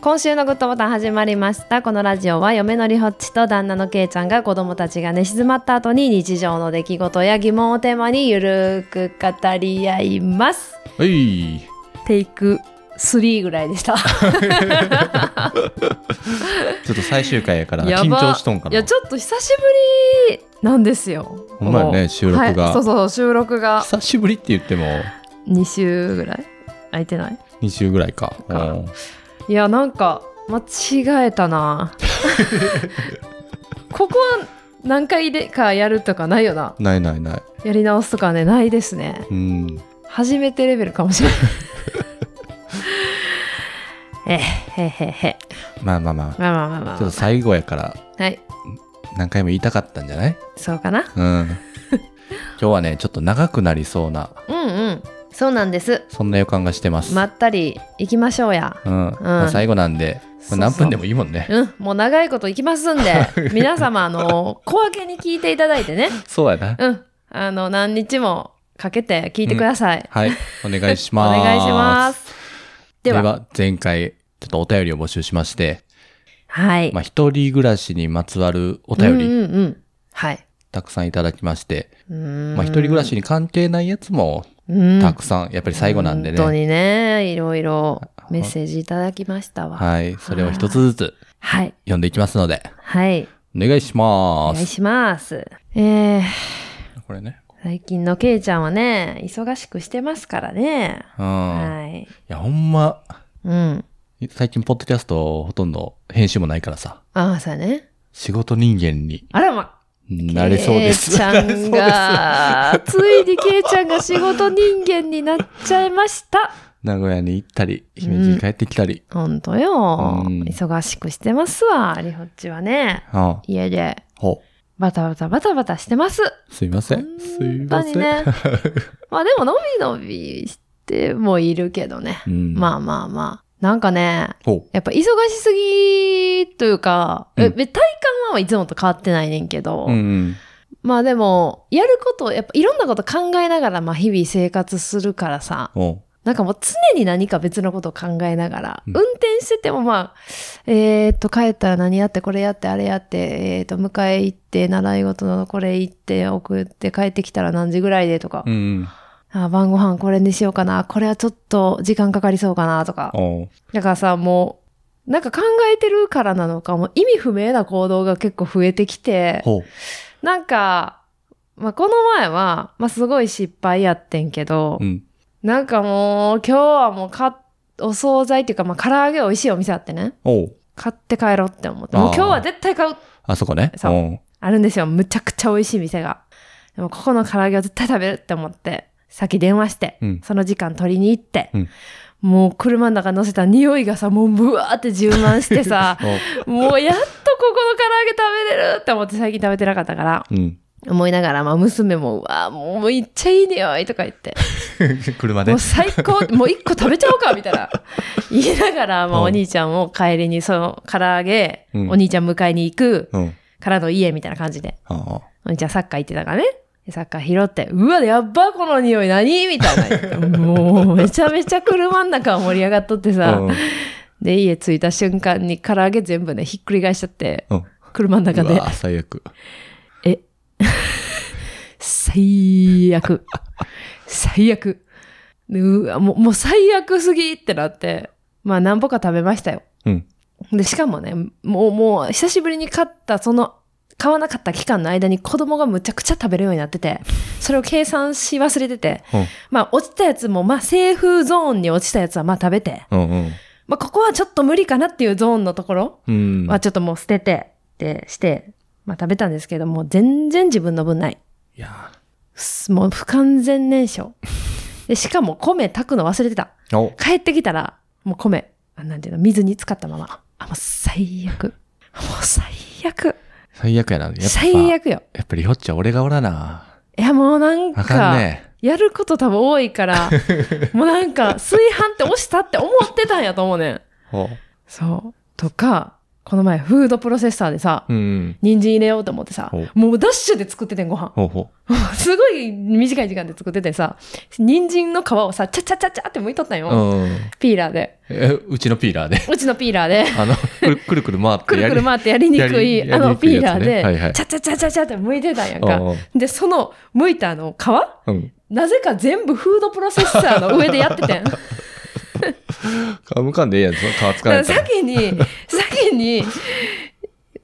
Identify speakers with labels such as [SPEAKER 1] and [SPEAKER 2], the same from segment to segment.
[SPEAKER 1] 今週のグッドボタン始まりましたこのラジオは嫁のりほっちと旦那のけいちゃんが子供たちが寝静まった後に日常の出来事や疑問をテーマにゆるく語り合います
[SPEAKER 2] はい。
[SPEAKER 1] テイク3ぐらいでした
[SPEAKER 2] ちょっと最終回やからな
[SPEAKER 1] やば
[SPEAKER 2] 緊張しとんか
[SPEAKER 1] い
[SPEAKER 2] な。
[SPEAKER 1] やちょっと久しぶりなんですよ
[SPEAKER 2] ほんまやね収録が
[SPEAKER 1] はいそうそう収録が
[SPEAKER 2] 久しぶりって言っても
[SPEAKER 1] 2週ぐらい空いてない
[SPEAKER 2] 2週ぐらいか。
[SPEAKER 1] か
[SPEAKER 2] うん
[SPEAKER 1] いやなんか間違えた なここは何回でかやるとかないよな
[SPEAKER 2] ないないない。
[SPEAKER 1] やり直すとかねないですね
[SPEAKER 2] うん。
[SPEAKER 1] 初めてレベルかもしれ ないえへへへ
[SPEAKER 2] まあまあまあ。ち
[SPEAKER 1] まあまあまあまあ、
[SPEAKER 2] ょっと最後やから
[SPEAKER 1] はい
[SPEAKER 2] 何回も言いたかったんじゃない
[SPEAKER 1] そうかな
[SPEAKER 2] うん。 今日はねちょっと長くなりそうな
[SPEAKER 1] うんうんそうなんです
[SPEAKER 2] そんな予感がしてます。
[SPEAKER 1] まったり行きましょうや
[SPEAKER 2] うん。まあ最後なんで
[SPEAKER 1] そう
[SPEAKER 2] ま
[SPEAKER 1] そ
[SPEAKER 2] あ
[SPEAKER 1] う
[SPEAKER 2] 何分でもいいもんね。
[SPEAKER 1] うんもう長いこと行きますん で皆様あの小分けに聞いていただいてね
[SPEAKER 2] そうやな。
[SPEAKER 1] うんあの何日もかけて聞いてください、
[SPEAKER 2] はい。お願いし
[SPEAKER 1] お
[SPEAKER 2] ます。
[SPEAKER 1] 願いしま。すで
[SPEAKER 2] で
[SPEAKER 1] は
[SPEAKER 2] は前回ちょっとお便りを募集しまして、
[SPEAKER 1] はい、
[SPEAKER 2] まあ一人暮らしにまつわるお便り、
[SPEAKER 1] うんうんうんはい
[SPEAKER 2] たくさんいただきまして、
[SPEAKER 1] ま
[SPEAKER 2] まあ、一人暮らしに関係ないやつもたくさん、やっぱり最後なんで
[SPEAKER 1] 本当
[SPEAKER 2] ね。
[SPEAKER 1] にねいろいろメッセージいただきましたわはい
[SPEAKER 2] はい。それを一つずつ
[SPEAKER 1] はい、
[SPEAKER 2] 読んでいきますので、お願いし
[SPEAKER 1] お
[SPEAKER 2] ま
[SPEAKER 1] 願い
[SPEAKER 2] す。
[SPEAKER 1] しますえー、
[SPEAKER 2] これね。
[SPEAKER 1] 最近のけいちゃんはね忙しくしてますからね、
[SPEAKER 2] うん。い
[SPEAKER 1] はい
[SPEAKER 2] や、ほんま、
[SPEAKER 1] うん
[SPEAKER 2] 最近ポッドキャストほとんど編集もないからさ、
[SPEAKER 1] ああそうやね
[SPEAKER 2] 仕事人間に
[SPEAKER 1] あらま
[SPEAKER 2] なれ そうです。
[SPEAKER 1] けいちゃん
[SPEAKER 2] なれそうで
[SPEAKER 1] がついにけいちゃんが仕事人間になっちゃいました
[SPEAKER 2] す名古屋に行ったり、姫路に帰ってきたり。
[SPEAKER 1] ほんとよ、
[SPEAKER 2] うん
[SPEAKER 1] 忙しくしてますわりほっちはね
[SPEAKER 2] うん。
[SPEAKER 1] 家で
[SPEAKER 2] ほ
[SPEAKER 1] バタバタバタバタしてます
[SPEAKER 2] う。すいません。すい
[SPEAKER 1] 本当
[SPEAKER 2] ませ
[SPEAKER 1] に
[SPEAKER 2] ん。
[SPEAKER 1] ねまあでものびのびしてもいるけどね、
[SPEAKER 2] うん。
[SPEAKER 1] まあまあまあなんかね
[SPEAKER 2] ほ
[SPEAKER 1] やっぱ忙しすぎというか、え
[SPEAKER 2] うん
[SPEAKER 1] 体感はいつもと変わってないねんけど、
[SPEAKER 2] う。うん。
[SPEAKER 1] まあでもやることやっぱいろんなこと考えながらまあ日々生活するからさ
[SPEAKER 2] ほう。
[SPEAKER 1] なんかもう常に何か別のことを考えながら、
[SPEAKER 2] うん
[SPEAKER 1] 運転しててもまあえー、っと帰ったら何やってこれやってあれやってえー、っと迎え行って習い事のこれ行って送って帰ってきたら何時ぐらいでとか、
[SPEAKER 2] うん。
[SPEAKER 1] あ晩ご飯これにしようかなこれはちょっと時間かかりそうかなとか
[SPEAKER 2] ほう。
[SPEAKER 1] だからさ、もう、なんか考えてるからなのか、もう意味不明な行動が結構増えてきて、
[SPEAKER 2] ほう。
[SPEAKER 1] なんか、まあ、この前は、まあ、すごい失敗やってんけど、
[SPEAKER 2] うん。
[SPEAKER 1] なんかもう、今日はもうか、お惣菜っていうか、まあ、唐揚げ美味しいお店あってね、
[SPEAKER 2] ほう。
[SPEAKER 1] 買って帰ろうって思って、もう
[SPEAKER 2] あー
[SPEAKER 1] 今日は絶対買う
[SPEAKER 2] あそこね。
[SPEAKER 1] そうんあるんですよ。むちゃくちゃ美味しい店が。でも、ここの唐揚げを絶対食べるって思って、さっき電話して、
[SPEAKER 2] うん
[SPEAKER 1] その時間取りに行って、
[SPEAKER 2] うん
[SPEAKER 1] もう車の中乗せた匂いがさ、もうブワーって充満して さ、もうやっとここの唐揚げ食べれるって思って最近食べてなかったから、
[SPEAKER 2] うん。
[SPEAKER 1] 思いながら、まあ娘も、うわあ、もうめっちゃいい匂いとか言って、
[SPEAKER 2] 車
[SPEAKER 1] も
[SPEAKER 2] ね
[SPEAKER 1] う。最高、もう一個食べちゃおうかみたい な。言いながら、まあ
[SPEAKER 2] うん
[SPEAKER 1] お兄ちゃんも帰りにその唐揚げ、
[SPEAKER 2] うん
[SPEAKER 1] お兄ちゃん迎えに行く
[SPEAKER 2] うん。
[SPEAKER 1] からの家みたいな感じで。
[SPEAKER 2] ああ。
[SPEAKER 1] お兄ちゃんサッカー行ってたからね。でサッカー拾って、うわ、やっばこの匂い何みたい な。もう、めちゃめちゃ車の中盛り上がっとってさ。
[SPEAKER 2] うん
[SPEAKER 1] で、家着いた瞬間に唐揚げ全部ね、ひっくり返しちゃって、
[SPEAKER 2] うん。
[SPEAKER 1] 車の中
[SPEAKER 2] う
[SPEAKER 1] で
[SPEAKER 2] わ。最悪。
[SPEAKER 1] え最悪。最悪。でうわ、もう、もう最悪すぎってなって。まあ、何歩か食べましたよ。
[SPEAKER 2] うん。
[SPEAKER 1] で、しかもね、もう、もう、久しぶりに買った、その、買わなかった期間の間に子供がむちゃくちゃ食べるようになって て、それを計算し忘れてて、まあ、落ちたやつも、まあ、セーフゾーンに落ちたやつは、まあ、食べて、
[SPEAKER 2] うん。うん。
[SPEAKER 1] まあ、ここはちょっと無理かなっていうゾーンのところ
[SPEAKER 2] うん。
[SPEAKER 1] は、ちょっともう捨てて、で、して、まあ、食べたんですけども、全然自分の分ない。
[SPEAKER 2] いや
[SPEAKER 1] すもう、不完全燃焼。で、しかも、米炊くの忘れてた。
[SPEAKER 2] ー。お
[SPEAKER 1] 帰ってきたら、もう米、あなんていうの、水に浸かったまま。あ、もう最悪。もう最悪。
[SPEAKER 2] 最悪やな。やっぱ
[SPEAKER 1] 最
[SPEAKER 2] や
[SPEAKER 1] 悪よ。
[SPEAKER 2] っぱりひょっちゃん俺がおらな。
[SPEAKER 1] いや、もうなん
[SPEAKER 2] あかん
[SPEAKER 1] か、
[SPEAKER 2] ね。
[SPEAKER 1] やること多分多い から、もうなんか、炊飯って押したって思ってたんやと思うねん。
[SPEAKER 2] お
[SPEAKER 1] そう。とか、この前、フードプロセッサーでさ、
[SPEAKER 2] うん。
[SPEAKER 1] 人参入れようと思ってさ
[SPEAKER 2] ほう、
[SPEAKER 1] もうダッシュで作っててん、ご飯。
[SPEAKER 2] ほうほ
[SPEAKER 1] すごい短い時間で作っててさ、人参の皮をさ、チャチャチャチャって剥いとったん
[SPEAKER 2] う。
[SPEAKER 1] よ。
[SPEAKER 2] うん。
[SPEAKER 1] ピーラーで。
[SPEAKER 2] え、うちのピーラ ーで。
[SPEAKER 1] うちのピーラーで。
[SPEAKER 2] あの、くるくるくる回って
[SPEAKER 1] くるくる
[SPEAKER 2] っ
[SPEAKER 1] 回ってやりにく
[SPEAKER 2] やり
[SPEAKER 1] い、あ
[SPEAKER 2] やりに
[SPEAKER 1] の
[SPEAKER 2] くい
[SPEAKER 1] ピー
[SPEAKER 2] や
[SPEAKER 1] ラ
[SPEAKER 2] つ
[SPEAKER 1] ー
[SPEAKER 2] ねはいはい
[SPEAKER 1] で、チャチャチャチャチャって剥いてたんやんか。
[SPEAKER 2] うん
[SPEAKER 1] で、その剥いたあの皮
[SPEAKER 2] うん。
[SPEAKER 1] なぜか全部フードプロセッサーの上でやって てん。だか
[SPEAKER 2] 噛むかんでええやん。その皮つかな
[SPEAKER 1] ら
[SPEAKER 2] いから。
[SPEAKER 1] 先に、先に、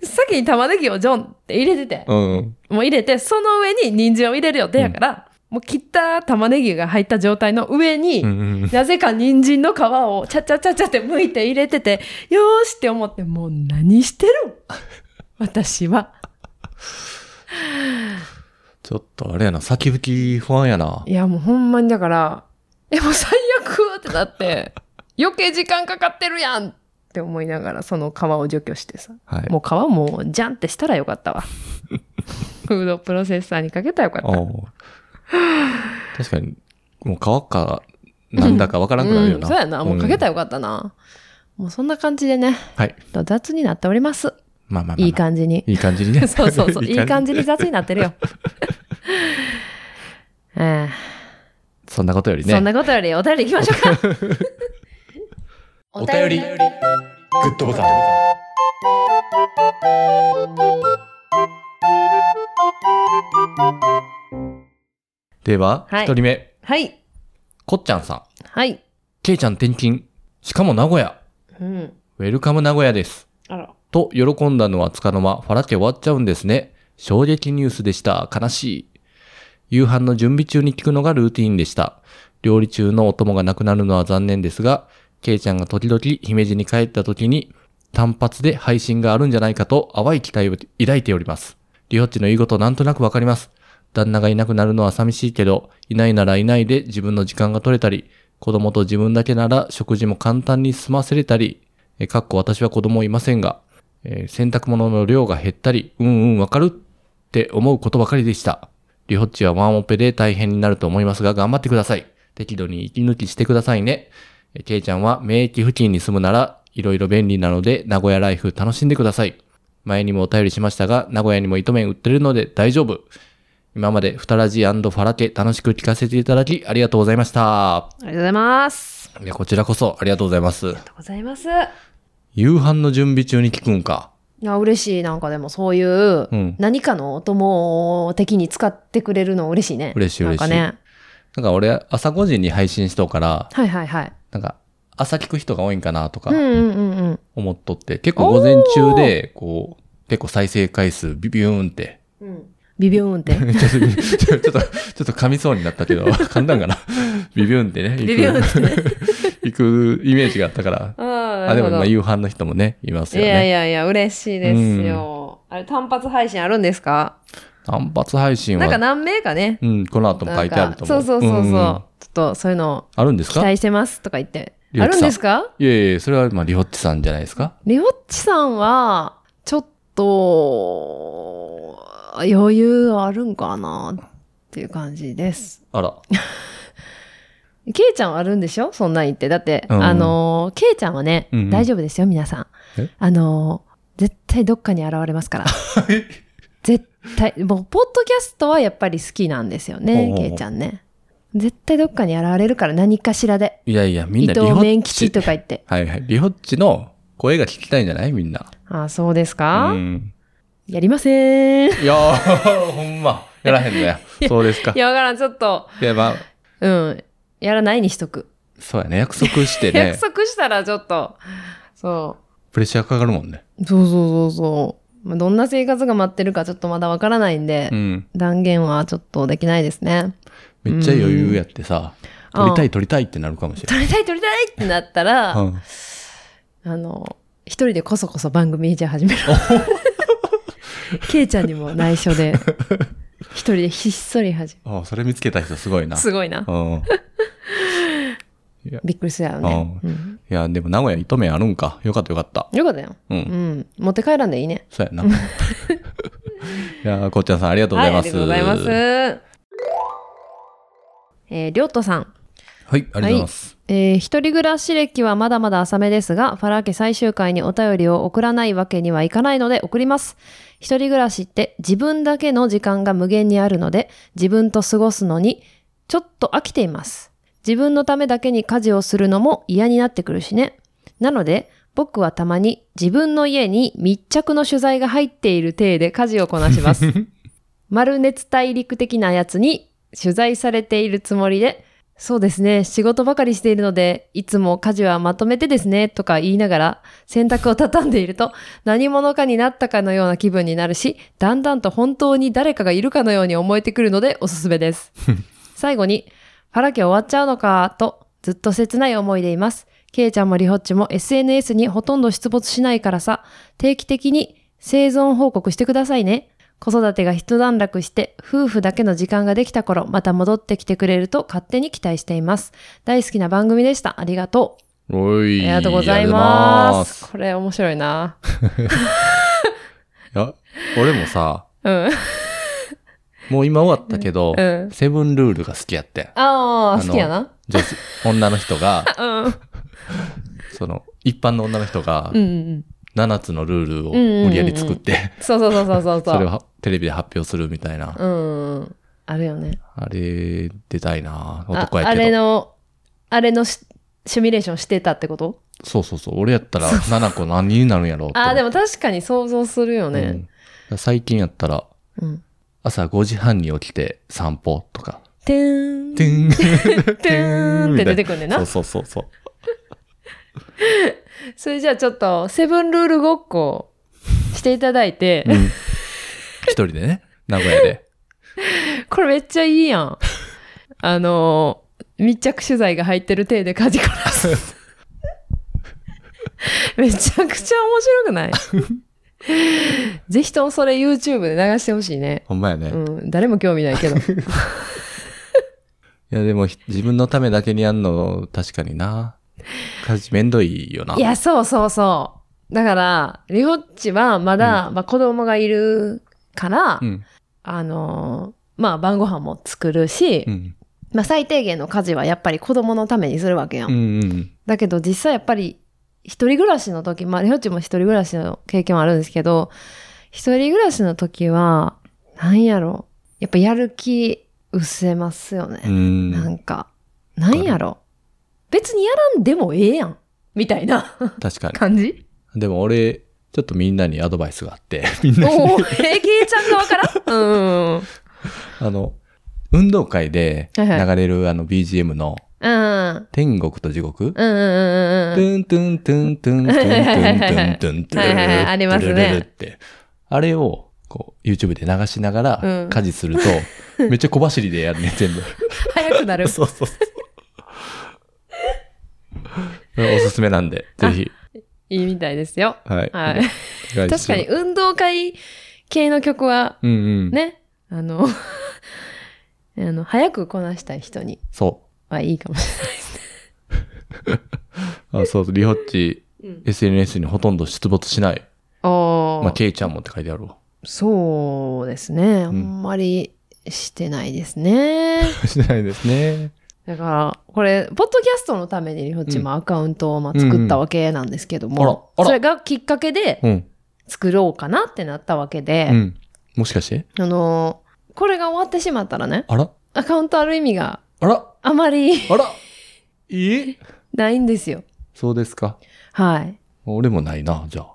[SPEAKER 1] 先に玉ねぎをジョンって入れてて、
[SPEAKER 2] うん。
[SPEAKER 1] もう入れて、その上に人参を入れる予定やから、もう切った玉ねぎが入った状態の上に、
[SPEAKER 2] うんうん。
[SPEAKER 1] なぜか人参の皮をちゃちゃちゃちゃって剥いて入れてて、よーしって思って、もう何してるん私は。
[SPEAKER 2] ちょっとあれやな、先行き不安やな。
[SPEAKER 1] いや、もうほんまにだから、え、もう最悪ってなって、余計時間かかってるやんって思いながら、その皮を除去してさ。
[SPEAKER 2] はい。
[SPEAKER 1] もう皮もうジャンってしたらよか ったわ。フードプロセッサーにかけたらよかった。
[SPEAKER 2] おう確かに、もう皮か、なんだかわからんくなるよな。
[SPEAKER 1] うんそうやな。もうかけたらよかったな。もうそんな感じでね、
[SPEAKER 2] はい。
[SPEAKER 1] 雑になっております。
[SPEAKER 2] まあまあまあまあ。
[SPEAKER 1] いい感 じに。
[SPEAKER 2] いい感じに ね。
[SPEAKER 1] そうそうそう。 いい感
[SPEAKER 2] じ。
[SPEAKER 1] じに雑になってる よ。え
[SPEAKER 2] そんなことよ
[SPEAKER 1] え
[SPEAKER 2] り
[SPEAKER 1] そん
[SPEAKER 2] ね。
[SPEAKER 1] なことよりお便り行きましょうか。
[SPEAKER 2] グッドボタン。では、
[SPEAKER 1] はい
[SPEAKER 2] 一人目、
[SPEAKER 1] はい。
[SPEAKER 2] こっちゃんさん。
[SPEAKER 1] はい。
[SPEAKER 2] けいちゃん転勤。しかも名古屋。
[SPEAKER 1] うん。
[SPEAKER 2] ウェルカム名古屋です。
[SPEAKER 1] あら。
[SPEAKER 2] と、喜んだのはつかの間、ファラ家終わっちゃうんですね。衝撃ニュースでした。悲しい。夕飯の準備中に聞くのがルーティーンでした。料理中のお供がなくなるのは残念ですが、ケイちゃんが時々姫路に帰った時に、単発で配信があるんじゃないかと淡い期待を抱いております。リホッチの言いことなんとなくわかります。旦那がいなくなるのは寂しいけど、いないならいないで自分の時間が取れたり、子供と自分だけなら食事も簡単に済ませれたり、えーかっこ私は子供いませんが、えー洗濯物の量が減ったり、うんうんわかるって思うことばかりでした。リホッチはワンオペで大変になると思いますが、頑張ってください。適度に息抜きしてくださいね。えーケイちゃんは免疫付近に住むなら、いろいろ便利なので、名古屋ライフ楽しんでください。前にもお便りしましたが、名古屋にも糸麺売ってるので大丈夫。今まで、ふたらじファラケ楽しく聞かせていただき、ありがとうございました。
[SPEAKER 1] ありがとうございます。
[SPEAKER 2] いや、こちらこそありがとうございます
[SPEAKER 1] あり。がとうございます。
[SPEAKER 2] 夕飯の準備中に聞くんか。
[SPEAKER 1] あ嬉しい。なんかでもそういう
[SPEAKER 2] うん、
[SPEAKER 1] 何かのお供的に使ってくれるの嬉しいね。
[SPEAKER 2] 嬉しい嬉しい
[SPEAKER 1] なんかね。
[SPEAKER 2] なんか俺、朝5時に配信しとうから、
[SPEAKER 1] はいはいはい。
[SPEAKER 2] なんか、朝聞く人が多いんかなとか
[SPEAKER 1] うんうんうんうん。
[SPEAKER 2] 思っとって、結構午前中で、こう、結構再生回数ビビューンって。
[SPEAKER 1] うん。微妙運転。
[SPEAKER 2] ちょっと、ちょっと、ちょっと噛みそうになったけど、 噛んだんかな。ビビューンってね、
[SPEAKER 1] 微妙運
[SPEAKER 2] 行
[SPEAKER 1] 転。
[SPEAKER 2] く、 行くイメージがあったから。
[SPEAKER 1] あ
[SPEAKER 2] あ、でも今
[SPEAKER 1] い
[SPEAKER 2] 夕飯の人もね、いますよ
[SPEAKER 1] いやい
[SPEAKER 2] ね。
[SPEAKER 1] やいや、嬉しいですよ。あれ、単発配信あるんですか
[SPEAKER 2] 単発配信
[SPEAKER 1] なんか
[SPEAKER 2] は、
[SPEAKER 1] 何名かね。
[SPEAKER 2] うん、この後も書いてあると思
[SPEAKER 1] な
[SPEAKER 2] う。
[SPEAKER 1] んかそうそうそうそう。
[SPEAKER 2] ん
[SPEAKER 1] ち
[SPEAKER 2] ん
[SPEAKER 1] ょっとそういうの
[SPEAKER 2] あるんです
[SPEAKER 1] 期
[SPEAKER 2] かい
[SPEAKER 1] 待してますとか言って。
[SPEAKER 2] リホ
[SPEAKER 1] あ
[SPEAKER 2] ッチさん
[SPEAKER 1] るんですか
[SPEAKER 2] やいや、それは、まあ、リホッチさんじゃないですか
[SPEAKER 1] リホッチさんは、ちょっと、余裕あるんかなっていう感じです。
[SPEAKER 2] あら。
[SPEAKER 1] ケイちゃんはあるんでしょそんなん言って。だって、
[SPEAKER 2] うん
[SPEAKER 1] あのー、ケイちゃんはね、
[SPEAKER 2] うんうん
[SPEAKER 1] 大丈夫ですよ、皆さん
[SPEAKER 2] え。
[SPEAKER 1] あのー、絶対どっかに現れますから。 絶対、もう、ポッドキャストはやっぱり好きなんですよね、
[SPEAKER 2] ほうほう
[SPEAKER 1] ケイちゃんね。絶対どっかに現れるから、何かしらで。
[SPEAKER 2] いやいや、みん
[SPEAKER 1] 伊
[SPEAKER 2] な
[SPEAKER 1] 藤
[SPEAKER 2] リホ
[SPEAKER 1] 綿
[SPEAKER 2] ッ
[SPEAKER 1] 吉
[SPEAKER 2] チ。
[SPEAKER 1] とか言って。
[SPEAKER 2] はいはい。リホッチの声が聞きたいんじゃないみんな。
[SPEAKER 1] ああ、そうですか、
[SPEAKER 2] うん。
[SPEAKER 1] やりません。い
[SPEAKER 2] いやー、 ほんま。やらへんのや。そうですか。い
[SPEAKER 1] や、わからん、ちょっと、
[SPEAKER 2] や、まあ、
[SPEAKER 1] うん、やらないにしとく。
[SPEAKER 2] そうやね。約束してね
[SPEAKER 1] 約。束したらちょっと、そう。
[SPEAKER 2] プレッシャーかかるもんね。
[SPEAKER 1] そうそうそうそう。まあどんな生活が待ってるかちょっとまだわからないんで、
[SPEAKER 2] うん。
[SPEAKER 1] 断言はちょっとできないですね。
[SPEAKER 2] めっちゃ余裕やってさ、
[SPEAKER 1] うん
[SPEAKER 2] 撮りたい撮りたいってなるかもしれ
[SPEAKER 1] 撮りたい撮りたいってなったら、
[SPEAKER 2] ない。うん。
[SPEAKER 1] あの、一人でこそこそ番組じゃ始める。ケイちゃんにも内緒で、一人でひっそり始め
[SPEAKER 2] あそれ見つけた人すごいな。
[SPEAKER 1] る。すごいな。
[SPEAKER 2] うん。
[SPEAKER 1] びっくりするやろね。うん
[SPEAKER 2] いや、でも名古屋糸麺あるんか。よかったよかった。
[SPEAKER 1] よかったよ。
[SPEAKER 2] うん
[SPEAKER 1] うん。持って帰らんでいいね。
[SPEAKER 2] そうやな。い やー、こっちゃんさんありがとうご
[SPEAKER 1] は
[SPEAKER 2] ざ
[SPEAKER 1] い、あり
[SPEAKER 2] います。
[SPEAKER 1] がとうございます。えー、りょうとさん。
[SPEAKER 2] はい、ありがとうございます。
[SPEAKER 1] えー一人暮らし歴はまだまだ浅めですが、ファラー家最終回にお便りを送らないわけにはいかないので送ります。一人暮らしって自分だけの時間が無限にあるので、自分と過ごすのにちょっと飽きています。自分のためだけに家事をするのも嫌になってくるしね。なので、僕はたまに自分の家に密着の取材が入っている体で家事をこなします。丸熱大陸的なやつに取材されているつもりで、そうですね、仕事ばかりしているので、いつも家事はまとめてですね、とか言いながら、洗濯を畳んでいると、何者かになったかのような気分になるし、だんだんと本当に誰かがいるかのように思えてくるのでおすすめです。最後に、ファラ家終わっちゃうのか、と、ずっと切ない思いでいます。ケイちゃんもリホッチも SNS にほとんど出没しないからさ、定期的に生存報告してくださいね。子育てが一段落して、夫婦だけの時間ができた頃、また戻ってきてくれると勝手に期待しています。大好きな番組でした。ありがとう。
[SPEAKER 2] お
[SPEAKER 1] あ
[SPEAKER 2] い。
[SPEAKER 1] りがとうございます。
[SPEAKER 2] あ
[SPEAKER 1] これ面白いな。
[SPEAKER 2] りがとうございます。いや、俺もさ、
[SPEAKER 1] うん。
[SPEAKER 2] もう今終わったけど、
[SPEAKER 1] うん。
[SPEAKER 2] セブンルールが好きやってん。
[SPEAKER 1] あ
[SPEAKER 2] あ
[SPEAKER 1] あ、
[SPEAKER 2] の
[SPEAKER 1] 好きやな。
[SPEAKER 2] 女子、女の人が、
[SPEAKER 1] うん。うん
[SPEAKER 2] その、一般の女の人が
[SPEAKER 1] う、ん。
[SPEAKER 2] 7つのルールを無理やり作って、
[SPEAKER 1] そうそうそうそうそう
[SPEAKER 2] それを
[SPEAKER 1] う。
[SPEAKER 2] はテレビで発表するみたいな。
[SPEAKER 1] うん。あるよね。
[SPEAKER 2] あれ、出たいな
[SPEAKER 1] あ
[SPEAKER 2] 男や
[SPEAKER 1] あれ
[SPEAKER 2] けど。
[SPEAKER 1] の、あれのしシミュレーションしてたってこと
[SPEAKER 2] そうそうそう。俺やったら、7個何になるんやろうって思う
[SPEAKER 1] ああ、でも確かに想像するよ
[SPEAKER 2] うん
[SPEAKER 1] ね
[SPEAKER 2] だ。から最近やったら、
[SPEAKER 1] うん。
[SPEAKER 2] 朝5時半に起きて散歩とか。
[SPEAKER 1] てーん。
[SPEAKER 2] てん
[SPEAKER 1] てーんって出てくんねんな
[SPEAKER 2] そうそうそうそう。
[SPEAKER 1] それじゃあちょっと、セブンルールごっこしていただいて、
[SPEAKER 2] うん一人でね、名古 屋で。
[SPEAKER 1] これめっちゃいいやん。あのー密着取材が入ってる体で家事こなす。めちゃくちゃ面白くない ぜひともそれ YouTube で流してほしいね。
[SPEAKER 2] ほんまやね。
[SPEAKER 1] う
[SPEAKER 2] い
[SPEAKER 1] ん、誰も興味ないけ ど。
[SPEAKER 2] や、でもひ自分のためだけにやんの、確かにな。家事めんどいよな。
[SPEAKER 1] いや、そうそうそう。だから、リホッチはまだ、まあ子供がいるから、
[SPEAKER 2] うん。
[SPEAKER 1] あのーまあ晩ご飯も作るし、
[SPEAKER 2] うん。
[SPEAKER 1] まあ最低限の家事はやっぱり子供のためにするわけやん
[SPEAKER 2] うんうん。
[SPEAKER 1] だけど実際やっぱり一人暮らしの時、まあ、りょうちも一人暮らしの経験はあるんですけど、一人暮らしの時は、なんやろ。やっぱやる気薄れますよ
[SPEAKER 2] う
[SPEAKER 1] ね。
[SPEAKER 2] ん。
[SPEAKER 1] なんか、なんやろ。別にやらんでもええやん。みたいな
[SPEAKER 2] 確か
[SPEAKER 1] 感じ
[SPEAKER 2] に。でも俺、ちょっとみんなにアドバイスがあって、 みんなに、
[SPEAKER 1] おお、えー、けいちゃん側からうん。
[SPEAKER 2] あの、運動会で流
[SPEAKER 1] はいは
[SPEAKER 2] れるあの BGM の
[SPEAKER 1] うん。
[SPEAKER 2] 天国と地獄
[SPEAKER 1] うんうんうんう
[SPEAKER 2] ト
[SPEAKER 1] んうん。
[SPEAKER 2] ゥントゥントゥントゥントゥントゥントゥントゥントゥントゥントゥントゥントゥン
[SPEAKER 1] はいはいありますね
[SPEAKER 2] って。あれを、こう、YouTube で流しなが
[SPEAKER 1] う
[SPEAKER 2] ら
[SPEAKER 1] ん、
[SPEAKER 2] 家事すると、めっちゃ小走りでやるね、全部。
[SPEAKER 1] 早くなる。
[SPEAKER 2] そうそうそう。おすすめなんで、ぜひ。
[SPEAKER 1] いいみたいですよ。
[SPEAKER 2] はい。
[SPEAKER 1] はい。
[SPEAKER 2] お願いします
[SPEAKER 1] 確かに。運動会系の曲は
[SPEAKER 2] うんうん。
[SPEAKER 1] ね、あの、あ の、早くこなしたい人に
[SPEAKER 2] そ
[SPEAKER 1] はいいかもしれな
[SPEAKER 2] う。あそうそう、リホッチ、
[SPEAKER 1] い。うん、
[SPEAKER 2] SNS にほとんど出没しない。
[SPEAKER 1] あ、
[SPEAKER 2] まあ、ケイちゃんもって書いてあるわ。
[SPEAKER 1] そうですね。あ
[SPEAKER 2] ん
[SPEAKER 1] んまりしてないですね。
[SPEAKER 2] しないですね。
[SPEAKER 1] だから、これ、ポッドキャストのためにリホッチもアカウントをまあ作ったわけなんですけど
[SPEAKER 2] うんうんあ
[SPEAKER 1] も、
[SPEAKER 2] らあら
[SPEAKER 1] それがきっかけで
[SPEAKER 2] うん。
[SPEAKER 1] 作ろうかなってなったわけ
[SPEAKER 2] う
[SPEAKER 1] で、
[SPEAKER 2] ん。もしかして
[SPEAKER 1] あの、これが終わってしまったらね、
[SPEAKER 2] あら
[SPEAKER 1] アカウントある意味が
[SPEAKER 2] あら
[SPEAKER 1] あまり
[SPEAKER 2] あらえ
[SPEAKER 1] ないんですよ。
[SPEAKER 2] そうですか。
[SPEAKER 1] はい。
[SPEAKER 2] 俺もないな、じゃあ。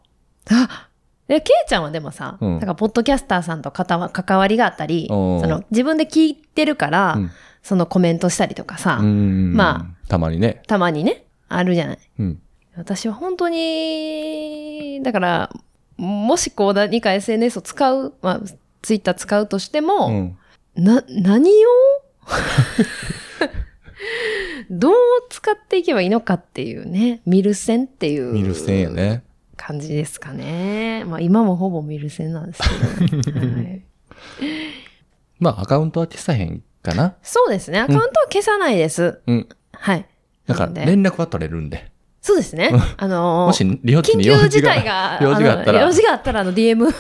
[SPEAKER 1] あで、ケイちゃんはでもさ、
[SPEAKER 2] うん
[SPEAKER 1] なんかポッドキャスターさんとかたわ関わりがあったり、
[SPEAKER 2] うん
[SPEAKER 1] その自分で聞いてるから、
[SPEAKER 2] うん
[SPEAKER 1] そのコメントしたりとかさ、
[SPEAKER 2] うん
[SPEAKER 1] ま
[SPEAKER 2] あ。たまにね。
[SPEAKER 1] たまにね、あるじゃない。
[SPEAKER 2] うん。
[SPEAKER 1] 私は本当に、だから、もしこう何か SNS を使う、まあ、ツイッター使うとして
[SPEAKER 2] う
[SPEAKER 1] も、
[SPEAKER 2] ん。
[SPEAKER 1] な、何を どう使っていけばいいのかっていうね、ミルセンっていう。
[SPEAKER 2] 見る線やね。
[SPEAKER 1] 感じですかね。まあ今もほぼ見る線なんですけど、 はい
[SPEAKER 2] まあ、アカウントは消さへんかな。
[SPEAKER 1] そうですね。アカウントは消さないです。
[SPEAKER 2] うん。
[SPEAKER 1] はい。
[SPEAKER 2] だ
[SPEAKER 1] な
[SPEAKER 2] か
[SPEAKER 1] ので
[SPEAKER 2] ら、連絡は取れるんで。
[SPEAKER 1] そうですね。あのー
[SPEAKER 2] もし、リホッチ
[SPEAKER 1] 緊
[SPEAKER 2] に
[SPEAKER 1] 急
[SPEAKER 2] 用事
[SPEAKER 1] 事
[SPEAKER 2] が
[SPEAKER 1] 態 が、
[SPEAKER 2] 用事があった
[SPEAKER 1] の
[SPEAKER 2] ら
[SPEAKER 1] 用、事があったらあの DM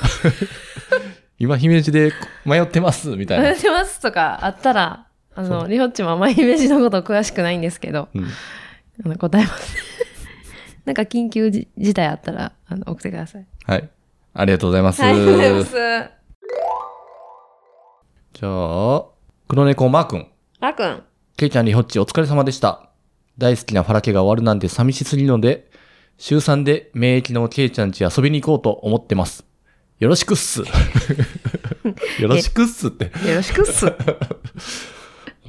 [SPEAKER 2] 今、姫路で迷ってます、みたいな。
[SPEAKER 1] 出ますとかあったら、あ
[SPEAKER 2] そ
[SPEAKER 1] の、りほっちもあんまり姫路のこと詳しくないんですけど、
[SPEAKER 2] うん
[SPEAKER 1] あの答えます。 なんか緊急じ事態あったら、あの、送ってください。
[SPEAKER 2] はい。ありがとうございます。
[SPEAKER 1] はい、ありがとうございます。
[SPEAKER 2] じゃあ、黒猫マー君。
[SPEAKER 1] あくん。
[SPEAKER 2] ケイちゃん、リホッチ、お疲れ様でした。大好きなファラケが終わるなんて寂しすぎるので、週3で免疫のケイちゃん家遊びに行こうと思ってます。よろしく っす。よろしくっすって。
[SPEAKER 1] よろしくっす。
[SPEAKER 2] あ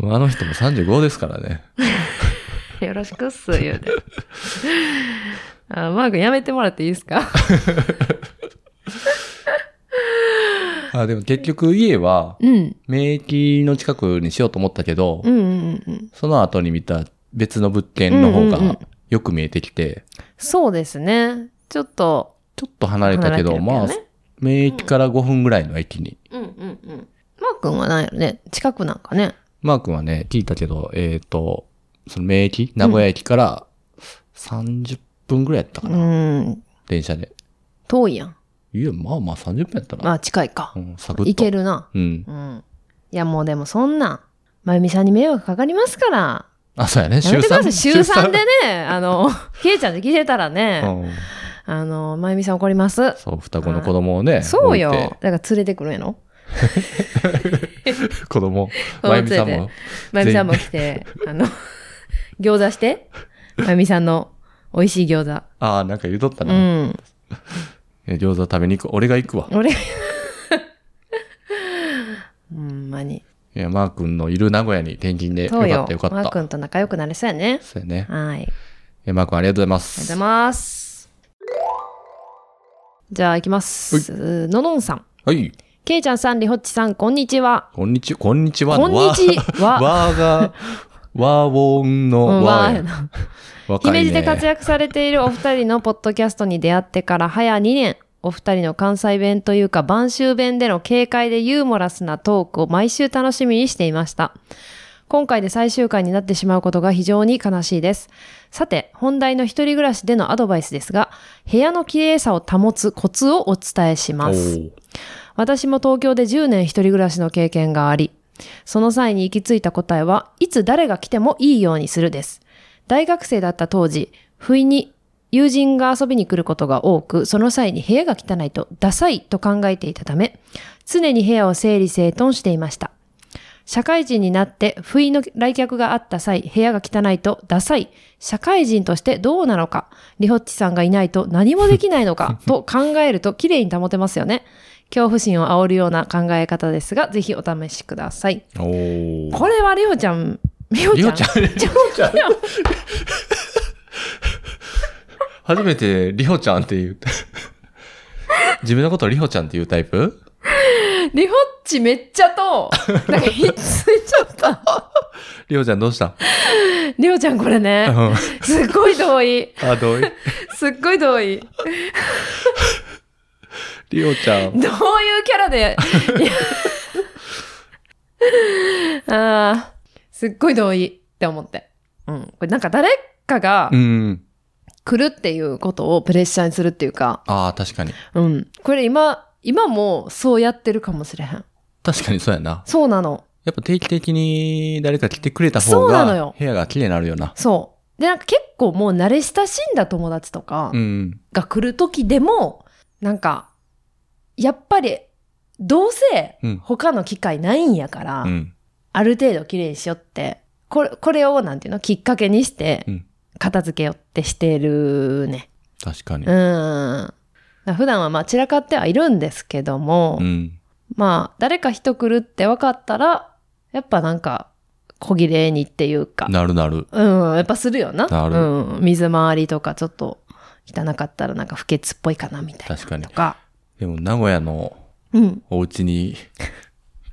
[SPEAKER 2] の人も35ですからね。
[SPEAKER 1] よろしくっす、言うて。あマー君やめてもらっていいですか
[SPEAKER 2] あでも結局家は、
[SPEAKER 1] うん。
[SPEAKER 2] 免疫の近くにしようと思ったけど、
[SPEAKER 1] うんうんうん。
[SPEAKER 2] その後に見た別の物件の方
[SPEAKER 1] うんうんうん
[SPEAKER 2] がよく見えてきて、
[SPEAKER 1] そうですね。ちょっと。
[SPEAKER 2] ちょっと離れたけど、ま
[SPEAKER 1] 離
[SPEAKER 2] あ
[SPEAKER 1] れてるけどね、
[SPEAKER 2] 免疫から5分ぐらいの駅に。
[SPEAKER 1] うんうんうん。マー君はないよね。近くなんかね。
[SPEAKER 2] マー君はね、聞いたけど、えっ、と、その名駅、名古屋駅から30分ぐらいやったか
[SPEAKER 1] う
[SPEAKER 2] な、
[SPEAKER 1] ん。
[SPEAKER 2] 電車で。
[SPEAKER 1] 遠いやん。
[SPEAKER 2] いや、まあまあ30分やったな。
[SPEAKER 1] まあ近いか
[SPEAKER 2] う。ん、サクッと。
[SPEAKER 1] 行けるな。
[SPEAKER 2] うん。
[SPEAKER 1] うん。いやもうでもそんな、まゆみさんに迷惑かかりますから。
[SPEAKER 2] あ、そうやね、
[SPEAKER 1] や
[SPEAKER 2] 週
[SPEAKER 1] めてくださ
[SPEAKER 2] 3。
[SPEAKER 1] い。週3でね、 あの、けいちゃんで聞いてたら
[SPEAKER 2] う
[SPEAKER 1] ね、
[SPEAKER 2] ん。
[SPEAKER 1] あの、まゆみさん怒ります。
[SPEAKER 2] そう、双子の子供をね。
[SPEAKER 1] そうよ。
[SPEAKER 2] 置い
[SPEAKER 1] だから連れてくるんやろ
[SPEAKER 2] て子 供。
[SPEAKER 1] 子供
[SPEAKER 2] まゆみさん
[SPEAKER 1] 連れ
[SPEAKER 2] も。
[SPEAKER 1] まゆみさんも来て、あの、 餃子して。まゆみさんの美味しい餃子。
[SPEAKER 2] ああ、なんか言うとった
[SPEAKER 1] う
[SPEAKER 2] な、
[SPEAKER 1] ん。
[SPEAKER 2] え餃子食べに行く。俺が行くわ。
[SPEAKER 1] 俺、ほんまに。
[SPEAKER 2] いや、マー君のいる名古屋に転勤でよ
[SPEAKER 1] そう
[SPEAKER 2] かっ
[SPEAKER 1] よ
[SPEAKER 2] た。よか
[SPEAKER 1] マ
[SPEAKER 2] っ
[SPEAKER 1] ー
[SPEAKER 2] た。
[SPEAKER 1] 君と仲良くなれそうやね。
[SPEAKER 2] そうやね。
[SPEAKER 1] はい。ありがと
[SPEAKER 2] いやマー君ありがとうございま
[SPEAKER 1] うご
[SPEAKER 2] す。
[SPEAKER 1] ざいます。じゃあ行きます。ののんさん。
[SPEAKER 2] はい。
[SPEAKER 1] けいちゃんさん、りほっちさん、こんにちは。
[SPEAKER 2] こんにちは、こんにちは。
[SPEAKER 1] こんにちは。
[SPEAKER 2] わーが、わーウォンの
[SPEAKER 1] うん
[SPEAKER 2] わ
[SPEAKER 1] わー
[SPEAKER 2] ーや
[SPEAKER 1] や
[SPEAKER 2] な。
[SPEAKER 1] な
[SPEAKER 2] 若いね
[SPEAKER 1] 姫路で活躍されているお二人のポッドキャストに出会ってから早2年、お二人の関西弁というか晩秋弁での軽快でユーモラスなトークを毎週楽しみにしていました。今回で最終回になってしまうことが非常に悲しいです。さて、本題の一人暮らしでのアドバイスですが、部屋の綺麗さを保つコツをお伝えします。
[SPEAKER 2] おー
[SPEAKER 1] 私も東京で10年一人暮らしの経験があり、その際に行き着いた答えは、いつ誰が来てもいいようにするです。大学生だった当時、不意に友人が遊びに来ることが多く、その際に部屋が汚いとダサいと考えていたため、常に部屋を整理整頓していました。社会人になって不意の来客があった際、部屋が汚いとダサい、社会人としてどうなのか、リホッチさんがいないと何もできないの かと考えると綺麗に保てますよね。恐怖心を煽るような考え方ですが、ぜひお試しください。
[SPEAKER 2] おー
[SPEAKER 1] これはリホちゃん、リホちゃ
[SPEAKER 2] りょうんちゃん、りょうちゃん。 初めてりほちゃんって言う。 自分のことをりほちゃんっていうタイプ
[SPEAKER 1] リホッチめっちゃと、なんかひっついちゃった。
[SPEAKER 2] りほちゃんど うした
[SPEAKER 1] リホちゃんこれ
[SPEAKER 2] う
[SPEAKER 1] ね、
[SPEAKER 2] ん
[SPEAKER 1] すっごい遠い。
[SPEAKER 2] あ、どうい
[SPEAKER 1] すっごい遠い。
[SPEAKER 2] りほちゃん。
[SPEAKER 1] どういうキャラで。いやああ、すっごい同意って思って。うん。これなんか誰かが
[SPEAKER 2] うん。
[SPEAKER 1] 来るっていうことをプレッシャーにするっていうか、
[SPEAKER 2] ああ、確かに。
[SPEAKER 1] うん。これ今、今もそうやってるかもしれへん。
[SPEAKER 2] 確かにそうやな。
[SPEAKER 1] そうなの。
[SPEAKER 2] やっぱ定期的に誰か来てくれた方
[SPEAKER 1] そうなの
[SPEAKER 2] が
[SPEAKER 1] よ、
[SPEAKER 2] 部屋が綺麗になるよな。
[SPEAKER 1] そう。で、なんか結構もう慣れ親しんだ友達とか
[SPEAKER 2] うん。
[SPEAKER 1] が来る時でも、なんか、やっぱり、どうせ
[SPEAKER 2] うん
[SPEAKER 1] 他の機会ないんやから、
[SPEAKER 2] うん。
[SPEAKER 1] ある程度綺麗にしよって、これ、これをなんていうのきっかけにして
[SPEAKER 2] うん、
[SPEAKER 1] 片付けよってしてるね。
[SPEAKER 2] 確かに
[SPEAKER 1] う。ん。だ普段はまあ散らかってはいるんですけども、
[SPEAKER 2] うん。
[SPEAKER 1] まあ誰か人来るって分かったら、やっぱなんか小綺麗にっていうか、
[SPEAKER 2] なるなる。
[SPEAKER 1] うん、やっぱするよな。
[SPEAKER 2] なる
[SPEAKER 1] うん。水回りとかちょっと汚かったらなんか不潔っぽいかなみたいな。
[SPEAKER 2] 確かに
[SPEAKER 1] とか。
[SPEAKER 2] でも名古屋の
[SPEAKER 1] うん。
[SPEAKER 2] お家に、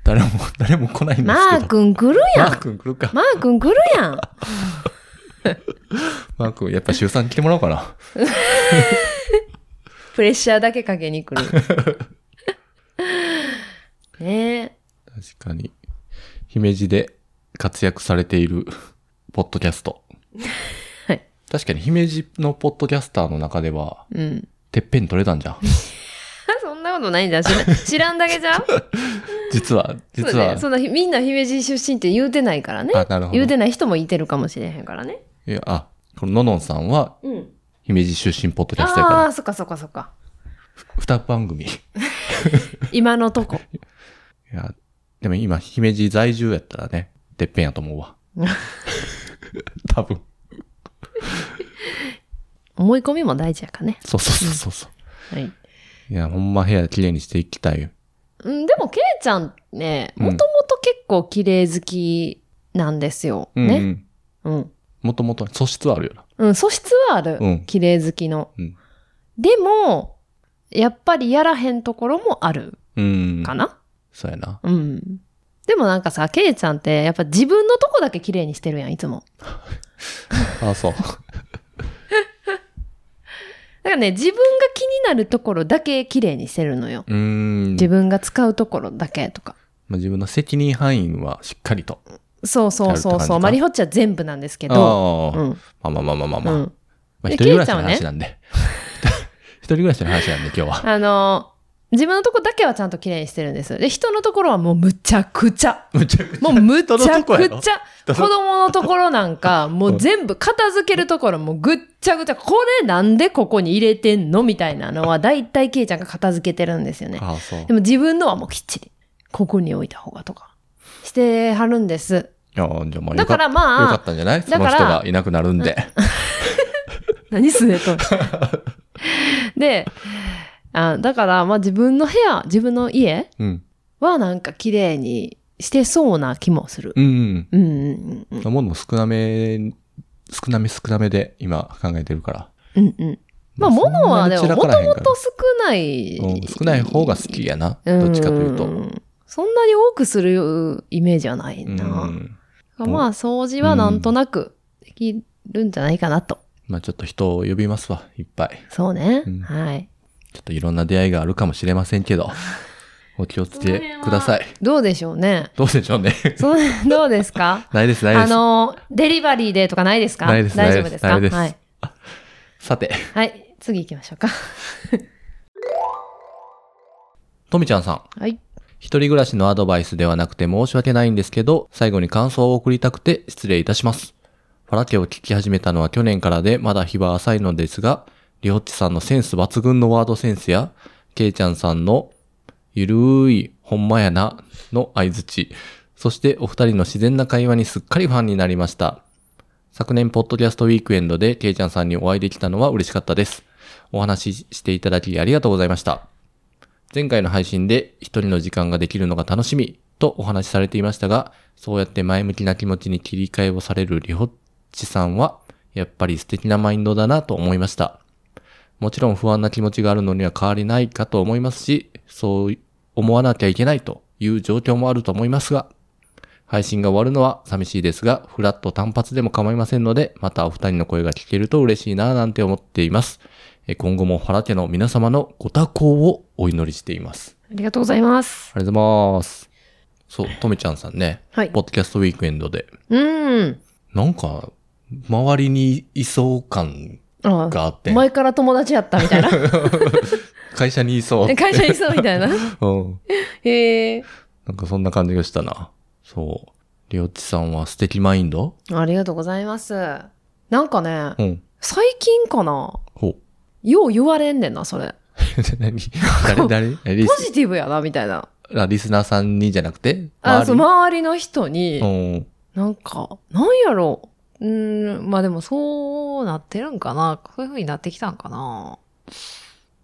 [SPEAKER 2] 誰も、誰も来ないんですけど。
[SPEAKER 1] マー君来るや
[SPEAKER 2] マー
[SPEAKER 1] ん。
[SPEAKER 2] 君来るか。
[SPEAKER 1] マー君来るやん。
[SPEAKER 2] マー君、やっぱ週3来てもらおうかな。
[SPEAKER 1] プレッシャーだけかけに来る。 ねえ。
[SPEAKER 2] 確かに。姫路で活躍されている、ポッドキャスト。
[SPEAKER 1] はい
[SPEAKER 2] 確かに姫路のポッドキャスターの中では、
[SPEAKER 1] うん。
[SPEAKER 2] てっぺん取れたんじゃん。
[SPEAKER 1] そんなことことないんじゃん。知ら知らんだけじゃ ん
[SPEAKER 2] 実は、実は。
[SPEAKER 1] そうね、そんなみんな姫路出身って言うてないからね。
[SPEAKER 2] あ、なるほ
[SPEAKER 1] 言う
[SPEAKER 2] ど。
[SPEAKER 1] てない人もいてるかもしれへんからね。
[SPEAKER 2] いや、あ、このののんさんは、
[SPEAKER 1] うん。
[SPEAKER 2] 姫路出身ポッドキャストやか
[SPEAKER 1] ああ
[SPEAKER 2] ら、
[SPEAKER 1] ー、そっかそっかそっか。
[SPEAKER 2] 二番組。い
[SPEAKER 1] 今のとこ。
[SPEAKER 2] や、でも今、姫路在住やったらね、てっぺんやと思 うわ。多分。
[SPEAKER 1] 思い込みも大事やからね。
[SPEAKER 2] そうそうそうそうそう。
[SPEAKER 1] はい。
[SPEAKER 2] いや、ほんま部屋綺麗にしていきたいよ。
[SPEAKER 1] うん、でも、ケイちゃんね、
[SPEAKER 2] うん
[SPEAKER 1] もともと結構綺麗好きなんですよ。
[SPEAKER 2] うん、う
[SPEAKER 1] ね。
[SPEAKER 2] ん。
[SPEAKER 1] うん。
[SPEAKER 2] もともと素質はあるよな。
[SPEAKER 1] うん、素質はある。
[SPEAKER 2] うん
[SPEAKER 1] 綺麗好きの。
[SPEAKER 2] うん
[SPEAKER 1] でも、やっぱりやらへんところもある
[SPEAKER 2] うん。
[SPEAKER 1] かな。
[SPEAKER 2] そうやな。
[SPEAKER 1] うん。でもなんかさ、ケイちゃんってやっぱ自分のとこだけ綺麗にしてるやん、いつも。
[SPEAKER 2] あ、そう。
[SPEAKER 1] だからね、自分が気になるところだけ綺麗にしてるのよ。
[SPEAKER 2] うーん。
[SPEAKER 1] 自分が使うところだけとか。
[SPEAKER 2] まあ、自分の責任範囲はしっかりと。
[SPEAKER 1] そうそうそ
[SPEAKER 2] やるって
[SPEAKER 1] う
[SPEAKER 2] 感じ
[SPEAKER 1] そ
[SPEAKER 2] か
[SPEAKER 1] う。マリホッチは全部なんですけど。
[SPEAKER 2] あ
[SPEAKER 1] う
[SPEAKER 2] あ
[SPEAKER 1] ん。
[SPEAKER 2] まあまあまあまあまあまあ。
[SPEAKER 1] うん。
[SPEAKER 2] まあ、
[SPEAKER 1] で
[SPEAKER 2] 一人暮らしの
[SPEAKER 1] ケイ
[SPEAKER 2] 話
[SPEAKER 1] ち
[SPEAKER 2] なんで。 一人暮らしの話なんで、 今日は。
[SPEAKER 1] あの、自分のとこだけはちゃんと綺麗にしてるんです。で、人のところはもうむちゃくちゃ。
[SPEAKER 2] むちゃくちゃ。
[SPEAKER 1] もうむちゃ
[SPEAKER 2] 人のとこ
[SPEAKER 1] く
[SPEAKER 2] やろ
[SPEAKER 1] ちゃ。子供のところなん か、もう全部片付けるところもぐっちゃぐちゃ。これなんでここに入れてんのみたいなのは、だいたいケイちゃんが片付けてるんですよね。
[SPEAKER 2] ああ、そう。
[SPEAKER 1] でも自分のはもうきっちり。ここに置いた方がとか。してはるんです。
[SPEAKER 2] いやーじゃあまあ
[SPEAKER 1] だ
[SPEAKER 2] よか
[SPEAKER 1] か
[SPEAKER 2] っ
[SPEAKER 1] ら
[SPEAKER 2] た。
[SPEAKER 1] まあ
[SPEAKER 2] よかったんじゃないその
[SPEAKER 1] だか
[SPEAKER 2] 人
[SPEAKER 1] ら
[SPEAKER 2] がいなくなるんで。
[SPEAKER 1] 何すね と。で、あだから、まあ自分の部屋、自分の家
[SPEAKER 2] うん。
[SPEAKER 1] はなんか綺麗にしてそうな気もする。
[SPEAKER 2] うんうん。
[SPEAKER 1] うんうんうん
[SPEAKER 2] 物少なめ、少なめ少なめで今考えてるから。
[SPEAKER 1] うんうん。まあ物はでも、もと
[SPEAKER 2] そんなに散らからへん
[SPEAKER 1] も
[SPEAKER 2] から
[SPEAKER 1] と少ない、
[SPEAKER 2] うん少ない方が好きやな。どっちかというと。うん
[SPEAKER 1] んそんなに多くするイメージはないな。まあ掃除はなんとなくできるんじゃないかなと。
[SPEAKER 2] まあちょっと人を呼びますわ、いっぱい。
[SPEAKER 1] そうね。
[SPEAKER 2] うん
[SPEAKER 1] はい。
[SPEAKER 2] ちょっといろんな出会いがあるかもしれませんけど、お気をつけください。
[SPEAKER 1] どうでしょうね。
[SPEAKER 2] どうでしょうね。
[SPEAKER 1] その どうですか
[SPEAKER 2] ないです、ないで
[SPEAKER 1] あ
[SPEAKER 2] す。
[SPEAKER 1] の、デリバリーでとかないですか
[SPEAKER 2] ないです
[SPEAKER 1] 大丈夫ですか
[SPEAKER 2] ないです
[SPEAKER 1] は
[SPEAKER 2] ないい。さて、
[SPEAKER 1] はい。次行きましょうか。
[SPEAKER 2] とみちゃんさん。
[SPEAKER 1] はい。
[SPEAKER 2] 一人暮らしのアドバイスではなくて申し訳ないんですけど、最後に感想を送りたくて失礼いたします。ファラ家を聞き始めたのは去年からで、まだ日は浅いのですが、りほっちさんのセンス抜群のワードセンスや、けいちゃんさんの、ゆるーい、ほんまやな、の相づち。そしてお二人の自然な会話にすっかりファンになりました。昨年、ポッドキャストウィークエンドで、けいちゃんさんにお会いできたのは嬉しかったです。お話ししていただきありがとうございました。前回の配信で一人の時間ができるのが楽しみとお話しされていましたが、そうやって前向きな気持ちに切り替えをされるリホッチさんは、やっぱり素敵なマインドだなと思いました。もちろん不安な気持ちがあるのには変わりないかと思いますし、そう思わなきゃいけないという状況もあると思いますが、配信が終わるのは寂しいですが、フラット単発でも構いませんので、またお二人の声が聞けると嬉しいなぁなんて思っています。え今後もファラ家の皆様のご多幸をお祈りしています。
[SPEAKER 1] ありがとうございます。
[SPEAKER 2] ありがとうございます。そう、とみちゃんさんね、
[SPEAKER 1] はい
[SPEAKER 2] ポッドキャストウィークエンドで、
[SPEAKER 1] うん。
[SPEAKER 2] なんか、周りにいそう感
[SPEAKER 1] あ
[SPEAKER 2] があって、
[SPEAKER 1] 前から友達やったみた いな。
[SPEAKER 2] 会社にいそう。
[SPEAKER 1] 会社にそうみたい な。
[SPEAKER 2] うん。
[SPEAKER 1] へえ。
[SPEAKER 2] なんかそんな感じがしたな。そう。りょうちさんは素敵マインド
[SPEAKER 1] ありがとうございます。なんかね、
[SPEAKER 2] うん。
[SPEAKER 1] 最近かな
[SPEAKER 2] ほう。
[SPEAKER 1] よう言われんねんな、それ。
[SPEAKER 2] 何誰誰えリ
[SPEAKER 1] ポ
[SPEAKER 2] ス
[SPEAKER 1] ジティブやな、みたいな。
[SPEAKER 2] あリスナーさんにじゃなくて
[SPEAKER 1] あ、そう、
[SPEAKER 2] 周
[SPEAKER 1] 周りの人
[SPEAKER 2] り
[SPEAKER 1] に、
[SPEAKER 2] うん。
[SPEAKER 1] なんか、なんやろう。うーん、まあでもそうなってるんかな。こういう風になってきたんかな。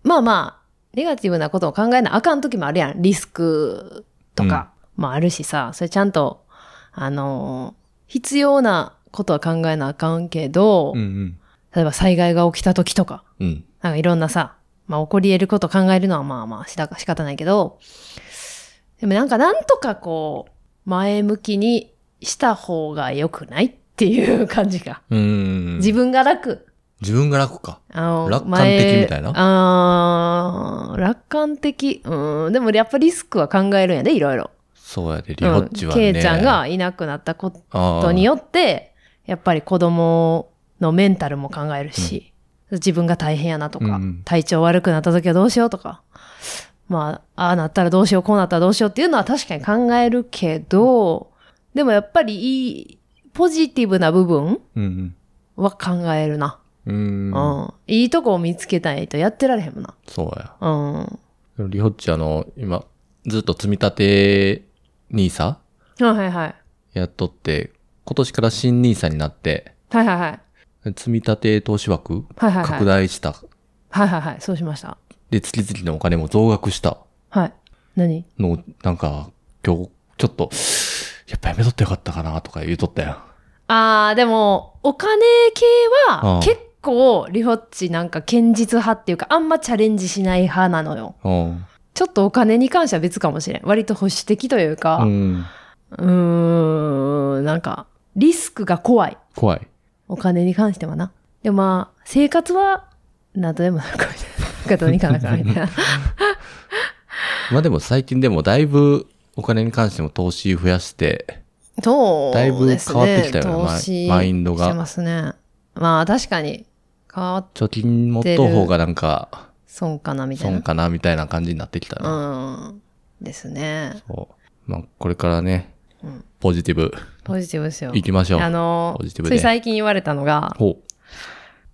[SPEAKER 1] まあまあ、ネガティブなことを考えなあかん時もあるやん。リスクとかもあるしさ、それちゃんと、あのー必要なことは考えなあかんけど、
[SPEAKER 2] うんうん。
[SPEAKER 1] 例えば災害が起きた時とか、
[SPEAKER 2] うん。
[SPEAKER 1] なんかいろんなさ、まあ起こり得ること考えるのはまあまあしだ仕方ないけど、でもなんかなんとかこう、前向きにした方が良くないっていう 感じが。
[SPEAKER 2] うん。
[SPEAKER 1] 自分が楽。
[SPEAKER 2] 自分が楽か。
[SPEAKER 1] あの
[SPEAKER 2] 楽観的みたい
[SPEAKER 1] 前
[SPEAKER 2] な
[SPEAKER 1] あー楽観的。うん。でもやっぱリスクは考えるんやで、いろいろ。
[SPEAKER 2] そうやで、リホッチは
[SPEAKER 1] うん
[SPEAKER 2] ね。
[SPEAKER 1] ケイちゃんがいなくなったこ
[SPEAKER 2] あ
[SPEAKER 1] と
[SPEAKER 2] ー
[SPEAKER 1] によって、やっぱり子供のメンタルも考えるし、自分が大変やなとか、
[SPEAKER 2] うん
[SPEAKER 1] 体調悪くなった時はどうしようとか、まあ、ああなったらどうしよう、こうなったらどうしようっていうのは確かに考えるけど、でもやっぱりいい、ポジティブな部分
[SPEAKER 2] うん
[SPEAKER 1] は考えるな。
[SPEAKER 2] うん。
[SPEAKER 1] う
[SPEAKER 2] うん。
[SPEAKER 1] ん。いいとこを見つけたいとやってられへんもんな。
[SPEAKER 2] そうや。
[SPEAKER 1] うん。
[SPEAKER 2] リホッチあの、今、ずっと積み立て NISA
[SPEAKER 1] あはいはい。
[SPEAKER 2] やっとって、今年から新 NISA になって、
[SPEAKER 1] はいはいはい。
[SPEAKER 2] 積み立て投資枠
[SPEAKER 1] はいはいはい。
[SPEAKER 2] 拡大した。
[SPEAKER 1] はいはいはい。そうしました。
[SPEAKER 2] で、月々のお金も増額した
[SPEAKER 1] はい。何
[SPEAKER 2] のを、なんか、今日、ちょっと、やっぱやめとってよかったかなとか言うとったやん。
[SPEAKER 1] ああ、でも、お金系
[SPEAKER 2] うん
[SPEAKER 1] は結構リホッチなんか堅実派っていうか、あんまチャレンジしない派なのよ。
[SPEAKER 2] うん。
[SPEAKER 1] ちょっとお金に関しては別かもしれん。割と保守的という
[SPEAKER 2] う
[SPEAKER 1] か、
[SPEAKER 2] ん。
[SPEAKER 1] うーん、なんか、リスクが怖い。
[SPEAKER 2] 怖い。
[SPEAKER 1] お金に関してはな。でもまあ、生活は、なんとでもなるかみたいな。なんかどうにかなるかみたい な。
[SPEAKER 2] まあでも最近でもだいぶお金に関しても投資増やして、
[SPEAKER 1] そう
[SPEAKER 2] だいぶ
[SPEAKER 1] で
[SPEAKER 2] 変
[SPEAKER 1] す
[SPEAKER 2] わっ
[SPEAKER 1] ね。
[SPEAKER 2] てきたよね
[SPEAKER 1] 投資
[SPEAKER 2] マイマインドが
[SPEAKER 1] してますね。まあ確かに、変わっ
[SPEAKER 2] 貯金持っとう方がなんか、
[SPEAKER 1] 損かなみたい
[SPEAKER 2] 損
[SPEAKER 1] な。
[SPEAKER 2] かなみたいな感じになってきたな。
[SPEAKER 1] うん。ですね。
[SPEAKER 2] そう。まあ、これからね
[SPEAKER 1] うん、
[SPEAKER 2] ポジティブ、
[SPEAKER 1] ポジティブですよ。
[SPEAKER 2] いきましょう。
[SPEAKER 1] あの
[SPEAKER 2] ポジティ、ブ
[SPEAKER 1] つ
[SPEAKER 2] で
[SPEAKER 1] い最近言われたのが、
[SPEAKER 2] ほ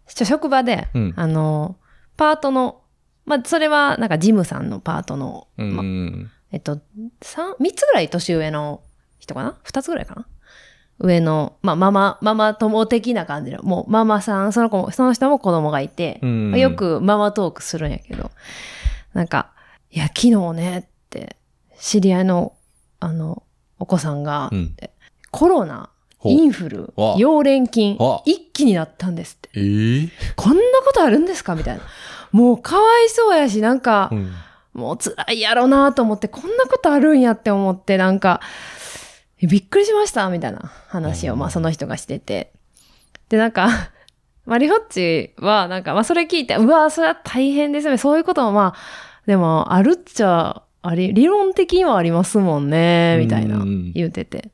[SPEAKER 1] ちょ職場で、
[SPEAKER 2] うん
[SPEAKER 1] あの、パートの、まあ、それは、なんか、ジムさんのパートの、
[SPEAKER 2] う。うん。
[SPEAKER 1] まえっと、三、三つぐらい年上の人かな二つぐらいかな上の、まあ、ママ、ママ友的な感じの、もう、ママさん、その子も、その人も子供がいて、
[SPEAKER 2] うん
[SPEAKER 1] まあよくママトークするんやけど、なんか、いや、昨日ね、って、知り合いの、あの、お子さんが、
[SPEAKER 2] うん
[SPEAKER 1] コロナ、
[SPEAKER 2] ほう
[SPEAKER 1] インフル
[SPEAKER 2] わ、
[SPEAKER 1] 溶連菌
[SPEAKER 2] わ、
[SPEAKER 1] 一気になったんですって。
[SPEAKER 2] えー
[SPEAKER 1] こんなことあるんですかみたいな。もうかわいそうやし、なんか、
[SPEAKER 2] うん。
[SPEAKER 1] もう辛いやろなと思って、こんなことあるんやって思って、なんか、えびっくりしましたみたいな話
[SPEAKER 2] う
[SPEAKER 1] を、
[SPEAKER 2] ん
[SPEAKER 1] まあその人がしてて。で、なんか、 マリホッチは、なんか、まあそれ聞いて、うわそれは大変ですね。そういうこともまあ、でも、あるっちゃ、あり、理論的にはありますもんね、みたいな
[SPEAKER 2] うん、
[SPEAKER 1] 言うてて。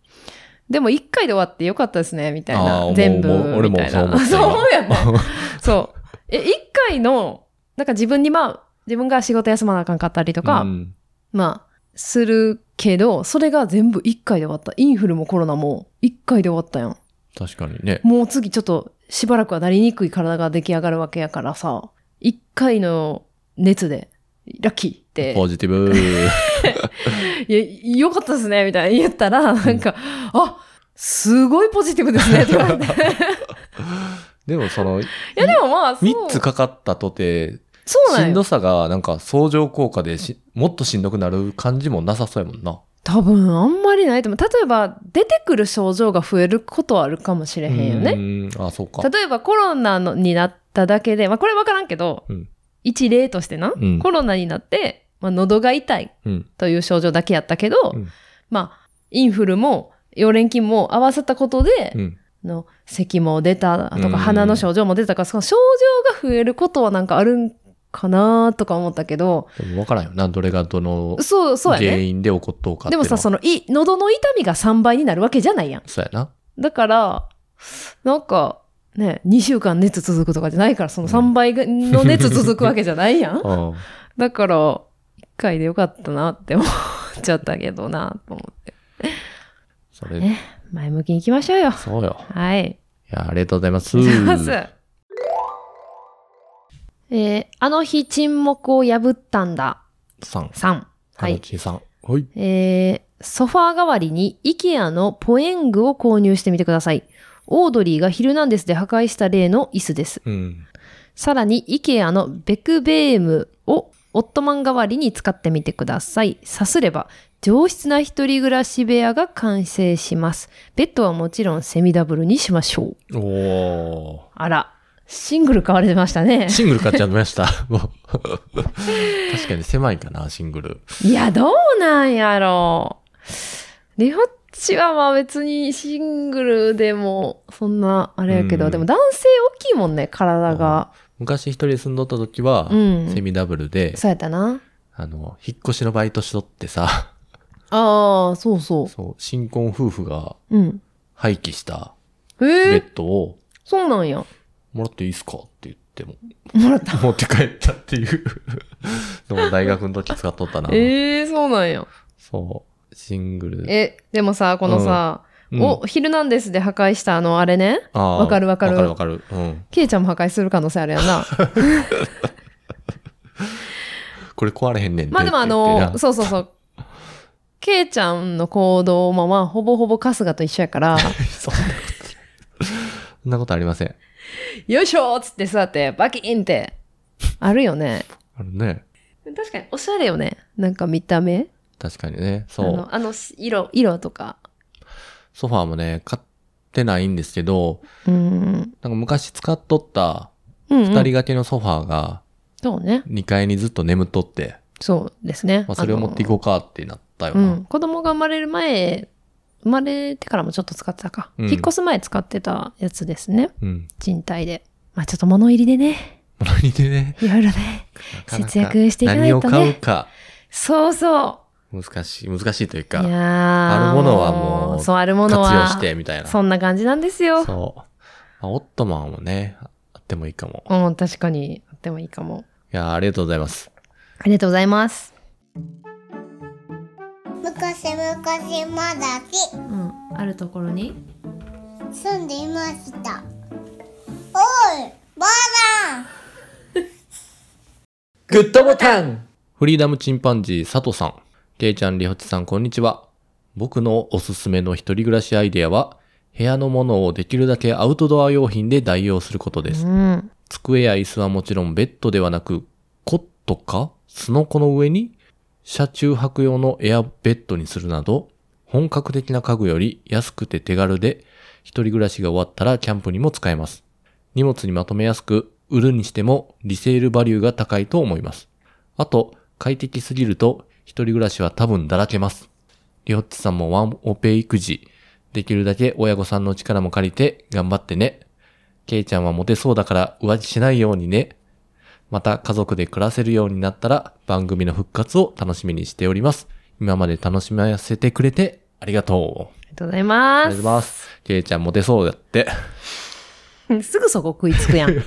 [SPEAKER 1] でも、一回で終わってよかったですね、みたい
[SPEAKER 2] あー思
[SPEAKER 1] な
[SPEAKER 2] う。
[SPEAKER 1] 全部
[SPEAKER 2] 思う。俺
[SPEAKER 1] み
[SPEAKER 2] も
[SPEAKER 1] たい
[SPEAKER 2] そう思っ
[SPEAKER 1] な。
[SPEAKER 2] た
[SPEAKER 1] そう思うやんな。
[SPEAKER 2] 今
[SPEAKER 1] そう。え、一回の、なんか自分にまあ、自分が仕事休まなあかんかったりとか、
[SPEAKER 2] うん
[SPEAKER 1] まあ、するけど、それが全部一回で終わった。インフルもコロナも一回で終わったやん。
[SPEAKER 2] 確かにね。
[SPEAKER 1] もう次ちょっとしばらくはなりにくい体が出来上がるわけやからさ、一回の熱で、ラッキーって、
[SPEAKER 2] ポジティブ。
[SPEAKER 1] いや、よかったですね、みたいな言ったら、なんか、あ、すごいポジティブ ですね、とか言って。い
[SPEAKER 2] でもその、
[SPEAKER 1] や、でもまあ、そう。
[SPEAKER 2] 3つかかったとて、
[SPEAKER 1] そう
[SPEAKER 2] し
[SPEAKER 1] なん
[SPEAKER 2] ん
[SPEAKER 1] よ
[SPEAKER 2] ど。さがなんか相乗効果でし、もっとしんどくなる感じもなさそうやもんな。
[SPEAKER 1] 多分あんまりないと思う。例えば出てくる症状が増えることはあるかもしれへんよね。
[SPEAKER 2] ね。あ、そうか。
[SPEAKER 1] 例えばコロナのになっただけで、まあこれ分からんけど、
[SPEAKER 2] うん
[SPEAKER 1] 一例としてな、
[SPEAKER 2] うん
[SPEAKER 1] コロナになって、まあ、喉が痛い
[SPEAKER 2] うん。
[SPEAKER 1] という症状だけやったけど、
[SPEAKER 2] うん
[SPEAKER 1] まあインフルも溶連菌も合わさったことで、
[SPEAKER 2] うん。
[SPEAKER 1] の咳も出た
[SPEAKER 2] う
[SPEAKER 1] と
[SPEAKER 2] ん
[SPEAKER 1] か鼻の症状も出たから、その症状が増えることはなんかあるんかなとか思ったけど、
[SPEAKER 2] でも分からんよな。どれがどの
[SPEAKER 1] そう、そうや
[SPEAKER 2] 原
[SPEAKER 1] ね。
[SPEAKER 2] 因で起こっとうかって
[SPEAKER 1] で
[SPEAKER 2] いうの
[SPEAKER 1] もさ、
[SPEAKER 2] は
[SPEAKER 1] その、い、喉の痛みが3倍になるわけじゃないやん。
[SPEAKER 2] そうやな。
[SPEAKER 1] だから、なんか、ね、2週間熱続くとかじゃないから、その3倍がの熱続くわけじゃないやん。
[SPEAKER 2] うん。
[SPEAKER 1] だから、1回でよかったなって思っちゃったけどな、と思って。
[SPEAKER 2] それ、
[SPEAKER 1] ね前向きに行きましょうよ。
[SPEAKER 2] そうよ。
[SPEAKER 1] はい。
[SPEAKER 2] いや、ありがとうございます。
[SPEAKER 1] じゃあまず、 えーあの日沈黙を破ったんだ、
[SPEAKER 2] さん。
[SPEAKER 1] 3。は
[SPEAKER 2] はいい。。さん。はい。
[SPEAKER 1] えーソファー代わりに IKEA のポエングを購入してみてください。オードリーがヒルナンデスで破壊した例の椅子です。
[SPEAKER 2] うん。
[SPEAKER 1] さらに IKEA のベクベームをオットマン代わりに使ってみてください。さすれば上質な一人暮らし部屋が完成します。ベッドはもちろんセミダブルにしましょう。
[SPEAKER 2] お
[SPEAKER 1] あら、シングル買われてましたね
[SPEAKER 2] ー。。シングル買っちゃいました。 もう確かに狭いかな、シングル。
[SPEAKER 1] いや、どうなんやろう。リホッチはまあ別にシングルでもそんなあれやけど、
[SPEAKER 2] うん
[SPEAKER 1] でも男性大きいもんね、体が。
[SPEAKER 2] 昔一人で住んどった時は、
[SPEAKER 1] うん
[SPEAKER 2] セミダブルで、
[SPEAKER 1] そうやったな。
[SPEAKER 2] あの、引っ越しのバイトしとってさ、
[SPEAKER 1] ああ、そうそ
[SPEAKER 2] そう、新婚夫婦が
[SPEAKER 1] う。うん。
[SPEAKER 2] 廃棄した
[SPEAKER 1] え
[SPEAKER 2] ベ
[SPEAKER 1] ー、
[SPEAKER 2] ッドを、
[SPEAKER 1] そうなんや。
[SPEAKER 2] もらっていいっすかって言っっても、
[SPEAKER 1] もら った。
[SPEAKER 2] 持って帰ったっていう。 でも大学の時使っとったな。
[SPEAKER 1] ええそうなんや。
[SPEAKER 2] そう。シングル。
[SPEAKER 1] え、でもさ、このさ、
[SPEAKER 2] うん
[SPEAKER 1] お、ヒルナンデスで破壊したあのあれね。
[SPEAKER 2] あー
[SPEAKER 1] わかるわかる
[SPEAKER 2] わかるわかる。うん。
[SPEAKER 1] ケイちゃんも破壊する可能性あるやん な。
[SPEAKER 2] これ壊れへんねんて
[SPEAKER 1] まあでもあ
[SPEAKER 2] って言って
[SPEAKER 1] の、
[SPEAKER 2] な
[SPEAKER 1] そうそうそう。ケイちゃんの行動もまあ、ほぼほぼ春日と一緒やから、
[SPEAKER 2] そんなこと。そんなことありません。
[SPEAKER 1] よいしょーっつって座って、バキーンって、あるよね。
[SPEAKER 2] あのね、
[SPEAKER 1] 確かに、おしゃれよね。なんか見た目
[SPEAKER 2] 確かにね、
[SPEAKER 1] あ
[SPEAKER 2] そう。
[SPEAKER 1] の、あのし色、色とか。
[SPEAKER 2] ソファーもね、買ってないんですけど、
[SPEAKER 1] うん。
[SPEAKER 2] なんか昔使っとった
[SPEAKER 1] うん、うん。
[SPEAKER 2] 二人掛けのソファーが
[SPEAKER 1] そうね。
[SPEAKER 2] 2階にずっと眠っとって、
[SPEAKER 1] そうですね。
[SPEAKER 2] まあそれを持っていこうかってなったよ
[SPEAKER 1] う
[SPEAKER 2] な。
[SPEAKER 1] ん、子供が生まれる前生まれてからもちょっと使ってたか、
[SPEAKER 2] うん
[SPEAKER 1] 引っ越す前使ってたやつですね
[SPEAKER 2] うん。
[SPEAKER 1] 人体でまあちょっと物入りでね
[SPEAKER 2] 何でね、
[SPEAKER 1] いろいろね
[SPEAKER 2] なかなか
[SPEAKER 1] 節約していかないとね
[SPEAKER 2] 何を買うか、
[SPEAKER 1] そうそ
[SPEAKER 2] 難しい、難しいという
[SPEAKER 1] ういやー
[SPEAKER 2] か、あるものはもう
[SPEAKER 1] そうあるも
[SPEAKER 2] 活
[SPEAKER 1] のは
[SPEAKER 2] 用してみたいな。
[SPEAKER 1] そんな感じなんですよ
[SPEAKER 2] そう。まあ、オットマンもね、あってもいいかも。
[SPEAKER 1] うん確かにあってもいいかも
[SPEAKER 2] いやー、ありがとうございます。
[SPEAKER 1] ありがとうございます、
[SPEAKER 3] 昔昔まだ
[SPEAKER 1] う
[SPEAKER 3] し
[SPEAKER 1] ん、あるところに
[SPEAKER 3] 住んでいましたおいばあさん
[SPEAKER 4] グッドボタン
[SPEAKER 2] フリーダムチンパンジー佐藤さん。けいちゃん、りほちさん、こんにちは。僕のおすすめの一人暮らしアイデアは、部屋のものをできるだけアウトドア用品で代用することです。
[SPEAKER 1] うん
[SPEAKER 2] 机や椅子はもちろんベッドではなく、コットかスノコの上に、車中泊用のエアベッドにするなど、本格的な家具より安くて手軽で、一人暮らしが終わったらキャンプにも使えます。荷物にまとめやすく、売るにしてもリセールバリューが高いと思います。あと、快適すぎると、一人暮らしは多分だらけます。りほっちさんもワンオペ育児、できるだけ親御さんの力も借りて頑張ってね。ケイちゃんはモテそうだから浮気しないようにね。また家族で暮らせるようになったら番組の復活を楽しみにしております。今まで楽しませてくれてありがとう。
[SPEAKER 1] ありがとうござい
[SPEAKER 2] あ
[SPEAKER 1] ま
[SPEAKER 2] りがとうございます。ケイちゃんモテそうだって。
[SPEAKER 1] すすぐそこ食いつくや ん
[SPEAKER 2] ちょっ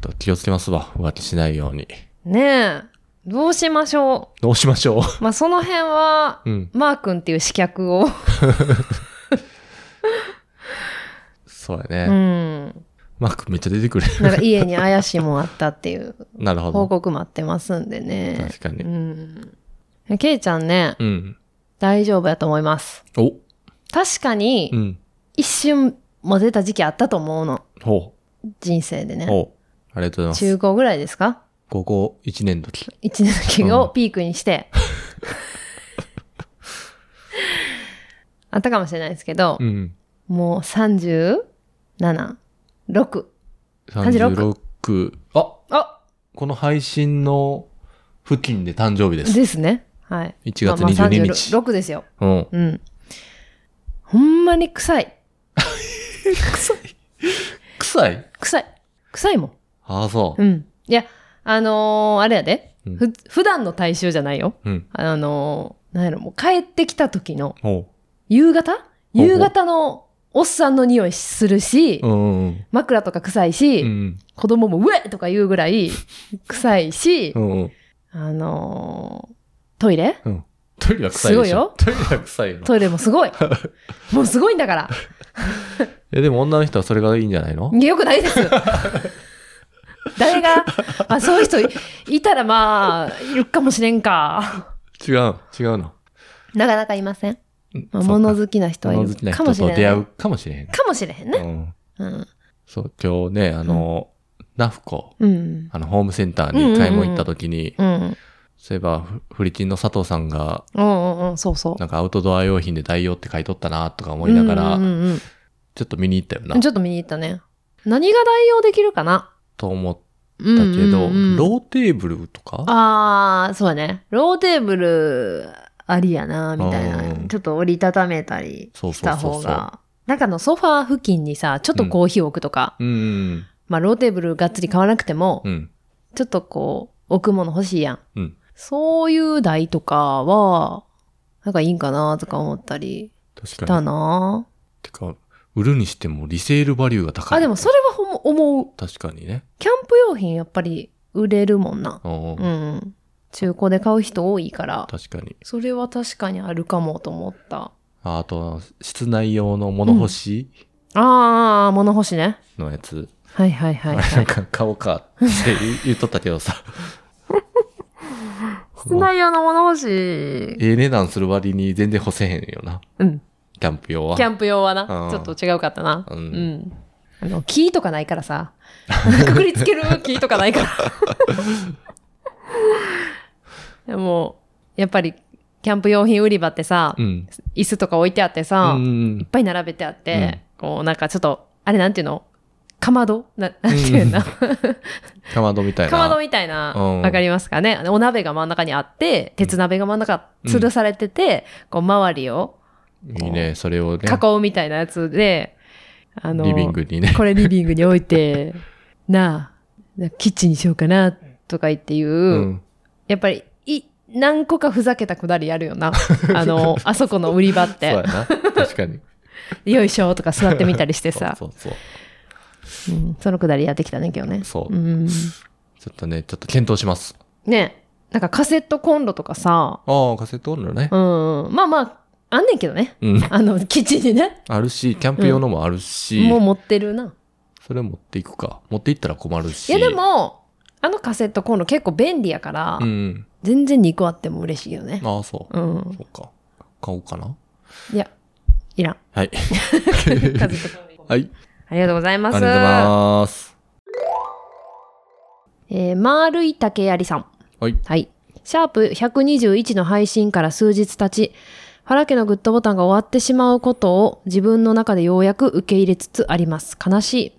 [SPEAKER 2] と気をつけますわ。浮気しないように。
[SPEAKER 1] ねえどうしましょう
[SPEAKER 2] どうしましょ
[SPEAKER 1] まあその辺は、
[SPEAKER 2] う。うん。
[SPEAKER 1] マー君っていう刺客を、
[SPEAKER 2] そう
[SPEAKER 1] う
[SPEAKER 2] やね。
[SPEAKER 1] ん、
[SPEAKER 2] マークめっちゃ出てくる。
[SPEAKER 1] なんか家に怪しいもんあったっていう
[SPEAKER 2] なるほ
[SPEAKER 1] 報
[SPEAKER 2] ど。
[SPEAKER 1] 告待ってますんでね。
[SPEAKER 2] 確か
[SPEAKER 1] う
[SPEAKER 2] に。
[SPEAKER 1] ん。ケイちゃんね、
[SPEAKER 2] うん。
[SPEAKER 1] 大丈夫やと思います。
[SPEAKER 2] お。
[SPEAKER 1] 確か
[SPEAKER 2] う
[SPEAKER 1] に、
[SPEAKER 2] ん。
[SPEAKER 1] 一瞬も出た時期あったと思うの。
[SPEAKER 2] ほ
[SPEAKER 1] 人生で
[SPEAKER 2] う。
[SPEAKER 1] ね。
[SPEAKER 2] ほう。ありがとうござい
[SPEAKER 1] 中
[SPEAKER 2] ます。
[SPEAKER 1] 高ぐらいですか
[SPEAKER 2] 高校1年の時。
[SPEAKER 1] 一年期をピークにして。あったかもしれないですけど、
[SPEAKER 2] うん。
[SPEAKER 1] もう37、6。36
[SPEAKER 2] 36。あ
[SPEAKER 1] あ
[SPEAKER 2] この配信の付近で誕生日です。
[SPEAKER 1] ですね。はい。
[SPEAKER 2] 1月
[SPEAKER 1] まあまあ
[SPEAKER 2] 22日。
[SPEAKER 1] 36ですよ。
[SPEAKER 2] うん。
[SPEAKER 1] うん。ほんまに臭い。
[SPEAKER 2] 臭い。臭い
[SPEAKER 1] 臭い。臭いもん。
[SPEAKER 2] ああ、そ
[SPEAKER 1] うん。いや、あのーあれやで。
[SPEAKER 2] うん
[SPEAKER 1] ふ、普段の大衆じゃないよ。
[SPEAKER 2] う。うん。
[SPEAKER 1] あのーなんやろ、もう帰ってきた時の
[SPEAKER 2] ほ
[SPEAKER 1] 夕方
[SPEAKER 2] うほう
[SPEAKER 1] 夕方のおっさんの匂いするし、
[SPEAKER 2] う。うんうん
[SPEAKER 1] 枕とか臭いし、
[SPEAKER 2] うん。うん
[SPEAKER 1] 子供もうえとか言うぐら い臭いし
[SPEAKER 2] う、ん。うんうん。
[SPEAKER 1] あのートイレ
[SPEAKER 2] トイレは臭
[SPEAKER 1] す
[SPEAKER 2] いでしょ。
[SPEAKER 1] ごいよ
[SPEAKER 2] トイレは臭いの。
[SPEAKER 1] トイレもすごい。 もうすごいんだから。
[SPEAKER 2] え、でも女の人はそれがいいんじゃないの
[SPEAKER 1] よく ないです。誰が、まあ、そういう人いいたらまあ、いるかもしれんか。
[SPEAKER 2] 違う、違うの。
[SPEAKER 1] なかなかいません。
[SPEAKER 2] うん
[SPEAKER 1] まあ、
[SPEAKER 2] そうか
[SPEAKER 1] 物好きな人はい
[SPEAKER 2] 物
[SPEAKER 1] る
[SPEAKER 2] 好きな
[SPEAKER 1] かも
[SPEAKER 2] 人
[SPEAKER 1] しれ
[SPEAKER 2] と
[SPEAKER 1] ない。
[SPEAKER 2] 出会うかもしれへん。
[SPEAKER 1] かもしれへんね。
[SPEAKER 2] うん。
[SPEAKER 1] うん。
[SPEAKER 2] そう、今日ね、あの、ナフコ、
[SPEAKER 1] うん。
[SPEAKER 2] あの、ホームセンターに買い物行った時に、
[SPEAKER 1] うん。
[SPEAKER 2] そういえば、フフリチンの佐藤さんが、
[SPEAKER 1] うんうんうん、そうそう。
[SPEAKER 2] なんかアウトドア用品で代用って書いとったなとか思いながら、
[SPEAKER 1] うんうん
[SPEAKER 2] ちょっと見に行ったよな
[SPEAKER 1] うん、ちょっと見に行ったね。何が代用できるかな
[SPEAKER 2] と思っ
[SPEAKER 1] だ
[SPEAKER 2] たけど、
[SPEAKER 1] うん
[SPEAKER 2] ローテーブルとか
[SPEAKER 1] ああ、そうだね。ローテーブルありやな、みたい
[SPEAKER 2] うん
[SPEAKER 1] な。ちょっと折りたためたり
[SPEAKER 2] そう
[SPEAKER 1] し
[SPEAKER 2] そう
[SPEAKER 1] た
[SPEAKER 2] そう
[SPEAKER 1] 方
[SPEAKER 2] そう
[SPEAKER 1] が。なんかあのソファー付近にさ、ちょっとコーヒー置くとか、
[SPEAKER 2] うん。
[SPEAKER 1] まあローテーブルがっつり買わなくても、
[SPEAKER 2] うん。
[SPEAKER 1] ちょっとこう、置くもの欲しいやん。
[SPEAKER 2] うん
[SPEAKER 1] そういう台とかは、なんかいいんかなとか思ったり
[SPEAKER 2] 確
[SPEAKER 1] だ
[SPEAKER 2] かに。
[SPEAKER 1] な。
[SPEAKER 2] てか、売るにしてもリセールバリューが高い。
[SPEAKER 1] あ、でもそれはほんま思う。
[SPEAKER 2] 確かにね。
[SPEAKER 1] キャンプ用品やっぱり売れるもんな。
[SPEAKER 2] う
[SPEAKER 1] う。
[SPEAKER 2] ん
[SPEAKER 1] ん。中古で買う人多いから、
[SPEAKER 2] 確かに。
[SPEAKER 1] それは確かにあるかもと思った。
[SPEAKER 2] ああと、室内用の物干し
[SPEAKER 1] あー、物干しね。
[SPEAKER 2] のやつ。
[SPEAKER 1] はいはいはい、
[SPEAKER 2] あれな
[SPEAKER 1] は
[SPEAKER 2] ん
[SPEAKER 1] い。
[SPEAKER 2] か顔かって言う言っとったけどさ。
[SPEAKER 1] 室内用の物干し、
[SPEAKER 2] ええ値段する割に全然干せへんよな。
[SPEAKER 1] うん。
[SPEAKER 2] キャンプ用は。
[SPEAKER 1] キャンプ用は
[SPEAKER 2] う
[SPEAKER 1] な、
[SPEAKER 2] ん
[SPEAKER 1] ちょっと違うかったな。
[SPEAKER 2] う
[SPEAKER 1] うんん。あの、木とかないからさ、くくりつけ る木とかないから。でも、やっぱり、キャンプ用品売り場ってさ、
[SPEAKER 2] うん。
[SPEAKER 1] 椅子とか置いてあって
[SPEAKER 2] う
[SPEAKER 1] さ、いっ
[SPEAKER 2] ん。
[SPEAKER 1] ぱい並べてあって、こう、なんかちょっと、あれなんていうのかまどな、なんていうの、
[SPEAKER 2] かまどみたいな。
[SPEAKER 1] かまどみたいな、
[SPEAKER 2] うん
[SPEAKER 1] わかりますかね。お鍋が真ん中にあって、鉄鍋が真ん中、吊るされてて、こう、周りを
[SPEAKER 2] いいね、それをね。
[SPEAKER 1] 囲うみたいなやつで、あの、
[SPEAKER 2] リビングにね。
[SPEAKER 1] これリビングに置い て、なあ、キッチンにしようかな、とか言っていう、
[SPEAKER 2] うん。
[SPEAKER 1] やっぱり、い、何個かふざけたくだりやる よな。あの、あそこの売り場っ
[SPEAKER 2] そうや
[SPEAKER 1] て、
[SPEAKER 2] な。確かに。
[SPEAKER 1] よいしょとか座ってみたりしてさ、
[SPEAKER 2] そうそうそう。
[SPEAKER 1] うんそのくだりやってきたね、今日ね。
[SPEAKER 2] そう
[SPEAKER 1] うん
[SPEAKER 2] ちょっとね、ちょっと検討します。
[SPEAKER 1] ねなんかカセットコンロとかさ、
[SPEAKER 2] ああ、カセットンロね
[SPEAKER 1] う。ん、まあまあ、あんねんけどね。
[SPEAKER 2] うん。
[SPEAKER 1] あの、 キッチンにね、
[SPEAKER 2] あるし、キャンプ用のもあるし、
[SPEAKER 1] もう持ってるな。
[SPEAKER 2] それ持っていくか。持っていったら困るし。
[SPEAKER 1] いやで、も、あのカセットコンロ結構便利やから、
[SPEAKER 2] うん。
[SPEAKER 1] 全然2個あっても嬉しいよね。
[SPEAKER 2] ああ、そう。
[SPEAKER 1] うん。
[SPEAKER 2] そうか。買おうかな。
[SPEAKER 1] いや、い らん。
[SPEAKER 2] は い。
[SPEAKER 1] カセットコンロ
[SPEAKER 2] はい。
[SPEAKER 1] ありがとうござい
[SPEAKER 2] あ
[SPEAKER 1] ま
[SPEAKER 2] りが
[SPEAKER 1] す。
[SPEAKER 2] とうございます。
[SPEAKER 1] えー、丸い竹やりさん。
[SPEAKER 2] はい。
[SPEAKER 1] はい。シャープ121の配信から数日経ち、原家のグッドボタンが終わってしまうことを自分の中でようやく受け入れつつあります。悲しい。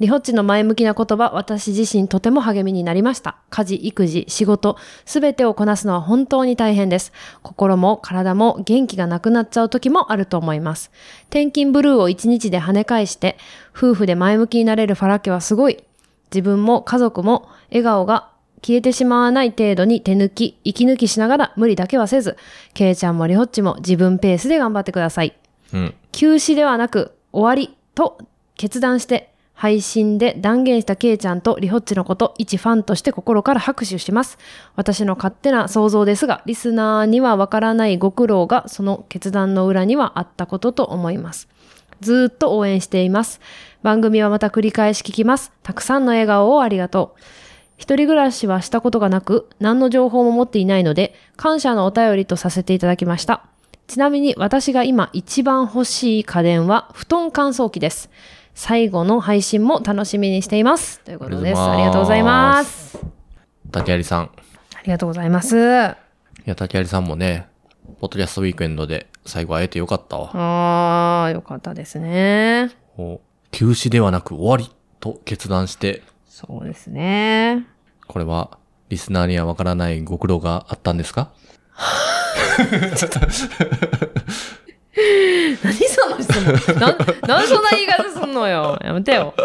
[SPEAKER 1] リホッチの前向きな言葉、私自身とても励みになりました。家事、育児、仕事、すべてをこなすのは本当に大変です。心も体も元気がなくなっちゃう時もあると思います。転勤ブルーを一日で跳ね返して、夫婦で前向きになれるファラ家はすごい。自分も家族も笑顔が消えてしまわない程度に手抜き、息抜きしながら無理だけはせず、ケイちゃんもリホッチも自分ペースで頑張ってください。
[SPEAKER 2] うん。
[SPEAKER 1] 休止ではなく終わりと決断して配信で断言したケイちゃんとリホッチのこと一ファンとして心から拍手します。私の勝手な想像ですが、リスナーにはわからないご苦労がその決断の裏にはあったことと思います。ずーっと応援しています。番組はまた繰り返し聞きます。たくさんの笑顔をありがとう。一人暮らしはしたことがなく、何の情報も持っていないので、感謝のお便りとさせていただきました。ちなみに私が今一番欲しい家電は布団乾燥機です。最後の配信も楽しみにしています。ということです。あ
[SPEAKER 2] あり
[SPEAKER 1] り
[SPEAKER 2] が
[SPEAKER 1] がとうご
[SPEAKER 2] とうござ
[SPEAKER 1] ざ
[SPEAKER 2] い
[SPEAKER 1] い
[SPEAKER 2] ま
[SPEAKER 1] ます。
[SPEAKER 2] 竹槍さん。
[SPEAKER 1] ありがとうございます。あ
[SPEAKER 2] いや、竹槍さんもね、ポッドキャストウィークエンドで最後会えてよかったわ。
[SPEAKER 1] ー、よかったですね。
[SPEAKER 2] もう休止ではなく終わりと決断して、
[SPEAKER 1] そうですね。
[SPEAKER 2] これはリスナーにはわからないご苦労があったんですか
[SPEAKER 1] 何その質 問。なん、なんでそんな言い方すんのよ。やめてよ。い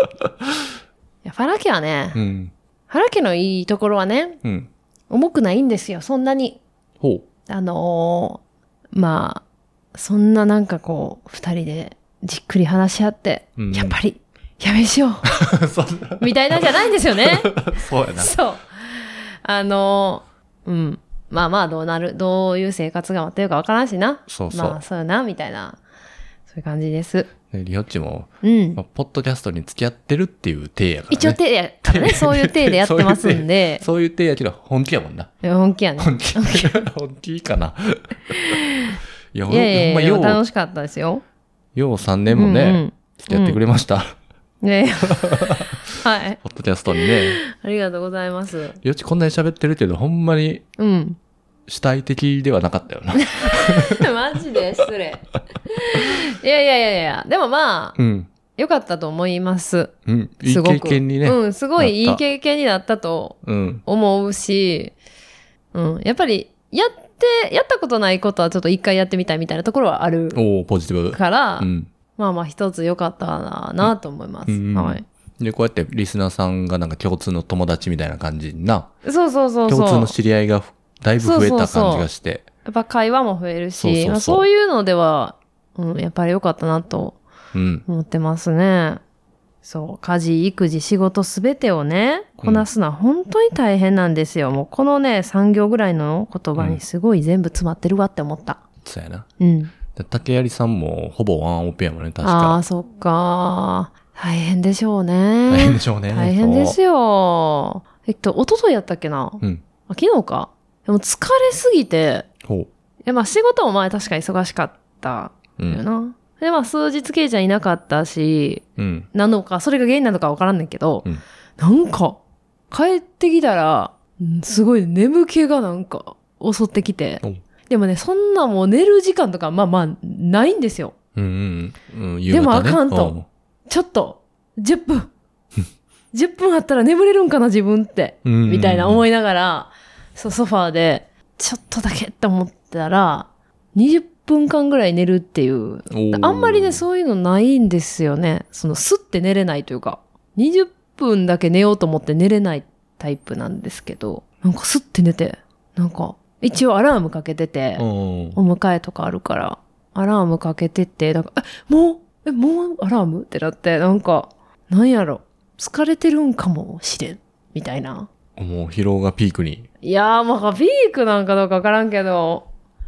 [SPEAKER 1] や、ファラ家はね、
[SPEAKER 2] うん。
[SPEAKER 1] ファラ家のいいところはね、
[SPEAKER 2] うん。
[SPEAKER 1] 重くないんですよ、そんなに。
[SPEAKER 2] ほ
[SPEAKER 1] あのーまあ、そんななんかこう、二人でじっくり話し合って、
[SPEAKER 2] うん
[SPEAKER 1] やっぱり、やめしよ
[SPEAKER 2] う。 そんな、
[SPEAKER 1] う、みたいなんじゃないんですよね。
[SPEAKER 2] そうやな。
[SPEAKER 1] そう。あのーうん。まあまあ、どうなる、どういう生活が待ってるかわからんしな。
[SPEAKER 2] そうそう
[SPEAKER 1] まあ、そうやな、みたいな。そういう感じです。
[SPEAKER 2] ねリホッチも、
[SPEAKER 1] うん
[SPEAKER 2] ま。あポッドキャストに付き合ってるっていう体やから、ね。
[SPEAKER 1] 一応手やから ね、そういう手でやってますんで、
[SPEAKER 2] そういう体やけど、本気やもんな。
[SPEAKER 1] 本気やね。
[SPEAKER 2] 本気。本気かな。いや、ほ
[SPEAKER 1] い
[SPEAKER 2] ん
[SPEAKER 1] やいやいや、
[SPEAKER 2] ほんまよ
[SPEAKER 1] 楽
[SPEAKER 2] う、
[SPEAKER 1] しかったですよ。
[SPEAKER 2] よう3年もね、
[SPEAKER 1] うんうん
[SPEAKER 2] 付き合ってくれました。
[SPEAKER 1] い やいやはい。
[SPEAKER 2] ポッドキャストにね。
[SPEAKER 1] ありがとうございます。
[SPEAKER 2] リホッチこんなに喋ってるけど、ほんまに
[SPEAKER 1] うん。
[SPEAKER 2] 主体的ではなかったよな。
[SPEAKER 1] マジで失礼。 いやいやいやいや、でもまあ、
[SPEAKER 2] うん。
[SPEAKER 1] 良かったと思います。
[SPEAKER 2] うん。いい
[SPEAKER 1] すごく。
[SPEAKER 2] 経験にね。
[SPEAKER 1] うん、すごいい
[SPEAKER 2] なっ
[SPEAKER 1] い
[SPEAKER 2] た
[SPEAKER 1] 経験になったと
[SPEAKER 2] うん。
[SPEAKER 1] 思うし、うん、やっぱり、やって、やったことないことはちょっと一回やってみたいみたいなところはある
[SPEAKER 2] おおポジティブ。
[SPEAKER 1] から、
[SPEAKER 2] うん。
[SPEAKER 1] まあまあ一つ良かったななと思います。
[SPEAKER 2] うんうん
[SPEAKER 1] はい。
[SPEAKER 2] で、こうやってリスナーさんがなんか共通の友達みたいな感じにな、
[SPEAKER 1] そうそうそうそう。
[SPEAKER 2] 共通の知り合いがふだいぶ増えた感じがして、
[SPEAKER 1] やっぱ会話も増えるし、
[SPEAKER 2] そうそうそう
[SPEAKER 1] まあ、そういうのでは、うん、やっぱり良かったなと
[SPEAKER 2] うん。
[SPEAKER 1] 思ってますね。そう、家事、育児、仕事すべてをね、こなすのは本当に大変なんですよ。もうこのね、産業ぐらいの言葉にすごい全部詰まってるわって思った。
[SPEAKER 2] そうやな。
[SPEAKER 1] うん。
[SPEAKER 2] で竹槍さんもほぼワンオペやもんね、確
[SPEAKER 1] ああ
[SPEAKER 2] か
[SPEAKER 1] ー、。そっか。大変でしょう
[SPEAKER 2] 大変で
[SPEAKER 1] ね。
[SPEAKER 2] しょうね。
[SPEAKER 1] 大変です
[SPEAKER 2] よ。
[SPEAKER 1] よ。えっと、一昨日やったっけな、
[SPEAKER 2] うん。
[SPEAKER 1] あ昨日か。でも疲れすぎて、
[SPEAKER 2] ほ
[SPEAKER 1] え、まあ仕事も前確か忙しかった
[SPEAKER 2] う。う
[SPEAKER 1] よ
[SPEAKER 2] ん。
[SPEAKER 1] な。で、まあ数日ケイちゃんいなかったし、
[SPEAKER 2] うん。
[SPEAKER 1] なのか、それが原因なのかわからんねんけど、
[SPEAKER 2] うん
[SPEAKER 1] なんか、帰ってきたら、うんすごい眠気がなんか襲ってきて
[SPEAKER 2] お、
[SPEAKER 1] でもね、そんなもう寝る時間とか、まあまあ、ないんですよ。
[SPEAKER 2] うんうんうん。
[SPEAKER 1] でもあかんと
[SPEAKER 2] うん
[SPEAKER 1] ちょっと、10分、10分あったら眠れるんかな、自分って、
[SPEAKER 2] うんうんうん
[SPEAKER 1] みたいな思いながら、そう、ソファーで、ちょっとだけって思ったら、20分間ぐらい寝るっていう、
[SPEAKER 2] おー
[SPEAKER 1] あんまりね、そういうのないんですよね。その、すって寝れないというか、20分だけ寝ようと思って寝れないタイプなんですけど、なんかすって寝て、なんか、一応アラームかけてて、
[SPEAKER 2] うんうん。
[SPEAKER 1] お迎えとかあるから、アラームかけてて、なんか、え、もう、え、もうアラームってなって、なんか、なんやろ、疲れてるんかもしれん、みたいな。
[SPEAKER 2] もう疲労がピークに。
[SPEAKER 1] いやー、まあ、ピークなんかどうかわからんけど、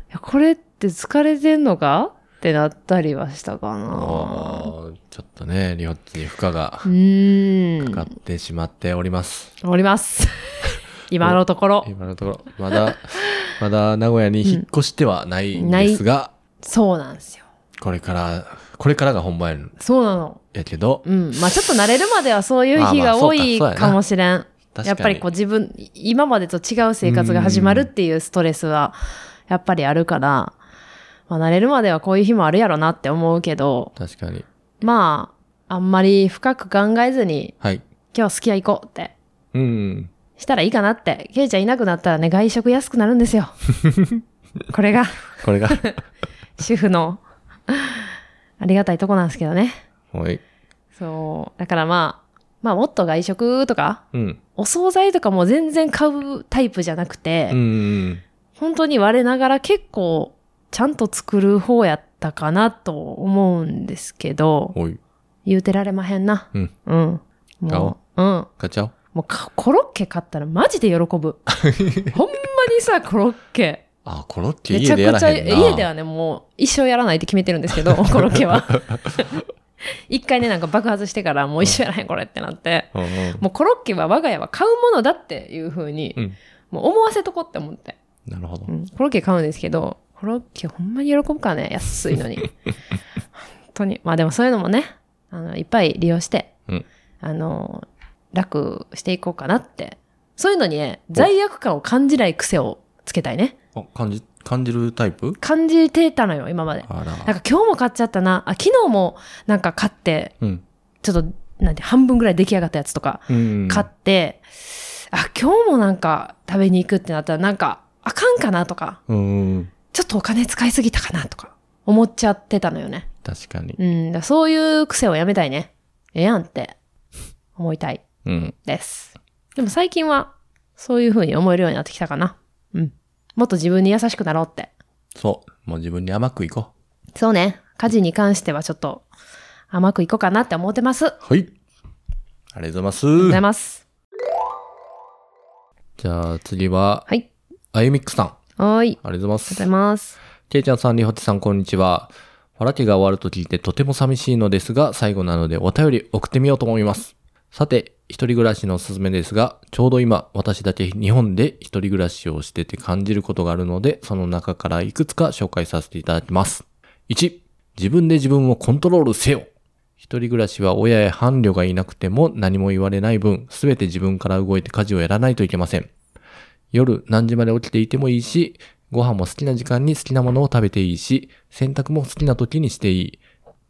[SPEAKER 1] いや、これって疲れてんのかってなったりはしたか
[SPEAKER 2] ああ
[SPEAKER 1] な。
[SPEAKER 2] ー、ちょっとね、リオッチに負荷が
[SPEAKER 1] うー
[SPEAKER 2] かかっ
[SPEAKER 1] ん。
[SPEAKER 2] てしまっております。
[SPEAKER 1] おり ます。今のところ。
[SPEAKER 2] 今のところ、まだ、まだ名古屋に引っ越してはないんですが、
[SPEAKER 1] そうなんですよ。
[SPEAKER 2] これから、これからが本番やん
[SPEAKER 1] そうなの。
[SPEAKER 2] やけど、
[SPEAKER 1] うん。まあ、ちょっと慣れるまではそういう
[SPEAKER 2] まあ
[SPEAKER 1] 日
[SPEAKER 2] まあ
[SPEAKER 1] が
[SPEAKER 2] そう
[SPEAKER 1] 多
[SPEAKER 2] か
[SPEAKER 1] い
[SPEAKER 2] そうやな
[SPEAKER 1] かもしれん。
[SPEAKER 2] 確かに。
[SPEAKER 1] やっぱりこう自分、い今までと違う生活が始まるっていうストレスは、やっぱりあるから、まあ慣れるまではこういう日もあるやろなって思うけど、
[SPEAKER 2] 確かに。
[SPEAKER 1] まあ、あんまり深く考えずに、
[SPEAKER 2] はい。
[SPEAKER 1] 今日すき家行こうって、
[SPEAKER 2] うん。
[SPEAKER 1] したらいいかなって、ケイちゃんいなくなったらね、外食安くなるん ですよ。これが、
[SPEAKER 2] これが、
[SPEAKER 1] 主婦の、ありがたいとこなんですけどね。
[SPEAKER 2] はい。
[SPEAKER 1] そう。だからまあ、まあもっと外食とか、
[SPEAKER 2] うん。
[SPEAKER 1] お惣菜とかも全然買うタイプじゃなくて、
[SPEAKER 2] うん。
[SPEAKER 1] 本当に我ながら結構ちゃんと作る方やったかなと思うんですけど、
[SPEAKER 2] おい。
[SPEAKER 1] 言うてられまへんな。
[SPEAKER 2] うん。
[SPEAKER 1] うん。もう、うん。も
[SPEAKER 2] ガチャオ
[SPEAKER 1] うかコロッケ買ったらマジで喜ぶ。ほんまにさ、コロッケ。
[SPEAKER 2] あ、コロッケ
[SPEAKER 1] め
[SPEAKER 2] 家
[SPEAKER 1] ちゃ
[SPEAKER 2] でやら
[SPEAKER 1] くちゃ、
[SPEAKER 2] へんな。
[SPEAKER 1] 家ではね、もう一生やらないって決めてるんですけ ど、コロッケは。 一回ね、なんか爆発してからもう一生やらへんこれってなって。
[SPEAKER 2] うんうん。
[SPEAKER 1] もうコロッケは我が家は買うものだっていうふうに、
[SPEAKER 2] うん
[SPEAKER 1] もう思わせとこうって思って。
[SPEAKER 2] なるほど
[SPEAKER 1] う。ん、コロッケ買うんですけど、コロッケほんまに喜ぶからね、安い のに。本当に。まあでもそういうのもね、あの、いっぱい利用して、
[SPEAKER 2] うん
[SPEAKER 1] あの、楽していこうかなって。そういうのにね、罪悪感を感じない癖をつけたいね。
[SPEAKER 2] あ、感じ、感じるタイプ
[SPEAKER 1] 感じてたのよ、今まで。
[SPEAKER 2] あ
[SPEAKER 1] なん
[SPEAKER 2] ら。
[SPEAKER 1] か今日も買っちゃったな。あ、昨日もなんか買って、
[SPEAKER 2] うん。
[SPEAKER 1] ちょっと、なんて、半分ぐらい出来上がったやつとか、
[SPEAKER 2] うん。
[SPEAKER 1] 買って、あ、今日もなんか食べに行くってなったら、なんか、あかんかなとか、
[SPEAKER 2] うん。
[SPEAKER 1] ちょっとお金使いすぎたかなとか、思っちゃってたのよね。
[SPEAKER 2] 確かに。
[SPEAKER 1] うん、だからそういう癖をやめたいね。ええやんって、思いたい
[SPEAKER 2] うん。
[SPEAKER 1] です。でも最近は、そういう風に思えるようになってきたかな。うん。もっと自分に優しくなろうって。
[SPEAKER 2] そう。もう自分に甘くいこ
[SPEAKER 1] そうね。家事に関してはちょっと、甘くいこうかなって思ってます。ありがと
[SPEAKER 2] う。はい。ありがとうござ
[SPEAKER 1] う
[SPEAKER 2] い
[SPEAKER 1] ございま
[SPEAKER 2] ます。
[SPEAKER 1] す。
[SPEAKER 2] じゃあ次は、
[SPEAKER 1] はい。
[SPEAKER 2] あゆみっくさん。あ
[SPEAKER 1] はーい。ありがと
[SPEAKER 2] りがとうございま
[SPEAKER 1] うご
[SPEAKER 2] す
[SPEAKER 1] ざい。ます。
[SPEAKER 2] けいちゃんさん、りほちさん、こんにちは。ファラティが終わると聞いてとても寂しいのですが、最後なのでお便り送ってみようと思います。さて、一人暮らしのおすすめですが、ちょうど今、私だけ日本で一人暮らしをしてて感じることがあるので、その中からいくつか紹介させていただきます。1、自分で自分をコントロールせよ。一人暮らしは親や伴侶がいなくても何も言われない分、すべて自分から動いて家事をやらないといけません。夜何時まで起きていてもいいし、ご飯も好きな時間に好きなものを食べていいし、洗濯も好きな時にしていい。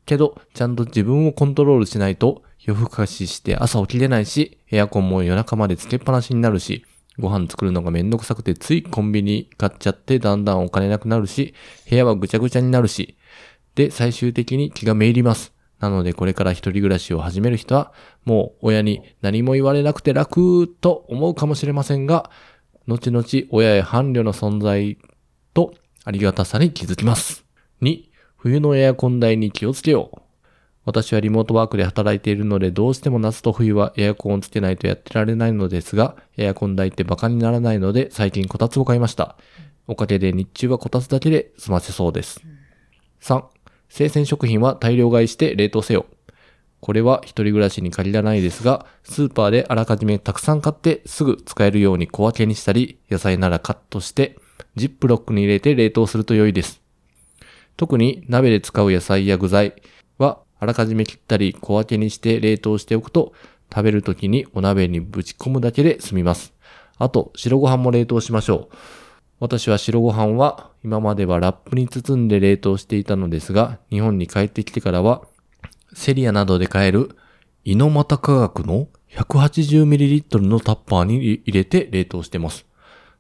[SPEAKER 2] けど、ちゃんと自分をコントロールしないと、夜更かしして朝起きれないし、エアコンも夜中までつけっぱなしになるし、ご飯作るのがめんどくさくてついコンビニ買っちゃってだんだんお金なくなるし、部屋はぐちゃぐちゃになるし、で、最終的に気がめいります。なので、これから一人暮らしを始める人は、もう親に何も言われなくて楽と思うかもしれませんが、後々親や伴侶の存在とありがたさに気づきます。2、冬のエアコン代に気をつけよう。私はリモートワークで働いているので、どうしても夏と冬はエアコンをつけないとやってられないのですが、エアコン代ってバカにならないので、最近こたつを買いました。おかげで日中はこたつだけで済ませそうです。3、生鮮食品は大量買いして冷凍せよ。これは一人暮らしに限らないですが、スーパーであらかじめたくさん買ってすぐ使えるように小分けにしたり、野菜ならカットして、ジップロックに入れて冷凍すると良いです。特に鍋で使う野菜や具材はあらかじめ切ったり小分けにして冷凍しておくと食べるときにお鍋にぶち込むだけで済みます。あと白ご飯も冷凍しましょう。私は白ご飯は今まではラップに包んで冷凍していたのですが日本に帰ってきてからはセリアなどで買える猪俣化学の 180ml のタッパーに入れて冷凍してます。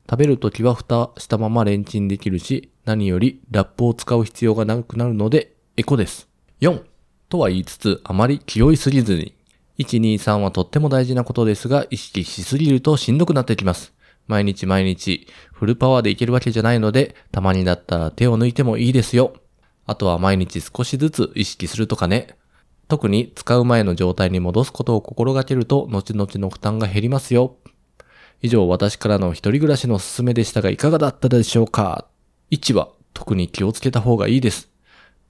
[SPEAKER 2] 食べるときは蓋したままレンチンできるし、何よりラップを使う必要がなくなるので、エコです。4! とは言いつつ、あまり気負いすぎずに。123はとっても大事なことですが、意識しすぎるとしんどくなってきます。毎日毎日、フルパワーでいけるわけじゃないので、たまにだったら手を抜いてもいいですよ。あとは毎日少しずつ意識するとかね。特に使う前の状態に戻すことを心がけると、後々の負担が減りますよ。以上、私からの一人暮らしのおすすめでしたが、いかがだったでしょうか ?1 は、特に気をつけた方がいいです。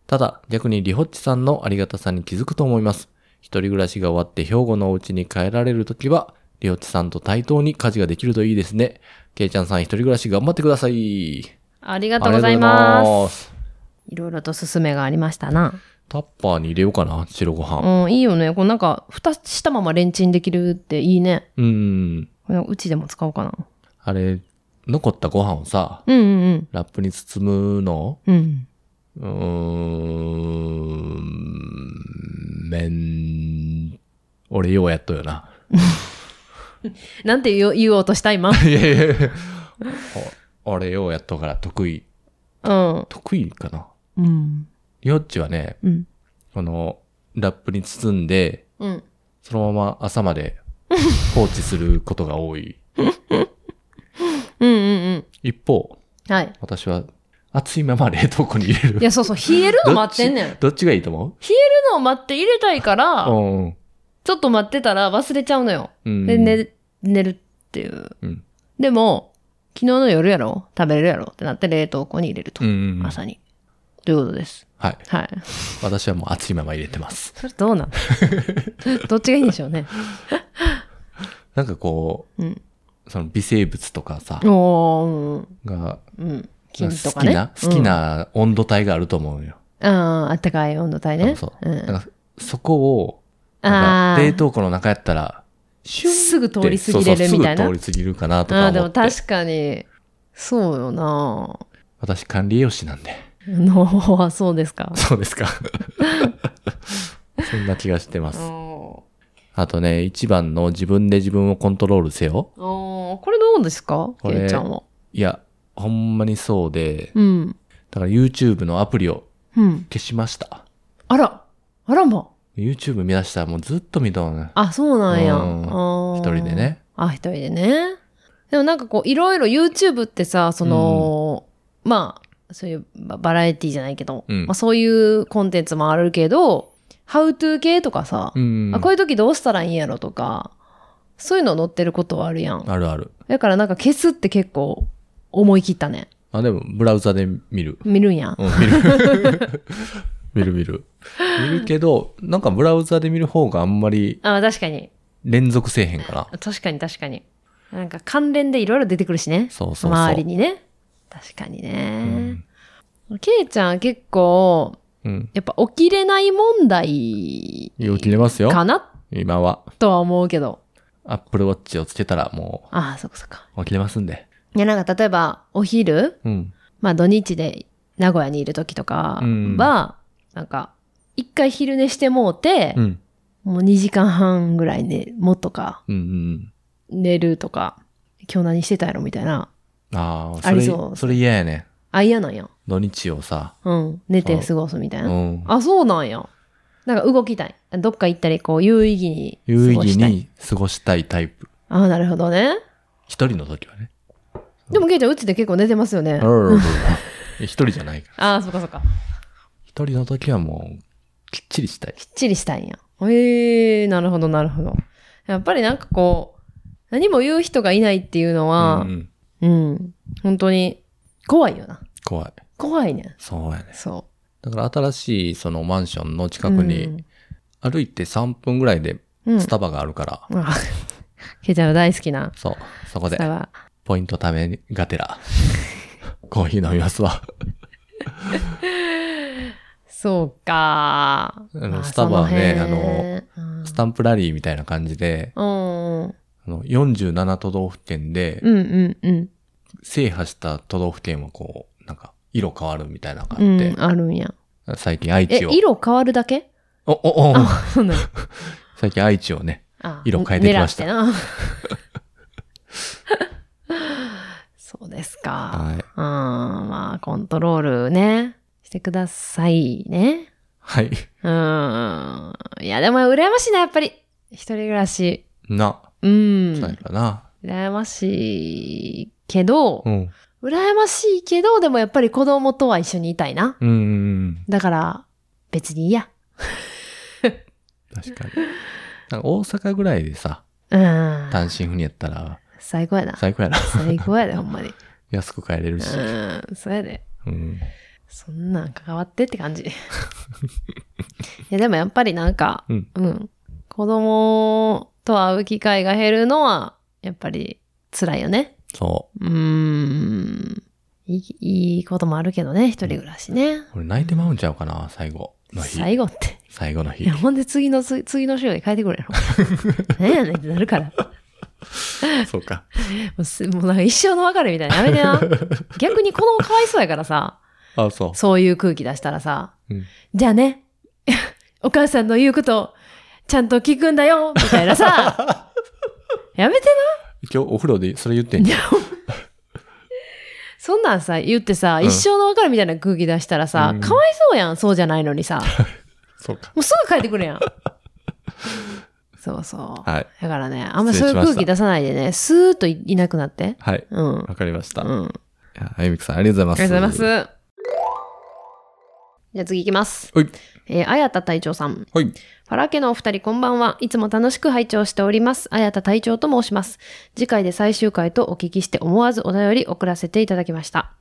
[SPEAKER 2] ただ、逆にリホッチさんのありがたさに気づくと思います。一人暮らしが終わって兵庫のお家に帰られるときは、リホッチさんと対等に家事ができるといいですね。ケイちゃんさん一人暮らし頑張ってください。
[SPEAKER 1] ありがとうございま。
[SPEAKER 2] ありがとうございますす。
[SPEAKER 1] いろいろと勧めがありましたな。
[SPEAKER 2] タッパーに入れようかな、白ご飯。
[SPEAKER 1] うん、いいよね。こうなんか、蓋したままレンチンできるっていいね。
[SPEAKER 2] うーん。
[SPEAKER 1] これうちでも使おうかな。
[SPEAKER 2] あれ、残ったご飯をさ、
[SPEAKER 1] うんうん
[SPEAKER 2] ラップに包むの
[SPEAKER 1] うん。うん。
[SPEAKER 2] うーん、めん、俺ようやっとよな。
[SPEAKER 1] なんて言おう言おうとした今。
[SPEAKER 2] いやいやいやお俺ようやっとから得意、
[SPEAKER 1] うん。
[SPEAKER 2] 得意かな。
[SPEAKER 1] うん。
[SPEAKER 2] りょっちはね、
[SPEAKER 1] うん。
[SPEAKER 2] この、ラップに包んで、
[SPEAKER 1] うん。
[SPEAKER 2] そのまま朝まで放置することが多い。
[SPEAKER 1] うんうん
[SPEAKER 2] 一方、
[SPEAKER 1] うん。はい。
[SPEAKER 2] 私は、熱いまま冷凍庫に入れる。
[SPEAKER 1] いや、そうそう。冷えるの待ってんねん。 冷え
[SPEAKER 2] どっちどっちがいいと思
[SPEAKER 1] るのを待って入れたいから、
[SPEAKER 2] ううん。
[SPEAKER 1] ちょっと待ってたら忘れちゃうのよ。
[SPEAKER 2] うん。
[SPEAKER 1] で、寝、寝るっていう。
[SPEAKER 2] うん
[SPEAKER 1] でも、昨日の夜やろ食べれるやろってなって冷凍庫に入れると。
[SPEAKER 2] うんうん。
[SPEAKER 1] 朝に。ということです。
[SPEAKER 2] はい。
[SPEAKER 1] はい。
[SPEAKER 2] 私はもう熱いまま入れてま す。
[SPEAKER 1] それどうな のどっちがいいんでしょうね。
[SPEAKER 2] なんかこう、
[SPEAKER 1] うん
[SPEAKER 2] その微生物とかさ、
[SPEAKER 1] おー、
[SPEAKER 2] が、
[SPEAKER 1] うん。うん
[SPEAKER 2] な
[SPEAKER 1] 菌
[SPEAKER 2] んか
[SPEAKER 1] と
[SPEAKER 2] 好
[SPEAKER 1] か
[SPEAKER 2] き
[SPEAKER 1] ね。
[SPEAKER 2] な、好きな温度帯があると思うよ。
[SPEAKER 1] うん。ああ、あったかい温度帯ね。
[SPEAKER 2] そうそうう。
[SPEAKER 1] ん。
[SPEAKER 2] なんかそこを、
[SPEAKER 1] あ
[SPEAKER 2] なん
[SPEAKER 1] あ
[SPEAKER 2] か冷凍庫の中やったら、シュン
[SPEAKER 1] すぐ通
[SPEAKER 2] って
[SPEAKER 1] り過ぎれるみたいな。
[SPEAKER 2] そ
[SPEAKER 1] あ
[SPEAKER 2] うそうすぐ通り過ぎるかなと
[SPEAKER 1] あ
[SPEAKER 2] か
[SPEAKER 1] ー、で
[SPEAKER 2] 思
[SPEAKER 1] も
[SPEAKER 2] って。
[SPEAKER 1] 確かに、そうよな
[SPEAKER 2] 私管理栄養士なんで。
[SPEAKER 1] のはそうですか。
[SPEAKER 2] そうで すか。そんな気がしてます。
[SPEAKER 1] お
[SPEAKER 2] あとね、一番の自分で自分をコントロールせよ。
[SPEAKER 1] ーおーこれどうですか
[SPEAKER 2] これ
[SPEAKER 1] ケイちゃんは。
[SPEAKER 2] いや、ほんまにそうで、
[SPEAKER 1] うん。
[SPEAKER 2] だから YouTube のアプリを
[SPEAKER 1] うん。
[SPEAKER 2] 消しました。
[SPEAKER 1] あら、あらま。
[SPEAKER 2] YouTube 見出したらもうずっと見たのね。
[SPEAKER 1] あ、そうなんや。
[SPEAKER 2] う
[SPEAKER 1] あ
[SPEAKER 2] ん
[SPEAKER 1] ー
[SPEAKER 2] 一人でね。
[SPEAKER 1] あ、一人でね。でもなんかこう、いろいろ YouTube ってさ、その、まあ、そういうババラエティじゃないけど、
[SPEAKER 2] うん
[SPEAKER 1] まあそういうコンテンツもあるけど、ハウトゥー系とかさ、
[SPEAKER 2] うん
[SPEAKER 1] あ、こういう時どうしたらいいんやろとか、そういうの載ってることはあるやん。
[SPEAKER 2] あるある。
[SPEAKER 1] だからなんか消すって結構思い切ったね。
[SPEAKER 2] あ、でも、ブラウザで見る。
[SPEAKER 1] 見るんやん。
[SPEAKER 2] うん、見る。 見る見る。見るけど、なんかブラウザで見る方があんまり
[SPEAKER 1] あ、確かに。
[SPEAKER 2] 連続せえへんかな。
[SPEAKER 1] 確かに確かに。なんか関連でいろいろ出てくるしね。
[SPEAKER 2] そうそうそう
[SPEAKER 1] 周りにね。確かに
[SPEAKER 2] う
[SPEAKER 1] ね
[SPEAKER 2] ん。。
[SPEAKER 1] ケイちゃん結構、
[SPEAKER 2] うん。
[SPEAKER 1] やっぱ起きれない問題
[SPEAKER 2] よう切れますよ。
[SPEAKER 1] かな
[SPEAKER 2] 今は、
[SPEAKER 1] とは思うけど。
[SPEAKER 2] Apple Watch をつけたらも
[SPEAKER 1] ああ、そっかそっか。
[SPEAKER 2] う、起きれますんで。
[SPEAKER 1] いや、なんか例えばお昼、
[SPEAKER 2] うん。
[SPEAKER 1] まあ土日で名古屋にいる時とか
[SPEAKER 2] うん
[SPEAKER 1] は、なんか一回昼寝してもうて、
[SPEAKER 2] うん。
[SPEAKER 1] もう2時間半ぐらい寝、もっとか、
[SPEAKER 2] うんうん。
[SPEAKER 1] 寝るとか、今日何してたやろみたいな。
[SPEAKER 2] ああ、そ
[SPEAKER 1] あり
[SPEAKER 2] れ、
[SPEAKER 1] そう
[SPEAKER 2] それ嫌やね。
[SPEAKER 1] あ、嫌なんや。
[SPEAKER 2] 土日をさ、
[SPEAKER 1] うん。寝て過ごすみたいうな。
[SPEAKER 2] ん。
[SPEAKER 1] あ、そうなんや。なんか動きたい。どっか行ったり、こう、有意義に
[SPEAKER 2] 有
[SPEAKER 1] 過
[SPEAKER 2] 意
[SPEAKER 1] ごし
[SPEAKER 2] 義
[SPEAKER 1] たい。
[SPEAKER 2] に過ごしたいタイプ。
[SPEAKER 1] あ、なるほどね。
[SPEAKER 2] 一人の時はね。
[SPEAKER 1] でも、ケイちゃん、うちで結構寝てますよね。
[SPEAKER 2] うん一人じゃないから。
[SPEAKER 1] ああ、そっかそっか。
[SPEAKER 2] 一人の時はもう、きっちりしたい。
[SPEAKER 1] きっちりしたいんや。ええー、なるほど、なるほど。やっぱりなんかこう、何も言う人がいないっていうのは
[SPEAKER 2] うん、うん、
[SPEAKER 1] うん、本当に怖いよな。
[SPEAKER 2] 怖い。
[SPEAKER 1] 怖いね。
[SPEAKER 2] そうやね。
[SPEAKER 1] そ
[SPEAKER 2] だから新しいそのマンションの
[SPEAKER 1] う。
[SPEAKER 2] 近くに、歩いて3分ぐらいで
[SPEAKER 1] うん、うん
[SPEAKER 2] ス。タバがあるから、
[SPEAKER 1] あケイちゃんの大好きな
[SPEAKER 2] そう、そこ
[SPEAKER 1] ス
[SPEAKER 2] で
[SPEAKER 1] タバ。
[SPEAKER 2] ポイントためがてら、 コーヒー飲みますわ。
[SPEAKER 1] そうか。
[SPEAKER 2] あの
[SPEAKER 1] まあ
[SPEAKER 2] スタバはね
[SPEAKER 1] そ辺うん
[SPEAKER 2] スタンプラリーみたいな感じで、
[SPEAKER 1] うんうん
[SPEAKER 2] あの47都道府県で
[SPEAKER 1] うんうん。
[SPEAKER 2] 制覇した都道府県はこう、なんか色変わるみたいなのがあ
[SPEAKER 1] う
[SPEAKER 2] って
[SPEAKER 1] ん、、あるんや。
[SPEAKER 2] 最近愛
[SPEAKER 1] え、
[SPEAKER 2] 知を、
[SPEAKER 1] 色変わるだけ
[SPEAKER 2] お、お、お、
[SPEAKER 1] あ、そうなの。
[SPEAKER 2] 最近愛知をね、
[SPEAKER 1] あ
[SPEAKER 2] 色変えてきました
[SPEAKER 1] 狙ってな そうですか。
[SPEAKER 2] はい。
[SPEAKER 1] うん、まあ、コントロールね、してくださいね。
[SPEAKER 2] はい。
[SPEAKER 1] うん。いや、でも羨ましいな、やっぱり。一人暮らし。
[SPEAKER 2] な、
[SPEAKER 1] うん。
[SPEAKER 2] そうやからな。
[SPEAKER 1] 羨ましいけど
[SPEAKER 2] う、ん。
[SPEAKER 1] 羨ましいけど、でもやっぱり子供とは一緒にいたいな。
[SPEAKER 2] うんうん
[SPEAKER 1] だから、別にいいや。
[SPEAKER 2] うん。確かに。なんか大阪ぐらいでさ、
[SPEAKER 1] うん。
[SPEAKER 2] 単身赴任やったら、
[SPEAKER 1] 最高やな。
[SPEAKER 2] 最高やな。
[SPEAKER 1] 最高やで、ほんまに。
[SPEAKER 2] 安く帰れるし。
[SPEAKER 1] うん、そうやで。
[SPEAKER 2] うん。
[SPEAKER 1] そんなん関わってって感じ。い や、でもやっぱりなんか、
[SPEAKER 2] うん
[SPEAKER 1] 子供と会う機会が減るのは、やっぱり辛いよね。
[SPEAKER 2] そう
[SPEAKER 1] ーん。いいいいこともあるけどね、一人暮らしね。
[SPEAKER 2] う。俺泣いてまうんちゃうかな、最後の日。
[SPEAKER 1] 最後って。
[SPEAKER 2] 最後 の日。
[SPEAKER 1] いや、ほんで次のつ、次の週に帰ってくれやろ。何やねんってなるから。も
[SPEAKER 2] そうか。
[SPEAKER 1] うすもうなんか一生の別れみたいなの やめてな。逆に子供かわいそうやからさ。
[SPEAKER 2] あ、そ
[SPEAKER 1] そういう空気出したらさ、
[SPEAKER 2] うん
[SPEAKER 1] じゃあね、 お母さんの言うこと、ちゃんと聞くんだよ、みたいな さ、やめてな。
[SPEAKER 2] う。今日お風呂でそれ言ってんじゃん。
[SPEAKER 1] そんなんさ、言ってさ、
[SPEAKER 2] うん
[SPEAKER 1] 一生の別れみたいな空気出したらさ、
[SPEAKER 2] うん
[SPEAKER 1] かわいそうやん、そうじゃないの にさ。も
[SPEAKER 2] そうか。
[SPEAKER 1] うすぐ帰ってく るやん。そうそう。
[SPEAKER 2] はい。
[SPEAKER 1] だからね、あんまりそう
[SPEAKER 2] 失
[SPEAKER 1] い
[SPEAKER 2] 礼
[SPEAKER 1] う
[SPEAKER 2] しました
[SPEAKER 1] 空気出さないでね、スーッといいなくなって。
[SPEAKER 2] はい。
[SPEAKER 1] うん。うん。
[SPEAKER 2] わかりました。い
[SPEAKER 1] あ
[SPEAKER 2] やあゆみくさん、ありがとうご
[SPEAKER 1] りがと
[SPEAKER 2] ざ
[SPEAKER 1] うござい
[SPEAKER 2] いま。
[SPEAKER 1] ますす。
[SPEAKER 2] ま
[SPEAKER 1] じゃあ次行きます。
[SPEAKER 2] はい。
[SPEAKER 1] えー、あやた隊長さん。
[SPEAKER 2] はい。
[SPEAKER 1] ファラ家のお二人こんばんは。いつも楽しく拝聴しております。綾田隊長と申します。次回で最終回とお聞きして思わずお便り送らせていただきました。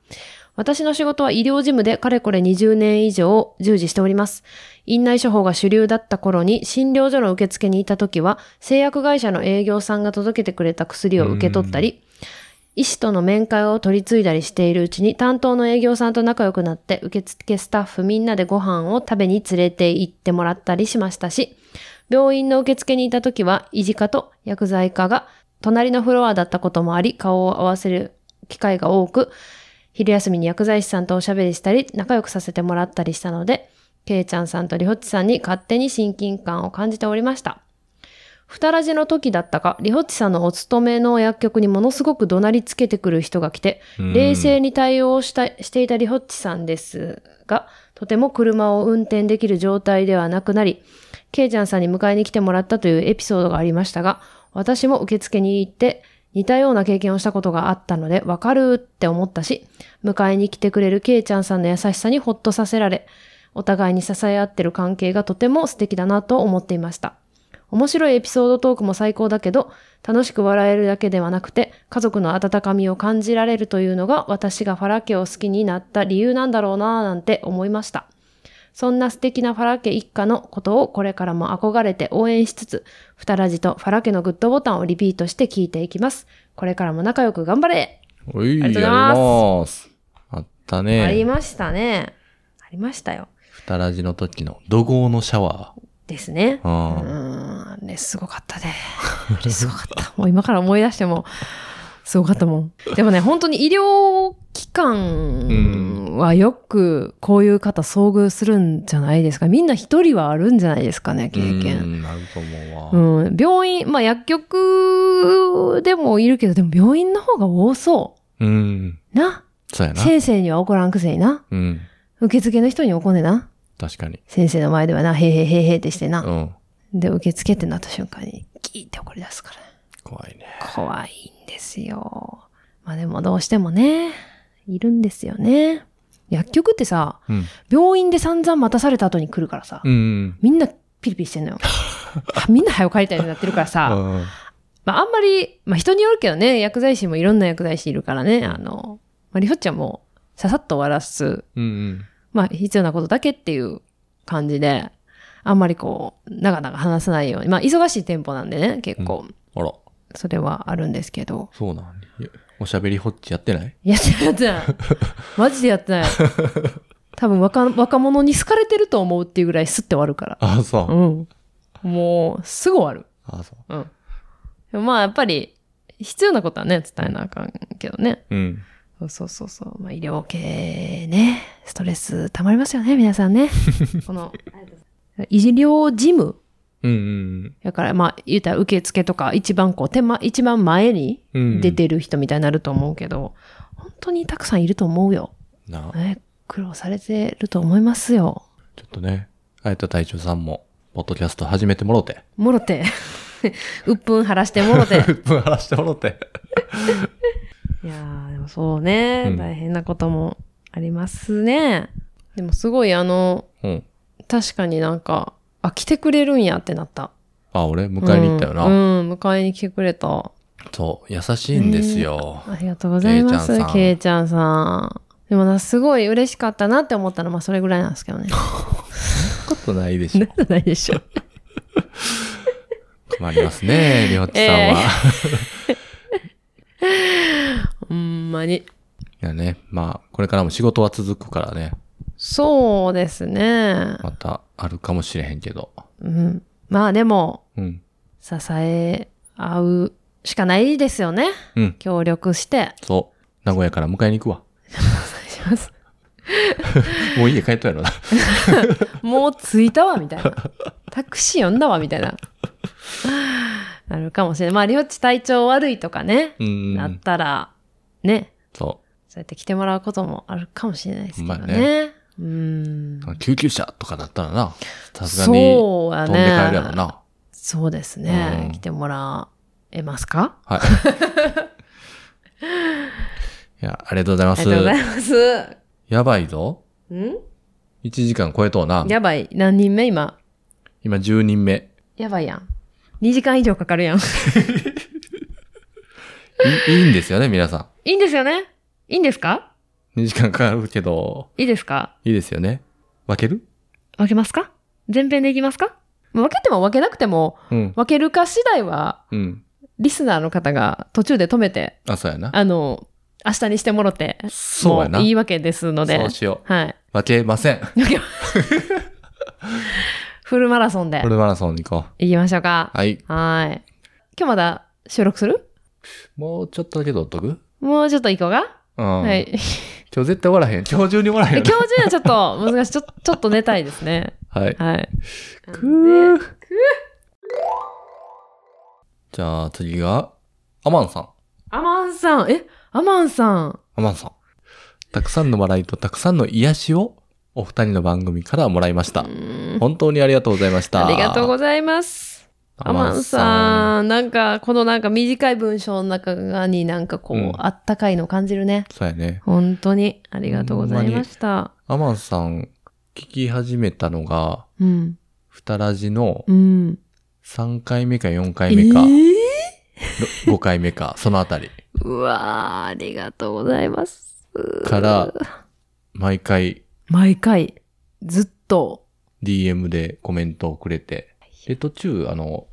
[SPEAKER 1] 私の仕事は医療事務でかれこれ20年以上従事しております。院内処方が主流だった頃に診療所の受付にいた時は製薬会社の営業さんが届けてくれた薬を受け取ったり、医師との面会を取り継いだりしているうちに担当の営業さんと仲良くなって受付スタッフみんなでご飯を食べに連れて行ってもらったりしましたし、病院の受付にいた時は、維持科と薬剤科が隣のフロアだったこともあり、顔を合わせる機会が多く、昼休みに薬剤師さんとおしゃべりしたり、仲良くさせてもらったりしたので、けいちゃんさんとりほっちさんに勝手に親近感を感じておりました。ふたらじの時だったか、りほっちさんのお勤めの薬局にものすごく怒鳴りつけてくる人が来て、
[SPEAKER 2] うん
[SPEAKER 1] 冷静に対応したしていたりほっちさんですが、とても車を運転できる状態ではなくなり、ケイちゃんさんに迎えに来てもらったというエピソードがありましたが、私も受付に行って似たような経験をしたことがあったので、わかるって思ったし、迎えに来てくれるケイちゃんさんの優しさにほっとさせられ、お互いに支え合ってる関係がとても素敵だなと思っていました。面白いエピソードトークも最高だけど、楽しく笑えるだけではなくて、家族の温かみを感じられるというのが私がファラ家を好きになった理由なんだろうなぁなんて思いました。そんな素敵なファラ家一家のことをこれからも憧れて応援しつつ、ふたらじとファラ家のグッドボタンをリピートして聞いていきます。これからも仲良く頑張れ、
[SPEAKER 2] おい、
[SPEAKER 1] あ
[SPEAKER 2] あ
[SPEAKER 1] り
[SPEAKER 2] り
[SPEAKER 1] が
[SPEAKER 2] が
[SPEAKER 1] と
[SPEAKER 2] と
[SPEAKER 1] う
[SPEAKER 2] う
[SPEAKER 1] ございま
[SPEAKER 2] ございます。あった
[SPEAKER 1] あり
[SPEAKER 2] ね。
[SPEAKER 1] ましたね。ありましたよ。
[SPEAKER 2] ふたらじの時の怒号のシャワ
[SPEAKER 1] ですね。
[SPEAKER 2] ー。うん
[SPEAKER 1] う。ーん、あれすごかったで。あれすごかった。もう今から思い出しても、すごかったもん。でもね、本当に医療機関はよくこういう方遭遇するんじゃないですか。みんな一人はあるんじゃないですかね、経
[SPEAKER 2] う
[SPEAKER 1] 験。
[SPEAKER 2] んなると思う
[SPEAKER 1] う
[SPEAKER 2] わ。
[SPEAKER 1] ん、病院、まあ薬局でもいるけど、でも病院の方が多そ
[SPEAKER 2] うん。
[SPEAKER 1] う。な。
[SPEAKER 2] そうやな。
[SPEAKER 1] 先生には怒らんくせにな。
[SPEAKER 2] うん。
[SPEAKER 1] 受付の人に怒んねえな。
[SPEAKER 2] 確かに。
[SPEAKER 1] 先生の前ではな、へいへいへいへいってして
[SPEAKER 2] う
[SPEAKER 1] な。
[SPEAKER 2] ん。
[SPEAKER 1] で、受付ってなった瞬間に、ギーって怒り出すから。
[SPEAKER 2] 怖いね。
[SPEAKER 1] 怖いんですよ。まあでもどうしてもね、いるんですよね。薬局ってさ、
[SPEAKER 2] うん。
[SPEAKER 1] 病院で散々待たされた後に来るからさ、
[SPEAKER 2] うん。
[SPEAKER 1] みんなピリピリ してんのよ。あみんな早く帰りたいってなってるからさ、
[SPEAKER 2] うん
[SPEAKER 1] まあ、あんまり、まあ、人によるけどね、薬剤師もいろんな薬剤師いるからね、あの、まあ、りほちゃんもささっと終わらす、
[SPEAKER 2] うん。
[SPEAKER 1] まあ、必要なことだけっていう感じで、あんまりこう、長々話さないように、まあ、忙しい店舗なんでね、結構、
[SPEAKER 2] あら、
[SPEAKER 1] それはあるんですけど、
[SPEAKER 2] そうなんやおしゃべりホッチやってない
[SPEAKER 1] やってないやってない。 マジでやってない。多分若、若者に好かれてると思うっていうぐらいスッて終わるから。
[SPEAKER 2] あ、そう
[SPEAKER 1] う。ん。もう、すぐ終わる。
[SPEAKER 2] あ、そう。
[SPEAKER 1] うん。でもまあ、やっぱり、必要なことはね、伝えなあかんけどね。
[SPEAKER 2] うん。
[SPEAKER 1] そうそうそうそう。まあ、医療系ね、ストレス溜まりますよね、皆さ んね。この、医療事務
[SPEAKER 2] うんうん
[SPEAKER 1] やから、まあ、言うたら受付とか、一番こう、手間、一番前に
[SPEAKER 2] うん。うん
[SPEAKER 1] 出。てる人みたいになると思うけど、本当にたくさんいると思うよ。
[SPEAKER 2] な、
[SPEAKER 1] ね、苦労されてると思いますよ。
[SPEAKER 2] ちょっとね、あやた隊長さんも、ポッドキャスト始めてもろて。
[SPEAKER 1] もろて。 うっぷん晴らしてもろ て。
[SPEAKER 2] うっぷん晴らしてもろて。
[SPEAKER 1] いやー、でもそうね、
[SPEAKER 2] うん
[SPEAKER 1] 大変なこともありますね。でもすごいあの、
[SPEAKER 2] うん。
[SPEAKER 1] 確かになんか、あ、来てくれるんやってなった。
[SPEAKER 2] あ、俺、迎えに行ったよな。
[SPEAKER 1] うん、うん迎えに来てくれた。
[SPEAKER 2] そう、優しいんですよ。
[SPEAKER 1] ありがとうございます、
[SPEAKER 2] け
[SPEAKER 1] け
[SPEAKER 2] い
[SPEAKER 1] いちゃんさん。でもな、すごい嬉しかったなって思ったの、まあそれぐらいなんですけどね。
[SPEAKER 2] ことないで
[SPEAKER 1] そん
[SPEAKER 2] し
[SPEAKER 1] な
[SPEAKER 2] ょ。
[SPEAKER 1] ことないでしょ。
[SPEAKER 2] 困りますね、りょっちさん
[SPEAKER 1] え
[SPEAKER 2] は。
[SPEAKER 1] ほんまに。
[SPEAKER 2] いやね、まあ、これからも仕事は続くからね、
[SPEAKER 1] そうですね。
[SPEAKER 2] またあるかもしれへんけど。
[SPEAKER 1] うん。まあでも、
[SPEAKER 2] うん。
[SPEAKER 1] 支え合うしかないですよね。
[SPEAKER 2] うん。
[SPEAKER 1] 協力して。
[SPEAKER 2] そう。名古屋から迎えに行くわ。
[SPEAKER 1] お願いします。
[SPEAKER 2] もう家帰った やろな。
[SPEAKER 1] もう着いたわ、みたいな。タクシー呼んだわ、みたいな。なるかもしれない。まあ、りょっち体調悪いとかね、
[SPEAKER 2] う
[SPEAKER 1] なっ
[SPEAKER 2] ん。
[SPEAKER 1] たら、ね、
[SPEAKER 2] そ
[SPEAKER 1] そうやって来てもらうこともあるかもしれないですけど
[SPEAKER 2] ほんまや
[SPEAKER 1] ね。うん。
[SPEAKER 2] う。救急車とかだったらな、さすがに飛
[SPEAKER 1] そうや
[SPEAKER 2] んで帰るやろ
[SPEAKER 1] ね。
[SPEAKER 2] な。
[SPEAKER 1] そうです
[SPEAKER 2] う
[SPEAKER 1] ね
[SPEAKER 2] ん。
[SPEAKER 1] 来てもらえますか
[SPEAKER 2] はい。 いや、ありがとうございま
[SPEAKER 1] あ
[SPEAKER 2] す
[SPEAKER 1] り。がとうございます。
[SPEAKER 2] やばいぞ。
[SPEAKER 1] ん
[SPEAKER 2] 1時間超えとうな。
[SPEAKER 1] やばい。何人目今。
[SPEAKER 2] 今10人目。
[SPEAKER 1] やばいやん。2時間以上かかるやん。
[SPEAKER 2] いいいんですよね、皆さ
[SPEAKER 1] いいんですよねいいんですか
[SPEAKER 2] ん。2時間かかるけど、
[SPEAKER 1] いいですか
[SPEAKER 2] いいですよね。分ける
[SPEAKER 1] 分けますか全編でいきますか分けても分けなくても、
[SPEAKER 2] うん。
[SPEAKER 1] 分けるか次第は、
[SPEAKER 2] うん。
[SPEAKER 1] リスナーの方が途中で止めて、
[SPEAKER 2] あ、そうやな。
[SPEAKER 1] あの、明日にしてもろて、
[SPEAKER 2] そうやな。
[SPEAKER 1] もいいわけですので、
[SPEAKER 2] そうしよ
[SPEAKER 1] はい。
[SPEAKER 2] う。負けません。
[SPEAKER 1] フルマラソンで
[SPEAKER 2] フルマラソンに行こ
[SPEAKER 1] 行きましょうか
[SPEAKER 2] う。。はい。
[SPEAKER 1] はーい。今日まだ収録する
[SPEAKER 2] もうちょっとだけどっとく
[SPEAKER 1] もうちょっと行こうか、
[SPEAKER 2] うん。
[SPEAKER 1] はい。
[SPEAKER 2] 今日絶対終わらへん。今日中に終わらへん
[SPEAKER 1] 今
[SPEAKER 2] よ
[SPEAKER 1] 日中はちょっと難しい。ちょちょっと寝たいですね。
[SPEAKER 2] な。はい。
[SPEAKER 1] はい。
[SPEAKER 2] くー。じゃあ次が、アマンさん。
[SPEAKER 1] アマンさん、え、アマンさん。
[SPEAKER 2] アマンさん。たくさんの笑いとたくさんの癒しをお二人の番組からもらいました
[SPEAKER 1] う。ーん
[SPEAKER 2] 本当にありがとうございました。
[SPEAKER 1] ありがとうございます。アマン
[SPEAKER 2] ん。
[SPEAKER 1] さん、なんか、このなんか短い文章の中になんかこう、
[SPEAKER 2] うん
[SPEAKER 1] あったかいの感じるね。
[SPEAKER 2] そうやね。
[SPEAKER 1] 本当に、ありがとうございました。
[SPEAKER 2] アマンさん、聞き始めたのが、
[SPEAKER 1] うん。
[SPEAKER 2] ふたらじの
[SPEAKER 1] うん。
[SPEAKER 2] 3回目か4回目か、
[SPEAKER 1] え
[SPEAKER 2] 5回目か、そのあたり
[SPEAKER 1] ーうわー、ありがとうございます。
[SPEAKER 2] から、毎回
[SPEAKER 1] 毎回、ずっと、
[SPEAKER 2] DM でコメントをくれて、で、途中、あの、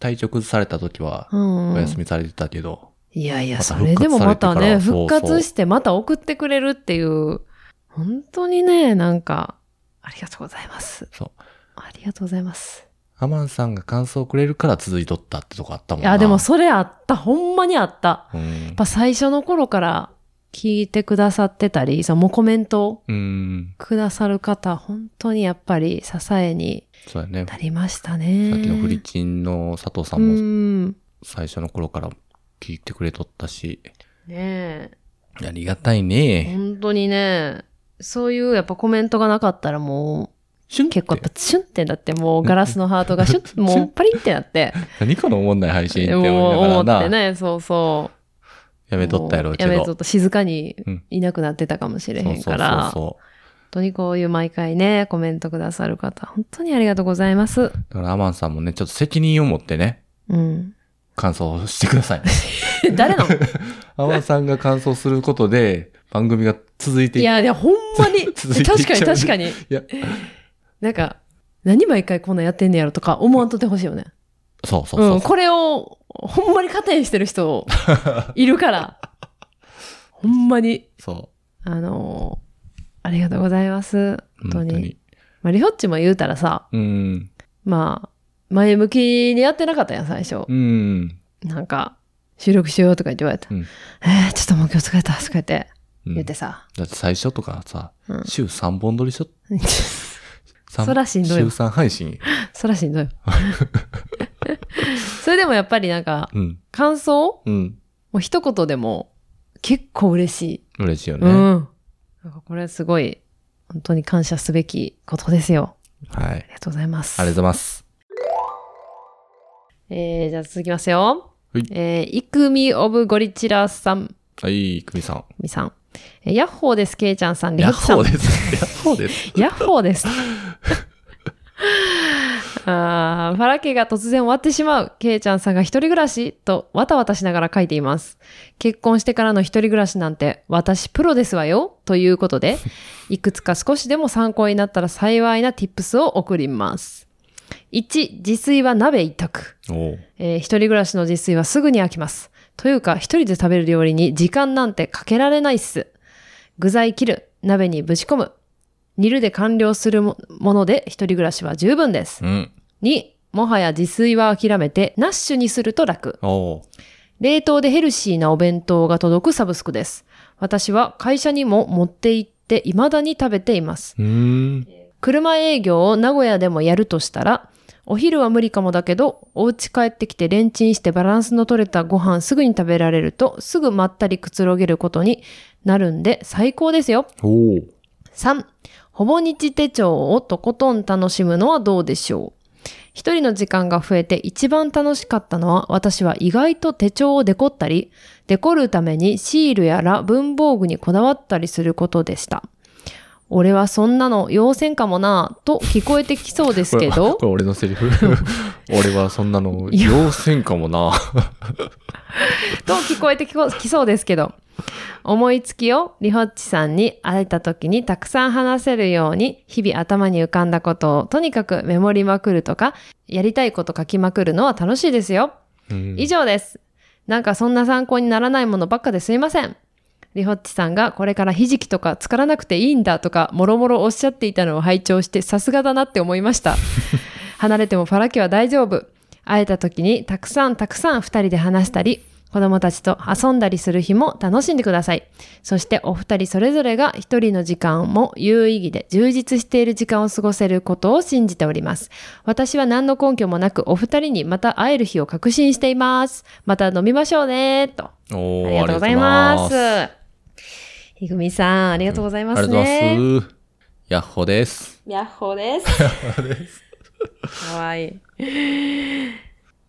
[SPEAKER 2] 体調崩された時は
[SPEAKER 1] う、ん。
[SPEAKER 2] お休みされてたけど、
[SPEAKER 1] いやいや、
[SPEAKER 2] また
[SPEAKER 1] それでもまたね、
[SPEAKER 2] 復
[SPEAKER 1] 復
[SPEAKER 2] 活されてから
[SPEAKER 1] 活してまた送ってくれるっていう、本当にね、なんか、ありがとうございます。
[SPEAKER 2] そう
[SPEAKER 1] ありがとうございます。
[SPEAKER 2] アマンさんが感想をくれるから続いとったってとこあったもん
[SPEAKER 1] い
[SPEAKER 2] な。
[SPEAKER 1] や、でもそれあった。ほんまにあった。や
[SPEAKER 2] う
[SPEAKER 1] っ
[SPEAKER 2] ん。
[SPEAKER 1] ぱ最初の頃から聞いてくださってたり、そのもうコメントを
[SPEAKER 2] うん。
[SPEAKER 1] くださる方、本当にやっぱり支えに
[SPEAKER 2] そうやね。
[SPEAKER 1] なりましたね。
[SPEAKER 2] さっきのフリチンの佐藤さ
[SPEAKER 1] うん
[SPEAKER 2] も
[SPEAKER 1] ん。ね
[SPEAKER 2] 最初の頃から聞いてくれとったし、
[SPEAKER 1] え。
[SPEAKER 2] ありがたいね。
[SPEAKER 1] 本当にね、そういうやっぱコメントがなかったらも
[SPEAKER 2] シュン
[SPEAKER 1] う、結構やっ
[SPEAKER 2] って
[SPEAKER 1] ぱシュンってなって、もうガラスのハートがシュンって、もうパリンってなって、
[SPEAKER 2] 何かのおもんない配信って思い
[SPEAKER 1] もう
[SPEAKER 2] な
[SPEAKER 1] 思
[SPEAKER 2] が
[SPEAKER 1] っ
[SPEAKER 2] ら
[SPEAKER 1] て
[SPEAKER 2] な。
[SPEAKER 1] ね、そうそ
[SPEAKER 2] いやめとったや
[SPEAKER 1] も
[SPEAKER 2] ろう
[SPEAKER 1] う
[SPEAKER 2] けど。
[SPEAKER 1] やめとった。静かに
[SPEAKER 2] うん
[SPEAKER 1] いなくなってたかもしれへんから。
[SPEAKER 2] そうそうそうそう。
[SPEAKER 1] 本当にこういう毎回ね、コメントくださる方、本当にありがとうございます。
[SPEAKER 2] だからアマンさんもね、ちょっと責任を持ってね、
[SPEAKER 1] うん。
[SPEAKER 2] 感想をしてください。
[SPEAKER 1] 誰なの
[SPEAKER 2] アマンさんが感想することで、番組が続いて い
[SPEAKER 1] いや、いや、ほんまに。
[SPEAKER 2] 続いていっちゃう
[SPEAKER 1] 確かに確かに。
[SPEAKER 2] いや
[SPEAKER 1] なんか、何毎回こんなんやってんねやろとか思わんとってほしいよね。
[SPEAKER 2] そうそう
[SPEAKER 1] う
[SPEAKER 2] そ
[SPEAKER 1] ん、
[SPEAKER 2] う。
[SPEAKER 1] これを、ほんまに糧にしてる人、いる から。ほんまに、
[SPEAKER 2] そ
[SPEAKER 1] あのーありがとうございます。
[SPEAKER 2] う。
[SPEAKER 1] 本当
[SPEAKER 2] 本
[SPEAKER 1] に。
[SPEAKER 2] 当に。
[SPEAKER 1] まあ、リホッチも言うたらさ、
[SPEAKER 2] うん。
[SPEAKER 1] まあ、前向きにやってなかったやん、最初。
[SPEAKER 2] うん。
[SPEAKER 1] なんか、収録しようとか言って言われた。
[SPEAKER 2] うん
[SPEAKER 1] えー、ちょっともう今日疲れた、疲れて。
[SPEAKER 2] うん
[SPEAKER 1] 言ってさ。
[SPEAKER 2] だって最初とかさ、
[SPEAKER 1] うん
[SPEAKER 2] 週3本撮りしとっ三
[SPEAKER 1] そらしんどい
[SPEAKER 2] 週
[SPEAKER 1] わ
[SPEAKER 2] 3配信。
[SPEAKER 1] そらしんどい。 それでもやっぱりなんか、
[SPEAKER 2] うん。
[SPEAKER 1] 感想も
[SPEAKER 2] うん。
[SPEAKER 1] う一言でも結構嬉しい。
[SPEAKER 2] 嬉しいよ
[SPEAKER 1] う
[SPEAKER 2] ね。
[SPEAKER 1] ん。なんかこれすごい、本当に感謝すべきことですよ。
[SPEAKER 2] はい。あり
[SPEAKER 1] ありがとうございます。
[SPEAKER 2] がとうございます。
[SPEAKER 1] えー、じゃあ続きますよ。
[SPEAKER 2] はい
[SPEAKER 1] えー、イクミオブゴリチラさん、
[SPEAKER 2] はい、久美さん。
[SPEAKER 1] みさん。えーヤッホーです、ケイちゃんさん、リ
[SPEAKER 2] ヤ
[SPEAKER 1] ホッ
[SPEAKER 2] ッ
[SPEAKER 1] チさん
[SPEAKER 2] ホー。です。 ヤッホーです。
[SPEAKER 1] ヤッホーです。 あーファラ家が突然終わってしまう。ケイちゃんさんが一人暮らしとわたわたしながら書いています。結婚してからの一人暮らしなんて私プロですわよ。ということ で、いくつか少しでも参考になったら幸いな tips を送ります。1、自炊は鍋一択。
[SPEAKER 2] おう
[SPEAKER 1] えー一人暮らしの自炊はすぐに飽きます。というか、一人で食べる料理に時間なんてかけられないっす。具材切る、鍋にぶち込む。煮るで完了するももので、一人暮らしは十分です
[SPEAKER 2] う。ん。
[SPEAKER 1] 2、もはや自炊は諦めて、ナッシュにすると楽。
[SPEAKER 2] おう
[SPEAKER 1] 冷凍でヘルシーなお弁当が届くサブスクです。私は会社にも持って行って、未だに食べています。
[SPEAKER 2] うーん。
[SPEAKER 1] 車営業を名古屋でもやるとしたら、お昼は無理かもだけど、お家帰ってきてレンチンしてバランスの取れたご飯すぐに食べられると、すぐまったりくつろげることになるんで最高ですよ。
[SPEAKER 2] おう
[SPEAKER 1] 3、ほぼ日手帳をとことん楽しむのはどうでしょう一人の時間が増えて一番楽しかったのは私は意外と手帳をデコったり、デコるためにシールやら文房具にこだわったりすることでした。俺はそんなの要せんかもなぁと聞こえてきそうですけ
[SPEAKER 2] これ
[SPEAKER 1] ど
[SPEAKER 2] こ、れ俺のセリフ。 俺はそんなの、要せんかもな。
[SPEAKER 1] と聞こえてきこきそうですけど、思いつきをリホッチさんに会えた時にたくさん話せるように、日々頭に浮かんだことをとにかくメモりまくるとか、やりたいこと書きまくるのは楽しいですよ。
[SPEAKER 2] うん
[SPEAKER 1] 以上です。なんかそんな参考にならないものばっかですいません。リホッチさんがこれからひじきとか作らなくていいんだとかもろもろおっしゃっていたのを拝聴してさすがだなって思いました。離れてもファラ家は大丈夫。会えた時にたくさんたくさん二人で話したり、子供たちと遊んだりする日も楽しんでください。そしてお二人それぞれが一人の時間も有意義で充実している時間を過ごせることを信じております。私は何の根拠もなくお二人にまた会える日を確信しています。また飲みましょうね、と。
[SPEAKER 2] お
[SPEAKER 1] あ
[SPEAKER 2] ー
[SPEAKER 1] りがとうございま。
[SPEAKER 2] ありがとうございます。
[SPEAKER 1] ひぐみさん、ありがとうございますす
[SPEAKER 2] ありがとうござい
[SPEAKER 1] ね。
[SPEAKER 2] ます。ヤッホーです。
[SPEAKER 1] ヤッホーです。かわいい。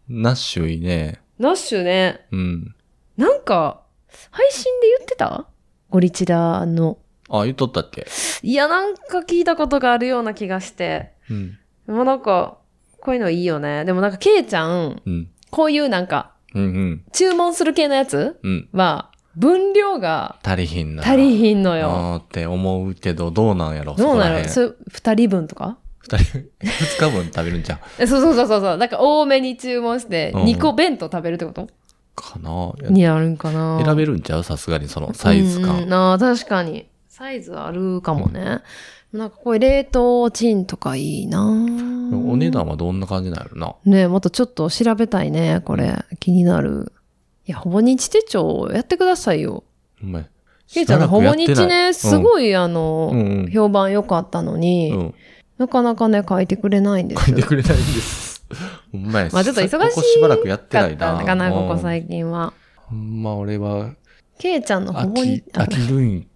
[SPEAKER 2] ナッシュいいね。
[SPEAKER 1] ナッシュね。
[SPEAKER 2] うん。
[SPEAKER 1] なんか、配信で言ってたゴリチラの。
[SPEAKER 2] あ、言っとったっけ
[SPEAKER 1] いや、なんか聞いたことがあるような気がして。
[SPEAKER 2] うん。
[SPEAKER 1] でもなんか、こういうのいいよね。でもなんか、ケイちゃん、
[SPEAKER 2] うん。
[SPEAKER 1] こういうなんか、
[SPEAKER 2] うんうん。
[SPEAKER 1] 注文する系のやつ
[SPEAKER 2] うん。
[SPEAKER 1] は、分量が
[SPEAKER 2] 足りひんな。
[SPEAKER 1] 足りひんのよ。
[SPEAKER 2] あーって思うけど、どうなんやろ
[SPEAKER 1] どうなの
[SPEAKER 2] そこ
[SPEAKER 1] それ、二人分とから
[SPEAKER 2] へん二人、二日分食べるんじゃん。
[SPEAKER 1] えそうそうそうそうそう。なんか多めに注文して、
[SPEAKER 2] うん
[SPEAKER 1] 2個弁当食べるってこと、
[SPEAKER 2] かな
[SPEAKER 1] になるんかな
[SPEAKER 2] 選べるんちゃうさすがにそのサイ
[SPEAKER 1] う
[SPEAKER 2] ズ感。
[SPEAKER 1] んあー確かに。サイズあるかもね。なんかこういう冷凍チンとかいいな
[SPEAKER 2] お値段はどんな感じなんやろな。
[SPEAKER 1] ねえまたちょっと調べたいね、これ。気になる。いや、ほぼ日手帳やってくださいよ。
[SPEAKER 2] お前。
[SPEAKER 1] けいちゃんの
[SPEAKER 2] しば
[SPEAKER 1] ほ
[SPEAKER 2] ら
[SPEAKER 1] ぼ
[SPEAKER 2] くやってない
[SPEAKER 1] 日ね、すごい、あの、
[SPEAKER 2] うんうん
[SPEAKER 1] 評判良かったのに、
[SPEAKER 2] うん。うん。
[SPEAKER 1] なかなかね、書いてくれないんです
[SPEAKER 2] 書い
[SPEAKER 1] よ
[SPEAKER 2] て。くれないんです。ほんまや。
[SPEAKER 1] まあちょっと忙しい
[SPEAKER 2] ここしばらくやって
[SPEAKER 1] か
[SPEAKER 2] な
[SPEAKER 1] っ
[SPEAKER 2] いな。
[SPEAKER 1] たかな、ここ
[SPEAKER 2] うん
[SPEAKER 1] 最近は。
[SPEAKER 2] ほんま俺は、
[SPEAKER 1] けいちゃんのほ
[SPEAKER 2] 飽
[SPEAKER 1] ぼ日
[SPEAKER 2] き、、飽きるん、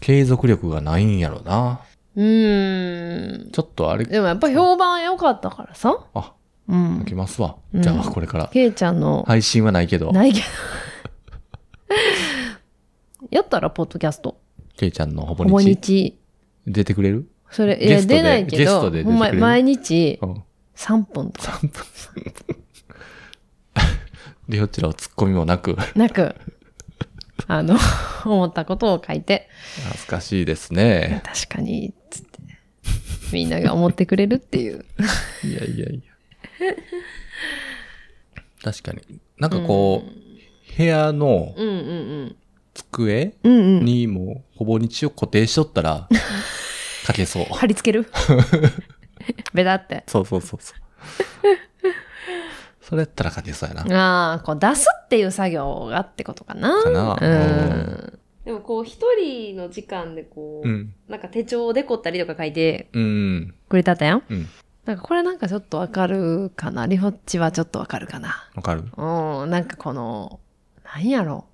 [SPEAKER 2] 継続力がないんやろな。
[SPEAKER 1] うーん。
[SPEAKER 2] ちょっとあれ、
[SPEAKER 1] でもやっぱ評判良かったからさ。
[SPEAKER 2] あ、
[SPEAKER 1] う
[SPEAKER 2] 書
[SPEAKER 1] ん。
[SPEAKER 2] きますわ。
[SPEAKER 1] うん
[SPEAKER 2] じゃあ、これから。
[SPEAKER 1] けいちゃんの、
[SPEAKER 2] 配信はないけど。
[SPEAKER 1] ないけど。やったら、ポッドキャスト。
[SPEAKER 2] ケイちゃんのほぼ
[SPEAKER 1] ほぼ
[SPEAKER 2] 日。
[SPEAKER 1] 日。
[SPEAKER 2] 出てくれる
[SPEAKER 1] それ、い
[SPEAKER 2] ゲ
[SPEAKER 1] や、
[SPEAKER 2] ストで
[SPEAKER 1] 出ないけ
[SPEAKER 2] ゲスト
[SPEAKER 1] ど、
[SPEAKER 2] で出てくれる
[SPEAKER 1] ほんま、毎日
[SPEAKER 2] うん。
[SPEAKER 1] 3分とか。
[SPEAKER 2] 3分。りょうちらはツッコミもなく、
[SPEAKER 1] なく、あの、 思ったことを書いて、
[SPEAKER 2] 懐かしいですね。
[SPEAKER 1] 確かに、つって、みんなが思ってくれるっていう。
[SPEAKER 2] いやいやいや。確かに。なんかこう、部屋の
[SPEAKER 1] うんうん
[SPEAKER 2] 机
[SPEAKER 1] うん。うんうん。
[SPEAKER 2] にもうほぼ日を固定しとった ら、書けそう。
[SPEAKER 1] 貼り付け るベタって。
[SPEAKER 2] そうそうそうそう。 それやったら書けそうやな。
[SPEAKER 1] ああ、こう出すっていう作業がってことかな。
[SPEAKER 2] かな
[SPEAKER 1] うん。でもこう一人の時間でこう、
[SPEAKER 2] うん。
[SPEAKER 1] なんか手帳で凝ったりとか書いて
[SPEAKER 2] うん。
[SPEAKER 1] くれたったやん。
[SPEAKER 2] うん。
[SPEAKER 1] なんかこれなんかちょっとわかるかな。リホッチはちょっとわかるかな。
[SPEAKER 2] わかる
[SPEAKER 1] うん、なんかこの、なんやろ。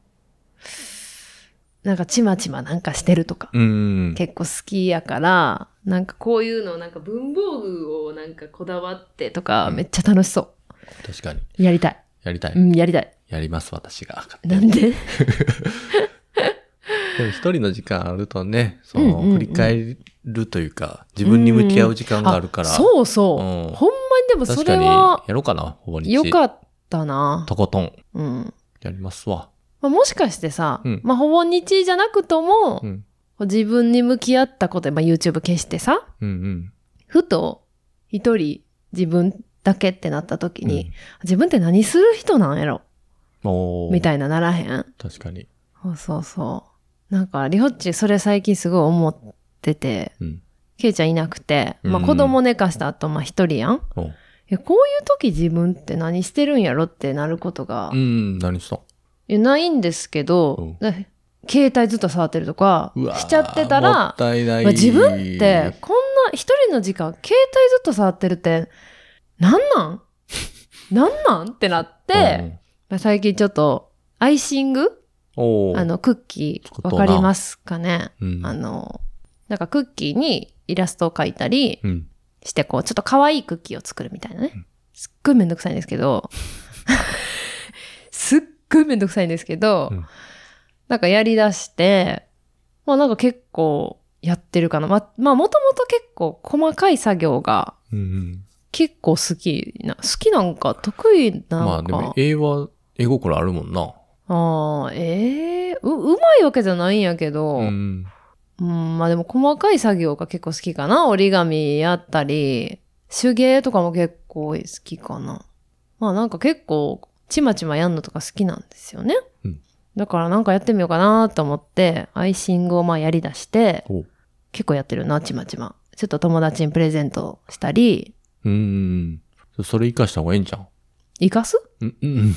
[SPEAKER 1] なんかちまちまなんかしてるとか。
[SPEAKER 2] うん。
[SPEAKER 1] 結構好きやから、なんかこういうのなんか文房具をなんかこだわってとか、
[SPEAKER 2] うん
[SPEAKER 1] めっちゃ楽しそ
[SPEAKER 2] 確かに。
[SPEAKER 1] う。やりたい。
[SPEAKER 2] やりたい。
[SPEAKER 1] うん、やりたい。
[SPEAKER 2] やります、私が。
[SPEAKER 1] なんで
[SPEAKER 2] でも一人の時間あるとね、そ
[SPEAKER 1] うん
[SPEAKER 2] の、
[SPEAKER 1] うんうん
[SPEAKER 2] 振り返るというか、自分に向き合う時間があるから。
[SPEAKER 1] そうそう。
[SPEAKER 2] うん
[SPEAKER 1] ほんまにでもそ
[SPEAKER 2] 確か
[SPEAKER 1] れ
[SPEAKER 2] に、
[SPEAKER 1] は
[SPEAKER 2] やろうかな、ほぼ日。
[SPEAKER 1] 良かったな。
[SPEAKER 2] とことん、
[SPEAKER 1] うん。
[SPEAKER 2] やりますわ。
[SPEAKER 1] まあ、もしかしてさ、
[SPEAKER 2] うん
[SPEAKER 1] まあほぼ日じゃなくとも、
[SPEAKER 2] うん。
[SPEAKER 1] 自分に向き合ったこと、まあ YouTube 消してさ、
[SPEAKER 2] うんうん。
[SPEAKER 1] ふと一人自分だけってなった時に、
[SPEAKER 2] うん
[SPEAKER 1] 自分って何する人なんやろ
[SPEAKER 2] おー
[SPEAKER 1] みたいなならへん
[SPEAKER 2] 確かに。
[SPEAKER 1] そうそうそう。なんか、リホッチ、それ最近すごい思ってて、
[SPEAKER 2] うん。
[SPEAKER 1] ケイちゃんいなくて、まあ
[SPEAKER 2] うん
[SPEAKER 1] 子供寝かした後、まあ一人やん。
[SPEAKER 2] おう
[SPEAKER 1] えこういう時自分って何してるんやろってなることが
[SPEAKER 2] う、ん、何した
[SPEAKER 1] いやないんですけど、だ携帯ずっと触ってるとか
[SPEAKER 2] うわー
[SPEAKER 1] しちゃってた
[SPEAKER 2] も
[SPEAKER 1] ら
[SPEAKER 2] っ、たいない。
[SPEAKER 1] まあ自分って、こんな一人の時間、携帯ずっと触ってるって、なんなんなんなんってなって、まあ最近ちょっと、アイシング
[SPEAKER 2] うん、おお。
[SPEAKER 1] あ、の、クッキ
[SPEAKER 2] 作っ
[SPEAKER 1] ー、
[SPEAKER 2] とう
[SPEAKER 1] わ
[SPEAKER 2] な
[SPEAKER 1] かりますかね
[SPEAKER 2] うん。
[SPEAKER 1] あの、なんかクッキーにイラストを描いたり
[SPEAKER 2] うん。
[SPEAKER 1] して、こう、ちょっと可愛いクッキーを作るみたいなね。すっごいめんどくさいんですけ ど、すっごいめんどくさいんですけど、
[SPEAKER 2] うん
[SPEAKER 1] なんかやりだして、まあなんか結構やってるかな。まあ、まあもともと結構細かい作業が
[SPEAKER 2] うんうん。
[SPEAKER 1] 結構好きな、好きなんか得意なんか。
[SPEAKER 2] まあでも、絵は、絵心あるもんな。
[SPEAKER 1] ああ、ええう、うまいわけじゃないんやけど、
[SPEAKER 2] うん。
[SPEAKER 1] うん、まあでも細かい作業が結構好きかな。折り紙やったり、手芸とかも結構好きかな。まあなんか結構、ちまちまやんのとか好きなんですよね。
[SPEAKER 2] うん
[SPEAKER 1] だからなんかやってみようかなと思って、アイシングをまあやりだして
[SPEAKER 2] おう、
[SPEAKER 1] 結構やってるな、ちまちま。ちょっと友達にプレゼントしたり、
[SPEAKER 2] うん。それ活かした方がいいんじゃん。
[SPEAKER 1] 生かす
[SPEAKER 2] うん、うん。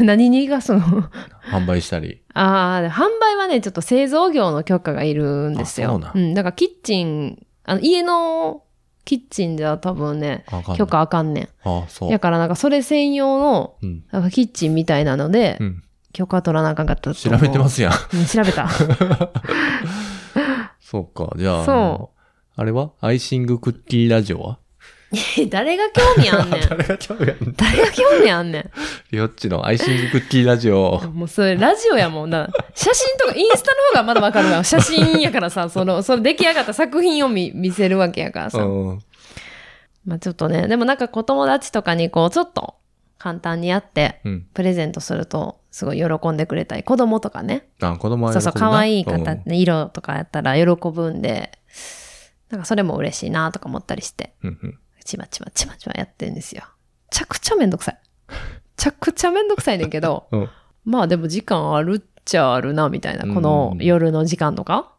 [SPEAKER 1] 何に生かすの
[SPEAKER 2] 販売したり。
[SPEAKER 1] ああ、販売はね、ちょっと製造業の許可がいるんです
[SPEAKER 2] あそ
[SPEAKER 1] よ
[SPEAKER 2] う。なん
[SPEAKER 1] うん、だからキッチン、あの家のキッチンじゃ多分ね、
[SPEAKER 2] あかん
[SPEAKER 1] 許可あかんね
[SPEAKER 2] ああ、そ
[SPEAKER 1] ん。
[SPEAKER 2] う。
[SPEAKER 1] やからなんかそれ専用の、
[SPEAKER 2] うん。
[SPEAKER 1] なんかキッチンみたいなので
[SPEAKER 2] う、ん。
[SPEAKER 1] 許可取らなあかんかったと
[SPEAKER 2] 調
[SPEAKER 1] 思う
[SPEAKER 2] べてま。すやん。
[SPEAKER 1] うん調べた。
[SPEAKER 2] そうか。じゃあ、
[SPEAKER 1] そう
[SPEAKER 2] あのあれはアイシングクッキーラジオは
[SPEAKER 1] 誰が興味あんねん。
[SPEAKER 2] 誰が興味 あるの
[SPEAKER 1] 誰が興味あんね
[SPEAKER 2] リオッチのアイシングクッキーラジオ
[SPEAKER 1] ん。。もうそれラジオやもんな。写真とか、インスタの方がまだわかるわ。写真やから さ、その、その出来上がった作品を見見せるわけやから
[SPEAKER 2] う
[SPEAKER 1] さ。
[SPEAKER 2] ん。
[SPEAKER 1] まあちょっとね、でもなんか子友達とかにこう、ちょっと簡単にやって、
[SPEAKER 2] うん。
[SPEAKER 1] プレゼントすると、すごい喜んでくれたり、子供とかね。
[SPEAKER 2] あ、子供は
[SPEAKER 1] そうそう、可愛い
[SPEAKER 2] 方
[SPEAKER 1] 方、色とかやったら喜ぶんで、なんかそれも嬉しいなとか思ったりして、
[SPEAKER 2] うんうん。、
[SPEAKER 1] ちまちまちまちまやってんですよ。めちゃくちゃめんどくさい。めちゃくちゃめんどくさいねんけど
[SPEAKER 2] うん
[SPEAKER 1] まあでも時間あるっちゃあるな、みたいな。こ
[SPEAKER 2] う
[SPEAKER 1] の
[SPEAKER 2] ん
[SPEAKER 1] 夜の時間とか。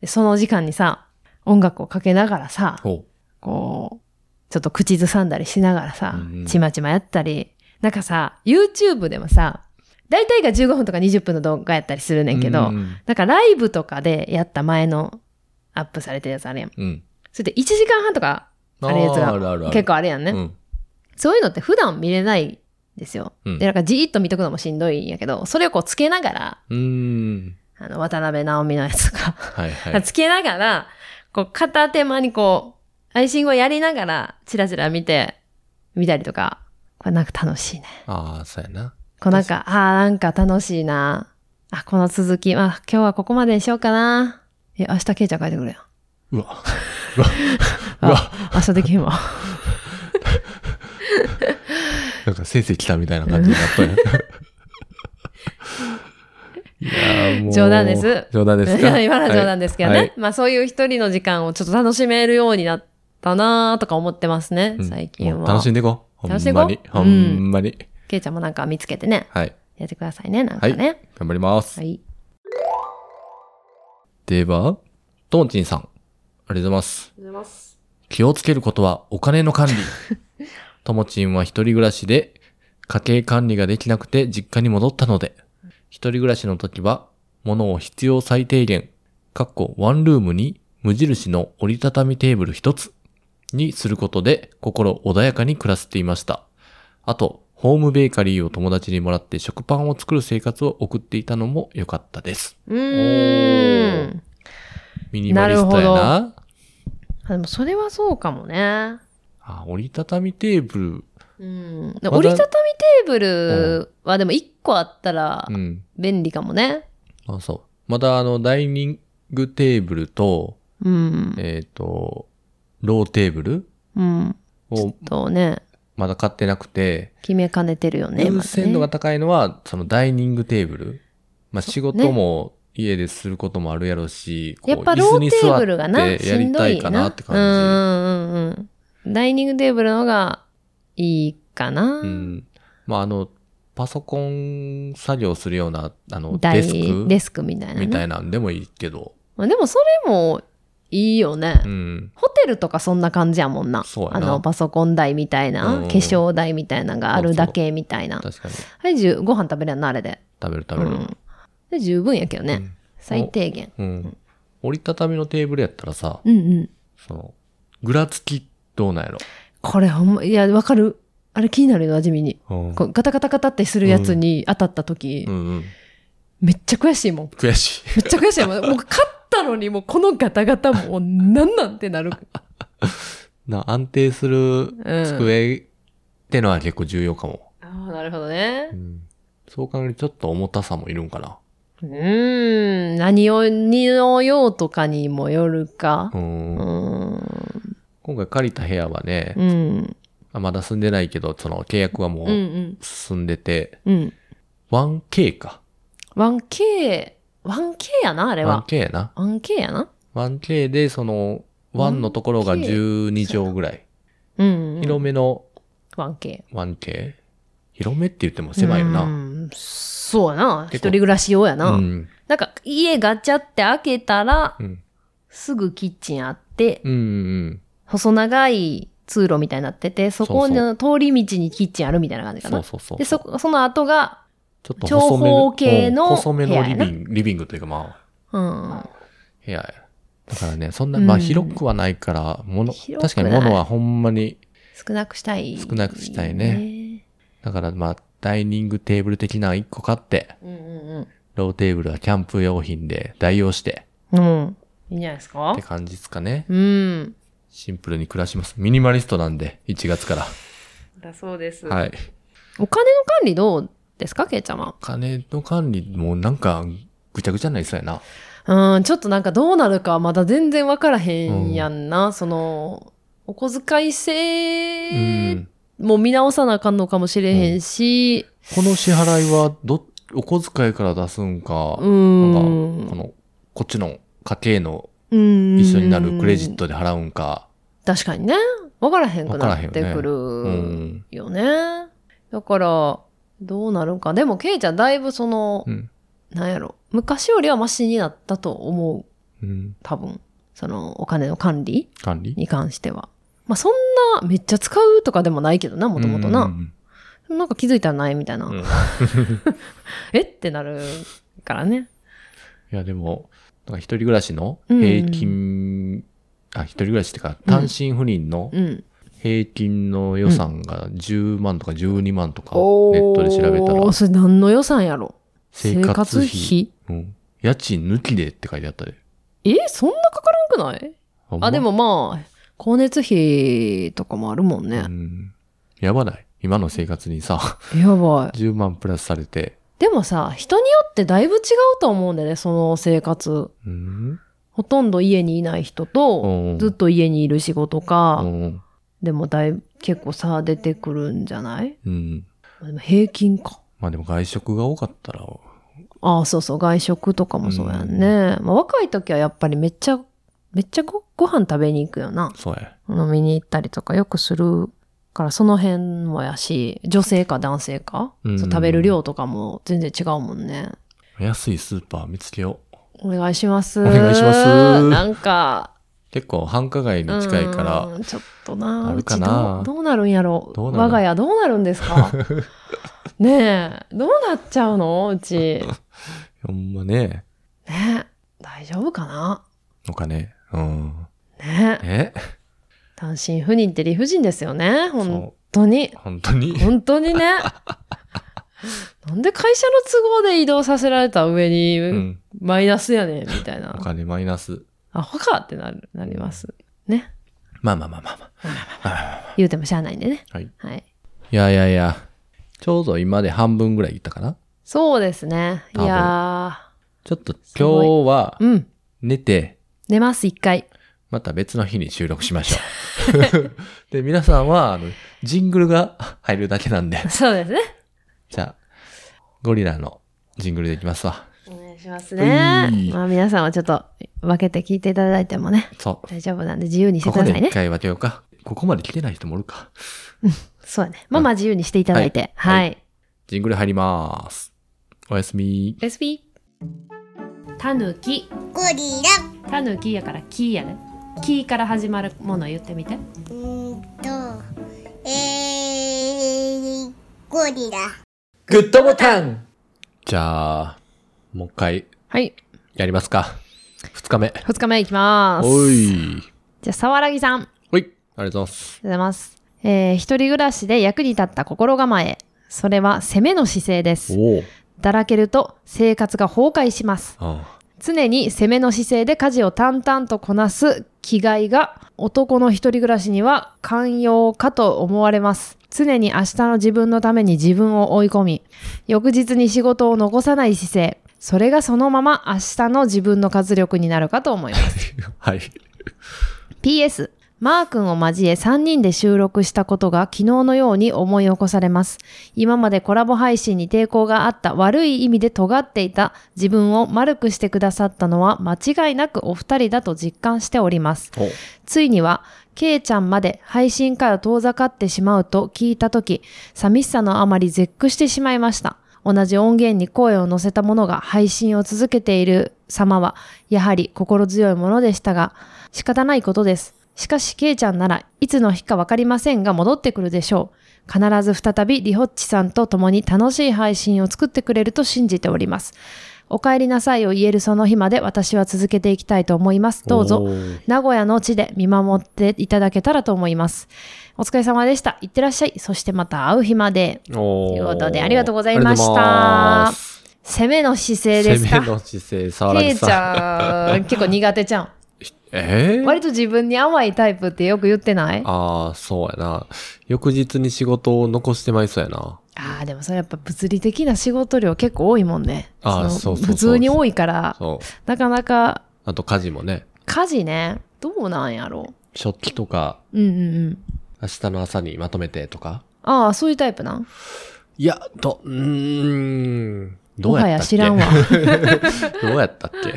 [SPEAKER 1] でその時間にさ、音楽をかけながらさ、
[SPEAKER 2] ほ
[SPEAKER 1] こう、ちょっと口ずさんだりしながらさ
[SPEAKER 2] うんうん、
[SPEAKER 1] ちまちまやったり、なんかさ、YouTube でもさ、大体が15分とか20分の動画やったりする
[SPEAKER 2] う。
[SPEAKER 1] ねんけど、
[SPEAKER 2] うん
[SPEAKER 1] なんかライブとかでやった前のアップされてるやつあるやん。
[SPEAKER 2] うん。
[SPEAKER 1] それで1時間半とかあるやつ
[SPEAKER 2] あるあるあ
[SPEAKER 1] が
[SPEAKER 2] る
[SPEAKER 1] 結構あるやんね。
[SPEAKER 2] うん。
[SPEAKER 1] そういうのって普段見れないんですよ。
[SPEAKER 2] うん
[SPEAKER 1] で、なんかじーっと見とくのもしんどいんやけど、それをこうつけながら、
[SPEAKER 2] うん。
[SPEAKER 1] あの、渡辺直美のやつとか、
[SPEAKER 2] はいはい。
[SPEAKER 1] つけながら、こう片手間にこう、アイシングをやりながら、チラチラ見て、見たりとか、これなんか楽しいね。
[SPEAKER 2] ああ、そうやな。
[SPEAKER 1] こうなんか、ああー、なんか楽しいな。あ、この続き、まあ、今日はここまでにしようかな。え、明日ケイちゃん帰ってくるやん。
[SPEAKER 2] うわ。うわ。うわ。
[SPEAKER 1] 明日できへんわ。
[SPEAKER 2] なんか先生来たみたいな感じになったよ。 いやーもう
[SPEAKER 1] 冗談です
[SPEAKER 2] 冗談 です
[SPEAKER 1] い
[SPEAKER 2] か
[SPEAKER 1] や 今のは冗談ですけどね。
[SPEAKER 2] はい
[SPEAKER 1] まあそういう一人の時間をちょっと楽しめるようになったなとか思ってますね、
[SPEAKER 2] うん
[SPEAKER 1] 最近
[SPEAKER 2] も
[SPEAKER 1] は。
[SPEAKER 2] う楽しんでいこう。ほ
[SPEAKER 1] 楽しんで
[SPEAKER 2] ん
[SPEAKER 1] いこう
[SPEAKER 2] まに。ほんまに。
[SPEAKER 1] ケイちゃんもなんか見つけてね、
[SPEAKER 2] はい。
[SPEAKER 1] やってくださいね、なんか
[SPEAKER 2] はい。
[SPEAKER 1] ね。
[SPEAKER 2] 頑張ります
[SPEAKER 1] は。い。
[SPEAKER 2] では、トンチンさん。ありがとうございます。
[SPEAKER 1] ありがとうございます。
[SPEAKER 2] 気をつけることはお金の管理。ともちんは一人暮らしで家計管理ができなくて実家に戻ったので、一人暮らしの時は物を必要最低限、かっこワンルームに無印の折りたたみテーブル一つにすることで心穏やかに暮らせていました。あと、ホームベーカリーを友達にもらって食パンを作る生活を送っていたのも良かったです。
[SPEAKER 1] うーん。
[SPEAKER 2] ミニマリストやな。
[SPEAKER 1] なあでもそれはそうかもね。
[SPEAKER 2] あ折りたたみテーブ
[SPEAKER 1] うん。
[SPEAKER 2] だ
[SPEAKER 1] 折りたたみテーブルはでも1個あったら
[SPEAKER 2] ル。うん。
[SPEAKER 1] 便利かもね。
[SPEAKER 2] あ、そう。また、あの、ダイニングテーブルと、
[SPEAKER 1] うん。
[SPEAKER 2] えっ、と、ローテーブル
[SPEAKER 1] うん。
[SPEAKER 2] を
[SPEAKER 1] とね、
[SPEAKER 2] まだ買ってなくて、
[SPEAKER 1] 決めかねてるよね。
[SPEAKER 2] 優
[SPEAKER 1] まずね
[SPEAKER 2] 先度が高いのは、そのダイニングテーブル。まあ、仕事も家ですることもあるやろうし、こう
[SPEAKER 1] やっぱローテーブルがな、
[SPEAKER 2] 椅子に座
[SPEAKER 1] し
[SPEAKER 2] ってや
[SPEAKER 1] ん
[SPEAKER 2] り
[SPEAKER 1] ど
[SPEAKER 2] たい
[SPEAKER 1] い
[SPEAKER 2] か
[SPEAKER 1] な。
[SPEAKER 2] なって
[SPEAKER 1] う
[SPEAKER 2] 感
[SPEAKER 1] んうんうんうん。ダイニングテーブルの方がいいかな。
[SPEAKER 2] じ。うん。まあ、あの、パソコン作業するような、あの、
[SPEAKER 1] ダイ
[SPEAKER 2] デスク
[SPEAKER 1] デスクみたいなね、
[SPEAKER 2] みたいなんでもいいけど、
[SPEAKER 1] まあでもそれもいいよね。
[SPEAKER 2] うん。
[SPEAKER 1] ホテルとかそんな感じやもんな。
[SPEAKER 2] そうやな
[SPEAKER 1] あの、パソコン台みたいな、
[SPEAKER 2] うん
[SPEAKER 1] 化粧台みたいなのがあるだけみたいな。
[SPEAKER 2] 確かに。食
[SPEAKER 1] あれ、じゅご飯食べれやんな、あれで。
[SPEAKER 2] べる食
[SPEAKER 1] う
[SPEAKER 2] べる。
[SPEAKER 1] ん。で、十分やけどね。
[SPEAKER 2] うん
[SPEAKER 1] 最低限。
[SPEAKER 2] うん。折りたたみのテーブルやったらさ、
[SPEAKER 1] うんうん。
[SPEAKER 2] その、ぐらつきどうなんやろ。
[SPEAKER 1] これほんま、いや、わかる。あれ気になるよ、味見に。
[SPEAKER 2] うん
[SPEAKER 1] こうガタガタガタってするやつに当たった時、
[SPEAKER 2] うんうん。
[SPEAKER 1] めっちゃ悔しいもん。
[SPEAKER 2] 悔しい。
[SPEAKER 1] めっちゃ悔しい もん。もう勝ったのに、もうこのガタガタもうなんなんてなる。
[SPEAKER 2] な、安定する
[SPEAKER 1] うん
[SPEAKER 2] 机ってのは結構重要かも。
[SPEAKER 1] ああ、なるほどね
[SPEAKER 2] う。んそう考えるとちょっと重たさもいるんかな。
[SPEAKER 1] うーん、何を、何の用とかにもよるか
[SPEAKER 2] う。
[SPEAKER 1] うんーん。
[SPEAKER 2] 今回借りた部屋はね
[SPEAKER 1] う、ん。
[SPEAKER 2] あまだ住んでないけど、その契約はも
[SPEAKER 1] うんう。
[SPEAKER 2] うん進んでて、
[SPEAKER 1] うん。
[SPEAKER 2] 1K か。
[SPEAKER 1] 1K、1K やな、あれは。
[SPEAKER 2] 1K やな。
[SPEAKER 1] 1K やな。
[SPEAKER 2] 1K で、その、1のところが
[SPEAKER 1] 1K
[SPEAKER 2] 12畳ぐらい。
[SPEAKER 1] うん、うん。
[SPEAKER 2] 広めの
[SPEAKER 1] 1K。
[SPEAKER 2] 1K? 広めって言っても狭いよな。
[SPEAKER 1] うーん。そうやな。一
[SPEAKER 2] 結構
[SPEAKER 1] 人暮らし用やな。
[SPEAKER 2] うん。
[SPEAKER 1] なんか、家ガチャって開けたら、
[SPEAKER 2] うん。
[SPEAKER 1] すぐキッチンあって、
[SPEAKER 2] うんうん。
[SPEAKER 1] 細長い通路みたいになってて、そこの通り道にキッチンあるみたいな感じか
[SPEAKER 2] そう
[SPEAKER 1] な。
[SPEAKER 2] そうそう。
[SPEAKER 1] で、そこ、その後が、
[SPEAKER 2] ちょっと細め
[SPEAKER 1] 長方形の
[SPEAKER 2] うん細め
[SPEAKER 1] 部
[SPEAKER 2] の
[SPEAKER 1] 屋や
[SPEAKER 2] リ
[SPEAKER 1] な
[SPEAKER 2] ビング、リビングというかまあ、
[SPEAKER 1] うん。
[SPEAKER 2] 部屋や。だからね、そんな、
[SPEAKER 1] うん
[SPEAKER 2] まあ広くはないから、もの、
[SPEAKER 1] 広くない
[SPEAKER 2] 確かに物はほんまに、
[SPEAKER 1] 少なくしたい。
[SPEAKER 2] 少なくしたいね。だからまあ、ダイニングテーブル的な1個買って、
[SPEAKER 1] うんうん
[SPEAKER 2] ローテーブルはキャンプ用品で代用して、
[SPEAKER 1] うん。うん。いいんじゃないですか
[SPEAKER 2] って感じですかね。
[SPEAKER 1] うん。
[SPEAKER 2] シンプルに暮らします。ミニマリストなんで、1月から。
[SPEAKER 1] だそうです。
[SPEAKER 2] はい。
[SPEAKER 1] お金の管理どうですか、けいちゃんは。
[SPEAKER 2] 金の管理もなんか、ぐちゃぐちゃになりそうやな。
[SPEAKER 1] うん、ちょっとなんかどうなるかまだ全然わからへんやんな。その、お小遣いう制
[SPEAKER 2] ん。
[SPEAKER 1] も見直さなあかんのかもしれへんし、
[SPEAKER 2] この支払いは、ど、お小遣いから出すんか、
[SPEAKER 1] う
[SPEAKER 2] なん
[SPEAKER 1] ん。
[SPEAKER 2] か、この、こっちの家計の
[SPEAKER 1] 一
[SPEAKER 2] 一緒になるクレジットで払うんか。
[SPEAKER 1] 確かにね。わからへんくなっ
[SPEAKER 2] わか
[SPEAKER 1] て
[SPEAKER 2] らへん
[SPEAKER 1] く
[SPEAKER 2] よねう
[SPEAKER 1] る
[SPEAKER 2] ん。
[SPEAKER 1] よね。だから、どうなるんか。でも、ケイちゃんだいぶその
[SPEAKER 2] う、ん。
[SPEAKER 1] なんやろ。昔よりはマシになったと思う。
[SPEAKER 2] うん。
[SPEAKER 1] 多分。その、お金の管理
[SPEAKER 2] 管理
[SPEAKER 1] に関しては。まあ、そんな、めっちゃ使うとかでもないけどな、もともと
[SPEAKER 2] う
[SPEAKER 1] な。
[SPEAKER 2] ん
[SPEAKER 1] なんか気づいたらないみたいな。。
[SPEAKER 2] うん
[SPEAKER 1] えってなるからね。
[SPEAKER 2] いや、でも、なんか一人暮らしの平均、あ、一人暮らしってか、単身赴任の
[SPEAKER 1] うん。
[SPEAKER 2] 平均の予算が10万とか12万とか、ネ
[SPEAKER 1] お
[SPEAKER 2] ットで調べたら
[SPEAKER 1] ー、それ何の予算やろ
[SPEAKER 2] 生活費
[SPEAKER 1] 生活
[SPEAKER 2] うん。家賃抜きでって書いてあったで。
[SPEAKER 1] えそんなかからんくない
[SPEAKER 2] ほんま
[SPEAKER 1] あ、で、もまあ、光熱費とかもあるもん
[SPEAKER 2] う
[SPEAKER 1] ね。
[SPEAKER 2] ん。やばない。今の生活にさ、
[SPEAKER 1] やばい。
[SPEAKER 2] 10万プラスされて、
[SPEAKER 1] でもさ、人によってだいぶ違うと思うんだよね、その生活。
[SPEAKER 2] うん。
[SPEAKER 1] ほとんど家にいない人
[SPEAKER 2] う
[SPEAKER 1] と
[SPEAKER 2] ん、
[SPEAKER 1] ずっと家にいる仕事
[SPEAKER 2] う
[SPEAKER 1] か、
[SPEAKER 2] ん。
[SPEAKER 1] でもだいぶ、結構差出てくるんじゃない
[SPEAKER 2] うん。
[SPEAKER 1] でも平均か。
[SPEAKER 2] まあでも外食が多かったら、
[SPEAKER 1] ああ、そうそう、外食とかもそうやんね。まあ、若い時はやっぱりめっちゃ、めっちゃごご飯食べに行くよな。
[SPEAKER 2] そうや。
[SPEAKER 1] 飲みに行ったりとかよくするから、その辺もやし、女性か男性か、
[SPEAKER 2] うん
[SPEAKER 1] そう食べる量とかも全然違うもんね。
[SPEAKER 2] 安いスーパー見つけよ
[SPEAKER 1] お
[SPEAKER 2] う。
[SPEAKER 1] 願いします。
[SPEAKER 2] お願いします
[SPEAKER 1] なんか、
[SPEAKER 2] 結構繁華街に近いから、
[SPEAKER 1] うんちょっとな
[SPEAKER 2] あるかな
[SPEAKER 1] うちどうどうなるんやろ
[SPEAKER 2] どうなる
[SPEAKER 1] 我が家どうなるんです かねえ、どうなっちゃうのうち。
[SPEAKER 2] ほんまね、
[SPEAKER 1] ねえ、大丈夫かな
[SPEAKER 2] お金。うん。
[SPEAKER 1] ねえ。
[SPEAKER 2] え
[SPEAKER 1] 単身赴任って理不尽ですよね。本
[SPEAKER 2] そ
[SPEAKER 1] 当に
[SPEAKER 2] う。。本当に。
[SPEAKER 1] 本当にね。なんで会社の都合で移動させられた上に、
[SPEAKER 2] うん。
[SPEAKER 1] マイナスやねんみたいな
[SPEAKER 2] お。金マイナス。
[SPEAKER 1] アホかってなる、なります。ね。
[SPEAKER 2] まあまあまあまあまあ。
[SPEAKER 1] 言うてもしゃあないんでね。
[SPEAKER 2] はい。
[SPEAKER 1] はい。
[SPEAKER 2] いやいやいや。ちょうど今で半分ぐらいいったかな。
[SPEAKER 1] そうですね。い
[SPEAKER 2] 多分
[SPEAKER 1] や
[SPEAKER 2] ちょっと今日は
[SPEAKER 1] ー。うん。
[SPEAKER 2] 寝て、
[SPEAKER 1] 寝ます、一回。
[SPEAKER 2] また別の日に収録しましょう。 で、皆さんは、あの、ジングルが入るだけなんで。
[SPEAKER 1] そうですね。
[SPEAKER 2] じゃあ、ゴリラのジングルでいきますわ。
[SPEAKER 1] お願いします
[SPEAKER 2] うい
[SPEAKER 1] ね。まあ皆さんはちょっと分けて聞いていただいてもね、
[SPEAKER 2] そう。
[SPEAKER 1] 大丈夫なんで自由にして
[SPEAKER 2] こ
[SPEAKER 1] く
[SPEAKER 2] こ
[SPEAKER 1] だ
[SPEAKER 2] で
[SPEAKER 1] さいね
[SPEAKER 2] 一。回分けようか。ここまで来てない人もおるか。
[SPEAKER 1] そうだね。まあまあ自由にしていただいて。
[SPEAKER 2] はい
[SPEAKER 1] はい。
[SPEAKER 2] ジングル入ります。おやすみ。
[SPEAKER 1] レシピタヌキ
[SPEAKER 3] ゴリラ
[SPEAKER 1] タヌキやからキーやねキーから始まるもの言ってみて
[SPEAKER 3] うーんとえー、ゴリラ
[SPEAKER 2] グッドボタンじゃあ、もう一回
[SPEAKER 1] はい
[SPEAKER 2] やりますか。二日目。
[SPEAKER 1] 2日目いきます
[SPEAKER 2] おい。
[SPEAKER 1] じゃあさわらぎさんありがと
[SPEAKER 2] おい。ありがとうございます。
[SPEAKER 1] うございますえー、一人暮らしで役に立った心構えそれは攻めの姿勢です
[SPEAKER 2] おお。
[SPEAKER 1] だらけると生活が崩壊します
[SPEAKER 2] あ
[SPEAKER 1] 常に攻めの姿勢で家事を淡々とこなす気概が男の一人暮らしには寛容かと思われます。常に明日の自分のために自分を追い込み、翌日に仕事を残さない姿勢、それがそのまま明日の自分の活力になるかと思います。
[SPEAKER 2] あ はい。
[SPEAKER 1] PS マー君を交え3人で収録したことが昨日のように思い起こされます。今までコラボ配信に抵抗があった悪い意味で尖っていた自分を丸くしてくださったのは間違いなくお二人だと実感しております。
[SPEAKER 2] お
[SPEAKER 1] ついには、ケイちゃんまで配信から遠ざかってしまうと聞いたとき、寂しさのあまり絶句してしまいました。同じ音源に声を乗せた者が配信を続けている様は、やはり心強いものでしたが、仕方ないことです。しかし、ケイちゃんならいつの日かわかりませんが戻ってくるでしょう。必ず再びリホッチさんと共に楽しい配信を作ってくれると信じております。お帰りなさいを言えるその日まで私は続けていきたいと思います。どうぞ
[SPEAKER 2] おー
[SPEAKER 1] 名古屋の地で見守っていただけたらと思います。お疲れ様でした。いってらっしゃい。そしてまた会う日まで。
[SPEAKER 2] お
[SPEAKER 1] ということでありがとうございました
[SPEAKER 2] ありがとうございます
[SPEAKER 1] 攻めの姿勢です
[SPEAKER 2] 攻め
[SPEAKER 1] か
[SPEAKER 2] の姿勢、沢
[SPEAKER 1] ケ
[SPEAKER 2] 良
[SPEAKER 1] イち
[SPEAKER 2] さん。
[SPEAKER 1] ゃん、結構苦手じゃん。
[SPEAKER 2] えー、
[SPEAKER 1] 割と自分に甘いタイプってよく言ってないあ
[SPEAKER 2] ああ、そうやな。翌日に仕事を残してまいそうやな。
[SPEAKER 1] あー、でもそれやっぱ物理的な仕事量結構多いもんね。
[SPEAKER 2] あー
[SPEAKER 1] の
[SPEAKER 2] そうそうそう
[SPEAKER 1] 普通に多いから、
[SPEAKER 2] そう。
[SPEAKER 1] なかなか
[SPEAKER 2] あと家事もね、
[SPEAKER 1] 家事ね、どうなんやろ
[SPEAKER 2] 食器とか、
[SPEAKER 1] う。うんうんうん。
[SPEAKER 2] 明日の朝にまとめてとか。
[SPEAKER 1] ああ、そういうタイプなん
[SPEAKER 2] いや、ど、うーん。ど
[SPEAKER 1] も
[SPEAKER 2] う
[SPEAKER 1] はや
[SPEAKER 2] やったっ
[SPEAKER 1] 知
[SPEAKER 2] け
[SPEAKER 1] らんわ。
[SPEAKER 2] どうやったっけ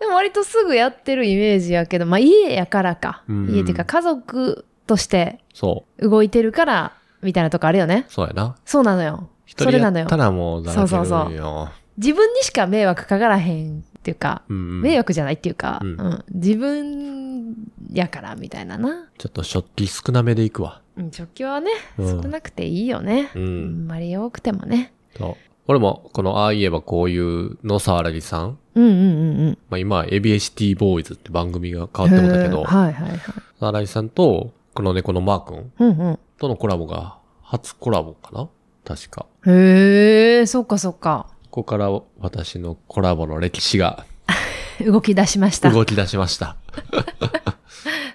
[SPEAKER 1] でも割とすぐやってるイメージやけど、まあ家やからか。
[SPEAKER 2] うん
[SPEAKER 1] 家っていうか家族として
[SPEAKER 2] そ
[SPEAKER 1] 動いてるから、みたいなとこあるよね
[SPEAKER 2] う。。そうやな。
[SPEAKER 1] そうなのよ。そ
[SPEAKER 2] 一
[SPEAKER 1] れ
[SPEAKER 2] 人や
[SPEAKER 1] な
[SPEAKER 2] っ
[SPEAKER 1] のよ
[SPEAKER 2] た。らもうだらけるんよ。
[SPEAKER 1] そうそう自分にしか迷惑かからへんっていうか、
[SPEAKER 2] うんうん
[SPEAKER 1] 迷惑じゃないっていうか、
[SPEAKER 2] う
[SPEAKER 1] うんん自分やからみたいなな。
[SPEAKER 2] ちょっと食器少なめでいくわ。
[SPEAKER 1] うん食器はね、
[SPEAKER 2] うん
[SPEAKER 1] 少なくていいよね。
[SPEAKER 2] う
[SPEAKER 1] あ
[SPEAKER 2] ん。
[SPEAKER 1] んまり多くてもね。
[SPEAKER 2] そう。俺も、この、ああ言えばこういうの沢良さん。
[SPEAKER 1] うんうんうんうん。
[SPEAKER 2] まあ今は ABHT ボーイズって番組が変わってもだけ
[SPEAKER 1] へー、
[SPEAKER 2] ど
[SPEAKER 1] はいはいはい。
[SPEAKER 2] 沢良さんと、この猫のマー君
[SPEAKER 1] うんうん。
[SPEAKER 2] とのコラボが初コラボかな確か。
[SPEAKER 1] へえ、そっかそっか。
[SPEAKER 2] ここから私のコラボの歴史が
[SPEAKER 1] 動き出しました。
[SPEAKER 2] 動き出しました。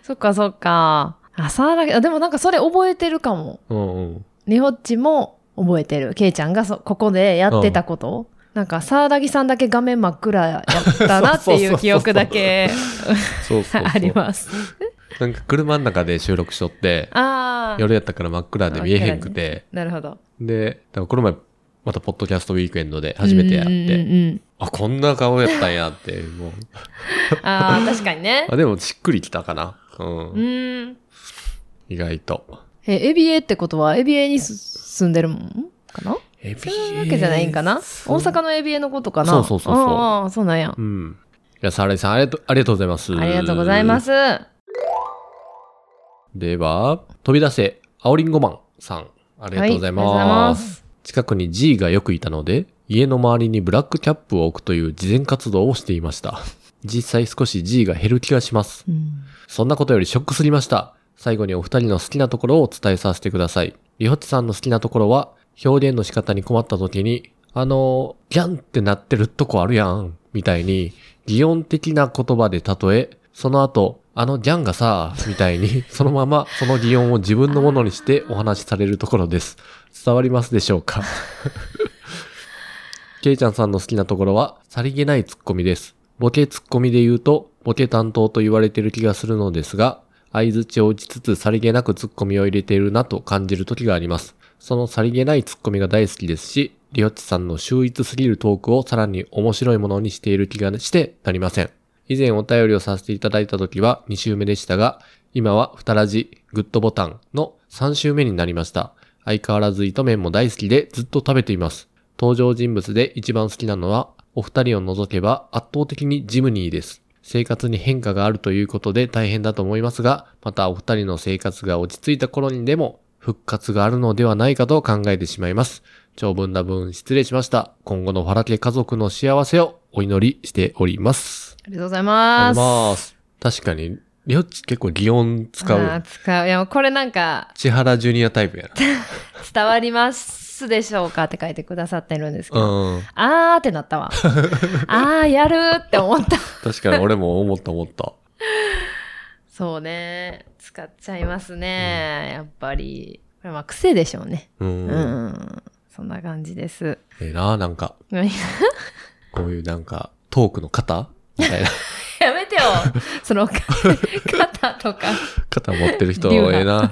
[SPEAKER 1] そっかそっか。朝だけ、あでもなんかそれ覚えてるかも。
[SPEAKER 2] うんうん。
[SPEAKER 1] リホッチも覚えてる。ケイちゃんがそここでやってたこと、なんか、サーダギさんだけ画面真っ暗やったなってい
[SPEAKER 2] そうそうそうそう
[SPEAKER 1] う記憶だけ
[SPEAKER 2] そうそうそう
[SPEAKER 1] あります。
[SPEAKER 2] なんか車の中で収録しとって、
[SPEAKER 1] ああ、
[SPEAKER 2] 夜やったから真っ暗で見えへんくて、
[SPEAKER 1] なるほど。
[SPEAKER 2] で、だからこの前、またポッドキャストウィークエンドで初めてやっ
[SPEAKER 1] うんうん
[SPEAKER 2] て、
[SPEAKER 1] うん
[SPEAKER 2] あ、こんな顔やったんやって、 もう。
[SPEAKER 1] ああ、確かにね。
[SPEAKER 2] あ、でもしっくりきたかな。う。
[SPEAKER 1] うんーん。
[SPEAKER 2] 意外と。
[SPEAKER 1] え、エビエってことは、エビエにす住んでるもんかな
[SPEAKER 2] エビ
[SPEAKER 1] そういうわけじゃないんかな大阪のエビエのことかな
[SPEAKER 2] そうそうそうそう
[SPEAKER 1] ああ、そうなんや
[SPEAKER 2] う。ん。いや、サーレイさん、ありがとありがとうございます。
[SPEAKER 1] ありがとうございま。す。あ
[SPEAKER 2] では、飛び出せ、アオリンゴマンさん。ありがとうございます。
[SPEAKER 1] はいありがとうございます
[SPEAKER 2] 近くに G がよくいたので、家の周りにブラックキャップを置くという慈善活動をしていました。実際少し G が減る気がします。そんなことよりショックすぎました。最後にお二人の好きなところをお伝えさせてください。りほちさんの好きなところは、表現の仕方に困った時に、あのー、ギャンってなってるとこあるやん、みたいに、擬音的な言葉で例え、その後、あのギャンがさ、みたいに、そのままその擬音を自分のものにしてお話しされるところです。伝わりますでしょうかケイちゃんさんの好きなところは、さりげないツッコミです。ボケツッコミで言うと、ボケ担当と言われてる気がするのですが、相づちを打ちつつさりげなくツッコミを入れているなと感じる時があります。そのさりげないツッコミが大好きですし、リオッチさんの秀逸すぎるトークをさらに面白いものにしている気がしてなりません。以前お便りをさせていただいた時は2週目でしたが、今はふたらじ、グッドボタンの3週目になりました。相変わらず糸麺も大好きでずっと食べています。登場人物で一番好きなのは、お二人を除けば圧倒的にジムニーです。生活に変化があるということで大変だと思いますが、またお二人の生活が落ち着いた頃にでも復活があるのではないかと考えてしまいます。長文な分失礼しました。今後のファラ家家族の幸せをお祈りしております。
[SPEAKER 1] りがとうござい
[SPEAKER 2] あ
[SPEAKER 1] ま
[SPEAKER 2] り
[SPEAKER 1] す。
[SPEAKER 2] ます。確かに、りょっち結構擬音使
[SPEAKER 1] あー
[SPEAKER 2] う。
[SPEAKER 1] 使う。いや、これなんか、
[SPEAKER 2] 千原ジュニアタイプや
[SPEAKER 1] 伝わりますでしょうかって書いてくださってるんですけ
[SPEAKER 2] な。
[SPEAKER 1] ど。
[SPEAKER 2] うん。
[SPEAKER 1] あーってな ったわ。あー、やるーって思った。
[SPEAKER 2] 確かに俺も思った思った。
[SPEAKER 1] そうね。使っちゃいますね。やっぱり。これまあ癖でしょうね。
[SPEAKER 2] う。
[SPEAKER 1] うん
[SPEAKER 2] え
[SPEAKER 1] ん。そんな感じです。
[SPEAKER 2] えな、なんか、
[SPEAKER 1] 何
[SPEAKER 2] こういうなんか、トークの型みた いな。
[SPEAKER 1] やめてよ。その、か肩とか。
[SPEAKER 2] 肩持ってる人、
[SPEAKER 1] 流派
[SPEAKER 2] ええな。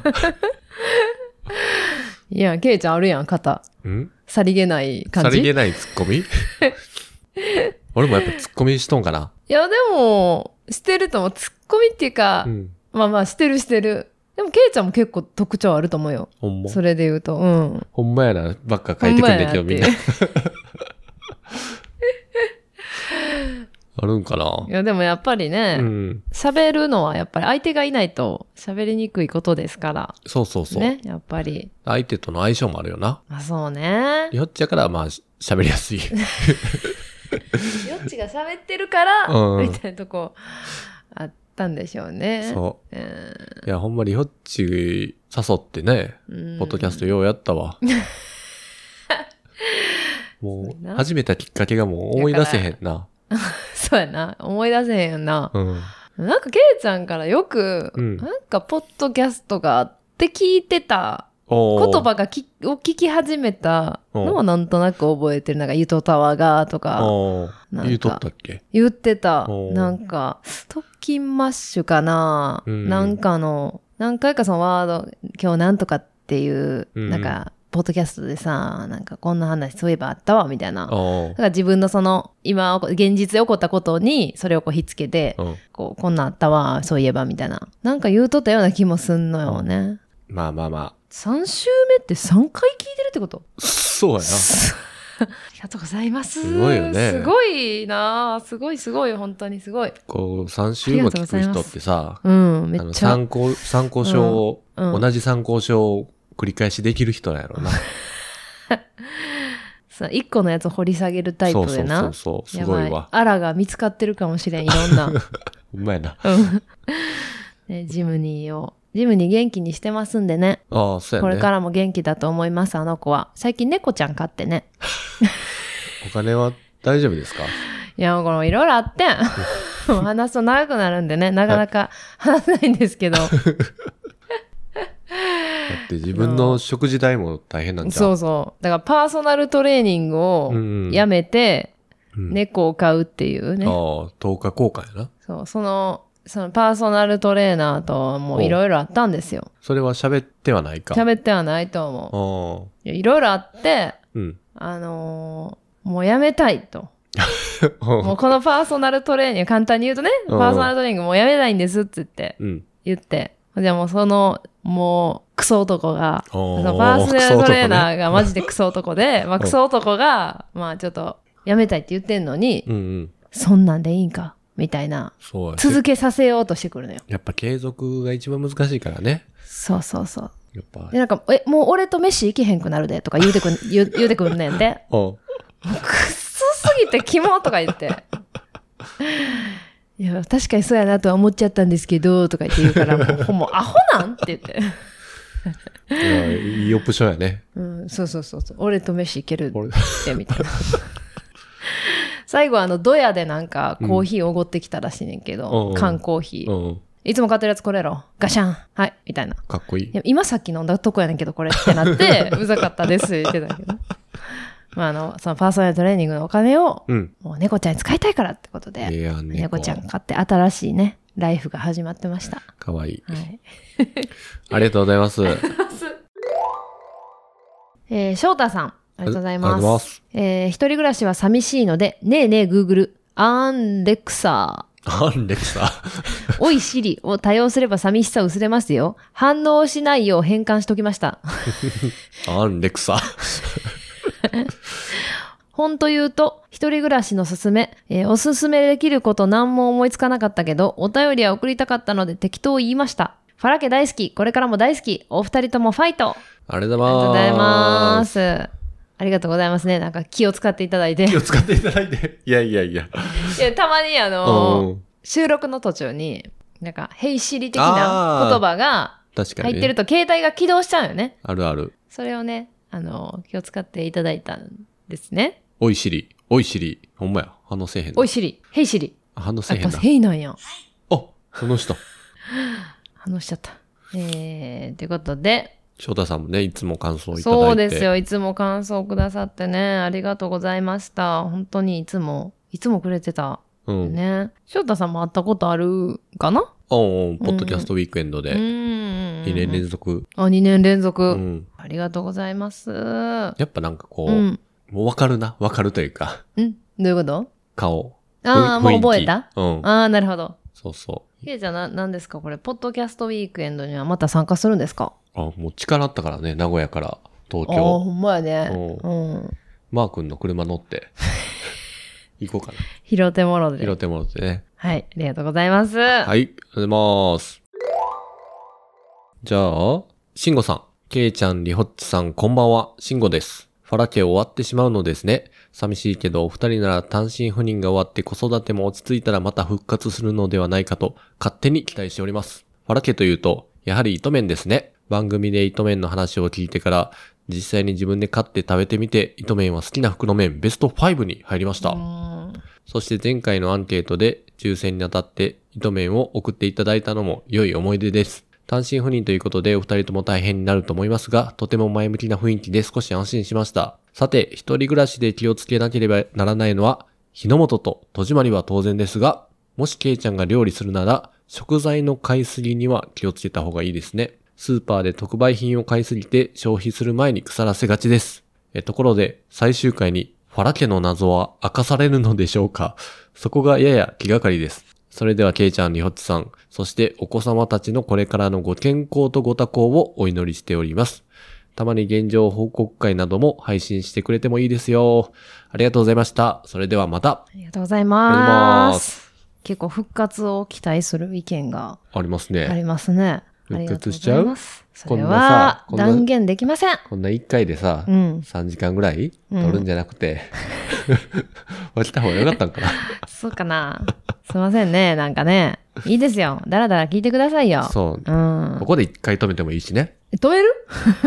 [SPEAKER 1] いや、ケイちゃんあるやん、肩。
[SPEAKER 2] ん
[SPEAKER 1] さりげない感
[SPEAKER 2] さ
[SPEAKER 1] じ。
[SPEAKER 2] りげ
[SPEAKER 1] い
[SPEAKER 2] ないツッコ ミ俺もやっぱツッコミしとんかな。
[SPEAKER 1] や、でも、してると思う。ツッコミっていうか、
[SPEAKER 2] うん。
[SPEAKER 1] まあまあ、してるしてる。でも、ケイちゃんも結構特徴あると思うよ。
[SPEAKER 2] ほんま。
[SPEAKER 1] それで言うと、うん。
[SPEAKER 2] ほんまやな、ばっか書いてくんねんけ
[SPEAKER 1] ほ
[SPEAKER 2] ど、
[SPEAKER 1] んま
[SPEAKER 2] みん
[SPEAKER 1] や
[SPEAKER 2] な
[SPEAKER 1] なっ。
[SPEAKER 2] あるんかない
[SPEAKER 1] や、でもやっぱり
[SPEAKER 2] う
[SPEAKER 1] ね、
[SPEAKER 2] ん。
[SPEAKER 1] 喋、るのはやっぱり相手がいないと喋りにくいことですから。
[SPEAKER 2] そうそうそう。
[SPEAKER 1] ね、やっぱり。
[SPEAKER 2] 相手との相性もあるよな。
[SPEAKER 1] まあそうね。
[SPEAKER 2] よっちゃから、まあ、し喋りやすい。
[SPEAKER 1] よっちが喋ってるから、
[SPEAKER 2] うん
[SPEAKER 1] みたいなとこあったんでしょうね。。
[SPEAKER 2] そう
[SPEAKER 1] ん
[SPEAKER 2] う。いや、ほんまによっち誘ってね、
[SPEAKER 1] うん。
[SPEAKER 2] ポッドキャストようやった わ。
[SPEAKER 1] そう
[SPEAKER 2] も
[SPEAKER 1] や
[SPEAKER 2] う、
[SPEAKER 1] な
[SPEAKER 2] 始めたきっかけがもう思い出せへんな。
[SPEAKER 1] そうやな。思い出せへんよな。
[SPEAKER 2] うん。
[SPEAKER 1] なんか、ケイちゃんからよく、
[SPEAKER 2] うん
[SPEAKER 1] なんか、ポッドキャストがあって聞いてた、
[SPEAKER 2] おー
[SPEAKER 1] 言葉がきを聞き始めたのはなんとなく覚えてる。なんか、ゆとたわがとか、
[SPEAKER 2] おー
[SPEAKER 1] なんか
[SPEAKER 2] 言うとったっけ
[SPEAKER 1] 言ってた
[SPEAKER 2] お。
[SPEAKER 1] なんか、特勤マッシュかな、
[SPEAKER 2] うん
[SPEAKER 1] なんかの、何回かそのワード、今日なんとかっていう、
[SPEAKER 2] うん
[SPEAKER 1] なんか、ポッドキャストでさ、なんかこんな話そういえばあったわ、みたいな。
[SPEAKER 2] お
[SPEAKER 1] だから自分のその、今、現実で起こったことに、それをこう、ひっつけて、
[SPEAKER 2] ーうん。
[SPEAKER 1] こう、こんなんあったわ、そういえば、みたいな。なんか言うとったような気もすんのよね。
[SPEAKER 2] まあまあま
[SPEAKER 1] 3週目って3回聞いてるってこと
[SPEAKER 2] あ。そう やな。
[SPEAKER 1] ありがとうございます。
[SPEAKER 2] すごいよね
[SPEAKER 1] すごいなあすごいすごい、本当にすごい。
[SPEAKER 2] こう、3週も聞く人ってさ、
[SPEAKER 1] うん、め
[SPEAKER 2] あ
[SPEAKER 1] っ
[SPEAKER 2] の、
[SPEAKER 1] ちゃ。
[SPEAKER 2] 参考、参考書を、
[SPEAKER 1] うんうん
[SPEAKER 2] 同じ参考書を繰り返しできる人なんやろうな。
[SPEAKER 1] さ、1個のやつを掘り下げるタイプ
[SPEAKER 2] そうそ
[SPEAKER 1] で
[SPEAKER 2] う
[SPEAKER 1] な。
[SPEAKER 2] そうそう。すごい
[SPEAKER 1] やば
[SPEAKER 2] わ。
[SPEAKER 1] あらが見つかってるかもしれん、いろ んな。
[SPEAKER 2] ほんまやな。
[SPEAKER 1] うん。ね、ジムニーを。ジムニー元気にしてますんでね。
[SPEAKER 2] ああ、そう
[SPEAKER 1] こ
[SPEAKER 2] や
[SPEAKER 1] れ
[SPEAKER 2] ね。
[SPEAKER 1] からも元気だと思います、あの子は。最近猫ちゃん飼ってね。
[SPEAKER 2] お金は大丈夫ですか
[SPEAKER 1] いや、これいろいろあ ってん。もう話すと長くなるんでね、なかなか話せないんですけど。
[SPEAKER 2] って自分の食事代も大変なんじゃん。
[SPEAKER 1] そうそう。だからパーソナルトレーニングを
[SPEAKER 2] うんうん
[SPEAKER 1] やめて、
[SPEAKER 2] うん
[SPEAKER 1] 猫を飼うっていうね。
[SPEAKER 2] ああ、10日交換やな。
[SPEAKER 1] そう、その、そのパーソナルトレーナーともういろいろあったんですよ。
[SPEAKER 2] それは喋ってはないか。
[SPEAKER 1] 喋ってはないと思う
[SPEAKER 2] ああ。
[SPEAKER 1] いや。いろいろあって、
[SPEAKER 2] うん。
[SPEAKER 1] あのーもうやめたいと。もう
[SPEAKER 2] う
[SPEAKER 1] このパーソナルトレーニング、簡単に言うとね、
[SPEAKER 2] うん
[SPEAKER 1] パーソナルトレーニングもうやめたいんですって言って、
[SPEAKER 2] ん。
[SPEAKER 1] 言って。じゃあもうその、もう、クソ男が、
[SPEAKER 2] おー
[SPEAKER 1] そのパーソナルトレーナ
[SPEAKER 2] クソ男ね
[SPEAKER 1] ーがマジでクソ男で、まあクソ男が、まあちょっと、やめたいって言ってんのに、
[SPEAKER 2] うんうん。
[SPEAKER 1] そんなんでいいんかみたいな。
[SPEAKER 2] そうや。
[SPEAKER 1] 続けさせようとしてくるのよ。
[SPEAKER 2] やっぱ継続が一番難しいからね。
[SPEAKER 1] そうそうそう。
[SPEAKER 2] やっぱ
[SPEAKER 1] で、。なんか、え、もう俺と飯行けへんくなるで、とか言うてくん、言う言うてくんねん で。
[SPEAKER 2] おう
[SPEAKER 1] くっそすぎてキモとか言って。いや、確かにそうやなとは思っちゃったんですけど、とか言って言うから、もうほんまアホなんって言って。
[SPEAKER 2] いやいいオプションやね。
[SPEAKER 1] うん、そうそうそうそう。俺と飯行ける
[SPEAKER 2] 俺
[SPEAKER 1] って、みたいな。最後、あの、ドヤでなんか、コーヒーおごってきたらしいねんけ
[SPEAKER 2] うんう
[SPEAKER 1] ど、
[SPEAKER 2] ん
[SPEAKER 1] 缶コーヒ
[SPEAKER 2] う
[SPEAKER 1] ー。
[SPEAKER 2] ん。
[SPEAKER 1] いつも買ってるやつこれやろ。ガシャン。はい、みたいな。
[SPEAKER 2] かっこいい
[SPEAKER 1] い。や今さっき飲んだとこやねんけど、これってな って、うざかったですって言ってたけど。まあ、あの、そのパーソナルトレーニングのお金を、
[SPEAKER 2] うん。
[SPEAKER 1] もう猫ちゃんに使いたいからってこと
[SPEAKER 2] ええ
[SPEAKER 1] で、
[SPEAKER 2] やんね。
[SPEAKER 1] 猫ちゃん買って新しいね、ライフが始まってました。
[SPEAKER 2] かわいい。
[SPEAKER 1] はい。
[SPEAKER 2] ありがとうござい ます。あり
[SPEAKER 1] えー、翔太さん、ありがとうございます。
[SPEAKER 2] ます。
[SPEAKER 1] えー、一人暮らしは寂しいので、ねえねえ Google、アンレクサ
[SPEAKER 2] アンレクサ。
[SPEAKER 1] ー、おいシリを多用すれば寂しさ薄れますよ。反応しないよう変換しときました。
[SPEAKER 2] アンレクサ。
[SPEAKER 1] 本と言うと、一人暮らしのすすめ、えーおすすめできること何も思いつかなかったけど、お便りは送りたかったので適当言いました。ファラ家大好き、これからも大好き、お二人ともファイト
[SPEAKER 2] ありがとう
[SPEAKER 1] ありがとう
[SPEAKER 2] ご
[SPEAKER 1] ご
[SPEAKER 2] ざ
[SPEAKER 1] ざ
[SPEAKER 2] い
[SPEAKER 1] い
[SPEAKER 2] ま。
[SPEAKER 1] ますす。ありがとうございますね。なんか気を使っていただいて。
[SPEAKER 2] 気を使っていただいて。いやいやいや。
[SPEAKER 1] いやたまにあ
[SPEAKER 2] う
[SPEAKER 1] のー
[SPEAKER 2] ん。
[SPEAKER 1] 収録の途中に、なんか、ヘイシリ的な言葉が
[SPEAKER 2] 確かに。
[SPEAKER 1] 入ってると携帯が起動しちゃうよね。
[SPEAKER 2] あるある。
[SPEAKER 1] それをね、あのー気を使っていただいたんですね。
[SPEAKER 2] おいしり。おいしり。ほんまや。反応せえへんな。
[SPEAKER 1] おいシリ、ヘイシリ。
[SPEAKER 2] 反応せ
[SPEAKER 1] や
[SPEAKER 2] え
[SPEAKER 1] っ
[SPEAKER 2] へん
[SPEAKER 1] ぱ
[SPEAKER 2] な。
[SPEAKER 1] ヘイなんや。
[SPEAKER 2] あ、その人。
[SPEAKER 1] 反応しちゃった。えー、ということで、
[SPEAKER 2] 翔太さんもね、いつも感想をいただいて。
[SPEAKER 1] そうです。よ。いつも感想くださってね、ありがとうございました。本当にいつも、いつもくれてた。
[SPEAKER 2] うん。
[SPEAKER 1] ね。翔太さんも会ったことあるかな
[SPEAKER 2] うんうん、ポッドキャストウィークエンド
[SPEAKER 1] う
[SPEAKER 2] で、
[SPEAKER 1] ん。
[SPEAKER 2] 2年連続、
[SPEAKER 1] あ、2年連続。
[SPEAKER 2] うん。
[SPEAKER 1] ありがとうございます。
[SPEAKER 2] やっぱなんかこ
[SPEAKER 1] う
[SPEAKER 2] う、
[SPEAKER 1] ん。
[SPEAKER 2] もうわかるな、わかるというか、
[SPEAKER 1] うん。どういうこと
[SPEAKER 2] 顔。
[SPEAKER 1] ああ、
[SPEAKER 2] 雰
[SPEAKER 1] もう
[SPEAKER 2] 囲気
[SPEAKER 1] 覚えた
[SPEAKER 2] うん。
[SPEAKER 1] ああ、なるほど。
[SPEAKER 2] そうそう。
[SPEAKER 1] ひえちゃん、な、なんですかこれ、ポッドキャストウィークエンドにはまた参加するんですか
[SPEAKER 2] あ、もう力あったからね、名古屋から東
[SPEAKER 1] ああー、ほ
[SPEAKER 2] 京。
[SPEAKER 1] んまやね。
[SPEAKER 2] う
[SPEAKER 1] うん。
[SPEAKER 2] マー君の車乗 って、行こうかな。
[SPEAKER 1] 拾ってもろで。
[SPEAKER 2] 拾ってもらってね。
[SPEAKER 1] はい。ありがとうございます。
[SPEAKER 2] はい、ありがとうございます。じゃあ、しんごさん、けいちゃん、りほっちさん、こんばんは、しんごです。ファラ家終わってしまうのですね。寂しいけど、お二人なら単身赴任が終わって子育ても落ち着いたらまた復活するのではないかと、勝手に期待しております。ファラ家というと、やはり糸麺ですね。番組で糸麺の話を聞いてから、実際に自分で買って食べてみて、糸麺は好きな袋麺ベスト5に入りました。
[SPEAKER 1] うん
[SPEAKER 2] そして前回のアンケートで抽選にあたって糸面を送っていただいたのも良い思い出です。単身赴任ということでお二人とも大変になると思いますが、とても前向きな雰囲気で少し安心しました。さて、一人暮らしで気をつけなければならないのは、日の本と戸締まりは当然ですが、もしケイちゃんが料理するなら、食材の買いすぎには気をつけた方がいいですね。スーパーで特売品を買いすぎて消費する前に腐らせがちです。えところで、最終回に、ファラ家の謎は明かされるのでしょうかそこがやや気がかりです。それでは、ケイちゃん、リホッチさん、そしてお子様たちのこれからのご健康とご多幸をお祈りしております。たまに現状報告会なども配信してくれてもいいですよ。ありがとうございました。それではまた、
[SPEAKER 1] ありがとうございま。
[SPEAKER 2] ありがとうございます
[SPEAKER 1] 結構復活を期待する意見が
[SPEAKER 2] あります
[SPEAKER 1] あり
[SPEAKER 2] ね。
[SPEAKER 1] ますね。あり
[SPEAKER 2] 復
[SPEAKER 1] がと
[SPEAKER 2] 活
[SPEAKER 1] う
[SPEAKER 2] し
[SPEAKER 1] ご
[SPEAKER 2] ち
[SPEAKER 1] ざ
[SPEAKER 2] ゃう
[SPEAKER 1] います。そ
[SPEAKER 2] こん
[SPEAKER 1] れ
[SPEAKER 2] なさ
[SPEAKER 1] は
[SPEAKER 2] こんな
[SPEAKER 1] 断言できません。
[SPEAKER 2] こんな一回でさ、
[SPEAKER 1] うん。
[SPEAKER 2] 3時間ぐらい
[SPEAKER 1] うん
[SPEAKER 2] 撮るんじゃな くて、分けた方がよかったんかな。
[SPEAKER 1] そうかな。すいませんね。なんかね。いいですよ。だらだら聞いてくださいよ。
[SPEAKER 2] そう
[SPEAKER 1] う。ん
[SPEAKER 2] こ。こで一回止めてもいいしね。
[SPEAKER 1] 止める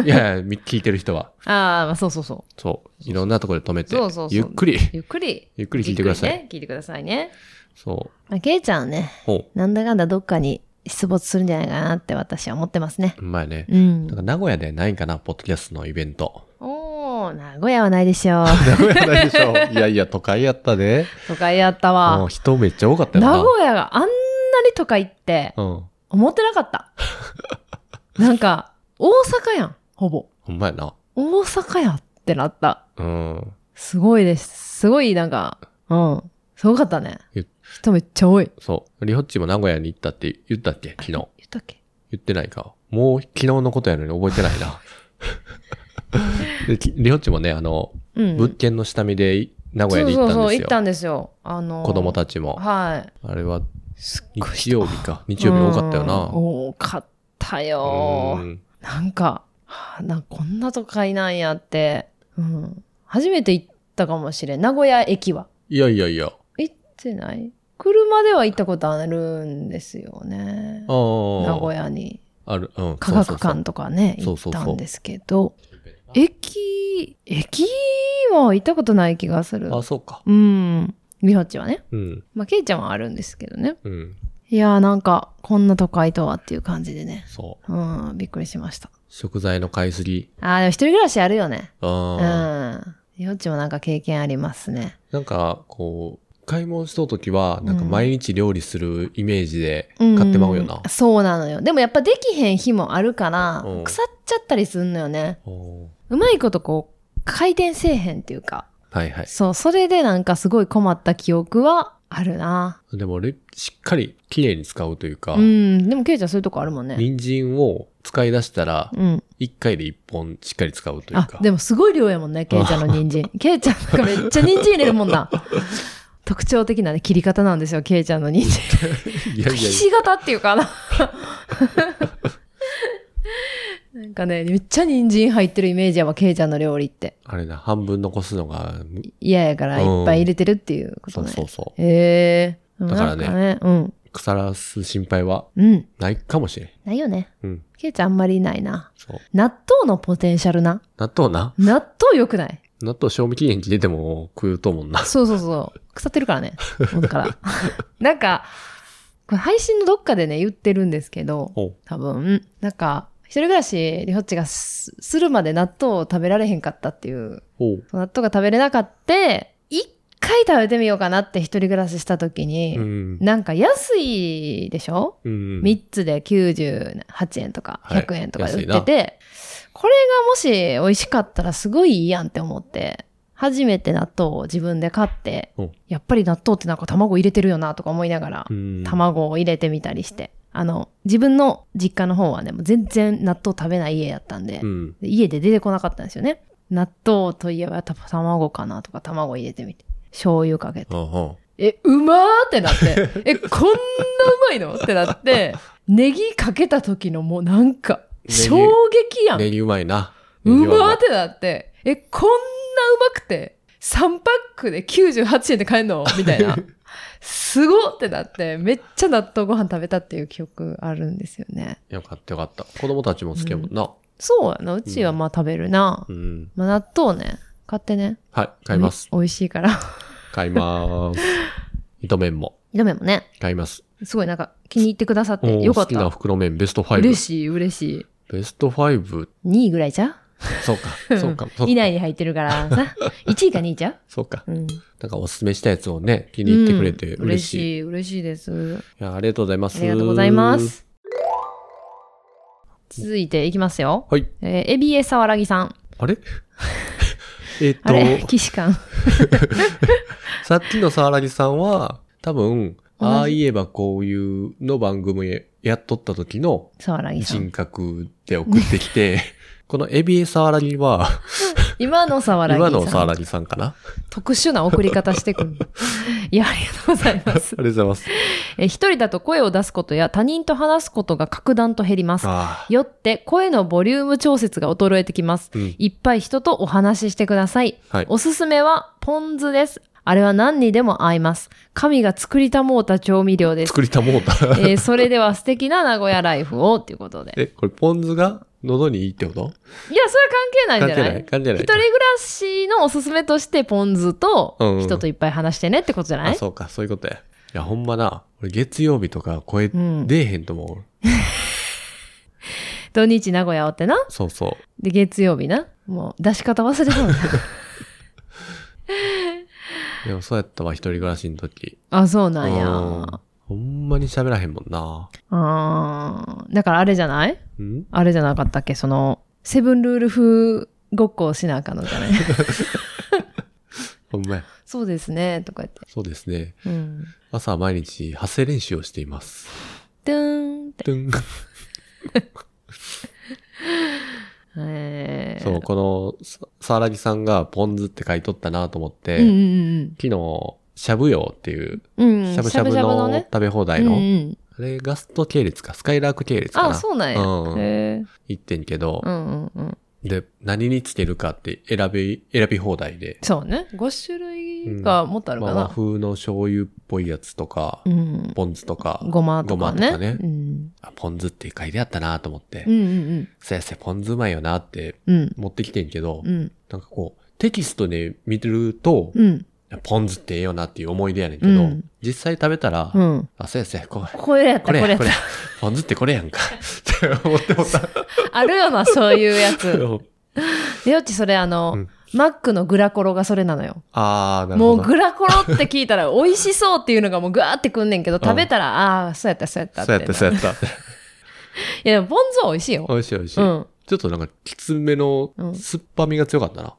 [SPEAKER 2] いやいや、み聞いてる人は。
[SPEAKER 1] ああ、まあそうそうそう。
[SPEAKER 2] そう。いろんなところで止めて
[SPEAKER 1] そうそうそう。
[SPEAKER 2] ゆっくり、
[SPEAKER 1] ゆっくり。
[SPEAKER 2] ゆっくり聞いてください。
[SPEAKER 1] じっくりね聞いてくださいね。
[SPEAKER 2] そう。
[SPEAKER 1] まあ、ケイちゃんはね、
[SPEAKER 2] ほう。
[SPEAKER 1] なんだかんだどっかに出没するんじゃないかなって私は思ってますね。
[SPEAKER 2] ほんまやね。
[SPEAKER 1] うん
[SPEAKER 2] なん。か名古屋でないんかな、ポッドキャストのイベント。
[SPEAKER 1] おー、名古屋はないでし ょう。
[SPEAKER 2] 名古屋ないでしょ。いやいや、都会やったで。
[SPEAKER 1] 都会やった
[SPEAKER 2] もう
[SPEAKER 1] わ。
[SPEAKER 2] 人めっちゃ多かったよな。
[SPEAKER 1] 名古屋があんなに都会って
[SPEAKER 2] うん。
[SPEAKER 1] 思ってなかった。 なんか、大阪やん、ほぼ。
[SPEAKER 2] ほんまやな。
[SPEAKER 1] 大阪やってなった。
[SPEAKER 2] うん。
[SPEAKER 1] すごいです。すごい、なんか、うん。すごかったね
[SPEAKER 2] え。
[SPEAKER 1] 人めっちゃ多い。
[SPEAKER 2] そう。リホッチも名古屋に行ったって言ったっけ昨日。言
[SPEAKER 1] 言ったっけ
[SPEAKER 2] ってないか。もう昨日のことやのに覚えてない な。できリホッチもね、あの、
[SPEAKER 1] うん。
[SPEAKER 2] 物件の下見でい名古屋に行った
[SPEAKER 1] そうそうんそう、
[SPEAKER 2] です
[SPEAKER 1] 行
[SPEAKER 2] よ
[SPEAKER 1] っ。たんですよ。あのー、
[SPEAKER 2] 子供たちも。
[SPEAKER 1] はい。
[SPEAKER 2] あれは
[SPEAKER 1] すっごい
[SPEAKER 2] 日曜日か。日曜日多かったよな。
[SPEAKER 1] うん多かったよ
[SPEAKER 2] う。ん
[SPEAKER 1] なんか、はあなんかこんな都会なんやって、うん。初めて行ったかもしれん。名古屋駅は。
[SPEAKER 2] いやいやいや。あ
[SPEAKER 1] 行ってない車では行ったことあるんですよね。名
[SPEAKER 2] あ。
[SPEAKER 1] 古屋に。
[SPEAKER 2] ある。うん。
[SPEAKER 1] 科学
[SPEAKER 2] そうそうそう
[SPEAKER 1] 館とかね、
[SPEAKER 2] そ
[SPEAKER 1] 行
[SPEAKER 2] う
[SPEAKER 1] っ
[SPEAKER 2] そうそ
[SPEAKER 1] た
[SPEAKER 2] う
[SPEAKER 1] んですけど。駅、駅は行ったことない気がする。
[SPEAKER 2] あ、そうか。
[SPEAKER 1] うん。みほっちはね。
[SPEAKER 2] うん。
[SPEAKER 1] まあ、けいちゃんはあるんですけどね。
[SPEAKER 2] うん。
[SPEAKER 1] いやーなんか、こんな都会とはっていう感じでね。
[SPEAKER 2] そう。
[SPEAKER 1] うん、びっくりしました。
[SPEAKER 2] 食材の買いすぎ。
[SPEAKER 1] あーでも一人暮らしあるよね。う
[SPEAKER 2] ああ。
[SPEAKER 1] ん。よっちもなんか経験ありますね。
[SPEAKER 2] なんか、こう、買い物しとうときは、なんか毎日料理するイメージで
[SPEAKER 1] うん
[SPEAKER 2] 買ってまうよな。
[SPEAKER 1] そうなのよ。でもやっぱできへん日もあるから
[SPEAKER 2] うん、
[SPEAKER 1] 腐っちゃったりすんのよね。
[SPEAKER 2] おー
[SPEAKER 1] うまいことこう、回転せえへんっていうか。
[SPEAKER 2] はいはい。
[SPEAKER 1] そう、それでなんかすごい困った記憶はあるな。
[SPEAKER 2] でも、レしっかり綺麗に使うというか
[SPEAKER 1] う、ん。でもケイちゃんそういうとこあるもんね。
[SPEAKER 2] 人参を使い出したら、
[SPEAKER 1] うん。
[SPEAKER 2] 一回で一本しっかり使うという
[SPEAKER 1] あ
[SPEAKER 2] か、。
[SPEAKER 1] でもすごい量やもん ね、ケイちゃんの人参。ケイちゃんなんかめっちゃ人参入れるもんな。特徴的なね、切り方なんですよ、ケイちゃんの人参。
[SPEAKER 2] いやいや
[SPEAKER 1] ひし形っていうか な。なんかね、めっちゃ人参入ってるイメージやわ、ケイちゃんの料理って。
[SPEAKER 2] あれな、半分残すのが、む
[SPEAKER 1] 嫌やからいっぱい入れてるっていうこと
[SPEAKER 2] そう
[SPEAKER 1] ね。
[SPEAKER 2] そうそ
[SPEAKER 1] へえ。でもなん
[SPEAKER 2] だから
[SPEAKER 1] うん。
[SPEAKER 2] う。腐らす心配は
[SPEAKER 1] うん。
[SPEAKER 2] ないかもしれん。
[SPEAKER 1] ないよね。
[SPEAKER 2] うん。
[SPEAKER 1] ケイちゃんあんまりないな。
[SPEAKER 2] そう。
[SPEAKER 1] 納豆のポテンシャルな。
[SPEAKER 2] 納豆な。
[SPEAKER 1] 納豆良くない
[SPEAKER 2] 納豆賞味期限切れても食うと思うな。
[SPEAKER 1] そうそうそう。腐ってるからね。ほんから。 なんか、これ配信のどっかでね、言ってるんですけど、
[SPEAKER 2] おう
[SPEAKER 1] 多分、なんか、一人暮らし、リホッチがすするまで納豆を食べられへんかったっていう、
[SPEAKER 2] おう。
[SPEAKER 1] 納豆が食べれなかって、一回食べてみようかなって一人暮らしした時
[SPEAKER 2] う
[SPEAKER 1] に、
[SPEAKER 2] ん。
[SPEAKER 1] なんか安いでしょ
[SPEAKER 2] うん。
[SPEAKER 1] 3つで98円とか
[SPEAKER 2] はい
[SPEAKER 1] 100円とかで
[SPEAKER 2] 安
[SPEAKER 1] 売
[SPEAKER 2] い
[SPEAKER 1] って
[SPEAKER 2] な
[SPEAKER 1] て、これがもし美味しかったらすごいいいやんって思って、初めて納豆を自分で買って
[SPEAKER 2] うん、
[SPEAKER 1] やっぱり納豆ってなんか卵入れてるよなとか思いながら
[SPEAKER 2] う、ん。
[SPEAKER 1] 卵を入れてみたりして、あの、自分の実家の方はね、もう全然納豆食べない家やったんで、
[SPEAKER 2] うん。
[SPEAKER 1] で家で出てこなかったんですよね。納豆といえばやっぱ卵かなとか卵入れてみて、醤油かけて
[SPEAKER 2] うんうん。
[SPEAKER 1] え、うまーってなって、え、こんなうまいのってなって、ネギかけた時のもうなんか、
[SPEAKER 2] ネギ
[SPEAKER 1] 衝撃やん。
[SPEAKER 2] ネギうまいな。
[SPEAKER 1] う
[SPEAKER 2] ネギは
[SPEAKER 1] まーってなって、え、こんなうまくて、3パックで98円で買えんのみたいな。すごっってなって、めっちゃ納豆ご飯食べたっていう記憶あるんですよね。
[SPEAKER 2] よかったよかった。子供たちも好きやもんな。
[SPEAKER 1] そうやな。うちはまあ食べるな。
[SPEAKER 2] うん。
[SPEAKER 1] まあ納豆ね、買ってね。
[SPEAKER 2] はい、買います。
[SPEAKER 1] おい。美味しいから。
[SPEAKER 2] 買いまー す。糸麺も
[SPEAKER 1] でもね、
[SPEAKER 2] 買います。
[SPEAKER 1] すごいなんか気に入ってくださっ
[SPEAKER 2] お
[SPEAKER 1] て
[SPEAKER 2] ー
[SPEAKER 1] よかっ
[SPEAKER 2] 好きな
[SPEAKER 1] た。
[SPEAKER 2] 袋麺ベスト
[SPEAKER 1] 嬉
[SPEAKER 2] 5。
[SPEAKER 1] しい、嬉しい。
[SPEAKER 2] ベスト 5?
[SPEAKER 1] 2位ぐらいじゃ
[SPEAKER 2] そうか、そうか、
[SPEAKER 1] 以
[SPEAKER 2] そうか。
[SPEAKER 1] 内に入ってるから さ。1位か2位じゃ
[SPEAKER 2] そうか。
[SPEAKER 1] うん。
[SPEAKER 2] なんかおすすめしたやつをね、気に入ってくれて
[SPEAKER 1] うん
[SPEAKER 2] 嬉しい。い
[SPEAKER 1] 嬉しい、嬉しいです。
[SPEAKER 2] や、ありがとうございます。
[SPEAKER 1] ありがとうございま。す。続いていきますよ。
[SPEAKER 2] はい。
[SPEAKER 1] えー、エビエサワラギさん。
[SPEAKER 2] あれ えっ
[SPEAKER 1] あれ
[SPEAKER 2] と、
[SPEAKER 1] 騎士官。
[SPEAKER 2] さっきのさわらぎさんは、多分、
[SPEAKER 1] 同じ
[SPEAKER 2] ああ言えばこういうの番組やっとった時の
[SPEAKER 1] サワラギさん。
[SPEAKER 2] 人格で送ってきて、 このエビエサワラギは、
[SPEAKER 1] 今のサワラギさ
[SPEAKER 2] 今
[SPEAKER 1] ん。
[SPEAKER 2] のサワラギさんかな
[SPEAKER 1] 特殊な送り方してくる。 いや、ありがとうございます。
[SPEAKER 2] ありがとうございます。
[SPEAKER 1] えー、一人だと声を出すことや他人と話すことが格段と減ります。
[SPEAKER 2] ああ。
[SPEAKER 1] よって声のボリューム調節が衰えてきます。
[SPEAKER 2] うん。
[SPEAKER 1] いっぱい人とお話ししてください。
[SPEAKER 2] はい。
[SPEAKER 1] おすすめはポン酢です。あれは何にでも合います。神が作りたもうた調味料 です。
[SPEAKER 2] 作りたもうた。
[SPEAKER 1] えーそれでは素敵な名古屋ライフをっていうことで。
[SPEAKER 2] え、これポン酢が喉にいいってこと
[SPEAKER 1] いや、それは関係ないん
[SPEAKER 2] 関
[SPEAKER 1] じ
[SPEAKER 2] 係
[SPEAKER 1] ゃない
[SPEAKER 2] ない関係な
[SPEAKER 1] 一
[SPEAKER 2] い。
[SPEAKER 1] 人暮らしのおすすめとしてポン酢と
[SPEAKER 2] うん
[SPEAKER 1] 人といっぱい話してねってことじゃない、
[SPEAKER 2] あ、そうか、そういうことや。や、ほんまな。俺月曜日とか声
[SPEAKER 1] ん
[SPEAKER 2] 出えへんと思う。
[SPEAKER 1] 土日名古屋おってな。
[SPEAKER 2] そうそう。
[SPEAKER 1] で、月曜日な。もう出し方忘れそうな。
[SPEAKER 2] でもそうやったわ、一人暮らしの時。
[SPEAKER 1] あ、そうなんや。
[SPEAKER 2] うんほんまに喋らへんもんな。
[SPEAKER 1] あーだからあれじゃない
[SPEAKER 2] ん
[SPEAKER 1] あれじゃなかったっけその、セブンルール風ごっこをしなあかんのじゃない
[SPEAKER 2] ほんまや。
[SPEAKER 1] そうですね、とか言って。
[SPEAKER 2] そうですね。
[SPEAKER 1] うん。
[SPEAKER 2] 朝は毎日発声練習をしています。
[SPEAKER 1] ドゥーンって。
[SPEAKER 2] トゥン
[SPEAKER 1] えー、
[SPEAKER 2] そう、この、ささらぎさんがポン酢って書いとったなと思って、
[SPEAKER 1] うんうん
[SPEAKER 2] 昨日、しゃぶよっていう、
[SPEAKER 1] うん。うん。
[SPEAKER 2] しゃぶしゃぶ
[SPEAKER 1] しゃぶ
[SPEAKER 2] の
[SPEAKER 1] ね。
[SPEAKER 2] 食べ放
[SPEAKER 1] う
[SPEAKER 2] 題
[SPEAKER 1] んう
[SPEAKER 2] の、
[SPEAKER 1] ん、
[SPEAKER 2] あれガスト系列か、スカイラーク系列かな。
[SPEAKER 1] あ、そうなんや。
[SPEAKER 2] うん
[SPEAKER 1] へえ。
[SPEAKER 2] 行ってんけど、
[SPEAKER 1] うんうんうん。
[SPEAKER 2] で、何につけるかって選び、選び放題で、
[SPEAKER 1] そうね。5種類がもっとある
[SPEAKER 2] ま
[SPEAKER 1] か
[SPEAKER 2] あ
[SPEAKER 1] な。
[SPEAKER 2] 和風の醤油っぽいやつとか、
[SPEAKER 1] うん。
[SPEAKER 2] ポン酢とか、
[SPEAKER 1] ごまとかね。
[SPEAKER 2] ごまとかね
[SPEAKER 1] うん。
[SPEAKER 2] あポン酢って書いてあったなと思って、
[SPEAKER 1] うんうん
[SPEAKER 2] そうやせ、ポン酢うまいよなって
[SPEAKER 1] うん。うん。
[SPEAKER 2] 持ってきてんけど、
[SPEAKER 1] うん。
[SPEAKER 2] なんかこう、テキストで見てると、
[SPEAKER 1] うん。
[SPEAKER 2] ポン酢ってええよなっていう思い出やねんけど、
[SPEAKER 1] うん
[SPEAKER 2] 実際食べたら、
[SPEAKER 1] うん。
[SPEAKER 2] あ、そうやそうや、これ、
[SPEAKER 1] これやった、
[SPEAKER 2] こ
[SPEAKER 1] こ
[SPEAKER 2] れ
[SPEAKER 1] れや
[SPEAKER 2] や、
[SPEAKER 1] っ
[SPEAKER 2] これ
[SPEAKER 1] た
[SPEAKER 2] や。、ポン酢ってこれやんか。って思ってもさ、
[SPEAKER 1] あるよな、そういうやつ。 でよっちそれあの、
[SPEAKER 2] うん
[SPEAKER 1] マックのグラコロがそれなのよ。
[SPEAKER 2] あー、なる
[SPEAKER 1] もう
[SPEAKER 2] ほど。
[SPEAKER 1] グラコロって聞いたら美味しそうっていうのがもうグワーってくんねんけど、食べたら、ああー、そうやった、そうやったって
[SPEAKER 2] そう
[SPEAKER 1] な
[SPEAKER 2] やった、そうやっ
[SPEAKER 1] い
[SPEAKER 2] た。
[SPEAKER 1] や、でもポン酢は美味しいよ。
[SPEAKER 2] 美味しい美味しい。
[SPEAKER 1] うん。
[SPEAKER 2] ちょっとなんか、きつめの
[SPEAKER 1] うん
[SPEAKER 2] 酸っぱみが強かったな。
[SPEAKER 1] あ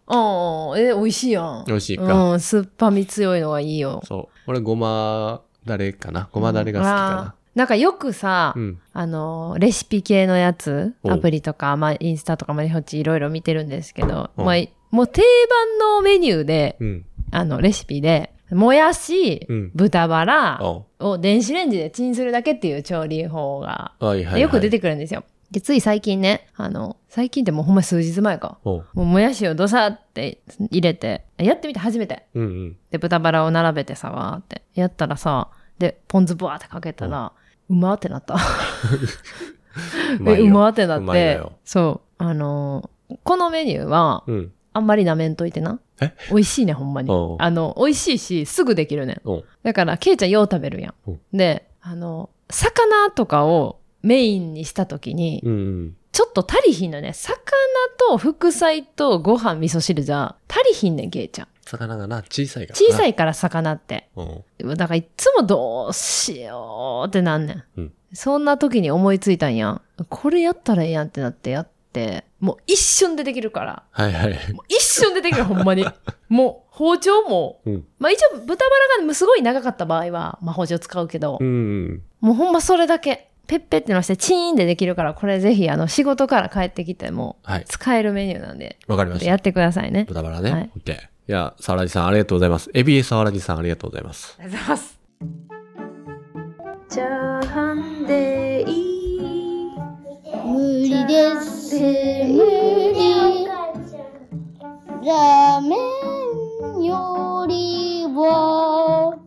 [SPEAKER 1] あ、え、美味しいやん。
[SPEAKER 2] 美味しいか。
[SPEAKER 1] うん、酸っぱみ強いのがいいよ。
[SPEAKER 2] そう。俺、ごまだれかな。ごまだれが好き
[SPEAKER 1] あ
[SPEAKER 2] か
[SPEAKER 1] ーなんかよくさ、
[SPEAKER 2] な。うん。
[SPEAKER 1] あの、レシピ系のやつ、
[SPEAKER 2] お
[SPEAKER 1] アプリとか、まあ、インスタとか、マリホッチいろいろ見てるんですけど、
[SPEAKER 2] うん
[SPEAKER 1] まあ、いもう定番のメニューで、
[SPEAKER 2] うん。
[SPEAKER 1] あの、レシピで、もやし、
[SPEAKER 2] うん
[SPEAKER 1] 豚バラ、
[SPEAKER 2] あ
[SPEAKER 1] を電子レンジでチンするだけっていう調理法が
[SPEAKER 2] はいはい、はい。
[SPEAKER 1] よく出
[SPEAKER 2] て
[SPEAKER 1] てくるんですよ。で、つい最近ね、あの、最近ってもうほんま数日前か。
[SPEAKER 2] おう。
[SPEAKER 1] もうもやしをドサって入れて、やってみて初めて。
[SPEAKER 2] うんうん。
[SPEAKER 1] で、豚バラを並べてさ、わーって。やったらさ、で、ポン酢ブワーってかけたら、うまーってなった。
[SPEAKER 2] う
[SPEAKER 1] えう
[SPEAKER 2] よ
[SPEAKER 1] まーってな
[SPEAKER 2] う
[SPEAKER 1] っ
[SPEAKER 2] まいの
[SPEAKER 1] て
[SPEAKER 2] よ。
[SPEAKER 1] そう。あのーこのメニューは、
[SPEAKER 2] うん。
[SPEAKER 1] あんまり舐めんといてな。
[SPEAKER 2] え
[SPEAKER 1] 美味しいね、ほんまに
[SPEAKER 2] おう。
[SPEAKER 1] あの、美味しいし、すぐできるねん。
[SPEAKER 2] おう。
[SPEAKER 1] だから、ケイちゃんよう食べるや
[SPEAKER 2] うんん。
[SPEAKER 1] で、あの、魚とかをメインにした時に、
[SPEAKER 2] うんうん。
[SPEAKER 1] ちょっと足りひんのね。魚と副菜とご飯、味噌汁じゃ足りひんねん、ケイちゃん。
[SPEAKER 2] 魚がな、小さいから
[SPEAKER 1] 小さ
[SPEAKER 2] い。
[SPEAKER 1] いから魚って。
[SPEAKER 2] うん。
[SPEAKER 1] だからいっつもどうしようってなんねん。
[SPEAKER 2] うん
[SPEAKER 1] そんな時に思いついたんやん。これやったらええやんってなってやって、もう一瞬でできるから。
[SPEAKER 2] はいはい。
[SPEAKER 1] もう一瞬ででき る、ほんまに。もう包丁も、
[SPEAKER 2] うん
[SPEAKER 1] まあ一応豚バラがすごい長かった場合は、まあ包丁使うけど、
[SPEAKER 2] うんうん。
[SPEAKER 1] もうほんまそれだけ、ペッペってのしてチーンでできるから、これぜひあの仕事から帰ってきても
[SPEAKER 2] はい。
[SPEAKER 1] 使えるメニューなんで、
[SPEAKER 2] わかりました
[SPEAKER 1] や。ってくださいね。
[SPEAKER 2] 豚バラね。
[SPEAKER 1] はい
[SPEAKER 2] オッケー。いや、サラジさんありがとうございます。エビエサワラジさんありがとうございます。
[SPEAKER 1] ありがとうございます。
[SPEAKER 5] チャーハンでいい
[SPEAKER 3] 無理です。無理。ラーメンよりは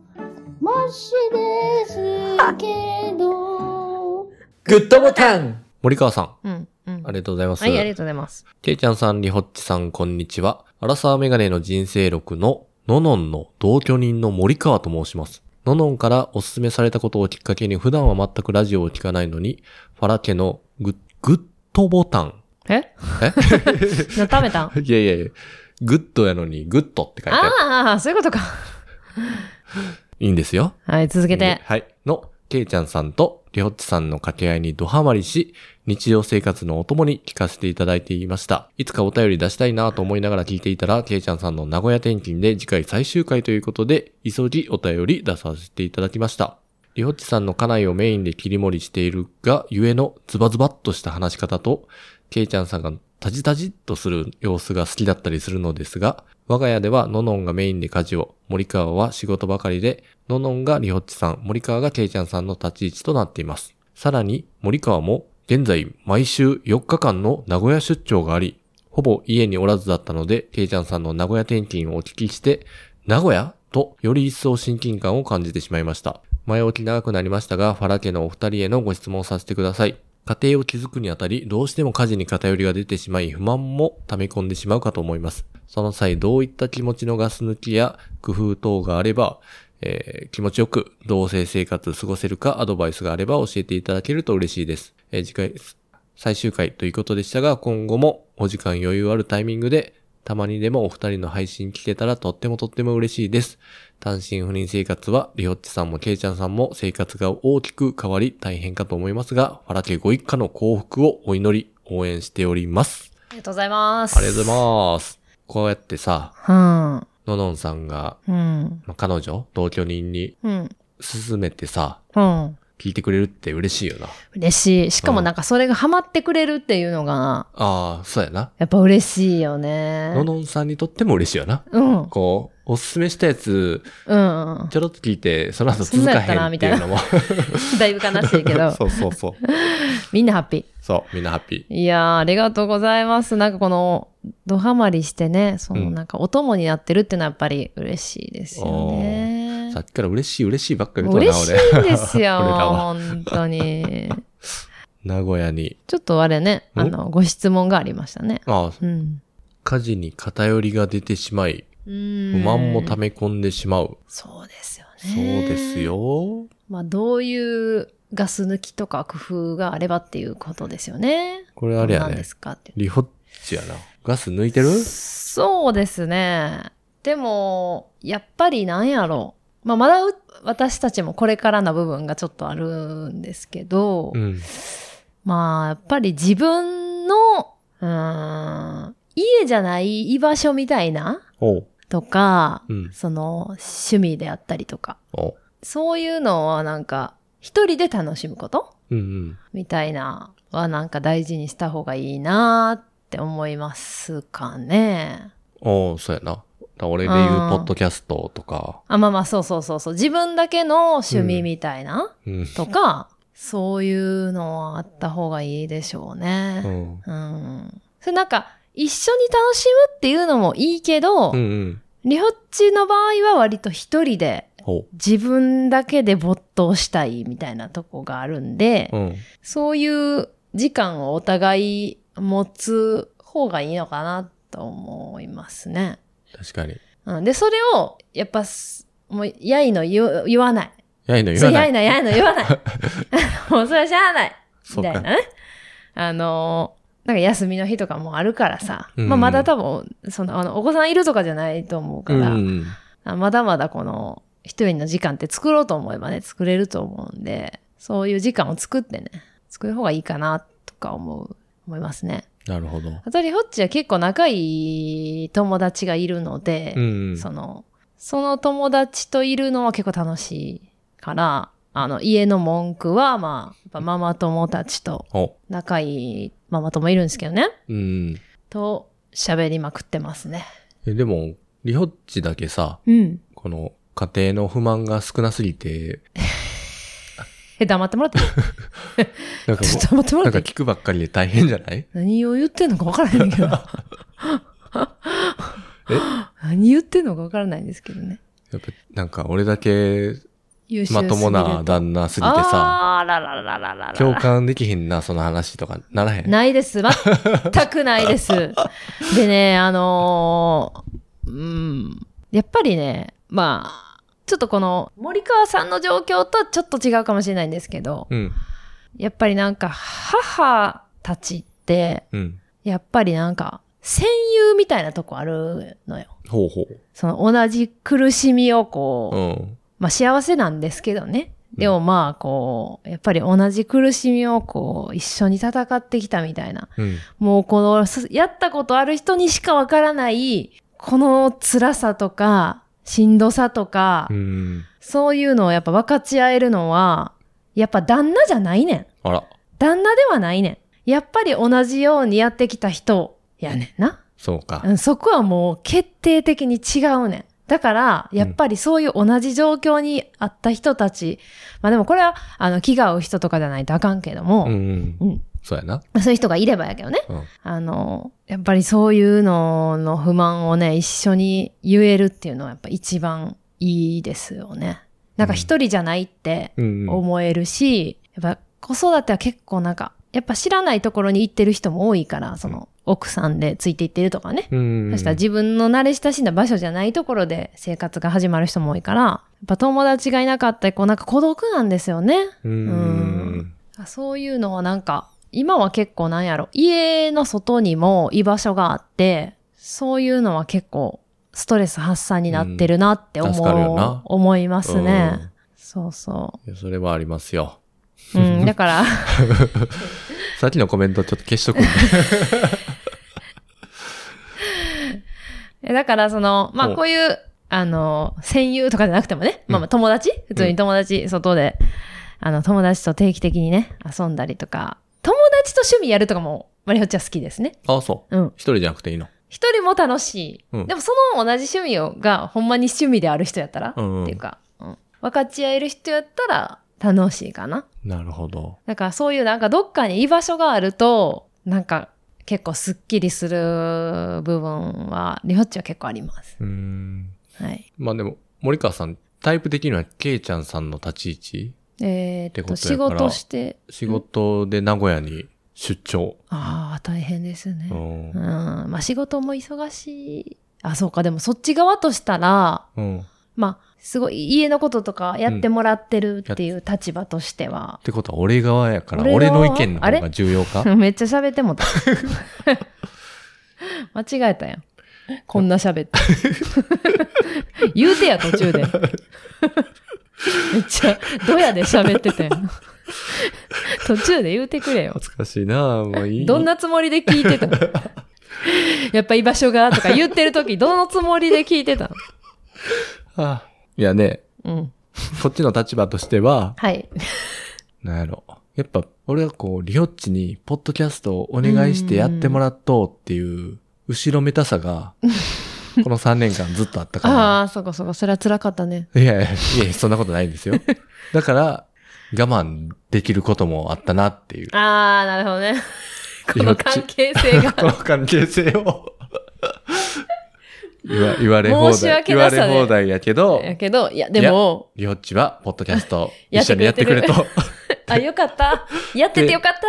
[SPEAKER 3] マシですけど。
[SPEAKER 4] グッドボタン
[SPEAKER 2] 森川さん、
[SPEAKER 1] うん。うん。
[SPEAKER 2] ありがとうございます。
[SPEAKER 1] はい、ありがとうございます。
[SPEAKER 2] けいちゃんさん、りほっちさん、こんにちは。アラサーメガネの人生録の、ののんの同居人の森川と申します。ののんからおすすめされたことをきっかけに、普段は全くラジオを聞かないのに、ファラ家のグッ、グッドボタン。
[SPEAKER 1] え
[SPEAKER 2] え
[SPEAKER 1] な 食べたん
[SPEAKER 2] いやいやいや、グッドやのに、グッドって書いてある。
[SPEAKER 1] ああ、そういうことか。
[SPEAKER 2] いいんですよ。
[SPEAKER 1] はい、続けて。
[SPEAKER 2] はい。の、けいちゃんさんとりほっちさんの掛け合いにドハマりし、日常生活のお供に聞かせていただいていました。いつかお便り出したいなと思いながら聞いていたら、けいちゃんさんの名古屋転勤で次回最終回ということで、急ぎお便り出させていただきました。りほっちさんの家内をメインで切り盛りしているが、ゆえのズバズバっとした話し方と、けいちゃんさんがタジタジっとする様子が好きだったりするのですが、我が家ではののんがメインで家事を、森川は仕事ばかりで、ののんがりほっちさん、森川がけいちゃんさんの立ち位置となっています。さらに、森川も現在毎週4日間の名古屋出張があり、ほぼ家におらずだったので、けいちゃんさんの名古屋転勤をお聞きして、名古屋とより一層親近感を感じてしまいました。前置き長くなりましたが、ファラ家のお二人へのご質問をさせてください。家庭を築くにあたり、どうしても家事に偏りが出てしまい、不満も溜め込んでしまうかと思います。その際、どういった気持ちのガス抜きや工夫等があれば、ええー気持ちよく同性生活過ごせるかアドバイスがあれば教えていただけると嬉しいです。えー次回、最終回ということでしたが、今後もお時間余裕あるタイミングで、たまにでもお二人の配信聞けたらとってもとっても嬉しいです。単身赴任生活は、リホッチさんもケイちゃんさんも生活が大きく変わり大変かと思いますが、ファラ家ご一家の幸福をお祈り、応援しております。
[SPEAKER 1] りがとうございます。
[SPEAKER 2] ありがとうございます。こうやってさ、
[SPEAKER 1] ま
[SPEAKER 2] ののんさんが、
[SPEAKER 1] す。うん。
[SPEAKER 2] まあ彼女、同居人に
[SPEAKER 1] うん。
[SPEAKER 2] 勧めてさ、
[SPEAKER 1] うん。うん。
[SPEAKER 2] 聞いてくれるって嬉しいよな。
[SPEAKER 1] 嬉しい。しかもなんかそれがハマってくれるっていうのが、
[SPEAKER 2] ああ、そうやな。
[SPEAKER 1] やっぱ嬉しいよね。
[SPEAKER 2] ののんさんにとっても嬉しいよな。
[SPEAKER 1] うん。うん
[SPEAKER 2] こう、おすすめしたやつ、
[SPEAKER 1] うん。
[SPEAKER 2] ちょろっと聞いて、その後続かへんっていうのも。
[SPEAKER 1] だいぶ悲しい けど、
[SPEAKER 2] そうそうそう。
[SPEAKER 1] みんなハッピー。
[SPEAKER 2] そう、みんなハッピー。
[SPEAKER 1] いやー、ありがとうございます。なんかこの、ドハマりしてね、その
[SPEAKER 2] うん
[SPEAKER 1] なんかお供になってるってのはやっぱり嬉しいですよね。
[SPEAKER 2] さっきから嬉しい嬉しいばっかり言うとるな、
[SPEAKER 1] 嬉し
[SPEAKER 2] 俺。
[SPEAKER 1] いんですよ、
[SPEAKER 2] 俺らは
[SPEAKER 1] 本当に。
[SPEAKER 2] 名古屋に。
[SPEAKER 1] ちょっとあれね、
[SPEAKER 2] ん
[SPEAKER 1] あの、ご質問がありましたね。
[SPEAKER 2] ああ、
[SPEAKER 1] うん。
[SPEAKER 2] 家事に偏りが出てしまい、
[SPEAKER 1] 不
[SPEAKER 2] 不満も溜
[SPEAKER 1] た
[SPEAKER 2] め込んでしまう。
[SPEAKER 1] そうですよね。
[SPEAKER 2] そうです。よ。
[SPEAKER 1] まあ、どういうガス抜きとか工夫があればっていうことですよね。
[SPEAKER 2] これあれ
[SPEAKER 1] ど
[SPEAKER 2] や
[SPEAKER 1] うなん
[SPEAKER 2] ね
[SPEAKER 1] で。すかっていう
[SPEAKER 2] リホッチやな。ガス抜いてる
[SPEAKER 1] そうですね。でも、やっぱりなんやろう。まあ、まだう私たちもこれからの部分がちょっとあるんですけど、
[SPEAKER 2] うん。
[SPEAKER 1] まあ、やっぱり自分の、うーん、家じゃない居場所みたいな
[SPEAKER 2] おう。
[SPEAKER 1] とか、
[SPEAKER 2] うん。
[SPEAKER 1] その趣味であったりとか、
[SPEAKER 2] おう。
[SPEAKER 1] そういうのはなんか、一人で楽しむこと
[SPEAKER 2] うんうん。
[SPEAKER 1] みたいなはなんか大事にした方がいいなーって思いますかね。
[SPEAKER 2] おう、そうやな。だから俺で言う
[SPEAKER 1] あー、
[SPEAKER 2] ポッドキャストとか。
[SPEAKER 1] あ、まあまあ、そうそうそうそう。自分だけの趣味みたいな、
[SPEAKER 2] うん。
[SPEAKER 1] とか、そういうのはあった方がいいでしょう
[SPEAKER 2] う
[SPEAKER 1] ね。
[SPEAKER 2] ん。
[SPEAKER 1] うん。それなんか、一緒に楽しむっていうのもいいけど、
[SPEAKER 2] うんうん。
[SPEAKER 1] リホッチの場合は割と一人で、
[SPEAKER 2] おう。
[SPEAKER 1] 自分だけで没頭したいみたいなとこがあるんで、
[SPEAKER 2] うん。
[SPEAKER 1] そういう時間をお互い持つ方がいいのかなと思いますね。
[SPEAKER 2] 確かに。
[SPEAKER 1] うん、で、それを、やっぱす、もう、やいの言う言わない。
[SPEAKER 2] やいの言
[SPEAKER 1] そ
[SPEAKER 2] わ
[SPEAKER 1] うや
[SPEAKER 2] ないい。
[SPEAKER 1] のやいの言わ ない。もうそれはしゃあない。
[SPEAKER 2] そ
[SPEAKER 1] み
[SPEAKER 2] う
[SPEAKER 1] たい
[SPEAKER 2] か
[SPEAKER 1] なね。あのーなんか休みの日とかもあるからさ。
[SPEAKER 2] うん
[SPEAKER 1] まあまだ多分、その、あの、お子さんいるとかじゃないと思う
[SPEAKER 2] う
[SPEAKER 1] か
[SPEAKER 2] んう
[SPEAKER 1] ら、
[SPEAKER 2] ん。
[SPEAKER 1] あまだまだこの、一人の時間って作ろうと思えばね、作れると思うんで、そういう時間を作ってね、作る方がいいかな、とか思う、思いますね。
[SPEAKER 2] なるほど。
[SPEAKER 1] あとりほっちは結構仲いい友達がいるので、
[SPEAKER 2] うん。
[SPEAKER 1] その、その友達といるのは結構楽しいから、あの、家の文句は、まあ、やっぱママ友たちと、
[SPEAKER 2] お
[SPEAKER 1] 仲いいママ友いるんですけどね、
[SPEAKER 2] うん。
[SPEAKER 1] と喋りまくってますね。
[SPEAKER 2] え、でも、リホッチだけさ、
[SPEAKER 1] うん。
[SPEAKER 2] この、家庭の不満が少なすぎて、
[SPEAKER 1] え、黙ってもらっていい
[SPEAKER 2] なんか
[SPEAKER 1] ちょ
[SPEAKER 2] も
[SPEAKER 1] っと黙っても
[SPEAKER 2] う、
[SPEAKER 1] ら
[SPEAKER 2] な
[SPEAKER 1] って
[SPEAKER 2] んか
[SPEAKER 1] いい
[SPEAKER 2] 聞くばっかりで大変じゃない
[SPEAKER 1] 何を言ってんのかわからないんだけど
[SPEAKER 2] え。
[SPEAKER 1] 何言ってんのかわからないんですけどね。
[SPEAKER 2] やっぱ、なんか俺だけ、
[SPEAKER 1] 優秀すぎ
[SPEAKER 2] ま
[SPEAKER 1] る
[SPEAKER 2] ともな旦那すぎてさ、
[SPEAKER 1] あーらららららら。
[SPEAKER 2] 共感できひんな、その話とか、ならへん。
[SPEAKER 1] ないです。全くないです。でね、あのーうん、やっぱりね、まあ、ちょっとこの森川さんの状況とはちょっと違うかもしれないんですけど、
[SPEAKER 2] うん、
[SPEAKER 1] やっぱりなんか母たちって、
[SPEAKER 2] うん。
[SPEAKER 1] やっぱりなんか戦友みたいなとこあるのよ。
[SPEAKER 2] ほうほう。
[SPEAKER 1] その同じ苦しみをこう、
[SPEAKER 2] うん。
[SPEAKER 1] まあ幸せなんですけどね。でもまあこう、やっぱり同じ苦しみをこう、一緒に戦ってきたみたいな。
[SPEAKER 2] うん。
[SPEAKER 1] もうこの、すやったことある人にしかわからない、この辛さとか、しんどさとか、
[SPEAKER 2] うん。
[SPEAKER 1] そういうのをやっぱ分かち合えるのは、やっぱ旦那じゃないねん。
[SPEAKER 2] あら、
[SPEAKER 1] 旦那ではないねん。やっぱり同じようにやってきた人やねんな。
[SPEAKER 2] そうか
[SPEAKER 1] う。ん、そこはもう決定的に違うねん。だから、やっぱりそういう同じ状況にあった人たち、まあでもこれは、あの、気が合う人とかじゃないとあかんけども、
[SPEAKER 2] うん。
[SPEAKER 1] う
[SPEAKER 2] うんん。そうやな。
[SPEAKER 1] まあそういう人がいればやけどね。
[SPEAKER 2] うん
[SPEAKER 1] あの、やっぱりそういうのの不満をね、一緒に言えるっていうのはやっぱ一番いいですよね。なんか一人じゃないって
[SPEAKER 2] うんうん。
[SPEAKER 1] 思えるし、やっぱ子育ては結構なんか、やっぱ知らないところに行ってる人も多いから、その、奥さんでついていってるとかね。
[SPEAKER 2] うん。
[SPEAKER 1] そしたら自分の慣れ親しんだ場所じゃないところで生活が始まる人も多いから、やっぱ友達がいなかったり、こうなんか孤独なんですよね。
[SPEAKER 2] う。
[SPEAKER 1] うんあそういうのはなんか、今は結構なんやろ、家の外にも居場所があって、そういうのは結構ストレス発散になってるなって
[SPEAKER 2] うん助かるよな
[SPEAKER 1] 思う、思いますね。
[SPEAKER 2] うん
[SPEAKER 1] そうそ
[SPEAKER 2] いやそれはありますよ。
[SPEAKER 1] う。うん、だから、
[SPEAKER 2] さっきのコメントちょっと消し とくんで。
[SPEAKER 1] えだからその、ま
[SPEAKER 2] ほ
[SPEAKER 1] あ
[SPEAKER 2] う
[SPEAKER 1] こういう、あの、戦友とかじゃなくてもね、まあまあ友達、普通に友達、外で、あの、友達と定期的にね、遊んだりとか、友達と趣味やるとかも、マリホちゃん好きですね。
[SPEAKER 2] あ、そう。
[SPEAKER 1] うん。
[SPEAKER 2] 一人じゃなくていいの。
[SPEAKER 1] 一人も楽しい。
[SPEAKER 2] うん
[SPEAKER 1] でもその同じ趣味をが、ほんまに趣味である人やったら、
[SPEAKER 2] うんうん
[SPEAKER 1] っていうか、うん。分かち合える人やったら、楽しいかな。
[SPEAKER 2] なるほど。
[SPEAKER 1] だからそういうなんかどっかに居場所があると、なんか結構スッキリする部分は、リホッチは結構あります。
[SPEAKER 2] うーん。
[SPEAKER 1] はい。
[SPEAKER 2] まあでも、森川さん、タイプ的にはケイちゃんさんの立ち位置
[SPEAKER 1] えーっと、
[SPEAKER 2] ってこと
[SPEAKER 1] 仕
[SPEAKER 2] やから
[SPEAKER 1] 事して、
[SPEAKER 2] 仕事で名古屋に出張。
[SPEAKER 1] ああ、大変ですね
[SPEAKER 2] う。
[SPEAKER 1] うん、
[SPEAKER 2] ん。
[SPEAKER 1] まあ仕事も忙しい。あ、そうか、でもそっち側としたら、
[SPEAKER 2] うん。っ
[SPEAKER 1] まあ、すごい家のこととかやってもらってるっていう立場としては、
[SPEAKER 2] てことは俺側やから、俺
[SPEAKER 1] 俺側
[SPEAKER 2] の意見の方が重要か
[SPEAKER 1] めっちゃ喋ってもた。間違えたやん。こんな喋って。 言うてや、途中で。 めっちゃ、ドヤで喋ってたやん。途中で言うてくれよ。
[SPEAKER 2] 恥ずかしいなあもういい。
[SPEAKER 1] どんなつもりで聞いてたのやっぱ居場所がとか言ってる時どのつもりで聞いてたの
[SPEAKER 2] はあいやね、
[SPEAKER 1] うん。
[SPEAKER 2] こっちの立場としては、
[SPEAKER 1] はい。
[SPEAKER 2] なんやろ。やっぱ、俺はこう、リオッチに、ポッドキャストをお願いしてやってもらっとうっていう、後ろめたさ が、この3年間ずっとあったから。
[SPEAKER 1] ああ、そうかそうか。それは辛かったね。
[SPEAKER 2] いやいや、いや、そんなことないんですよ。だから、我慢できることもあったなっていう。
[SPEAKER 1] ああ、なるほどね。こ
[SPEAKER 2] よ
[SPEAKER 1] の
[SPEAKER 2] っち
[SPEAKER 1] 関係性が。
[SPEAKER 2] この関係性を言わ、言われ放
[SPEAKER 1] 申し
[SPEAKER 2] 題。
[SPEAKER 1] 訳
[SPEAKER 2] 言わ
[SPEAKER 1] なさで
[SPEAKER 2] れ放題やけど、
[SPEAKER 1] やけど、いや、でも、
[SPEAKER 2] リオッチは、ポッドキャスト、
[SPEAKER 1] や
[SPEAKER 2] 一
[SPEAKER 1] って
[SPEAKER 2] 緒
[SPEAKER 1] く
[SPEAKER 2] にや
[SPEAKER 1] れ
[SPEAKER 2] って
[SPEAKER 1] る
[SPEAKER 2] てくれと。っ
[SPEAKER 1] あ、よかった。やっててよかった。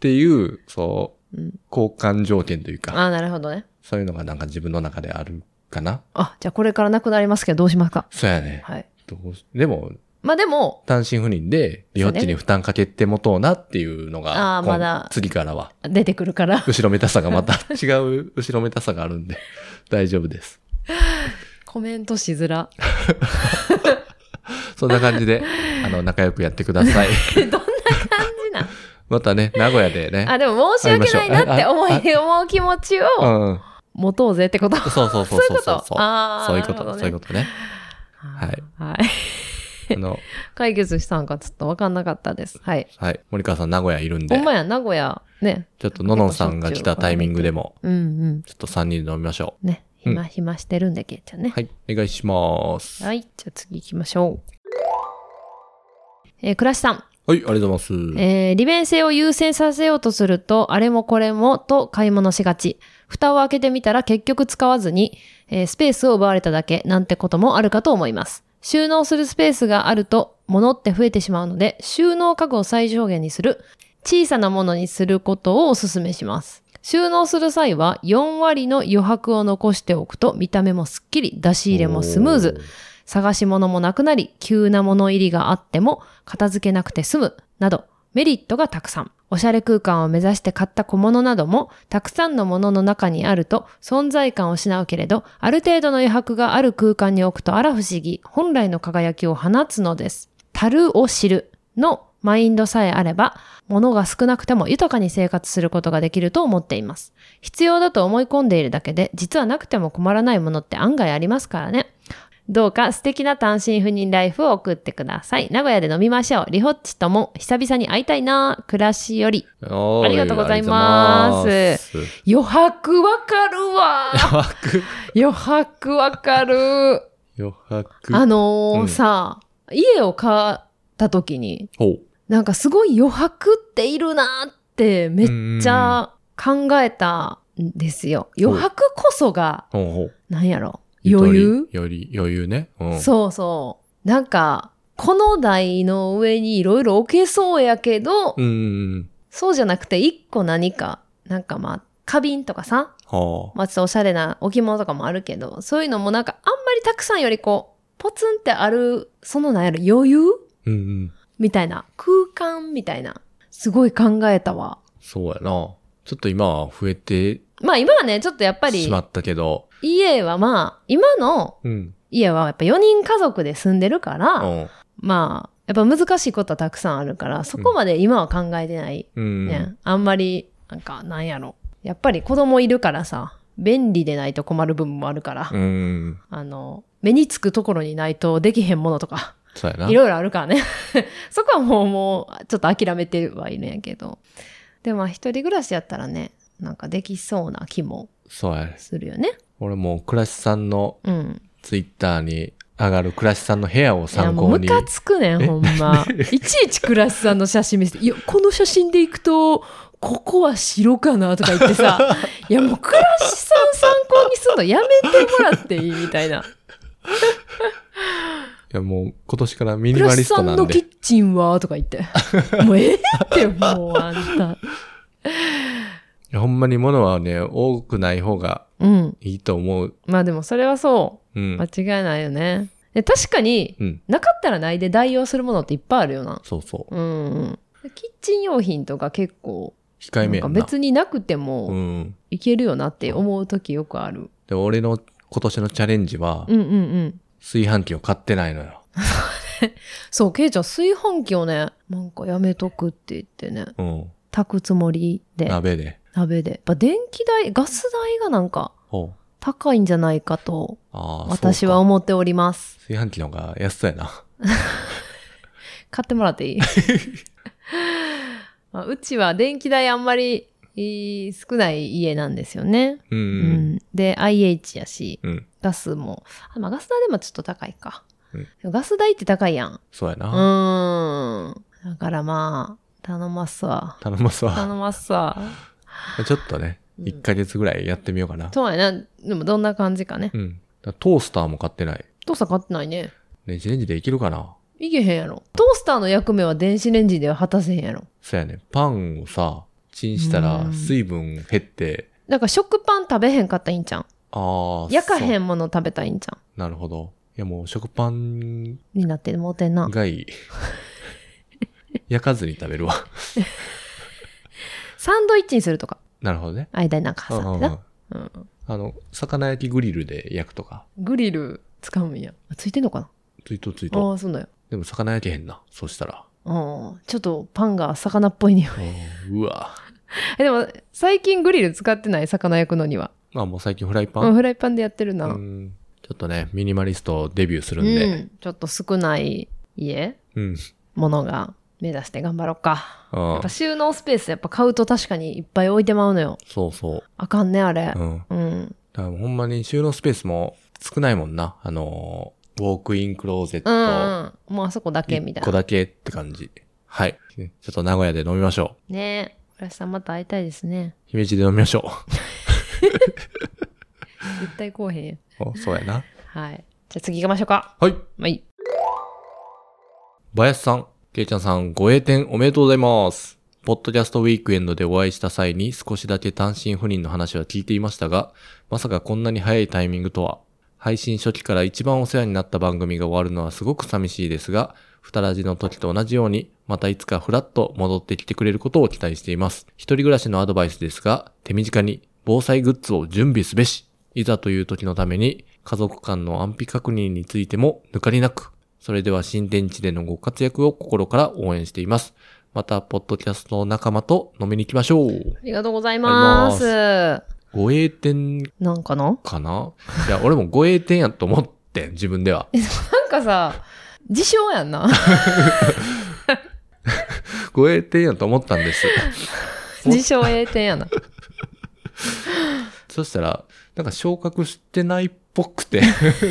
[SPEAKER 2] ていう、そう
[SPEAKER 1] うん、
[SPEAKER 2] 交換条件というか。
[SPEAKER 1] ああ、なるほどね。
[SPEAKER 2] そういうのがなんか自分の中であるかな。
[SPEAKER 1] あ、じゃあこれからなくなりますけど、どうしますか
[SPEAKER 2] そうやね。
[SPEAKER 1] はい。
[SPEAKER 2] どうしでも、
[SPEAKER 1] まあでも、
[SPEAKER 2] 単身赴任で、リオッチに負担かけてもとうなっていうのが、
[SPEAKER 1] あー
[SPEAKER 2] こう
[SPEAKER 1] まだ
[SPEAKER 2] 次からは。
[SPEAKER 1] 出てくるから。
[SPEAKER 2] 後ろめたさがま た違う後ろめたさがあるんで、大丈夫です。
[SPEAKER 1] コメントしづら。
[SPEAKER 2] そんな 感じで、あの、仲良くやってください。
[SPEAKER 1] どんな感じなん
[SPEAKER 2] またね、名古屋でね。
[SPEAKER 1] あ、でも申し訳ないなって思
[SPEAKER 2] 会いまし
[SPEAKER 1] い、思う気持ちを
[SPEAKER 2] うん。
[SPEAKER 1] 持とうぜってこと。
[SPEAKER 2] そうそうそうそう。
[SPEAKER 1] そういうことあー
[SPEAKER 2] そういうこ
[SPEAKER 1] なる
[SPEAKER 2] と、
[SPEAKER 1] ほどね
[SPEAKER 2] そういうことね。。
[SPEAKER 1] はいはい。
[SPEAKER 2] あ の、
[SPEAKER 1] 解決したんかちょっとわかんなかったです。はい。
[SPEAKER 2] はい。森川さん、名古屋いるん
[SPEAKER 1] ほ
[SPEAKER 2] で
[SPEAKER 1] ん、まや、名古屋、ね。
[SPEAKER 2] ちょっとののんさんが来たタイミングでも、
[SPEAKER 1] うんうん。
[SPEAKER 2] ちょっと3人で飲みましょ
[SPEAKER 1] ね。
[SPEAKER 2] うん
[SPEAKER 1] 暇、暇してるんで、けいちゃんね
[SPEAKER 2] う。。はい。お願いします。
[SPEAKER 1] はい。じゃあ次行きましょう。えー、倉石さん。
[SPEAKER 2] はい、ありがとうございます。
[SPEAKER 1] えー利便性を優先させようとすると、あれもこれもと買い物しがち。蓋を開けてみたら結局使わずに、えースペースを奪われただけなんてこともあるかと思います。収納するスペースがあると物って増えてしまうので、収納家具を最小限にする、小さなものにすることをお勧めします。収納する際は4割の余白を残しておくと見た目もすっきり、出し入れもスムーズ、探し物もなくなり、急な物入りがあっても片付けなくて済む、など、メリットがたくさん。おしゃれ空間を目指して買った小物なども、たくさんのものの中にあると存在感を失うけれど、ある程度の余白がある空間に置くとあら不思議、本来の輝きを放つのです。樽を知るのマインドさえあれば、物が少なくても豊かに生活することができると思っています。必要だと思い込んでいるだけで、実はなくても困らないものって案外ありますからね。どうか素敵な単身赴任ライフを送ってください。名古屋で飲みましょう。リホッチとも久々に会いたいな。暮らしより。
[SPEAKER 2] おー
[SPEAKER 1] ありがとうございます
[SPEAKER 2] ありがとうございます
[SPEAKER 1] 余白わかるわ。
[SPEAKER 2] 余白。
[SPEAKER 1] 余白わかる。
[SPEAKER 2] 余白。
[SPEAKER 1] あのー
[SPEAKER 2] うん
[SPEAKER 1] さ、家を買った時に、
[SPEAKER 2] ほう。
[SPEAKER 1] なんかすごい余白っているなってめっちゃ考えたんですよ。
[SPEAKER 2] ん
[SPEAKER 1] 余白こそが、
[SPEAKER 2] ほうほう。
[SPEAKER 1] なんやろ。余裕
[SPEAKER 2] ゆとりより余裕ね。うん。
[SPEAKER 1] そうそう。なんか、この台の上にいろいろ置けそうやけど、
[SPEAKER 2] うん。
[SPEAKER 1] そうじゃなくて一個何か、なんかまあ、花瓶とかさ、
[SPEAKER 2] は
[SPEAKER 1] まあ、ちょっとおしゃれな置物とかもあるけど、そういうのもなんかあんまりたくさんよりこう、ポツンってある、そのなんやろ、余裕
[SPEAKER 2] うんうん。
[SPEAKER 1] みたいな。空間みたいな。すごい考えたわ。
[SPEAKER 2] そうやな。ちょっと今は増えて
[SPEAKER 1] まあ今はね、ちょっとやっぱ
[SPEAKER 2] し
[SPEAKER 1] り
[SPEAKER 2] ま、ったけど。
[SPEAKER 1] 家はまあ、今の
[SPEAKER 2] うん。
[SPEAKER 1] 家はやっぱ4人家族で住んでるか
[SPEAKER 2] う
[SPEAKER 1] ら、
[SPEAKER 2] ん。
[SPEAKER 1] まあ、やっぱ難しいことはたくさんあるから、そこまで今は考えてない。
[SPEAKER 2] うん。
[SPEAKER 1] ね、あんまり、なんか、なんやろ。やっぱり子供いるからさ、便利でないと困る部分もあるから、
[SPEAKER 2] うん。
[SPEAKER 1] あの、目につくところにないとできへんものとか、
[SPEAKER 2] そうやな。
[SPEAKER 1] いろいろあるからね。 そこはもう、もう、ちょっと諦めてはいるんやけど。でも、一人暮らしやったらね、なんかできそうな気も
[SPEAKER 2] そうや。
[SPEAKER 1] するよね。
[SPEAKER 2] 俺もう、倉しさんの
[SPEAKER 1] うん。
[SPEAKER 2] ツイッターに上がる倉しさんの部屋を
[SPEAKER 1] いや、
[SPEAKER 2] 参
[SPEAKER 1] もう
[SPEAKER 2] 考
[SPEAKER 1] ム
[SPEAKER 2] に。
[SPEAKER 1] カつくねん、ほんま。 いちいちクラスさんの写真見せて、いや、この写真で行くと、ここは白かなとか言って さ、いや、もうクラスさん参考にするのやめてもらっていいみたいな。
[SPEAKER 2] いやもう、今年から ミ
[SPEAKER 1] ク
[SPEAKER 2] ニ
[SPEAKER 1] ラ
[SPEAKER 2] マリ
[SPEAKER 1] ス
[SPEAKER 2] ス
[SPEAKER 1] さ
[SPEAKER 2] ト
[SPEAKER 1] ん
[SPEAKER 2] な
[SPEAKER 1] の
[SPEAKER 2] ん
[SPEAKER 1] キ
[SPEAKER 2] で。
[SPEAKER 1] ッチンはとか言って。もうええって、もうあん た。
[SPEAKER 2] いやほんまに物はね、多くない方が
[SPEAKER 1] うん。
[SPEAKER 2] いいと思う。
[SPEAKER 1] まあでもそれはそうう。
[SPEAKER 2] ん
[SPEAKER 1] 間。違いないよね。で確かに、
[SPEAKER 2] うん。
[SPEAKER 1] なかったらないで代用するものっていっぱいあるよな。
[SPEAKER 2] そうそう。
[SPEAKER 1] うんうん。キッチン用品とか結構、
[SPEAKER 2] 控えめ
[SPEAKER 1] なん
[SPEAKER 2] や
[SPEAKER 1] か
[SPEAKER 2] んな。
[SPEAKER 1] 別になくても、
[SPEAKER 2] うん。
[SPEAKER 1] いけるよなって思う時よくある。
[SPEAKER 2] で、俺の今年のチャレンジは
[SPEAKER 1] う、んうんうん。
[SPEAKER 2] 炊飯器を買ってないのよ。
[SPEAKER 1] そう、ケイちゃん炊飯器をね、なんかやめとくって言ってね、
[SPEAKER 2] うん。
[SPEAKER 1] 炊くつもりで、
[SPEAKER 2] 鍋で。
[SPEAKER 1] 鍋で。やっぱ電気代、ガス代がなんか
[SPEAKER 2] ほう。
[SPEAKER 1] 高いんじゃないかと、
[SPEAKER 2] ああ、
[SPEAKER 1] 私
[SPEAKER 2] そ
[SPEAKER 1] は
[SPEAKER 2] うか
[SPEAKER 1] 思っております。
[SPEAKER 2] 炊飯器の方が安そうやな。
[SPEAKER 1] 買ってもらっていい、 まあ、うちは電気代あんまりいい少ない家なんですよね。
[SPEAKER 2] うん
[SPEAKER 1] う
[SPEAKER 2] うん。
[SPEAKER 1] んで、IH やし、
[SPEAKER 2] うん
[SPEAKER 1] ガスも、あまあガス代でもちょっと高いか。
[SPEAKER 2] うん
[SPEAKER 1] でもガス代って高いやん。
[SPEAKER 2] そうやな。
[SPEAKER 1] うーん。だからまあ、頼ますわ。
[SPEAKER 2] 頼ます
[SPEAKER 1] 頼
[SPEAKER 2] わ。
[SPEAKER 1] ますわ。
[SPEAKER 2] ちょっとね、
[SPEAKER 1] うん
[SPEAKER 2] 1ヶ月ぐらいやってみようかな。
[SPEAKER 1] そうやな。でもどんな感じかね。
[SPEAKER 2] うん。だからトースターも買ってない。
[SPEAKER 1] トースター買ってないね。
[SPEAKER 2] 電子レンジでいけるかない
[SPEAKER 1] けへんやろ。トースターの役目は電子レンジでは果たせへんやろ。
[SPEAKER 2] そうやね。パンをさ、チンした
[SPEAKER 1] う
[SPEAKER 2] ら
[SPEAKER 1] ん
[SPEAKER 2] 水分減って、
[SPEAKER 1] だから食パン食べへんかったらいいんちゃん。
[SPEAKER 2] ああ、
[SPEAKER 1] 焼かへ
[SPEAKER 2] ん。
[SPEAKER 1] んもの食べたらいいんちゃ
[SPEAKER 2] なるほど。いやもう食パン
[SPEAKER 1] ん。になってもうてんな。
[SPEAKER 2] がいい。焼かずに食べるわ。
[SPEAKER 1] サンドイッチにするとか。
[SPEAKER 2] なるほどね。
[SPEAKER 1] 間になんか
[SPEAKER 2] う
[SPEAKER 1] 挟ん
[SPEAKER 2] んう
[SPEAKER 1] で
[SPEAKER 2] んう
[SPEAKER 1] な。
[SPEAKER 2] ん
[SPEAKER 1] うん。
[SPEAKER 2] あの、魚焼きグリルで焼くとか。
[SPEAKER 1] グリル使うんや。あついてんのかな
[SPEAKER 2] ツイートツイー
[SPEAKER 1] あ
[SPEAKER 2] ト。
[SPEAKER 1] あー、そうだよ。
[SPEAKER 2] でも魚焼けへんな。そしたら。
[SPEAKER 1] うん。ちょっとパンが魚っぽい匂い。
[SPEAKER 2] うわ。
[SPEAKER 1] え、でも最近グリル使ってない魚焼くのには。
[SPEAKER 2] まあもう最近フライパ
[SPEAKER 1] うん、
[SPEAKER 2] ン。
[SPEAKER 1] フライパンでやってるな。
[SPEAKER 2] うんちょっとね、ミニマリストをデビューするんで。
[SPEAKER 1] うん、ちょっと少ない家
[SPEAKER 2] うん。
[SPEAKER 1] ものが目指して頑張ろうか、
[SPEAKER 2] あ
[SPEAKER 1] やっぱ収納スペースやっぱ買うと確かにいっぱい置いてまうのよ
[SPEAKER 2] そうそう。
[SPEAKER 1] あかんねあれ
[SPEAKER 2] うん。
[SPEAKER 1] うん、
[SPEAKER 2] だからほんまに収納スペースも少ないもんな。あのー、ウォークインクローゼッ
[SPEAKER 1] うん
[SPEAKER 2] ト。
[SPEAKER 1] うんもうあそこだけみた
[SPEAKER 2] 1
[SPEAKER 1] い
[SPEAKER 2] 個
[SPEAKER 1] な
[SPEAKER 2] だけって感じ。はい。ねちょっと名古屋で飲みましょう。
[SPEAKER 1] ねえ倉石さんまた会いたいですね
[SPEAKER 2] 姫路で飲みましょ
[SPEAKER 1] 絶対こうへんよ
[SPEAKER 2] う。 おそうやな。
[SPEAKER 1] はいじゃあ次行きましょうか
[SPEAKER 2] はい。
[SPEAKER 1] はい
[SPEAKER 2] 林さん、けいちゃんさん、ご栄転おめでとうございます。ポッドキャストウィークエンドでお会いした際に少しだけ単身赴任の話は聞いていましたが、まさかこんなに早いタイミングとは。配信初期から一番お世話になった番組が終わるのはすごく寂しいですが、ふたらじの時と同じように、またいつかふらっと戻ってきてくれることを期待しています。一人暮らしのアドバイスですが、手短に防災グッズを準備すべし。いざという時のために、家族間の安否確認についても抜かりなく、それでは新天地でのご活躍を心から応援しています。また、ポッドキャストの仲間と飲みに行きましょ
[SPEAKER 1] あ
[SPEAKER 2] う。
[SPEAKER 1] りがとうございます
[SPEAKER 2] 護衛店
[SPEAKER 1] なんかな
[SPEAKER 2] かないや、俺も護衛店やと思ってん、自分では。
[SPEAKER 1] なんかさ自称やんな
[SPEAKER 2] 護衛店やと思ったん です。
[SPEAKER 1] 自称 A 点やな
[SPEAKER 2] そしたら、なんか昇格してないっぽくて、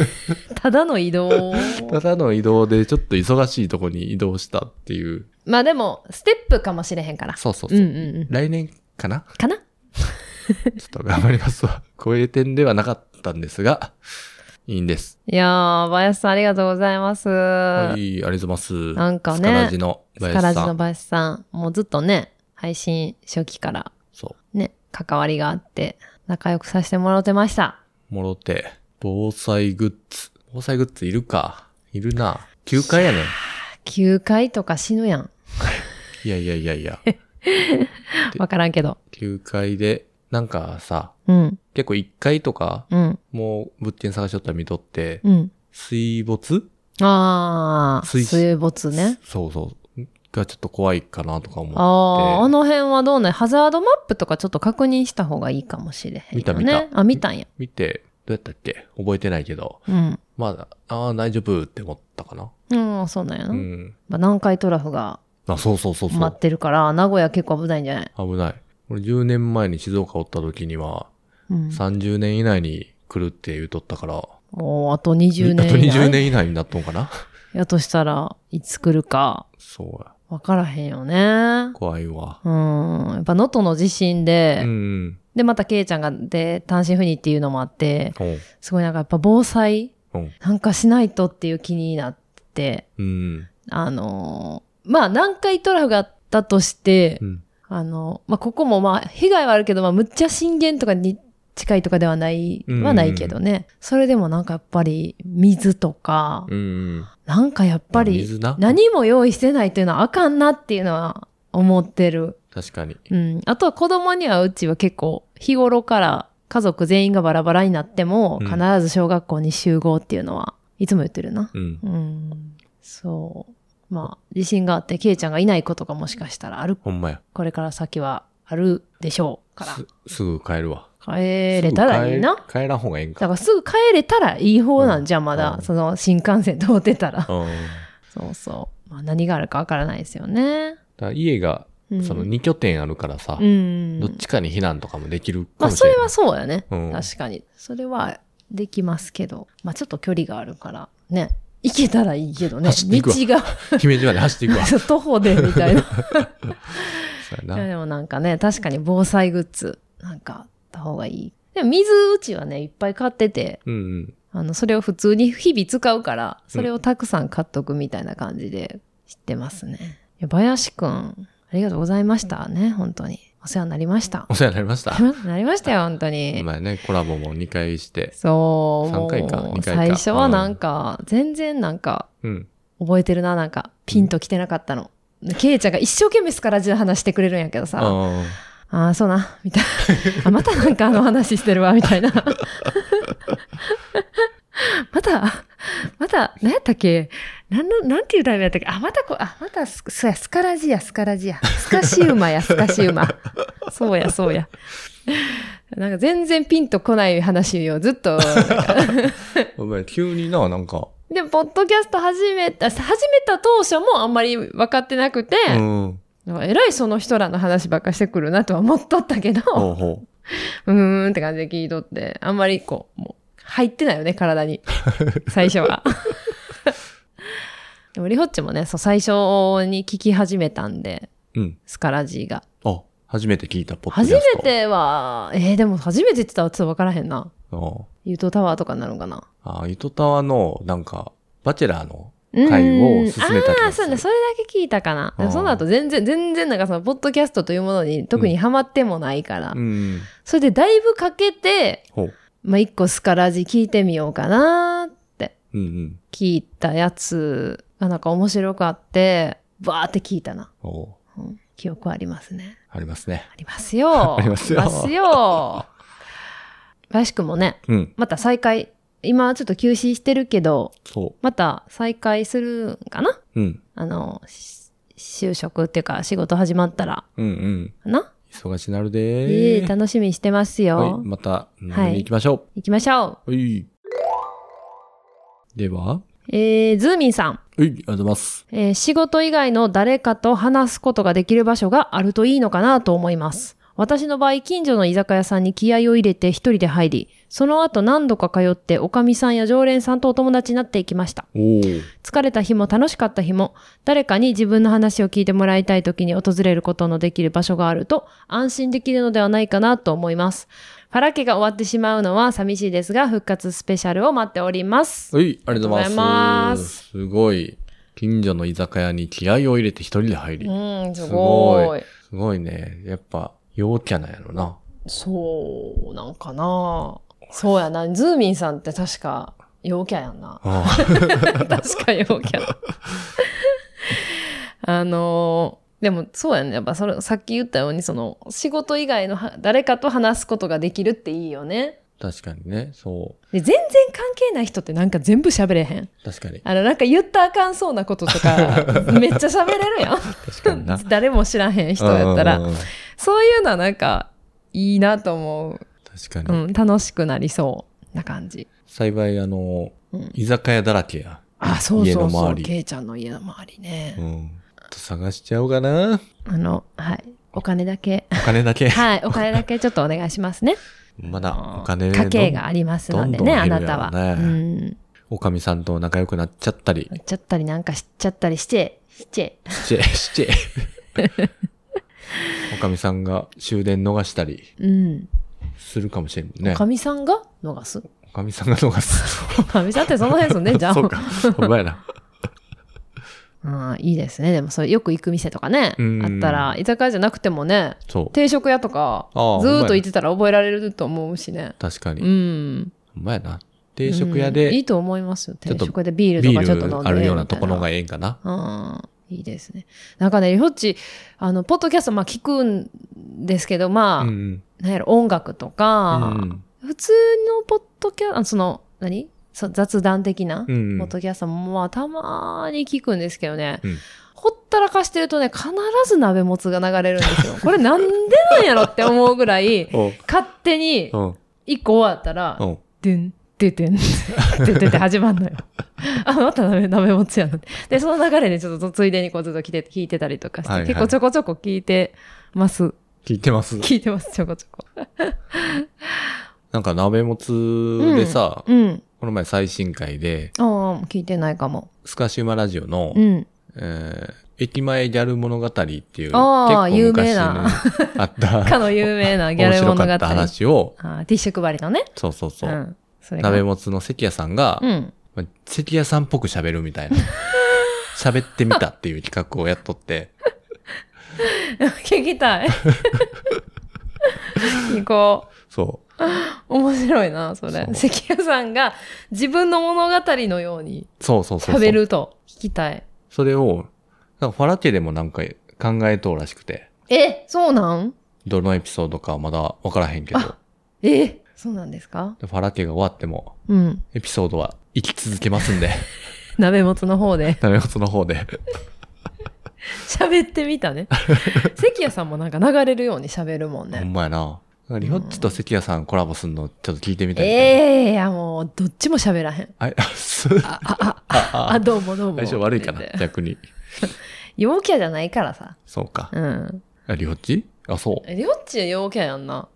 [SPEAKER 1] ただの移動
[SPEAKER 2] ただの移動でちょっと忙しいとこに移動したっていう。
[SPEAKER 1] まあでもステップかもしれへんから
[SPEAKER 2] そうそう
[SPEAKER 1] う
[SPEAKER 2] そう。
[SPEAKER 1] んうんうん
[SPEAKER 2] 来年かな
[SPEAKER 1] かな
[SPEAKER 2] ちょっと頑張りますわ。 護衛店ではなかったんですが、いいんです。
[SPEAKER 1] いやー、林さんありがとうございます。
[SPEAKER 2] はい、ありがとうございます。
[SPEAKER 1] なんかね
[SPEAKER 2] スカラジの
[SPEAKER 1] ス
[SPEAKER 2] 林
[SPEAKER 1] カ
[SPEAKER 2] さ
[SPEAKER 1] ラ
[SPEAKER 2] ん。
[SPEAKER 1] ジの林さん、もうずっとね、配信初期から
[SPEAKER 2] そ
[SPEAKER 1] ね、関わりがあって、仲良くさせてもらってました。
[SPEAKER 2] もろて。防災グッズ。防災グッズいるか。いるな。9回やねん。
[SPEAKER 1] 9回とか死ぬやん。
[SPEAKER 2] いやいやいやい や。
[SPEAKER 1] わからんけど。
[SPEAKER 2] 9回で、なんかさ、
[SPEAKER 1] うん、
[SPEAKER 2] 結構1回とか、
[SPEAKER 1] うん、
[SPEAKER 2] もう物件探しとったら見とって、
[SPEAKER 1] うん。
[SPEAKER 2] 水没
[SPEAKER 1] ああ、
[SPEAKER 2] 水死
[SPEAKER 1] 水没ね。
[SPEAKER 2] そうそう。がちょっと怖いかなとか思って。
[SPEAKER 1] ああ、あの辺はどうね、ハザードマップとかちょっと確認した方がいいかもしれへんよね。
[SPEAKER 2] 見た見た
[SPEAKER 1] あ、見たんや。
[SPEAKER 2] 見て、どうやったっけ覚えてないけど。
[SPEAKER 1] うん。
[SPEAKER 2] まあ、ああ、大丈夫って思ったかな。
[SPEAKER 1] うん、そうなんやな。
[SPEAKER 2] うん。
[SPEAKER 1] まあ、南海トラフが
[SPEAKER 2] あ、そうそうそうそ
[SPEAKER 1] 待っ
[SPEAKER 2] う。
[SPEAKER 1] てるから、名古屋結構危ないんじゃない
[SPEAKER 2] 危ない。俺10年前に静岡おった時には、
[SPEAKER 1] うん。
[SPEAKER 2] 30年以内に来るって言うとったから、
[SPEAKER 1] もう、あと20年
[SPEAKER 2] あ
[SPEAKER 1] 以
[SPEAKER 2] と
[SPEAKER 1] 内。
[SPEAKER 2] 20年以内になっとんかな
[SPEAKER 1] やとしたらいつ来るか
[SPEAKER 2] そうや。
[SPEAKER 1] わからへんよね。
[SPEAKER 2] 怖いわ。
[SPEAKER 1] うん。やっぱ能登の地震
[SPEAKER 2] う
[SPEAKER 1] で、
[SPEAKER 2] んうん。
[SPEAKER 1] で、またケイちゃんがで単身赴任っていうのもあって、
[SPEAKER 2] うん。
[SPEAKER 1] すごいなんかやっぱ防災
[SPEAKER 2] うん
[SPEAKER 1] なんかしないとっていう気になって、
[SPEAKER 2] うん。
[SPEAKER 1] あのーまあ南海トラフがあったとして、
[SPEAKER 2] うん
[SPEAKER 1] あの、まあここもまあ被害はあるけど、まあむっちゃ震源とかに近いとかではない、
[SPEAKER 2] うん
[SPEAKER 1] はないけどね。それでもなんかやっぱり水とか、
[SPEAKER 2] うんうん。やっ
[SPEAKER 1] なんかやっぱり、
[SPEAKER 2] 水な。
[SPEAKER 1] 何も用意してないっていうのはあかんなっていうのは思ってる。
[SPEAKER 2] 確かに。
[SPEAKER 1] うん。あとは子供にはうちは結構日頃から家族全員がバラバラになっても
[SPEAKER 2] うん
[SPEAKER 1] 必ず小学校に集合っていうのはいつも言ってるな。
[SPEAKER 2] うん。
[SPEAKER 1] うん。そう。まあ、地震があって、ケイちゃんがいないことがもしかしたらある、
[SPEAKER 2] ほんまや。
[SPEAKER 1] これから先はあるでしょうから。
[SPEAKER 2] すすぐ帰るわ。
[SPEAKER 1] 帰れたらいいな。
[SPEAKER 2] すぐ帰帰らん方がええん
[SPEAKER 1] だ
[SPEAKER 2] か。
[SPEAKER 1] からすぐ帰れたらいい方なんじゃん、まだ。
[SPEAKER 2] うん
[SPEAKER 1] その新幹線通ってたら
[SPEAKER 2] う。ん。だ
[SPEAKER 1] そうそう。まあ何があるかわからないですよね。
[SPEAKER 2] から家が、
[SPEAKER 1] うん、
[SPEAKER 2] その2拠点あるからさ、
[SPEAKER 1] うん。
[SPEAKER 2] どっちかに避難とかもできる
[SPEAKER 1] ま
[SPEAKER 2] か
[SPEAKER 1] あ
[SPEAKER 2] もし
[SPEAKER 1] そ
[SPEAKER 2] れ
[SPEAKER 1] れ
[SPEAKER 2] ない。
[SPEAKER 1] はそうやね。
[SPEAKER 2] うん
[SPEAKER 1] 確かに。それはできますけど。まあちょっと距離があるから。ね。行けたらいいけどね。
[SPEAKER 2] 走って
[SPEAKER 1] 道
[SPEAKER 2] いくわ
[SPEAKER 1] が、
[SPEAKER 2] 姫路まで走ってい くわ。そ
[SPEAKER 1] 徒歩でみ たいな。いう
[SPEAKER 2] や
[SPEAKER 1] や
[SPEAKER 2] な。
[SPEAKER 1] でもなんかね、確かに防災グッズなんかあった方がいい。でも水うちはね、いっぱい買ってて、
[SPEAKER 2] うんうん。
[SPEAKER 1] あの、それを普通に日々使うから、それをたくさん買っとくみたいな感じで知ってますね。いや、林くん、ありがとうございましたね、本当に。お世話になりました
[SPEAKER 2] お。世話になりました。
[SPEAKER 1] なりましたよ、本当に。
[SPEAKER 2] 前ね、コラボも2回して。
[SPEAKER 1] そう、も
[SPEAKER 2] 3回か
[SPEAKER 1] う
[SPEAKER 2] 2回か
[SPEAKER 1] 最初はなんか、全然なんか、
[SPEAKER 2] うん。
[SPEAKER 1] 覚えてるな、なんか、ピンと来てなかったの。でケイちゃんが一生懸命スカラジで話してくれるんやけどさ、あ
[SPEAKER 2] あ
[SPEAKER 1] あー、そうな、みたいな。あ、またなんかあの話してる わ、みたいな。また、また、何やったっけなんの、なんていう題名やったっけあ、またこ、あ、またス、そうや、スカラジや、スカラジや。スカシウマや、スカシウマ。そうや、そうや。なんか全然ピンとこない話をずっと、
[SPEAKER 2] あ。お前、急にな、なんか。
[SPEAKER 1] で、ポッドキャスト始めた、始めた当初もあんまり分かってなくて、
[SPEAKER 2] うん。
[SPEAKER 1] なんかえらいその人らの話ばっかしてくるなとは思っとったけ
[SPEAKER 2] ほ
[SPEAKER 1] ど、
[SPEAKER 2] うほ
[SPEAKER 1] うーんって感じで聞いとって、あんまりこう、もう入ってないよね、体 に。最初は。 でも、リホッチもね、そう、最初に聞き始めたんで、
[SPEAKER 2] う。うん。
[SPEAKER 1] スカラジーが。
[SPEAKER 2] あ、初めて聞いたポッドキ
[SPEAKER 1] 初
[SPEAKER 2] ャス
[SPEAKER 1] め
[SPEAKER 2] ト。
[SPEAKER 1] ては、えー、でも初めてって言ったらちょっと分からへんな。
[SPEAKER 2] うん
[SPEAKER 1] ユートタワーとかになるのかな。
[SPEAKER 2] ああ、糸タワーの、なんか、バチェラーの、
[SPEAKER 1] うん
[SPEAKER 2] 会を進めた気がする
[SPEAKER 1] ああ、そうね。それだけ聞いたかな。で
[SPEAKER 2] う
[SPEAKER 1] も
[SPEAKER 2] ん
[SPEAKER 1] その後全然、全然なんかその、ポッドキャストというものに特にハマってもないから。
[SPEAKER 2] うん。
[SPEAKER 1] それでだいぶかけて、
[SPEAKER 2] ほう。
[SPEAKER 1] まあ、一個スカラジ聞いてみようかなって
[SPEAKER 2] うんうん。
[SPEAKER 1] 聞いたやつがなんか面白かって、バーって聞いたな。
[SPEAKER 2] おう
[SPEAKER 1] うん記憶ありますね。
[SPEAKER 2] ありますね。
[SPEAKER 1] ありますよ。
[SPEAKER 2] ありますよ
[SPEAKER 1] ありますよ。林くんもね、
[SPEAKER 2] うん。
[SPEAKER 1] また再開、今ちょっと休止してるけど、
[SPEAKER 2] そ
[SPEAKER 1] また再開するんかな
[SPEAKER 2] う。うん。
[SPEAKER 1] あの、し就職っていうか仕事始まったら、
[SPEAKER 2] うんうん。
[SPEAKER 1] かな、
[SPEAKER 2] 忙しなる
[SPEAKER 1] ええ
[SPEAKER 2] でー。
[SPEAKER 1] 楽しみにしてます
[SPEAKER 2] はい、
[SPEAKER 1] よ。
[SPEAKER 2] また飲み
[SPEAKER 1] はい
[SPEAKER 2] に行きましょ
[SPEAKER 1] 行きましょ
[SPEAKER 2] う。はい。では、
[SPEAKER 1] う。えー、ズーミンさん。
[SPEAKER 2] はい、ありがとうございます。
[SPEAKER 1] えー仕事以外の誰かと話すことができる場所があるといいのかなと思います。私の場合、近所の居酒屋さんに気合を入れて一人で入り、その後何度か通って、おかみさんや常連さんとお友達になっていきました。
[SPEAKER 2] おお。
[SPEAKER 1] 疲れた日も楽しかった日も、誰かに自分の話を聞いてもらいたい時に訪れることのできる場所があると安心できるのではないかなと思います。ファラ家が終わってしまうのは寂しいですが、復活スペシャルを待っております。
[SPEAKER 2] はい、ありがとうござい
[SPEAKER 1] ありがとうござい
[SPEAKER 2] ま。
[SPEAKER 1] ますす
[SPEAKER 2] すごい。近所の居酒屋に気合を入れて一人で入り。
[SPEAKER 1] うん、す
[SPEAKER 2] すご
[SPEAKER 1] ごい。
[SPEAKER 2] すごいね。やっぱ、陽キャなんやろな。。
[SPEAKER 1] そう、なんかな。そうやな。ズーミンさんって確か陽キャやんな
[SPEAKER 2] あ
[SPEAKER 1] 確か陽キャ。 あのーでもそうやね。やっぱそれ、さっき言ったように、その、仕事以外のは誰かと話すことができるっていいよね。
[SPEAKER 2] あ確かにね、そ
[SPEAKER 1] で、全然関係ない人ってなんか全部喋れへん。
[SPEAKER 2] う。確か に。
[SPEAKER 1] あの、なんか言ったらあかんそうなことと か、めっちゃ喋れるやん。
[SPEAKER 2] 確かにな。
[SPEAKER 1] 誰も知らへん人やった
[SPEAKER 2] うん
[SPEAKER 1] ら。
[SPEAKER 2] うんうん
[SPEAKER 1] そういうのはなんか、いいなと思う。
[SPEAKER 2] 確か
[SPEAKER 1] うん、
[SPEAKER 2] に。
[SPEAKER 1] 楽しくなりそうな感じ。
[SPEAKER 2] 幸い、あの、
[SPEAKER 1] うん
[SPEAKER 2] 居酒屋だらけや。
[SPEAKER 1] あ、そうそう
[SPEAKER 2] 家の
[SPEAKER 1] そ
[SPEAKER 2] 周
[SPEAKER 1] う。
[SPEAKER 2] り
[SPEAKER 1] ケイちゃんの家の周りね
[SPEAKER 2] う。ん。ちょっと探しちゃおうかな。
[SPEAKER 1] あの、はい。お金だけ。
[SPEAKER 2] お金だ け。
[SPEAKER 1] はい。お金だけちょっとお願いしますね。
[SPEAKER 2] まだ、お金
[SPEAKER 1] 家
[SPEAKER 2] の
[SPEAKER 1] 計がありますのでね、
[SPEAKER 2] どんどん減
[SPEAKER 1] あ
[SPEAKER 2] るや
[SPEAKER 1] な
[SPEAKER 2] ろうね
[SPEAKER 1] たは。うん。
[SPEAKER 2] おかみさんと仲良くなっちゃったり
[SPEAKER 1] 売っちゃったりなんかしちゃったりして、して。
[SPEAKER 2] して、して。おかみさんが終電逃したり
[SPEAKER 1] うん。
[SPEAKER 2] するかもしれんもん
[SPEAKER 1] お
[SPEAKER 2] ね
[SPEAKER 1] か。みさんが逃す。
[SPEAKER 2] おかみさんが逃す。
[SPEAKER 1] おかみさんってその辺住ん でんじゃん。
[SPEAKER 2] そうか。ほんま やな。
[SPEAKER 1] うん、いいですね。でもそれよく行く店とかね。
[SPEAKER 2] うん
[SPEAKER 1] あったら、居酒屋じゃなくてもね、
[SPEAKER 2] そう。
[SPEAKER 1] 定食屋とか、ず
[SPEAKER 2] ああ
[SPEAKER 1] ーっと行ってたら覚えられると思うしね。
[SPEAKER 2] 確かに。
[SPEAKER 1] う
[SPEAKER 2] ほん
[SPEAKER 1] ん。
[SPEAKER 2] まやな。定食屋
[SPEAKER 1] うんいい
[SPEAKER 2] で
[SPEAKER 1] と思いますよ。
[SPEAKER 2] ちょっ
[SPEAKER 1] 定
[SPEAKER 2] と
[SPEAKER 1] 食屋でビール
[SPEAKER 2] ビ
[SPEAKER 1] とかちょっと
[SPEAKER 2] ー
[SPEAKER 1] 飲んでみ
[SPEAKER 2] ル
[SPEAKER 1] た
[SPEAKER 2] あ
[SPEAKER 1] いな。
[SPEAKER 2] るようなところがええんかな。
[SPEAKER 1] うん。いいですね。なんかね、りほっち、あの、ポッドキャスト、まあ聞くんですけど、まあ、
[SPEAKER 2] うんうん。
[SPEAKER 1] なんやろ、音楽とか、
[SPEAKER 2] うん
[SPEAKER 1] 普通のポッドキャスト、あその、何そう雑談的な、
[SPEAKER 2] うん
[SPEAKER 1] ポッドキャストも、まあ、たまに聞くんですけどね、
[SPEAKER 2] うん
[SPEAKER 1] ほったらかしてるとね、必ず鍋もつが流れるんですよ。これなんでなんやろって思うぐら い、
[SPEAKER 2] おう
[SPEAKER 1] 勝手に
[SPEAKER 2] おう
[SPEAKER 1] 一個終わったら、
[SPEAKER 2] おう
[SPEAKER 1] ドゥン、ドゥドゥン、ドゥドゥ って始まんのよ。 あ、また鍋、鍋持つやなって。で、その流れでちょっとついでにこうずっと聞いて聞いてたりとかして、
[SPEAKER 2] はいはい
[SPEAKER 1] 結構ちょこちょこ聞いてます。
[SPEAKER 2] 聞いてます。
[SPEAKER 1] 聞いてます、ちょこちょこ。
[SPEAKER 2] なんか鍋もつでさ、
[SPEAKER 1] うん。
[SPEAKER 2] この前最新回で、
[SPEAKER 1] ああ、聞いてないかも。
[SPEAKER 2] スカシウマラジオの、
[SPEAKER 1] うん。
[SPEAKER 2] えー駅前ギャル物語っていう、結
[SPEAKER 1] あー
[SPEAKER 2] 構昔
[SPEAKER 1] 有名
[SPEAKER 2] に
[SPEAKER 1] な
[SPEAKER 2] あった、
[SPEAKER 1] かの有名なギャ
[SPEAKER 2] 面
[SPEAKER 1] ル
[SPEAKER 2] 白
[SPEAKER 1] 物語。
[SPEAKER 2] かった
[SPEAKER 1] あ
[SPEAKER 2] 話を、
[SPEAKER 1] ーティッシュ配りのね。
[SPEAKER 2] そうそうそう、
[SPEAKER 1] ん。それが
[SPEAKER 2] 鍋もつの関谷さんが、
[SPEAKER 1] うん。
[SPEAKER 2] まあ関谷さんっぽく喋るみたいな、喋ってみたっていう企画をやっとって、
[SPEAKER 1] 聞きたい。 聞こ。
[SPEAKER 2] そう
[SPEAKER 1] 面白いな、それ
[SPEAKER 2] そ。う
[SPEAKER 1] 関谷さんが自分の物語のように
[SPEAKER 2] う、そうそうそうそう。
[SPEAKER 1] 喋ると聞きたい。
[SPEAKER 2] それを、なんかファラテでもなんか考えとうらしくて、
[SPEAKER 1] え、そうなん
[SPEAKER 2] どのエピソードかはまだわからへんけど、
[SPEAKER 1] あえ、そうなんですか
[SPEAKER 2] ファラテが終わっても、
[SPEAKER 1] うん。
[SPEAKER 2] エピソードは生き続けますん で、
[SPEAKER 1] 鍋もつの方で
[SPEAKER 2] 鍋もつの方で。
[SPEAKER 1] 喋ってみた ね。関谷さんもなんか流れるように喋るもん
[SPEAKER 2] ほ
[SPEAKER 1] ね。
[SPEAKER 2] んまやな。なんかリホッチと関谷さんコラボするのちょっと聞いてみたいみたいな。
[SPEAKER 1] ええいやもう、どっちも喋らへん。
[SPEAKER 2] あいあす
[SPEAKER 1] あ、あ、あ、
[SPEAKER 2] あ
[SPEAKER 1] あ、どうもどうも。
[SPEAKER 2] 相性悪いかな
[SPEAKER 1] って言って
[SPEAKER 2] 逆に。
[SPEAKER 1] 陽キャじゃないからさ。
[SPEAKER 2] そうか。
[SPEAKER 1] うん。
[SPEAKER 2] あリホッチあ、そう。
[SPEAKER 1] りょっちは陽キャやんな。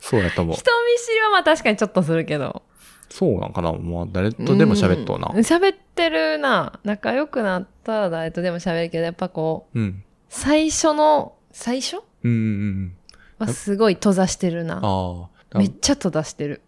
[SPEAKER 2] そうやと思う
[SPEAKER 1] 人。見知りはまあ確かにちょっとするけど。
[SPEAKER 2] そうなんかな。まあ、誰とでも喋っとうな。
[SPEAKER 1] ん喋ってるな。仲良くなったら誰とでも喋るけど、やっぱこう、
[SPEAKER 2] うん。
[SPEAKER 1] 最初の、最初
[SPEAKER 2] うんうんうん。
[SPEAKER 1] はすごい閉ざしてるな。
[SPEAKER 2] ああ。
[SPEAKER 1] めっちゃ閉ざしてる。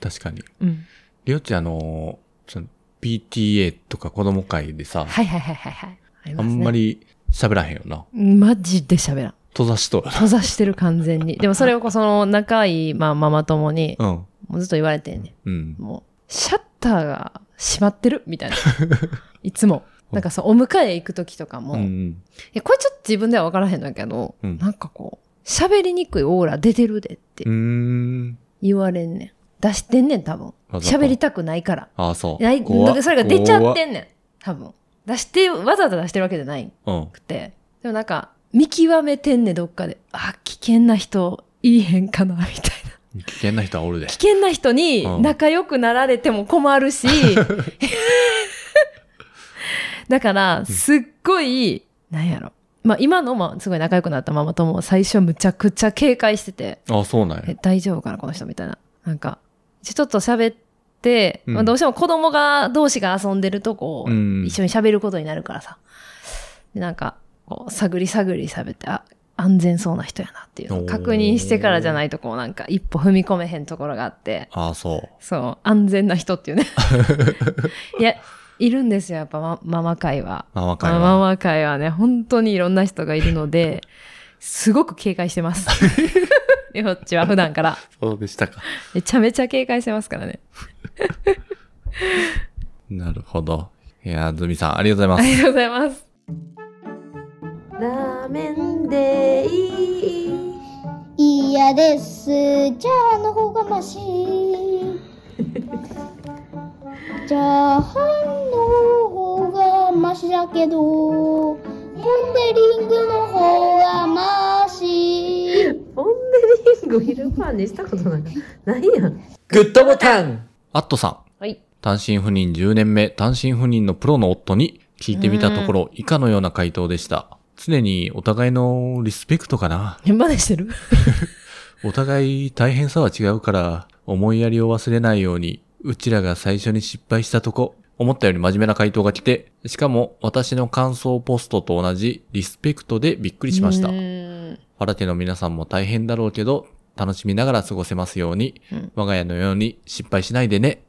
[SPEAKER 2] 確かに。
[SPEAKER 1] うん。
[SPEAKER 2] リホッチあのーその PTA とか子供会でさ、
[SPEAKER 1] はいはいはいはいはい。あり
[SPEAKER 2] あ
[SPEAKER 1] ますね
[SPEAKER 2] んま。り喋らへんよな。
[SPEAKER 1] マジで喋らん。
[SPEAKER 2] 閉ざしとうよ
[SPEAKER 1] 閉ざしてる完全に。でもそれをこうその仲いい、まあ、ママ友に、
[SPEAKER 2] な。うん。
[SPEAKER 1] もうずっと言われてんね
[SPEAKER 2] うん
[SPEAKER 1] ん。。もう、シャッターが閉まってるみたいな。 いつも。なんかさ、お迎え行く時とかも、
[SPEAKER 2] うんう
[SPEAKER 1] い
[SPEAKER 2] ん。
[SPEAKER 1] や、これちょっと自分では分からへんのだけど、
[SPEAKER 2] うん
[SPEAKER 1] なんかこう、喋りにくいオーラ出てるでって
[SPEAKER 2] うーん。
[SPEAKER 1] 言われんねん。出してんねん、多分。
[SPEAKER 2] わざと
[SPEAKER 1] 喋りたくないから。
[SPEAKER 2] ああ、そう。
[SPEAKER 1] ない、
[SPEAKER 2] 怖っ
[SPEAKER 1] それが出ちゃってんねん。多分。出して、わざわざ出してるわけじゃない。
[SPEAKER 2] 怖っうん。
[SPEAKER 1] くて。でもなんか、見極めてんね、どっかで。あ、危険な人、いいへんかな、 みたいな。
[SPEAKER 2] 危険な人はおるで
[SPEAKER 1] 危。険な人
[SPEAKER 2] うん
[SPEAKER 1] に仲良くなられても困るし。 だから、すっごい、なんやろ。まあ今のもすごい仲良くなったママ友も最初むちゃくちゃ警戒してて、
[SPEAKER 2] ああ、そうなんや
[SPEAKER 1] え。大丈夫かな、この人みたいな。なんか、ちょっと喋って、
[SPEAKER 2] うん
[SPEAKER 1] まあどうしても子供が、同士が遊んでるとこを
[SPEAKER 2] うん
[SPEAKER 1] 一緒に喋ることになるからさ。で、なんか、こう、探り探り喋って、あ、安全そうな人やなっていうのを確認してからじゃないと、こうなんか一歩踏み込めへんところがあって、
[SPEAKER 2] ああ、そう。
[SPEAKER 1] そう、安全な人 っていうね。いや、いるんですよ、やっぱマママ会は。
[SPEAKER 2] ママ会
[SPEAKER 1] マ
[SPEAKER 2] は。
[SPEAKER 1] マ会はね、本当にいろんな人がいるので、すごく警戒してます。りょうっちは普段から。
[SPEAKER 4] そうでしたか。
[SPEAKER 1] めちゃめちゃ警戒してますからね。
[SPEAKER 2] なるほど。いやー、ズミさん、ありがとうござ
[SPEAKER 1] あ
[SPEAKER 2] います。
[SPEAKER 1] りがとうございます。
[SPEAKER 6] ラーメンでいい
[SPEAKER 3] 嫌です。じゃあの方が マシ。じゃあの方がマシだけど、ポンデリングの方がマシ。
[SPEAKER 6] ポンデリングを昼パンにしたことなんかないやん
[SPEAKER 4] グッドボタン
[SPEAKER 2] アットさん。
[SPEAKER 1] はい。
[SPEAKER 2] 単身赴任10年目、単身赴任のプロの夫に聞いてみたところ、以下のような回答でした。常にお互いのリスペクトかな。
[SPEAKER 1] までしてる
[SPEAKER 2] お互い大変さは違うから、思いやりを忘れないように、うちらが最初に失敗したとこ、思ったより真面目な回答が来て、しかも私の感想ポストと同じリスペクトでびっくりしました。
[SPEAKER 1] う
[SPEAKER 2] フ
[SPEAKER 1] ーん
[SPEAKER 2] ァラテの皆さんも大変だろうけど、楽しみながら過ごせますように、
[SPEAKER 1] うん
[SPEAKER 2] 我が家のように失敗しないでね。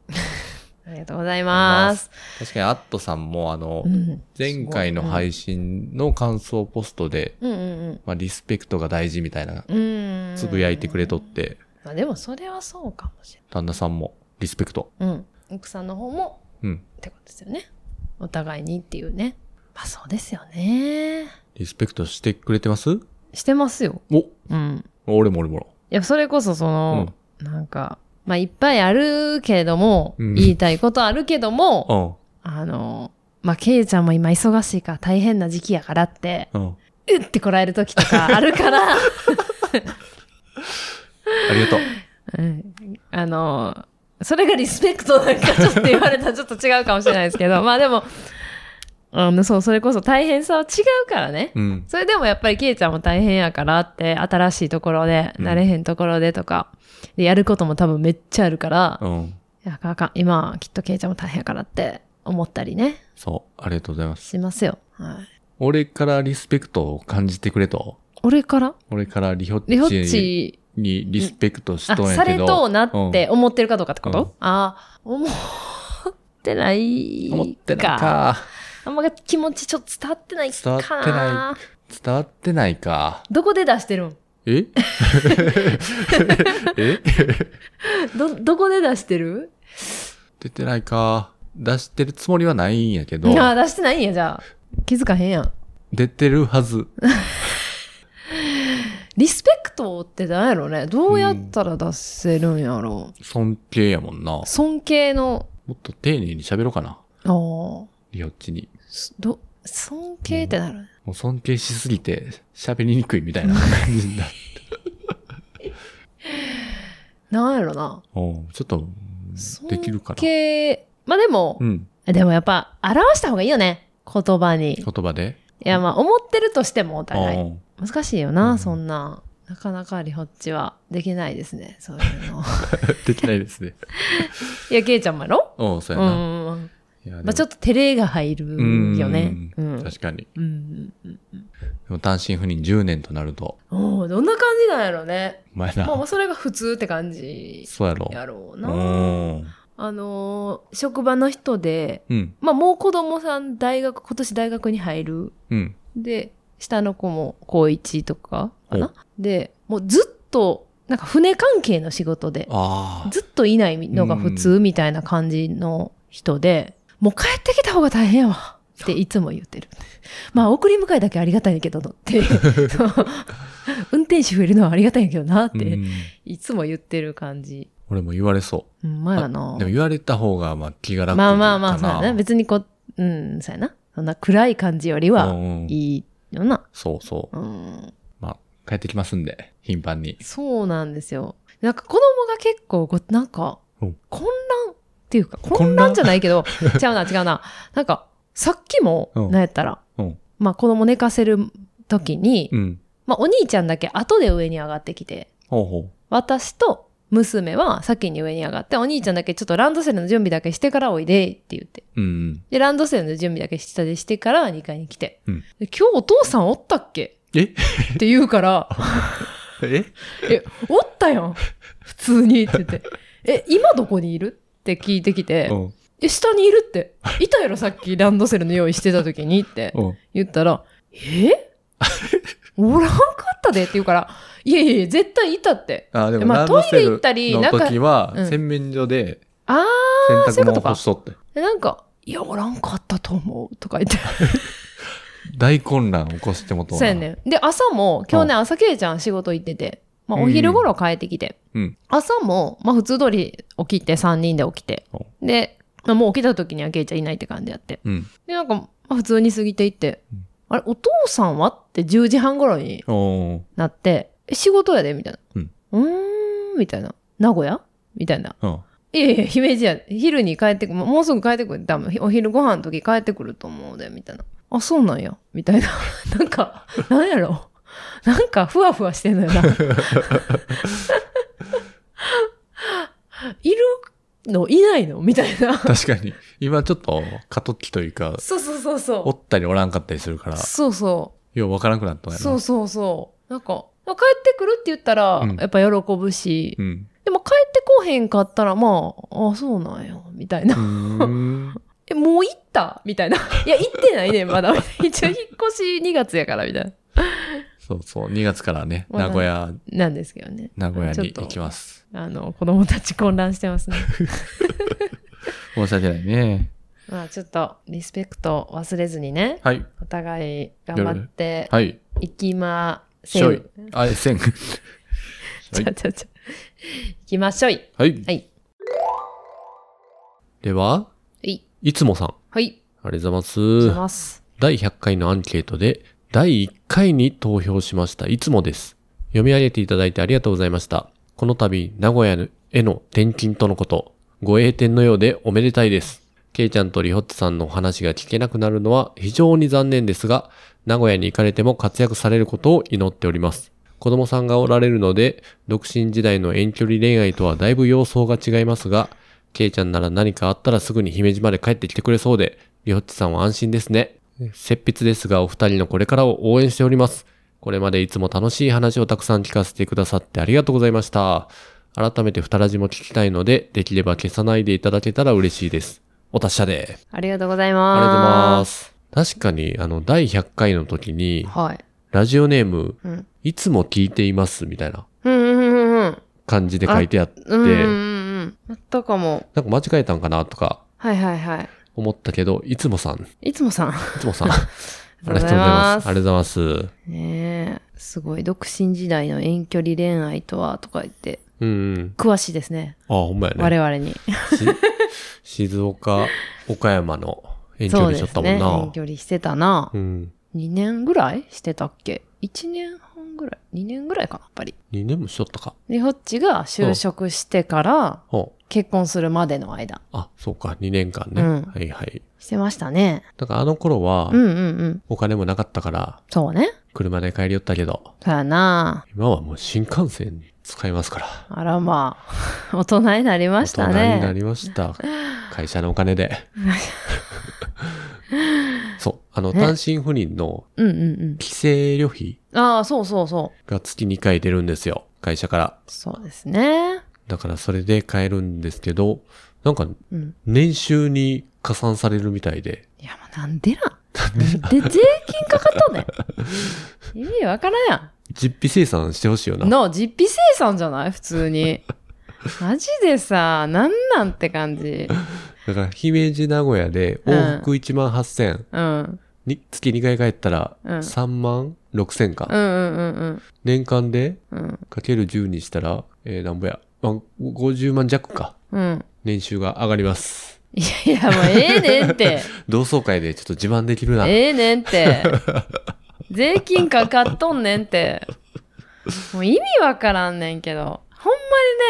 [SPEAKER 1] ありがとうございます。
[SPEAKER 2] 確かにアットさんもあの、
[SPEAKER 1] うん。
[SPEAKER 2] 前回の配信の感想ポストで、
[SPEAKER 1] うんうん
[SPEAKER 2] まあ、リスペクトが大事みたいな
[SPEAKER 1] うん。うーん。
[SPEAKER 2] つぶやいてくれとって、
[SPEAKER 1] まあでもそれはそうかもし
[SPEAKER 2] 旦那さんもリスペクト。
[SPEAKER 1] れない。うん。奥さんの方も
[SPEAKER 2] うん。
[SPEAKER 1] ってことですよね。お互いにっていうね。まあそうですよね。
[SPEAKER 2] リスペクトしてくれてます
[SPEAKER 1] してますよ。
[SPEAKER 2] お
[SPEAKER 1] うん。
[SPEAKER 2] 俺も俺も。
[SPEAKER 1] いや、それこそその、なんか、まあいっぱいあるけれども、
[SPEAKER 2] うん
[SPEAKER 1] 言いたいことあるけども、
[SPEAKER 2] うん。
[SPEAKER 1] あの、まあ、ケイちゃんも今忙しいから大変な時期やからって、
[SPEAKER 2] うん。
[SPEAKER 1] うってこらえる時とかある から、
[SPEAKER 2] ありがとう。
[SPEAKER 1] うんあの、それがリスペクトなんかちょっと言われたらちょっと違うかもしれないですけ ど、まあでも、あの、そう、それこそ大変さは違うからね。
[SPEAKER 2] うん。
[SPEAKER 1] それでもやっぱりケイちゃんも大変やからって、新しいところで、
[SPEAKER 2] うん
[SPEAKER 1] 慣れへんところでとか、でやることも多分めっちゃあるから、
[SPEAKER 2] うん。
[SPEAKER 1] いやあかんあかん今、きっとケイちゃんも大変やからって思ったりね、
[SPEAKER 2] そう。ありがとうございます。
[SPEAKER 1] しますよ。はい。
[SPEAKER 2] 俺からリスペクトを感じてくれと。
[SPEAKER 1] 俺から
[SPEAKER 2] 俺からリホ
[SPEAKER 1] リホ
[SPEAKER 2] ッ
[SPEAKER 1] ッ
[SPEAKER 2] チ
[SPEAKER 1] チ
[SPEAKER 2] にリスペクトし
[SPEAKER 1] あ
[SPEAKER 2] とんや
[SPEAKER 1] さ
[SPEAKER 2] け
[SPEAKER 1] れ
[SPEAKER 2] ど。
[SPEAKER 1] とうなって思ってるかどうかってこと、
[SPEAKER 2] うん
[SPEAKER 1] ああ、思ってないか。
[SPEAKER 2] 思ってないか。
[SPEAKER 1] あんま気持ちちょっと伝わってないかな。
[SPEAKER 2] 伝わってな伝わってないか。
[SPEAKER 1] どこで出してるん
[SPEAKER 2] え え
[SPEAKER 1] ど、どこで出してる
[SPEAKER 2] 出てないか。出してるつもりはないんやけど、
[SPEAKER 1] ああ、出してないんや、じゃあ。気づかへんやん。
[SPEAKER 2] 出てるはず。
[SPEAKER 1] リスペクトってなんやろね。どうやったら出せるんやろ
[SPEAKER 2] 尊敬やもんな。も
[SPEAKER 1] 尊敬の、
[SPEAKER 2] っと丁寧に喋ろうかな。
[SPEAKER 1] ああ、
[SPEAKER 2] リオッチに。
[SPEAKER 1] すど、尊敬ってなる。
[SPEAKER 2] もう尊敬しすぎて喋りにくいみたいな感じに なる。
[SPEAKER 1] なんやろな。
[SPEAKER 2] うんちょっと、できるか
[SPEAKER 1] 尊
[SPEAKER 2] な。
[SPEAKER 1] 敬、まあでも、
[SPEAKER 2] うん。
[SPEAKER 1] でもやっぱ、表した方がいいよね。言葉に。い
[SPEAKER 2] 言葉で。
[SPEAKER 1] や、まあ、思ってるとしても、お互い。
[SPEAKER 2] うん
[SPEAKER 1] 難しいよな、
[SPEAKER 2] うん
[SPEAKER 1] そんな。なかなかリホッチはできないですね、そういうの。
[SPEAKER 2] できないですね。
[SPEAKER 1] いや、ケイちゃんもやろ
[SPEAKER 2] うん、そうう
[SPEAKER 1] う
[SPEAKER 2] やな。
[SPEAKER 1] ん。
[SPEAKER 2] いやでも
[SPEAKER 1] まあ、ちょっと照れが入るよね。う
[SPEAKER 2] うん
[SPEAKER 1] ん。
[SPEAKER 2] 確かに。
[SPEAKER 1] うん。
[SPEAKER 2] でも単身赴任10年となると、
[SPEAKER 1] おーどんな感じなんやろうね。
[SPEAKER 2] お前
[SPEAKER 1] まあ、も
[SPEAKER 2] な、
[SPEAKER 1] うそれが普通って感じ
[SPEAKER 2] そうやろ。
[SPEAKER 1] やろう
[SPEAKER 2] う
[SPEAKER 1] な。
[SPEAKER 2] ん。
[SPEAKER 1] あのー、職場の人で、
[SPEAKER 2] うん。
[SPEAKER 1] まあ、もう子供さん大学、今年大学に入る
[SPEAKER 2] うん。
[SPEAKER 1] で、下の子も高1とかかなで、もうずっと、なんか船関係の仕事で、
[SPEAKER 2] ああ。
[SPEAKER 1] ずっといないのが普通みたいな感じの人で、もう帰ってきた方が大変やわっていつも言ってる。まあ送り迎えだけありがたいんやけどって そう運転手増えるのはありがたいんやけどなっ
[SPEAKER 2] う
[SPEAKER 1] て
[SPEAKER 2] ん
[SPEAKER 1] いつも言ってる感じ。
[SPEAKER 2] 俺も言われそう。
[SPEAKER 1] うん、まあやな
[SPEAKER 2] あで。も言われた方がまあ気が楽
[SPEAKER 1] まあまあまあ、
[SPEAKER 2] か
[SPEAKER 1] そう
[SPEAKER 2] な
[SPEAKER 1] やな。別にこう、うん、そうやな。そんな暗い感じより
[SPEAKER 2] う
[SPEAKER 1] は
[SPEAKER 2] んうん
[SPEAKER 1] いいよな。
[SPEAKER 2] そうそう。
[SPEAKER 1] うん
[SPEAKER 2] まあ、帰ってきますんで、頻繁に。
[SPEAKER 1] そうなんですよ。なんか子供が結構ご、なんか、
[SPEAKER 2] うん
[SPEAKER 1] 混乱っていうか、混
[SPEAKER 2] 混
[SPEAKER 1] 乱
[SPEAKER 2] 乱
[SPEAKER 1] じゃないけ ど、違うな、違うな。なんか、さっきも、
[SPEAKER 2] うん
[SPEAKER 1] なんやったら、
[SPEAKER 2] うん
[SPEAKER 1] まあ子供寝かせる時に、
[SPEAKER 2] うん。
[SPEAKER 1] まあお兄ちゃんだけ後で上に上がってきて、
[SPEAKER 2] ほうほ
[SPEAKER 1] 私と娘は先に上に上がって、お兄ちゃんだけちょっとランドセルの準備だけしてからおいでって言って。
[SPEAKER 2] う。うん。
[SPEAKER 1] で、ランドセルの準備だけ下でしてから2階に来て、
[SPEAKER 2] うん
[SPEAKER 1] で今日お父さんおったっけ
[SPEAKER 2] え
[SPEAKER 1] って言う から、
[SPEAKER 2] え
[SPEAKER 1] え、おったやん。普通にって言って。え、今どこにいるって聞いてきて
[SPEAKER 2] う、ん。
[SPEAKER 1] え、下にいるって。いたやろ、さっきランドセルの用意してた時にって
[SPEAKER 2] うん。
[SPEAKER 1] 言ったら、えおおらんかったでって言うから、いやいやいや、絶対いたって。
[SPEAKER 7] あーでも、
[SPEAKER 1] まあ
[SPEAKER 7] ランドセ
[SPEAKER 1] トイレ行
[SPEAKER 7] ル
[SPEAKER 1] ったり
[SPEAKER 7] の時は
[SPEAKER 1] なんかうん
[SPEAKER 7] 洗面所で
[SPEAKER 1] あーそう
[SPEAKER 7] 洗濯
[SPEAKER 1] いうこと
[SPEAKER 7] 物
[SPEAKER 1] か
[SPEAKER 7] 干しとって
[SPEAKER 1] ーで、なんか、いや、おらんかったと思うとか言って。
[SPEAKER 7] 大混乱起こしてもと
[SPEAKER 1] そうやねん。で、朝も、今日ね、朝けいちゃん仕事行ってて、まあ、
[SPEAKER 7] うん
[SPEAKER 1] お昼頃帰ってきて、
[SPEAKER 7] うん
[SPEAKER 1] 朝も、まあ、普通通り起きて、3人で起きて
[SPEAKER 7] お、
[SPEAKER 1] で、まあ、もう起きた時にはけいちゃんいないって感じやって。
[SPEAKER 7] うん
[SPEAKER 1] で、なんか、まあ、普通に過ぎていって、
[SPEAKER 7] うん
[SPEAKER 1] あれ、お父さんはって10時半頃に
[SPEAKER 7] おお
[SPEAKER 1] なって、え仕事やでみたいな。
[SPEAKER 7] うん。
[SPEAKER 1] ーん、みたいな。名古屋みたいな。
[SPEAKER 7] ーうん
[SPEAKER 1] いやいや、姫路や。昼に帰ってく、もうもうすぐ帰ってくる。多分、お昼ご飯の時帰ってくると思うで、みたいな。あ、そうなんや。みたいな。 なんか、なんやろ。なんか、ふわふわしてんのよな。いるのいないのみたいな。
[SPEAKER 7] 確かに今ちょっと過渡期というか
[SPEAKER 1] そうそうそう
[SPEAKER 7] お
[SPEAKER 1] そ
[SPEAKER 7] ったりおらんかったりするから
[SPEAKER 1] う。そうそう。
[SPEAKER 7] ようわからんくなったわよな
[SPEAKER 1] そうそうそう。なんか、まあ帰ってくるって言ったら、
[SPEAKER 7] うん
[SPEAKER 1] やっぱ喜ぶし、
[SPEAKER 7] うん
[SPEAKER 1] でも帰ってこへんかったら、まあ、あ、そうなんや、みたいな。
[SPEAKER 7] うん
[SPEAKER 1] え、もう行ったみた いな。いや、行ってないねん、まだ。 一応引っ越し2月やから、みたいな。
[SPEAKER 7] そうそう2月からね
[SPEAKER 1] まだ
[SPEAKER 7] 名古屋
[SPEAKER 1] なんですけどね。
[SPEAKER 7] 名古屋に
[SPEAKER 1] ちょっと
[SPEAKER 7] 行きます
[SPEAKER 1] あの、子供たち混乱してますね。
[SPEAKER 7] 申し訳ないね
[SPEAKER 1] まあ、ちょっと、リスペクト忘れずにね、
[SPEAKER 7] はい
[SPEAKER 1] お互い頑張って
[SPEAKER 7] はい
[SPEAKER 1] いきませ
[SPEAKER 7] しょい
[SPEAKER 1] ん。
[SPEAKER 7] あえせん
[SPEAKER 1] ちょちょちょ。行きましょい。
[SPEAKER 2] はい。
[SPEAKER 1] はい。
[SPEAKER 2] では、
[SPEAKER 1] はい。
[SPEAKER 2] いつもさん。
[SPEAKER 1] はい。
[SPEAKER 2] ありがとうござ
[SPEAKER 1] し
[SPEAKER 2] います。
[SPEAKER 1] ます。
[SPEAKER 2] 第100回のアンケートで、第1回に投票しました。いつもです。読み上げていただいてありがとうございました。この度、名古屋への転勤とのこと、ご栄転のようでおめでたいです。ケイちゃんとリホッツさんのお話が聞けなくなるのは非常に残念ですが、名古屋に行かれても活躍されることを祈っております。子供さんがおられるので、独身時代の遠距離恋愛とはだいぶ様相が違いますが、ケイちゃんなら何かあったらすぐに姫路まで帰ってきてくれそうで、リホッチさんは安心ですね。切筆ですが、お二人のこれからを応援しております。これまでいつも楽しい話をたくさん聞かせてくださってありがとうございました。改めて二ラジも聞きたいので、できれば消さないでいただけたら嬉しいです。お達者で。
[SPEAKER 1] ありがとうござい
[SPEAKER 2] ありがとうござい
[SPEAKER 1] ま。
[SPEAKER 2] ますす。確かに、あの、第100回の時に、
[SPEAKER 1] はい。
[SPEAKER 2] ラジオネーム、
[SPEAKER 1] うん。
[SPEAKER 2] いつも聞いています、みたいな
[SPEAKER 1] うんうんうんうん。
[SPEAKER 2] 感じで書いてあって、
[SPEAKER 1] うんうんうん。あったかも。
[SPEAKER 2] なんか間違えたんかなとか
[SPEAKER 1] はいはいはい。
[SPEAKER 2] 思ったけど、いつもさん、
[SPEAKER 1] いつも さん。あ
[SPEAKER 2] いつもさん、ありがとうございます。ありがとうございます。
[SPEAKER 1] ねえ、すごい。独身時代の遠距離恋愛とはとか言って、
[SPEAKER 2] うんうん。
[SPEAKER 1] 詳しいですね。
[SPEAKER 2] あ、ほんまやね。
[SPEAKER 1] 我々に。
[SPEAKER 2] し静岡、岡山の遠距
[SPEAKER 1] そう
[SPEAKER 2] 離
[SPEAKER 1] で
[SPEAKER 2] しちゃっ
[SPEAKER 1] す
[SPEAKER 2] たもん
[SPEAKER 1] ね。
[SPEAKER 2] な。
[SPEAKER 1] 遠距離してたな
[SPEAKER 2] う。ん。
[SPEAKER 1] 2年ぐらいしてたっけ ?1 年半ぐらい ?2 年ぐらいかな、やっぱり。
[SPEAKER 2] 2年もしとったか。
[SPEAKER 1] で、ホッチが就職してから
[SPEAKER 2] ほう
[SPEAKER 1] 結婚するまでの間。
[SPEAKER 2] あ、そうか、2年間ね。
[SPEAKER 1] うん
[SPEAKER 2] はいはい。
[SPEAKER 1] してましたね。
[SPEAKER 2] だからあの頃は
[SPEAKER 1] うん、うんうん。
[SPEAKER 2] お金もなかったから、
[SPEAKER 1] そうね。
[SPEAKER 2] 車で帰りよったけど、
[SPEAKER 1] そうやな。
[SPEAKER 2] 今はもう新幹線使いますから。
[SPEAKER 1] あらまあ。 大人になりましたね。
[SPEAKER 2] 大人になりました。会社のお 金で。そう。あの、
[SPEAKER 1] ね
[SPEAKER 2] 単身赴任の
[SPEAKER 1] うんうん
[SPEAKER 2] 帰省旅費
[SPEAKER 1] うん。ああ、そうそうそ
[SPEAKER 2] が月2回出るんですよ。会社から。
[SPEAKER 1] う。そうですね。
[SPEAKER 2] だからそれで買えるんですけど、なんか
[SPEAKER 1] うん。
[SPEAKER 2] 年収に加算されるみたいで、
[SPEAKER 1] いや、もうなんでなんで税金かかっとんねん。 意味わからんや
[SPEAKER 2] 実費生産してほしいよな。
[SPEAKER 1] ん。の、実費生産じゃない普通 に。マジでさ、なんなんって感じ。
[SPEAKER 2] だから姫路名古屋で往復1万8000、
[SPEAKER 1] うん。
[SPEAKER 2] に月2回帰ったら
[SPEAKER 1] うん
[SPEAKER 2] 3万6000か、
[SPEAKER 1] うんうんうん
[SPEAKER 2] 年間で
[SPEAKER 1] うん。
[SPEAKER 2] かける10にしたら、えー、なんぼや。まあ、50万弱か。
[SPEAKER 1] うん。うん。
[SPEAKER 2] 年収が上がります。
[SPEAKER 1] いやいや、もうええねん って。
[SPEAKER 2] 同窓会でちょっと自慢できるな。
[SPEAKER 1] ええねんって。税金かかっとんねんって。もう意味わからんねんけど。ほん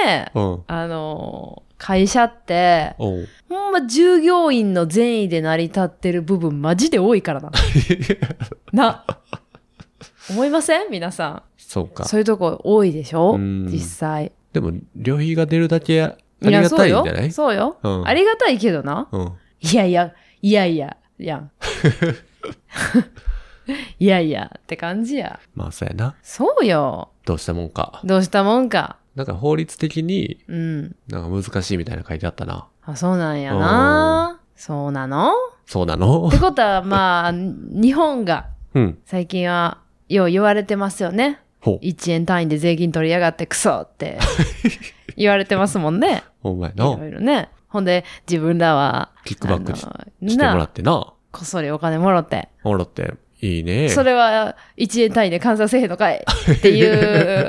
[SPEAKER 1] まにね、
[SPEAKER 2] うん。
[SPEAKER 1] あのー会社って、
[SPEAKER 2] おう
[SPEAKER 1] ほんま従業員の善意で成り立ってる部分マジで多いから な。な。思いません皆さ
[SPEAKER 2] そうか
[SPEAKER 1] ん。。そういうとこ多いでしょ
[SPEAKER 2] うん
[SPEAKER 1] 実際。
[SPEAKER 2] でも、旅費が出るだけあ
[SPEAKER 1] い
[SPEAKER 2] り
[SPEAKER 1] や
[SPEAKER 2] が
[SPEAKER 1] そ
[SPEAKER 2] た
[SPEAKER 1] う
[SPEAKER 2] いんじゃ
[SPEAKER 1] よ
[SPEAKER 2] ない。
[SPEAKER 1] そうよ。
[SPEAKER 2] うん
[SPEAKER 1] ありがたいけどな。
[SPEAKER 2] うん。
[SPEAKER 1] いやいや、いやいや、や ん。いやいや、って感じや。
[SPEAKER 2] まあ、そうやな。
[SPEAKER 1] そうよ。
[SPEAKER 2] どうしたもんか。
[SPEAKER 1] どうしたもんか。
[SPEAKER 2] なんか法律的に
[SPEAKER 1] うん。
[SPEAKER 2] なんか難しいみたいな書いてあったな。
[SPEAKER 1] あ、そうなんやな。そうなの
[SPEAKER 2] そうなの
[SPEAKER 1] ってことは、まあ、日本が
[SPEAKER 2] うん。
[SPEAKER 1] 最近はよう言われてますよね。
[SPEAKER 2] ほう。
[SPEAKER 1] 1円単位で税金取りやがってクソって 言われてますもんね。
[SPEAKER 2] お前
[SPEAKER 1] いろ
[SPEAKER 2] な、
[SPEAKER 1] いろね。ほんで、自分らは、
[SPEAKER 2] キックバックし
[SPEAKER 1] あの
[SPEAKER 2] してもら
[SPEAKER 1] な、
[SPEAKER 2] ってな。
[SPEAKER 1] こっそりお金もろって。
[SPEAKER 2] もらって、いいね。
[SPEAKER 1] それは1円単位で換算せえへんのかいってい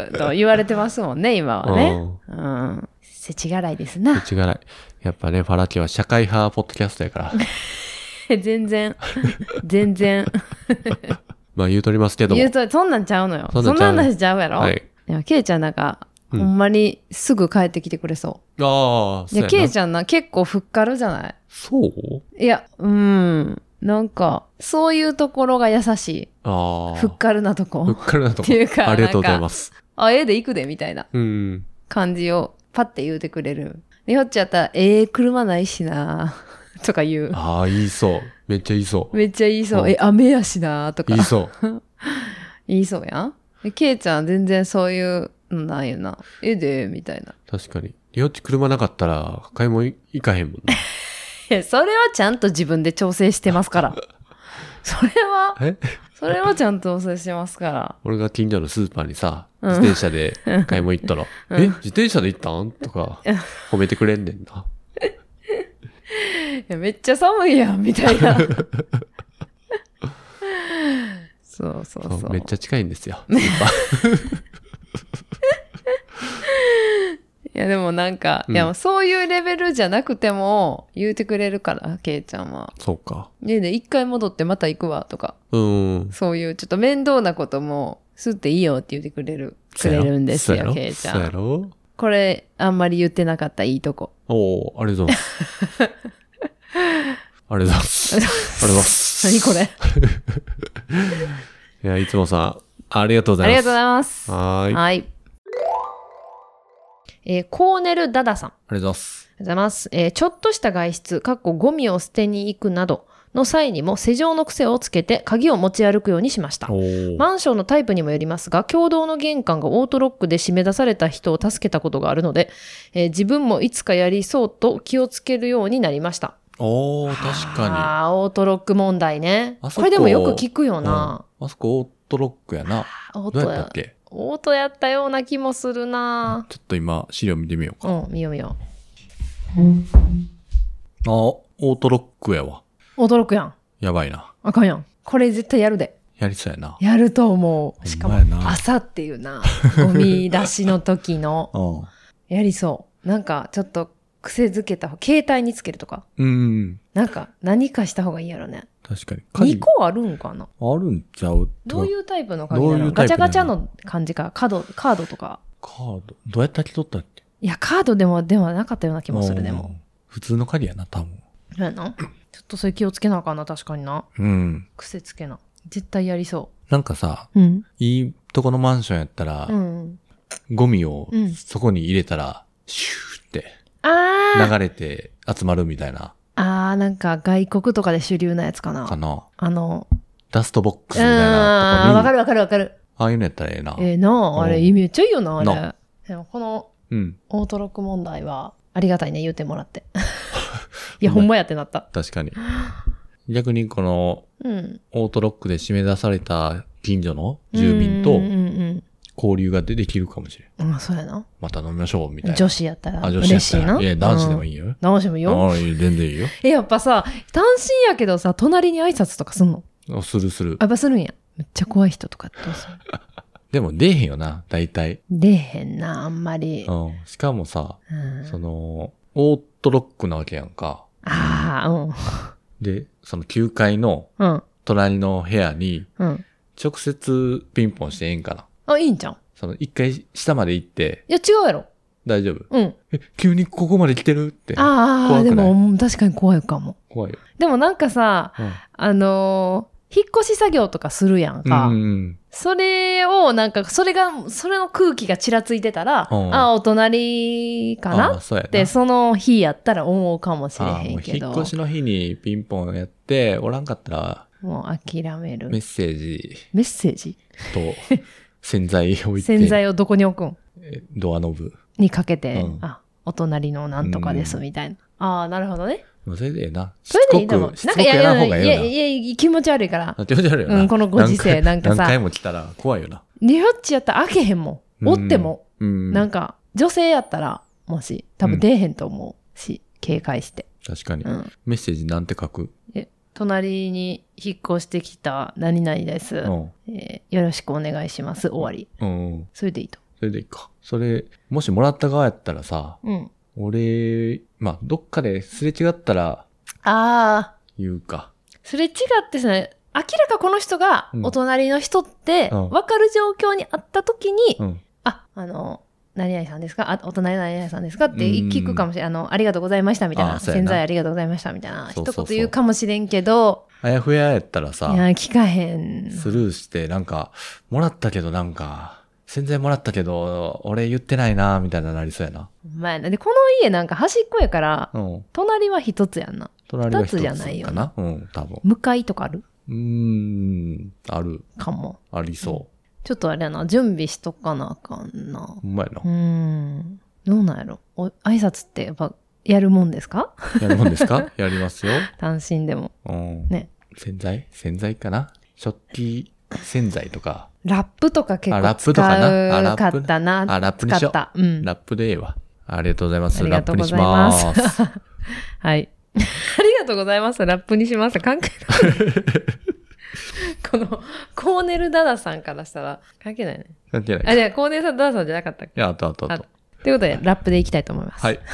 [SPEAKER 1] うの言われてますもんね、今はね。うん。世知辛いです
[SPEAKER 2] うん。
[SPEAKER 1] な。
[SPEAKER 2] 口がない。やっぱね、ファラキは社会派ポッドキャスト やから。
[SPEAKER 1] 全然、全然。
[SPEAKER 2] まあ言うとりますけども
[SPEAKER 1] 言う。と、そんなんちゃうのよ。
[SPEAKER 2] そ
[SPEAKER 1] そ
[SPEAKER 2] ん
[SPEAKER 1] ん
[SPEAKER 2] なんちゃう
[SPEAKER 1] なん話ちゃうやろ。
[SPEAKER 2] はい。
[SPEAKER 1] でも、ケイちゃんなんか、
[SPEAKER 2] うん
[SPEAKER 1] ほんまにすぐ帰ってきてくれそ
[SPEAKER 2] ああ、
[SPEAKER 1] う。
[SPEAKER 2] そう
[SPEAKER 1] で、
[SPEAKER 2] や
[SPEAKER 1] ケ
[SPEAKER 2] な
[SPEAKER 1] イちゃんな、結構ふっかるじゃない
[SPEAKER 2] そう
[SPEAKER 1] いや、うん。なんか、そういうところが優しい。
[SPEAKER 2] ああ。
[SPEAKER 1] ふっかるなと
[SPEAKER 2] ふっ
[SPEAKER 1] こ。
[SPEAKER 2] かるなと
[SPEAKER 1] っ
[SPEAKER 2] こ
[SPEAKER 1] ていうか
[SPEAKER 2] ありがとうございます。
[SPEAKER 1] あ、ええで行くで、みたいな
[SPEAKER 2] うん。
[SPEAKER 1] 感じをパッて言うてくれる。で、よっちゃったら、ええ車ないしな とか言う。
[SPEAKER 2] ああ、いいそう。めっちゃいいそう。
[SPEAKER 1] めっちゃ言いそうう。
[SPEAKER 2] ん
[SPEAKER 1] え、雨やしなとか
[SPEAKER 2] いいそう。
[SPEAKER 1] 言いそうやん。でケイちゃん全然そういうのないよな。ええで、みたいな。
[SPEAKER 2] 確かに。リオッチ車なかったら、買い物行かへんもん ね。
[SPEAKER 1] いや、それはちゃんと自分で調整してます から。それは、
[SPEAKER 2] え
[SPEAKER 1] それはちゃんと調整してますから。
[SPEAKER 2] 俺が近所のスーパーにさ、
[SPEAKER 1] うん
[SPEAKER 2] 自転車で買い物行ったら、
[SPEAKER 1] うん
[SPEAKER 2] え、自転車で行ったんとか、褒めてくれんねんな。
[SPEAKER 1] いやめっちゃ寒いやん、みたいな。そうそう
[SPEAKER 2] そう
[SPEAKER 1] そう。
[SPEAKER 2] めっちゃ近いんですよ。
[SPEAKER 1] いや、でもなんか、
[SPEAKER 2] うん
[SPEAKER 1] いや、そういうレベルじゃなくても、言うてくれるから、ケイちゃんは。
[SPEAKER 2] そうか。
[SPEAKER 1] ねえねえ、一回戻ってまた行くわ、とか。
[SPEAKER 2] うーん。
[SPEAKER 1] そういう、ちょっと面倒なことも、すっていいよって言ってくれる、くれるんです
[SPEAKER 2] そうやろ
[SPEAKER 1] よ、ケイちゃ
[SPEAKER 2] そうや
[SPEAKER 1] ん。
[SPEAKER 2] ろ
[SPEAKER 1] これ、あんまり言ってなかったいいとこ。
[SPEAKER 2] おおありがとうござい ます。ありがとうございます。ありがとうございます。
[SPEAKER 1] 何これ
[SPEAKER 2] いや、いつもさん、ありがとうご
[SPEAKER 1] あ
[SPEAKER 2] ざ
[SPEAKER 1] り
[SPEAKER 2] い
[SPEAKER 1] がとう
[SPEAKER 2] ま
[SPEAKER 1] ご
[SPEAKER 2] す。
[SPEAKER 1] ざいます。は
[SPEAKER 2] はーい。ありが
[SPEAKER 1] い。えーコーネル・ダダさん。
[SPEAKER 2] とうございます。
[SPEAKER 1] ありがとうございます。えーちょっとした外出、かっこゴミを捨てに行くなどの際にも施錠の癖をつけて鍵を持ち歩くようにしました
[SPEAKER 2] お。ー
[SPEAKER 1] マンションのタイプにもよりますが、共同の玄関がオートロックで締め出された人を助けたことがあるので、えー自分もいつかやりそうと気をつけるようになりました。
[SPEAKER 2] おー確か
[SPEAKER 1] あーオートロック問題ね。
[SPEAKER 2] あそこ
[SPEAKER 1] これでもよく聞くよな。
[SPEAKER 2] に。あそこオートロックやな。
[SPEAKER 1] オー
[SPEAKER 2] どう
[SPEAKER 1] ト
[SPEAKER 2] やったっけ
[SPEAKER 1] オートやったような気もするな。
[SPEAKER 2] ちょっと今、資料見てみよう
[SPEAKER 1] う
[SPEAKER 2] か。あ、
[SPEAKER 1] ん、見よう見よ
[SPEAKER 2] オートロックやわ。
[SPEAKER 1] う。オートロックやん。
[SPEAKER 2] やばいな。
[SPEAKER 1] あかんやん。これ絶対やるで。
[SPEAKER 2] やりそうやな。
[SPEAKER 1] やると思う。しか
[SPEAKER 2] ほんま
[SPEAKER 1] も
[SPEAKER 2] やな。
[SPEAKER 1] 朝っていう な、ゴミ出しの時の、やりそう。なんか、ちょっと癖づけた方、携帯につけるとか。
[SPEAKER 2] うん。うん。
[SPEAKER 1] なんか、何かした方がいいやろね。
[SPEAKER 2] 確かに。
[SPEAKER 1] 2個あるんかな
[SPEAKER 2] あるんちゃう
[SPEAKER 1] どういうタイプの
[SPEAKER 2] ど
[SPEAKER 1] 鍵
[SPEAKER 2] う
[SPEAKER 1] ないの
[SPEAKER 2] うタイ
[SPEAKER 1] ガ
[SPEAKER 2] プ
[SPEAKER 1] チ
[SPEAKER 2] な
[SPEAKER 1] ャ
[SPEAKER 2] の
[SPEAKER 1] ガチャの感じか、カード、カードとか。
[SPEAKER 2] カード。どうやったき取ったっけ
[SPEAKER 1] いや、カードでも、ではなかったような気もする、でも。
[SPEAKER 2] うん。普通の鍵やな、多分。
[SPEAKER 1] そうやな。ちょっとそれ気をつけなあかんな、確かにな。
[SPEAKER 2] うん。
[SPEAKER 1] 癖つけな。絶対やりそ
[SPEAKER 2] なんかさ、
[SPEAKER 1] う。うん。
[SPEAKER 2] いいとこのマンションやったら、
[SPEAKER 1] うん。
[SPEAKER 2] ゴミを
[SPEAKER 1] うん
[SPEAKER 2] そこに入れたら、シューって
[SPEAKER 1] あー
[SPEAKER 2] 流れて集まるみたいな、
[SPEAKER 1] あー、なんか外国とかで主流なやつかな。
[SPEAKER 2] かな。
[SPEAKER 1] あの、
[SPEAKER 2] ダストボッ
[SPEAKER 1] う
[SPEAKER 2] クス
[SPEAKER 1] ー
[SPEAKER 2] み
[SPEAKER 1] ん、
[SPEAKER 2] たいなと
[SPEAKER 1] わ
[SPEAKER 2] こ
[SPEAKER 1] か
[SPEAKER 2] に、
[SPEAKER 1] るわかるわかる。
[SPEAKER 2] ああいうのやったらええな。
[SPEAKER 1] ええなあ、あれ、
[SPEAKER 2] うん
[SPEAKER 1] 意味めっちゃいいよな、あ
[SPEAKER 2] な
[SPEAKER 1] れ。でもこの
[SPEAKER 2] うん。
[SPEAKER 1] オートロック問題は、ありがたいね、言うてもら って。いや、ほんまやってなった。
[SPEAKER 2] 確かに。逆にこの、
[SPEAKER 1] うん。
[SPEAKER 2] オートロックで締め出された近所の住民と
[SPEAKER 1] うんうん
[SPEAKER 2] 交流が出てきるかもしれん。
[SPEAKER 1] うん。うん、そうやな。
[SPEAKER 2] また飲みましょう、みたいな。
[SPEAKER 1] 女子やったら
[SPEAKER 2] あ、女子
[SPEAKER 1] 嬉
[SPEAKER 2] やった
[SPEAKER 1] し
[SPEAKER 2] ら
[SPEAKER 1] いな。
[SPEAKER 2] いや、男子でも
[SPEAKER 1] い。
[SPEAKER 2] いいよ。
[SPEAKER 1] 男子もいいよ。
[SPEAKER 2] ああ、いい全然いいよ。
[SPEAKER 1] え、やっぱさ、単身やけどさ、隣に挨拶とかすんの
[SPEAKER 2] あするする
[SPEAKER 1] あ。やっぱするんや。めっちゃ怖い人とかってどうする
[SPEAKER 2] でも出えへんよな、大体。
[SPEAKER 1] 出えへんな、あんまり。
[SPEAKER 2] うん。しかもさ、
[SPEAKER 1] うん
[SPEAKER 2] その、オートロックなわけやんか。
[SPEAKER 1] ああ、うん。
[SPEAKER 2] で、その9階の
[SPEAKER 1] うん。
[SPEAKER 2] 隣の部屋に
[SPEAKER 1] うん。
[SPEAKER 2] 直接ピンポンしてええんかな。
[SPEAKER 1] あ、いいんじゃん。
[SPEAKER 2] その1階下まで行って
[SPEAKER 1] いや、違うやろ。
[SPEAKER 2] 大丈夫。
[SPEAKER 1] うん。
[SPEAKER 2] え、急にここまで来てるって。
[SPEAKER 1] ああ、
[SPEAKER 2] 怖くない
[SPEAKER 1] でも、うん確かに怖いかも。
[SPEAKER 2] 怖いよ。
[SPEAKER 1] でもなんかさ、あのー引っ越し作業とかするやん
[SPEAKER 2] う
[SPEAKER 1] か。
[SPEAKER 2] ん。うん。
[SPEAKER 1] それを、なんか、それが、それの空気がちらついてたら、
[SPEAKER 2] うん
[SPEAKER 1] ああ、お隣か
[SPEAKER 2] あ
[SPEAKER 1] な
[SPEAKER 2] あ、そうやな。
[SPEAKER 1] って、その日やったら思うかもしれ
[SPEAKER 2] ああ
[SPEAKER 1] へ
[SPEAKER 2] もうん
[SPEAKER 1] け
[SPEAKER 2] 引っ
[SPEAKER 1] ど、
[SPEAKER 2] 越しの日にピンポンやって、おらんかったら
[SPEAKER 1] もう諦める。
[SPEAKER 2] メッ
[SPEAKER 1] メ
[SPEAKER 2] セージ
[SPEAKER 1] ッセージ
[SPEAKER 2] と洗剤置いて、
[SPEAKER 1] 洗剤をどこに置くん
[SPEAKER 2] えドアノブ。
[SPEAKER 1] にかけて、
[SPEAKER 2] うん
[SPEAKER 1] あ、お隣のなんとかです、みたいな。ああ、なるほどね。
[SPEAKER 2] もそれでええな。し
[SPEAKER 1] それ
[SPEAKER 2] つ
[SPEAKER 1] でい
[SPEAKER 2] こ
[SPEAKER 1] いと思う
[SPEAKER 2] く、。し
[SPEAKER 1] な
[SPEAKER 2] つ
[SPEAKER 1] んか、
[SPEAKER 2] こ
[SPEAKER 1] い
[SPEAKER 2] く
[SPEAKER 1] や
[SPEAKER 2] やら
[SPEAKER 1] い
[SPEAKER 2] ん方が
[SPEAKER 1] や、
[SPEAKER 2] え
[SPEAKER 1] いや、
[SPEAKER 2] えよ
[SPEAKER 1] いやいや、気持ち悪いから
[SPEAKER 2] な。。気持ち悪いよな。
[SPEAKER 1] うんこのご時世なんかさ
[SPEAKER 2] 何回も来たら怖いよな。
[SPEAKER 1] リホッチやったら開けへんもん。おっても。
[SPEAKER 2] うん。
[SPEAKER 1] なんか、女性やったら、もし、多分出えへんと思うし、警戒して。
[SPEAKER 2] 確かに。
[SPEAKER 1] うん。
[SPEAKER 2] メッセージなんて書く
[SPEAKER 1] 隣に引っ越してきた何々です。
[SPEAKER 2] うん。
[SPEAKER 1] えーよろしくお願いします。終わり。
[SPEAKER 2] うんうん。
[SPEAKER 1] それでいいと。
[SPEAKER 2] それでいいか。それ、もしもらった側やったらさ、
[SPEAKER 1] うん。
[SPEAKER 2] 俺、まあ、どっかですれ違ったら
[SPEAKER 1] あー、
[SPEAKER 2] 言うか。
[SPEAKER 1] すれ違ってさ、明らかこの人が
[SPEAKER 2] うん
[SPEAKER 1] お隣の人って、
[SPEAKER 2] うん
[SPEAKER 1] わかる状況にあった時に、
[SPEAKER 2] うん。
[SPEAKER 1] あ、あの、何々さんですかあ、お隣の何々さんですかって
[SPEAKER 2] うん
[SPEAKER 1] 聞くかもしれん。あの、ありがとうございましたみたい
[SPEAKER 2] あ
[SPEAKER 1] な。
[SPEAKER 2] そうや
[SPEAKER 1] 洗
[SPEAKER 2] な
[SPEAKER 1] 剤ありがとうございましたみたいな。
[SPEAKER 2] そうそうそう
[SPEAKER 1] 一言言うかもしれんけど、
[SPEAKER 2] あやふややったら
[SPEAKER 1] いや
[SPEAKER 2] さ、、
[SPEAKER 1] 聞かへん。
[SPEAKER 2] スルーして、なんか、もらったけどなんか、洗剤もらったけど、俺言ってないな、みたいななりそうやな。
[SPEAKER 1] まあ、で、この家なんか端っこやから、
[SPEAKER 2] うん。
[SPEAKER 1] 隣は一つやんな。
[SPEAKER 2] 隣が一つ
[SPEAKER 1] 二つじゃないよ
[SPEAKER 2] かな。うん、多分。
[SPEAKER 1] 向かいとかある
[SPEAKER 2] うーん、ある、
[SPEAKER 1] かも。
[SPEAKER 2] ありそ
[SPEAKER 1] ちょっとあれやな、準備しとかなあかんな
[SPEAKER 2] う。。ほんまやな
[SPEAKER 1] う。ーん。どうなんやろお挨拶ってやっぱ、やるもんですか
[SPEAKER 2] やるもんですか やりますよ。
[SPEAKER 1] 単身でも。
[SPEAKER 2] うん。
[SPEAKER 1] ね。
[SPEAKER 2] 洗剤洗剤かな食器洗剤とか。
[SPEAKER 1] ラップとか結
[SPEAKER 2] あラ
[SPEAKER 1] 構
[SPEAKER 2] ップとかなあ
[SPEAKER 1] 使
[SPEAKER 2] ラッ
[SPEAKER 1] うか
[SPEAKER 2] プ
[SPEAKER 1] ったな。
[SPEAKER 2] あ、ラップにし
[SPEAKER 1] 使
[SPEAKER 2] よ
[SPEAKER 1] った。
[SPEAKER 2] う。
[SPEAKER 1] うん。
[SPEAKER 2] ラップでええわ。ありがとうございます。
[SPEAKER 1] あり
[SPEAKER 2] ラ
[SPEAKER 1] が
[SPEAKER 2] ッ
[SPEAKER 1] と
[SPEAKER 2] プ
[SPEAKER 1] う
[SPEAKER 2] に
[SPEAKER 1] ご
[SPEAKER 2] し
[SPEAKER 1] ざいま
[SPEAKER 2] ますす。
[SPEAKER 1] はい。 ありがとうございます。ラップにします。関係 ない。この、コーネル・ダダさんからしたら、関係ないね。
[SPEAKER 2] 関係ない
[SPEAKER 1] あ、
[SPEAKER 2] い
[SPEAKER 1] じゃコーネル・ダダさんじゃなかったっけ
[SPEAKER 2] や、あとあとあと
[SPEAKER 1] あ。ということで、ラップでいきたいと思います。
[SPEAKER 2] はい。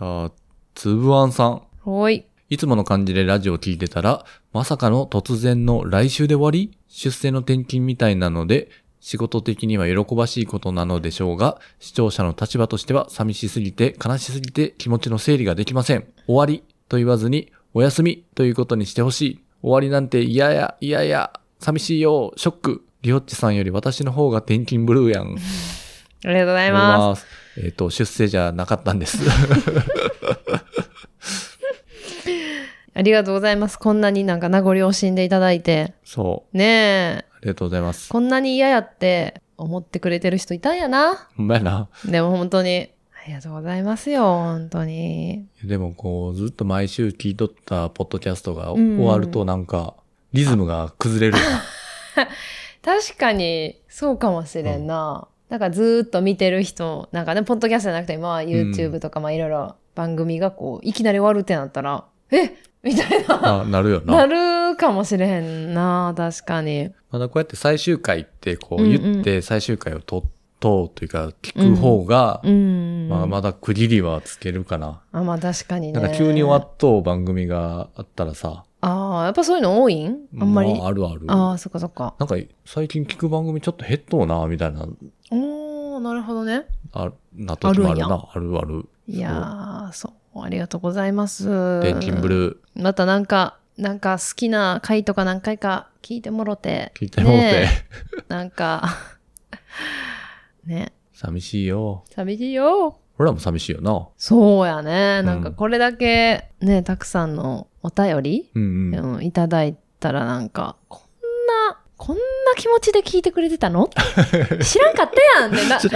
[SPEAKER 2] あ、つぶあんさん。
[SPEAKER 1] ほーい。
[SPEAKER 2] いつもの感じでラジオを聞いてたら、まさかの突然の来週で終わり出世の転勤みたいなので、仕事的には喜ばしいことなのでしょうが、視聴者の立場としては寂しすぎて、悲しすぎて気持ちの整理ができません。終わりと言わずに、お休みということにしてほしい。終わりなんて嫌や、嫌や、寂しいよ、ショック。リホッチさんより私の方が転勤ブルーやん。
[SPEAKER 1] ありがとうござい
[SPEAKER 2] 思
[SPEAKER 1] ま
[SPEAKER 2] いますえっ、と、出世じゃなかったんです。
[SPEAKER 1] す。ありがとうございます。こんなになんか名残惜しんでいただいて。
[SPEAKER 2] そう。
[SPEAKER 1] ねえ。
[SPEAKER 2] ありがとうございます。
[SPEAKER 1] こんなに嫌やって思ってくれてる人いたんやな。
[SPEAKER 2] ほんまやな。
[SPEAKER 1] でも本当に。ありがとうございますよ。本当に。
[SPEAKER 2] でもこう、ずっと毎週聞いとったポッドキャストが
[SPEAKER 1] うん
[SPEAKER 2] 終わるとなんか、リズムが崩れるよな。
[SPEAKER 1] 確かにそうかもしれんな、なんかずーっと見てる人なんかねポッドキャストじゃなくて今は YouTube とかまあいろいろ番組がこういきなり終わるってなったら、えみたい な
[SPEAKER 2] あなるよな。
[SPEAKER 1] なるかもしれへんな確かに
[SPEAKER 2] まだこうやって最終回ってこう
[SPEAKER 1] うんうん
[SPEAKER 2] 言って最終回をと、とうというか、聞く方が、
[SPEAKER 1] うん
[SPEAKER 2] まあ、まだ区切りはつけるかな。
[SPEAKER 1] あまあ確かにね
[SPEAKER 2] なんか急に終わっとう番組があったらさ、
[SPEAKER 1] ああやっぱそういうの多いんあんまり、
[SPEAKER 2] あ、あるある。
[SPEAKER 1] ああそっかそっか
[SPEAKER 2] なんか最近聞く番組ちょっと減っとうな、みたいな、
[SPEAKER 1] おーなるほどね
[SPEAKER 2] あなときもあ
[SPEAKER 1] あ
[SPEAKER 2] る
[SPEAKER 1] るん
[SPEAKER 2] な。あるある。
[SPEAKER 1] いやーそうありがとうございます
[SPEAKER 2] 電金ブルー。
[SPEAKER 1] またなんかなんか好きな回とか何回か聞いてもろて
[SPEAKER 2] 聞いてもうて
[SPEAKER 1] ねえ、なんか、ね、
[SPEAKER 2] 寂しいよ。
[SPEAKER 1] 寂しいよ。
[SPEAKER 2] 俺らも寂しいよな。
[SPEAKER 1] そうやね。なん
[SPEAKER 2] う
[SPEAKER 1] か
[SPEAKER 2] ん
[SPEAKER 1] これだけね、たくさんのお便り、
[SPEAKER 2] うんうん。
[SPEAKER 1] うん、いただいたらなんか、こんな、こんな気持ちで聞いてくれてたの 知らんかったやん ってな、知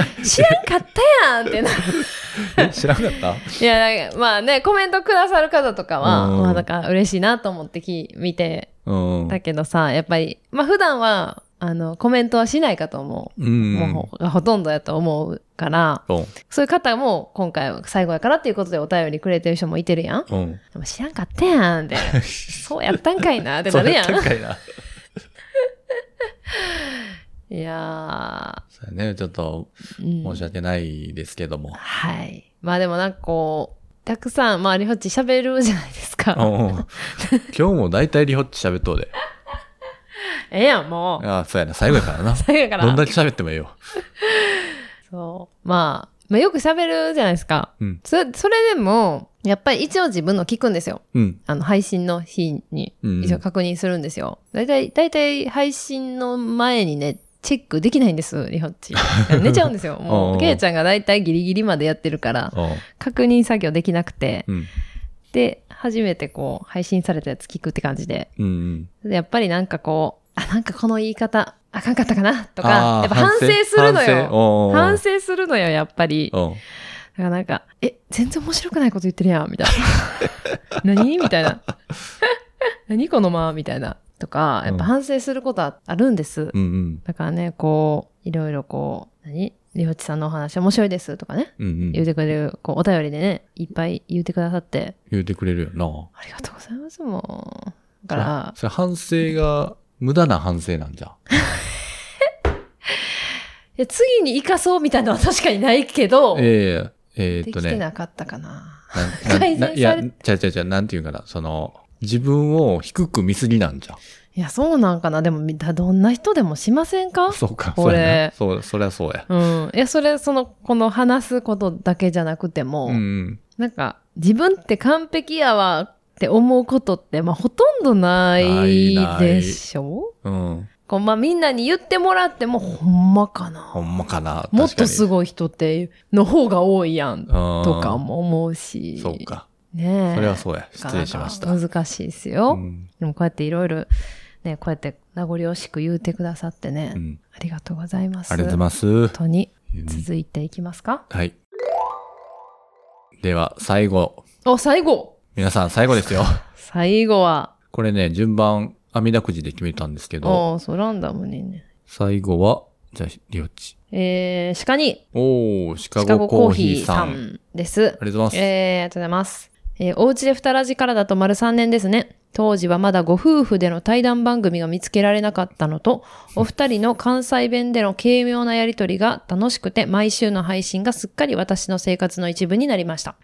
[SPEAKER 1] らんかったやんってな。
[SPEAKER 2] え知らなかった
[SPEAKER 1] いや、なんかまあね、コメントくださる方とかは、
[SPEAKER 2] うん
[SPEAKER 1] まあだから嬉しいなと思ってき見て
[SPEAKER 2] うん。
[SPEAKER 1] たけどさ、やっぱり、まあ普段は、あの、コメントはしないかと思う。
[SPEAKER 2] うん。
[SPEAKER 1] もうほほとんどやと思うから、
[SPEAKER 2] うん。
[SPEAKER 1] そういう方も今回は最後やからっていうことでお便りくれてる人もいてるやん。
[SPEAKER 2] うん。
[SPEAKER 1] でも知らんかったや んって。そうやったんかいなってなるやん。
[SPEAKER 2] そうやったんかいな。
[SPEAKER 1] いや
[SPEAKER 2] そうやね。ちょっと
[SPEAKER 1] ー、うん
[SPEAKER 2] 申し訳ないですけども。
[SPEAKER 1] はい。まあでもなんかこう、たくさん、まあリホッチ喋るじゃないです
[SPEAKER 2] う
[SPEAKER 1] か。
[SPEAKER 2] んうん。今日も大体リホッチ喋っとうで。
[SPEAKER 1] ええやん、もう。
[SPEAKER 2] ああ、そうやな。最後やからな。
[SPEAKER 1] 最後か
[SPEAKER 2] ど
[SPEAKER 1] ら。
[SPEAKER 2] んだけ喋ってもええよ。
[SPEAKER 1] そう。まあ、まあよく喋るじゃないですか。
[SPEAKER 2] うん
[SPEAKER 1] そそれでも、やっぱり一応自分の聞くんですよ。
[SPEAKER 2] うん。
[SPEAKER 1] あの、配信の日に
[SPEAKER 2] うん
[SPEAKER 1] 一応確認するんですよ。だいたい、だいたい配信の前にね、チェックできないんです、リホッ チ。寝ちゃうんですよ。
[SPEAKER 2] おうお
[SPEAKER 1] も
[SPEAKER 2] う
[SPEAKER 1] う、ケイちゃんがだいたいギリギリまでやってるから、確認作業できなくて、
[SPEAKER 2] うん。
[SPEAKER 1] で、初めてこう、配信されたやつ聞くって感じで、
[SPEAKER 2] うんうん。
[SPEAKER 1] でやっぱりなんかこう、あ、なんかこの言い方、あかんかったかな、とか、
[SPEAKER 2] あ
[SPEAKER 1] や
[SPEAKER 2] あ
[SPEAKER 1] っぱ反省するの
[SPEAKER 2] 反省
[SPEAKER 1] よ。
[SPEAKER 2] おうおう
[SPEAKER 1] 反省するのよ、やっぱり。
[SPEAKER 2] おう
[SPEAKER 1] だからなんか、え、全然面白くないこと言ってるやん、みたい な。何みたいな。何この間みたいな。とか、やっぱ反省することはあるんです。
[SPEAKER 2] うんうん。
[SPEAKER 1] だからね、こう、いろいろこう、何りょうちさんのお話面白いですとかね、
[SPEAKER 2] うんうん。
[SPEAKER 1] 言うてくれる、こう、お便りでね、いっぱい言うてくださって、
[SPEAKER 2] 言うてくれるよな。
[SPEAKER 1] ありがとうございますもん。だから、
[SPEAKER 2] それ反省が、無駄な反省なんじゃん。
[SPEAKER 1] いや次に生かそうみたいなのは確かにないけど、
[SPEAKER 2] えええーっ
[SPEAKER 1] で
[SPEAKER 2] と
[SPEAKER 1] きて
[SPEAKER 2] ね。
[SPEAKER 1] なかったかな。
[SPEAKER 2] なん
[SPEAKER 1] 改善
[SPEAKER 2] ないや、
[SPEAKER 1] され
[SPEAKER 2] ちゃうちゃうちゃう、なんていうかな、その、自分を低く見すぎなんじゃん。
[SPEAKER 1] いや、そうなんかな。でも、みだどんな人でもしませんか
[SPEAKER 2] そうか、
[SPEAKER 1] こ
[SPEAKER 2] そうやな。
[SPEAKER 1] れ
[SPEAKER 2] そう、そりゃそうや。
[SPEAKER 1] うん。いや、それ、その、この話すことだけじゃなくても、
[SPEAKER 2] うんうん。
[SPEAKER 1] なんか、自分って完璧やわって思うことって、まあ、ほとんどな
[SPEAKER 2] ない
[SPEAKER 1] い
[SPEAKER 2] ない
[SPEAKER 1] でしょ
[SPEAKER 2] うん。
[SPEAKER 1] こうまあ、みんなに言ってもらっても、ほんまか
[SPEAKER 2] ほ
[SPEAKER 1] な。
[SPEAKER 2] んまかな。
[SPEAKER 1] もっとす
[SPEAKER 2] い
[SPEAKER 1] ごい人って、の方が多いやん、と
[SPEAKER 2] と
[SPEAKER 1] か。も思うし。
[SPEAKER 2] そう。か。
[SPEAKER 1] ねえ。
[SPEAKER 2] それはそうや。
[SPEAKER 1] なか
[SPEAKER 2] 失
[SPEAKER 1] な
[SPEAKER 2] 礼
[SPEAKER 1] か
[SPEAKER 2] しました。
[SPEAKER 1] 難しいです
[SPEAKER 2] う
[SPEAKER 1] よ。
[SPEAKER 2] ん。
[SPEAKER 1] でも、こうやっていろいろ、ね、こうやって名残惜しく言うてくださってね、
[SPEAKER 2] うん
[SPEAKER 1] ありがとうございます。
[SPEAKER 2] ありがとうご
[SPEAKER 1] す。
[SPEAKER 2] ざいます
[SPEAKER 1] 本。当に、
[SPEAKER 2] うん
[SPEAKER 1] 続いていきますか、
[SPEAKER 2] はい。では、最後。
[SPEAKER 1] お、最後
[SPEAKER 2] 皆さん、最後 ですよ。
[SPEAKER 1] 最後は、
[SPEAKER 2] これね、順番、網だくじで決めたんですけど、
[SPEAKER 1] おー、そうランダムにね。
[SPEAKER 2] 最後は、じゃあ、りょうち。
[SPEAKER 1] えー、鹿に、
[SPEAKER 2] おー、シカ
[SPEAKER 1] シカ
[SPEAKER 2] ゴ
[SPEAKER 1] ゴ
[SPEAKER 2] コ
[SPEAKER 1] コ
[SPEAKER 2] ー
[SPEAKER 1] ー
[SPEAKER 2] ヒ
[SPEAKER 1] ヒ
[SPEAKER 2] ー
[SPEAKER 1] ー
[SPEAKER 2] さ
[SPEAKER 1] さ
[SPEAKER 2] ん。あり
[SPEAKER 1] んです。
[SPEAKER 2] がとうございます。
[SPEAKER 1] えー、ありがとうございます。えー、おうちで二ラジからだと丸3年ですね。当時はまだご夫婦での対談番組が見つけられなかったのと、お二人の関西弁での軽妙なやりとりが楽しくて、毎週の配信がすっかり私の生活の一部になりました。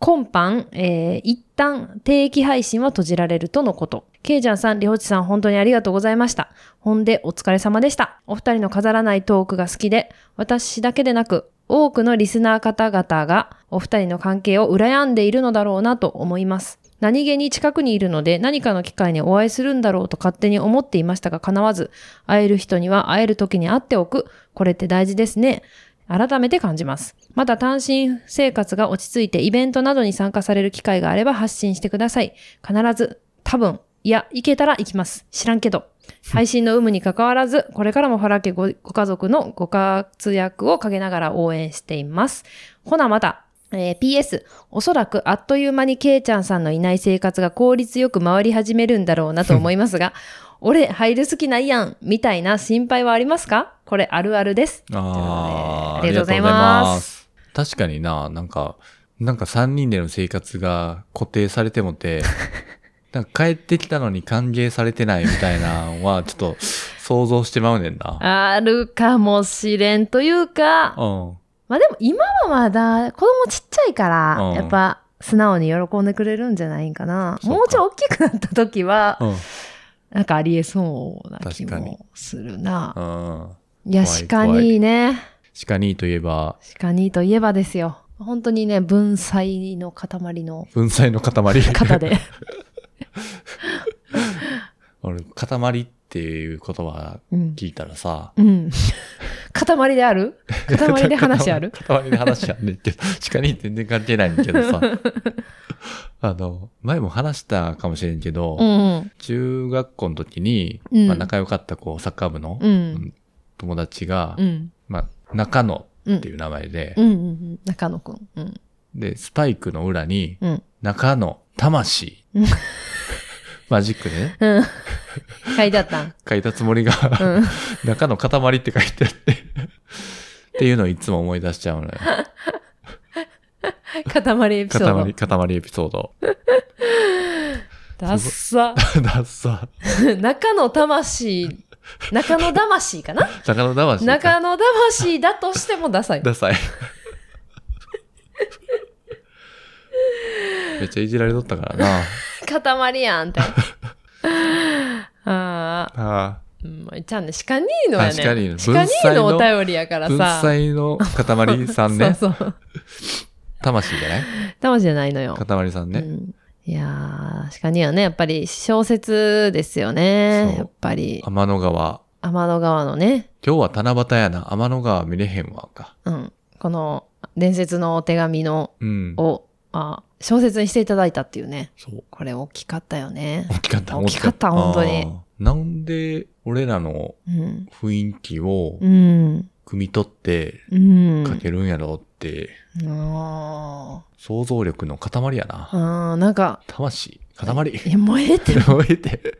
[SPEAKER 1] 今般、えー一旦定期配信は閉じられるとのこと。ケイジャンさん、リホチさん、本当にありがとうございました。ほんで、お疲れ様でした。お二人の飾らないトークが好きで、私だけでなく、多くのリスナー方々が、お二人の関係を羨んでいるのだろうなと思います。何気に近くにいるので、何かの機会にお会いするんだろうと勝手に思っていましたが、叶わず、会える人には会える時に会っておく。これって大事ですね。改めて感じます。また単身生活が落ち着いてイベントなどに参加される機会があれば発信してください。必ず、多分、いや、行けたら行きます。知らんけど。配信の有無に関わらず、これからもファラ家ごご家族のご活躍を陰ながら応援しています。ほなまた。えー PS、おそらくあっという間にケイちゃんさんのいない生活が効率よく回り始めるんだろうなと思いますが、俺入る好きないやん、みたいな心配はありますかこれあるあるです。
[SPEAKER 2] あー
[SPEAKER 1] ということでありがとうございます。
[SPEAKER 2] 確かにな、なんか、なんか3人での生活が固定されて もて、なんか帰ってきたのに歓迎されてないみたいなのは、ちょっと想像してまうねんな。
[SPEAKER 1] あるかもしれんというか、
[SPEAKER 2] うん。
[SPEAKER 1] まあでも今はまだ子供ちっちゃいから、
[SPEAKER 2] うん
[SPEAKER 1] やっぱ素直に喜んでくれるんじゃないんかな。
[SPEAKER 2] そうか
[SPEAKER 1] もうちょい大きくなった時は、
[SPEAKER 2] うん。
[SPEAKER 1] なんかありえそうな気
[SPEAKER 2] 確かに
[SPEAKER 1] もするな。
[SPEAKER 2] うん。
[SPEAKER 1] いや、
[SPEAKER 2] 怖い
[SPEAKER 1] 鹿にね、
[SPEAKER 2] 鹿にといえば、
[SPEAKER 1] 鹿にといえばですよ。本当にね、文才の塊の
[SPEAKER 2] 文才の塊。
[SPEAKER 1] 方で。
[SPEAKER 2] 俺、塊っていう言葉
[SPEAKER 1] うん。
[SPEAKER 2] 聞いたらさ、
[SPEAKER 1] うん。塊である塊で話ある
[SPEAKER 2] 塊で話あんねんけど、鹿に全然関係ないんだ けどさ。あの、前も話したかもしれんけど、
[SPEAKER 1] うん。
[SPEAKER 2] 中学校の時に、
[SPEAKER 1] うん
[SPEAKER 2] まあ、仲良かったこうサッカー部の
[SPEAKER 1] うん。
[SPEAKER 2] 友達が、
[SPEAKER 1] うん。
[SPEAKER 2] まあ、中野
[SPEAKER 1] うん
[SPEAKER 2] っていう名前で、
[SPEAKER 1] うんうんうん。中野くん。うん。
[SPEAKER 2] で、スパイクの裏に、
[SPEAKER 1] うん
[SPEAKER 2] 中野魂
[SPEAKER 1] うん。
[SPEAKER 2] マジックでね、
[SPEAKER 1] うん。書いてあったん。
[SPEAKER 2] 書いたつもりが、
[SPEAKER 1] うん。
[SPEAKER 2] 中の塊って書いてあって、っていうのをいつも思い出しちゃうのよ。
[SPEAKER 1] 塊エピソー
[SPEAKER 2] 塊、
[SPEAKER 1] ド。
[SPEAKER 2] 塊エピソード。
[SPEAKER 1] ダッサ。
[SPEAKER 2] ダッサ。
[SPEAKER 1] 中野魂、中野魂かな
[SPEAKER 2] 中野魂。
[SPEAKER 1] 中野魂だとしてもダサい。
[SPEAKER 2] ダサい。 めっちゃいじられとったから な。
[SPEAKER 1] 塊やんって。ああ、
[SPEAKER 2] あ
[SPEAKER 1] うんまあ、ちゃんね、鹿兄のやね。
[SPEAKER 2] あ鹿兄の
[SPEAKER 1] 鹿兄のお便りやか
[SPEAKER 2] あ
[SPEAKER 1] ら
[SPEAKER 2] 文
[SPEAKER 1] さ。
[SPEAKER 2] 才の塊さんね。
[SPEAKER 1] そうそう。
[SPEAKER 2] 魂じゃない
[SPEAKER 1] 魂じゃないのよ。
[SPEAKER 2] 塊さん
[SPEAKER 1] う
[SPEAKER 2] ね。
[SPEAKER 1] ん、いやー、鹿兄はね、やっぱり小説ですよね
[SPEAKER 2] そ。う
[SPEAKER 1] やっぱり、
[SPEAKER 2] 天の川。
[SPEAKER 1] 天の川のね。
[SPEAKER 2] 今日は七夕やな。天の川見れへんわ。か。
[SPEAKER 1] うん。この伝説のお手紙の
[SPEAKER 2] うん。
[SPEAKER 1] を、あ、小説にしていただいたっていうね。
[SPEAKER 2] そう。
[SPEAKER 1] これ大きかったよね。
[SPEAKER 2] 大きかった。
[SPEAKER 1] 大きかった
[SPEAKER 2] 大き
[SPEAKER 1] 本当に
[SPEAKER 2] あーなんで、俺らの
[SPEAKER 1] うん。
[SPEAKER 2] 雰囲気を
[SPEAKER 1] うん。
[SPEAKER 2] く汲み取って
[SPEAKER 1] うん。
[SPEAKER 2] 書けるんやろうって、
[SPEAKER 1] あ
[SPEAKER 2] 想像力の塊やな
[SPEAKER 1] ー。あー。なんか、
[SPEAKER 2] 魂塊
[SPEAKER 1] いや、燃えてる。
[SPEAKER 2] 燃えて。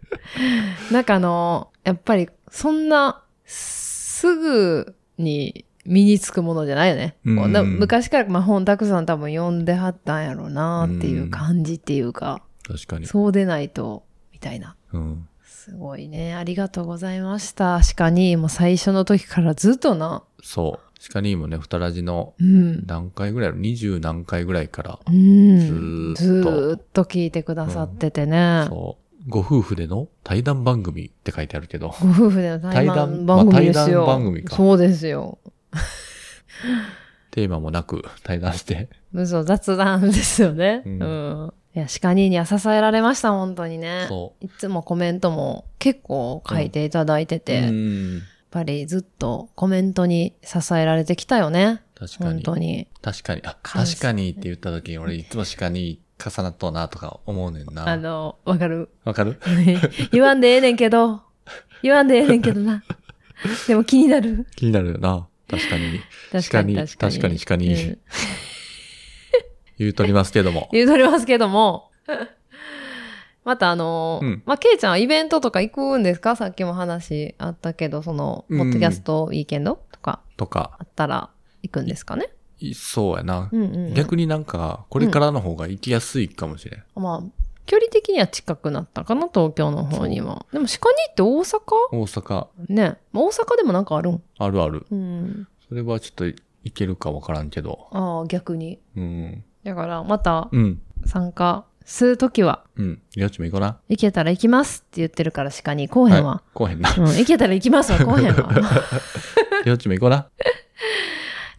[SPEAKER 1] なんかあの、やっぱり、そんな、すぐに身につくものじゃないよね。
[SPEAKER 2] うん
[SPEAKER 1] こな昔から、まあ、本たくさん多分読んではったんやろうなっていう感じっていうか、
[SPEAKER 2] 確かに。
[SPEAKER 1] そうでないと、みたいな。
[SPEAKER 2] うん。
[SPEAKER 1] すごいね。ありがとうございました。確かに、もう最初の時からずっとな。
[SPEAKER 2] そう。シカニーもね、ふたらじの
[SPEAKER 1] うん。
[SPEAKER 2] 何回ぐらいの二十何回ぐらいから、
[SPEAKER 1] うん。
[SPEAKER 2] ずーっと
[SPEAKER 1] ずーっと聞いてくださっててね。
[SPEAKER 2] そう。ご夫婦での対談番組って書いてあるけど、
[SPEAKER 1] ご夫婦での対談
[SPEAKER 2] 談
[SPEAKER 1] 番組ですよ。
[SPEAKER 2] まあ対談番組か
[SPEAKER 1] そうですよ。
[SPEAKER 2] テーマもなく対談して。
[SPEAKER 1] 嘘、雑談ですよね。う。
[SPEAKER 2] うんん
[SPEAKER 1] いや、鹿兄には支えられました、本当にね。
[SPEAKER 2] そ
[SPEAKER 1] いつもコメントも結構書いていただいて
[SPEAKER 2] う。
[SPEAKER 1] て、
[SPEAKER 2] う
[SPEAKER 1] やっ
[SPEAKER 2] ん。
[SPEAKER 1] ぱりずっとコメントに支えられてきたよね。
[SPEAKER 2] 確か
[SPEAKER 1] 本
[SPEAKER 2] に。
[SPEAKER 1] 当に。
[SPEAKER 2] 確かに。あ、
[SPEAKER 1] 感想
[SPEAKER 2] 確かにって言った時に俺いつも鹿に重なっとうなとか思うねん
[SPEAKER 1] あ
[SPEAKER 2] な。
[SPEAKER 1] の、わかる
[SPEAKER 2] わかる
[SPEAKER 1] 言わんでええねんけど、言わんでええねんけどな。でも気になる。
[SPEAKER 2] 気になるよな。確かに。
[SPEAKER 1] 確かに。
[SPEAKER 2] 確かに確かに確かに
[SPEAKER 1] うん
[SPEAKER 2] 言うとりますけども。
[SPEAKER 1] 言うとりますけども。 またあのー
[SPEAKER 2] うん
[SPEAKER 1] まあ、ケイちゃんはイベントとか行くんですかさっきも話あったけど、その、
[SPEAKER 2] うん
[SPEAKER 1] ポッドキャストウィーケンドとか
[SPEAKER 2] とか、
[SPEAKER 1] あったら行くんですかね
[SPEAKER 2] いそうやな
[SPEAKER 1] う。んうん。
[SPEAKER 2] 逆になんか、これからの方が行きやすいかもしれん。
[SPEAKER 1] まあ、距離的には近くなったかな、東京の方には。でも、鹿にって大阪
[SPEAKER 2] 大阪、
[SPEAKER 1] ね。まあ大阪でもなんかあるん
[SPEAKER 2] あるある。
[SPEAKER 1] うん。
[SPEAKER 2] それはちょっといけるかわからんけど。
[SPEAKER 1] ああ、逆に。
[SPEAKER 2] うん。
[SPEAKER 1] だから、また
[SPEAKER 2] うん。
[SPEAKER 1] 参加するときは、
[SPEAKER 2] うん。りょうちも行こうな。
[SPEAKER 1] 行けたら行きますって言ってるから、鹿に。後編は。
[SPEAKER 2] い。こうへん な。
[SPEAKER 1] うん、行けたら行きますわ、後編は。
[SPEAKER 2] りょうちも行こうな。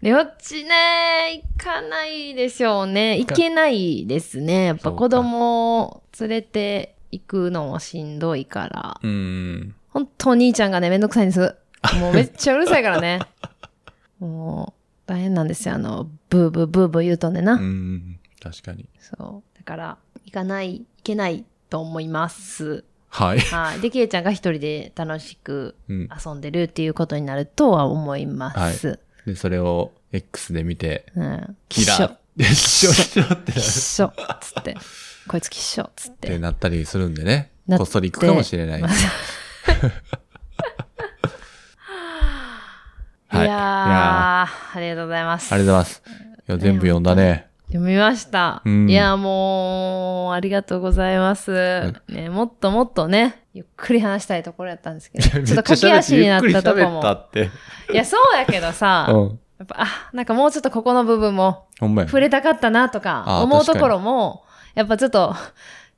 [SPEAKER 1] りょっちね、行かないでしょうね。行けないですね。やっぱ
[SPEAKER 2] そうか
[SPEAKER 1] 子供を連れて行くのもしんどいから。
[SPEAKER 2] うん。
[SPEAKER 1] ほんとお兄ちゃんがね、めんどくさいんです。もうめっちゃうるさいから ね。もう大変なんですよ。あの、ブーブーブーブー言うとんねんな。
[SPEAKER 2] うん。確かに。
[SPEAKER 1] そう。だから、行かない、行けないと思います。
[SPEAKER 2] はい。
[SPEAKER 1] はい。で、けいちゃんが一人で楽しく
[SPEAKER 2] うん。
[SPEAKER 1] 遊んでるっていうことになるとは思います。
[SPEAKER 2] で、それを X で見て、
[SPEAKER 1] うん。
[SPEAKER 2] キ
[SPEAKER 1] き
[SPEAKER 2] ラ
[SPEAKER 1] っしょ
[SPEAKER 2] ー。で、しょしょって
[SPEAKER 1] きっしょっつって。 こいつきっしょっつっ
[SPEAKER 2] って
[SPEAKER 1] て。
[SPEAKER 2] なったりするんでね。
[SPEAKER 1] なって
[SPEAKER 2] こっそり行くかもし れない。
[SPEAKER 1] ま
[SPEAKER 2] はい。
[SPEAKER 1] いやー、
[SPEAKER 2] あ
[SPEAKER 1] ありがとうございます。
[SPEAKER 2] りがとうございます。いや、全部読んだね。
[SPEAKER 1] 読みました。
[SPEAKER 2] うん
[SPEAKER 1] いやー、もう、ありがとうございます。ね、もっともっとね、ゆっくり話したいところやったんですけど、ちょっと駆け足になったとこ
[SPEAKER 2] めっちゃ喋
[SPEAKER 1] も。
[SPEAKER 2] って。
[SPEAKER 1] いや、そうやけどさ、
[SPEAKER 2] うん。
[SPEAKER 1] やっぱ、あ、なんかもうちょっとここの部分も
[SPEAKER 2] ほんまや。
[SPEAKER 1] 触れたかったなと
[SPEAKER 2] あ
[SPEAKER 1] か、
[SPEAKER 2] ー
[SPEAKER 1] 思うところも、やっぱちょっと、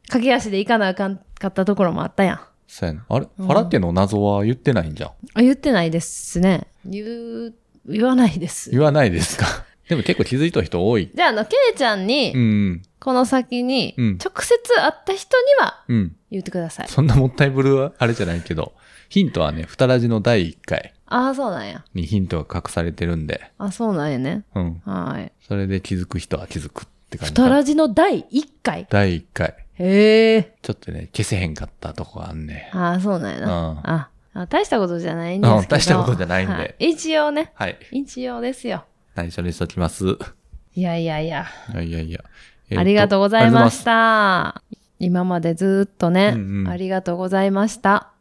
[SPEAKER 1] 駆け足でいかなあかんかったところもあったやん。
[SPEAKER 2] そうやな。あれファラテの謎は言ってないんじゃん。
[SPEAKER 1] あ言ってないですね。言う、言わないです。
[SPEAKER 2] 言わないですか。でも結構気づいた人多い。
[SPEAKER 1] じゃあ、あの、ケイちゃんに、
[SPEAKER 2] うん。
[SPEAKER 1] この先に、
[SPEAKER 2] うん
[SPEAKER 1] 直接会った人には
[SPEAKER 2] うん。
[SPEAKER 1] 言ってください。
[SPEAKER 2] そんなもったいぶるはあれじゃないけど、ヒントはね、ふたらじの第1回
[SPEAKER 1] ああ、そうなんや。
[SPEAKER 2] にヒントが隠されてるんで、
[SPEAKER 1] あそうなんやね。
[SPEAKER 2] うん。
[SPEAKER 1] はい。
[SPEAKER 2] それで気づく人は気づくって感
[SPEAKER 1] ふ
[SPEAKER 2] じ
[SPEAKER 1] た
[SPEAKER 2] かな。
[SPEAKER 1] らじの第1回。
[SPEAKER 2] 第1回。
[SPEAKER 1] へえ。
[SPEAKER 2] ちょっとね、消せへんかったとこがあんね。
[SPEAKER 1] ああ、そうなんや
[SPEAKER 2] うん。
[SPEAKER 1] な。
[SPEAKER 2] は
[SPEAKER 1] ああ、大したことじゃないんですけど。
[SPEAKER 2] うん大したことじゃないんで
[SPEAKER 1] は一応ね。
[SPEAKER 2] い。
[SPEAKER 1] 一応ですよ。
[SPEAKER 2] 内緒にしときます。い
[SPEAKER 1] いやいやいや。
[SPEAKER 2] やいやいや。。
[SPEAKER 1] ありがとうございましたた。今までずーっとね、
[SPEAKER 2] うんうん
[SPEAKER 1] ありがとうございました。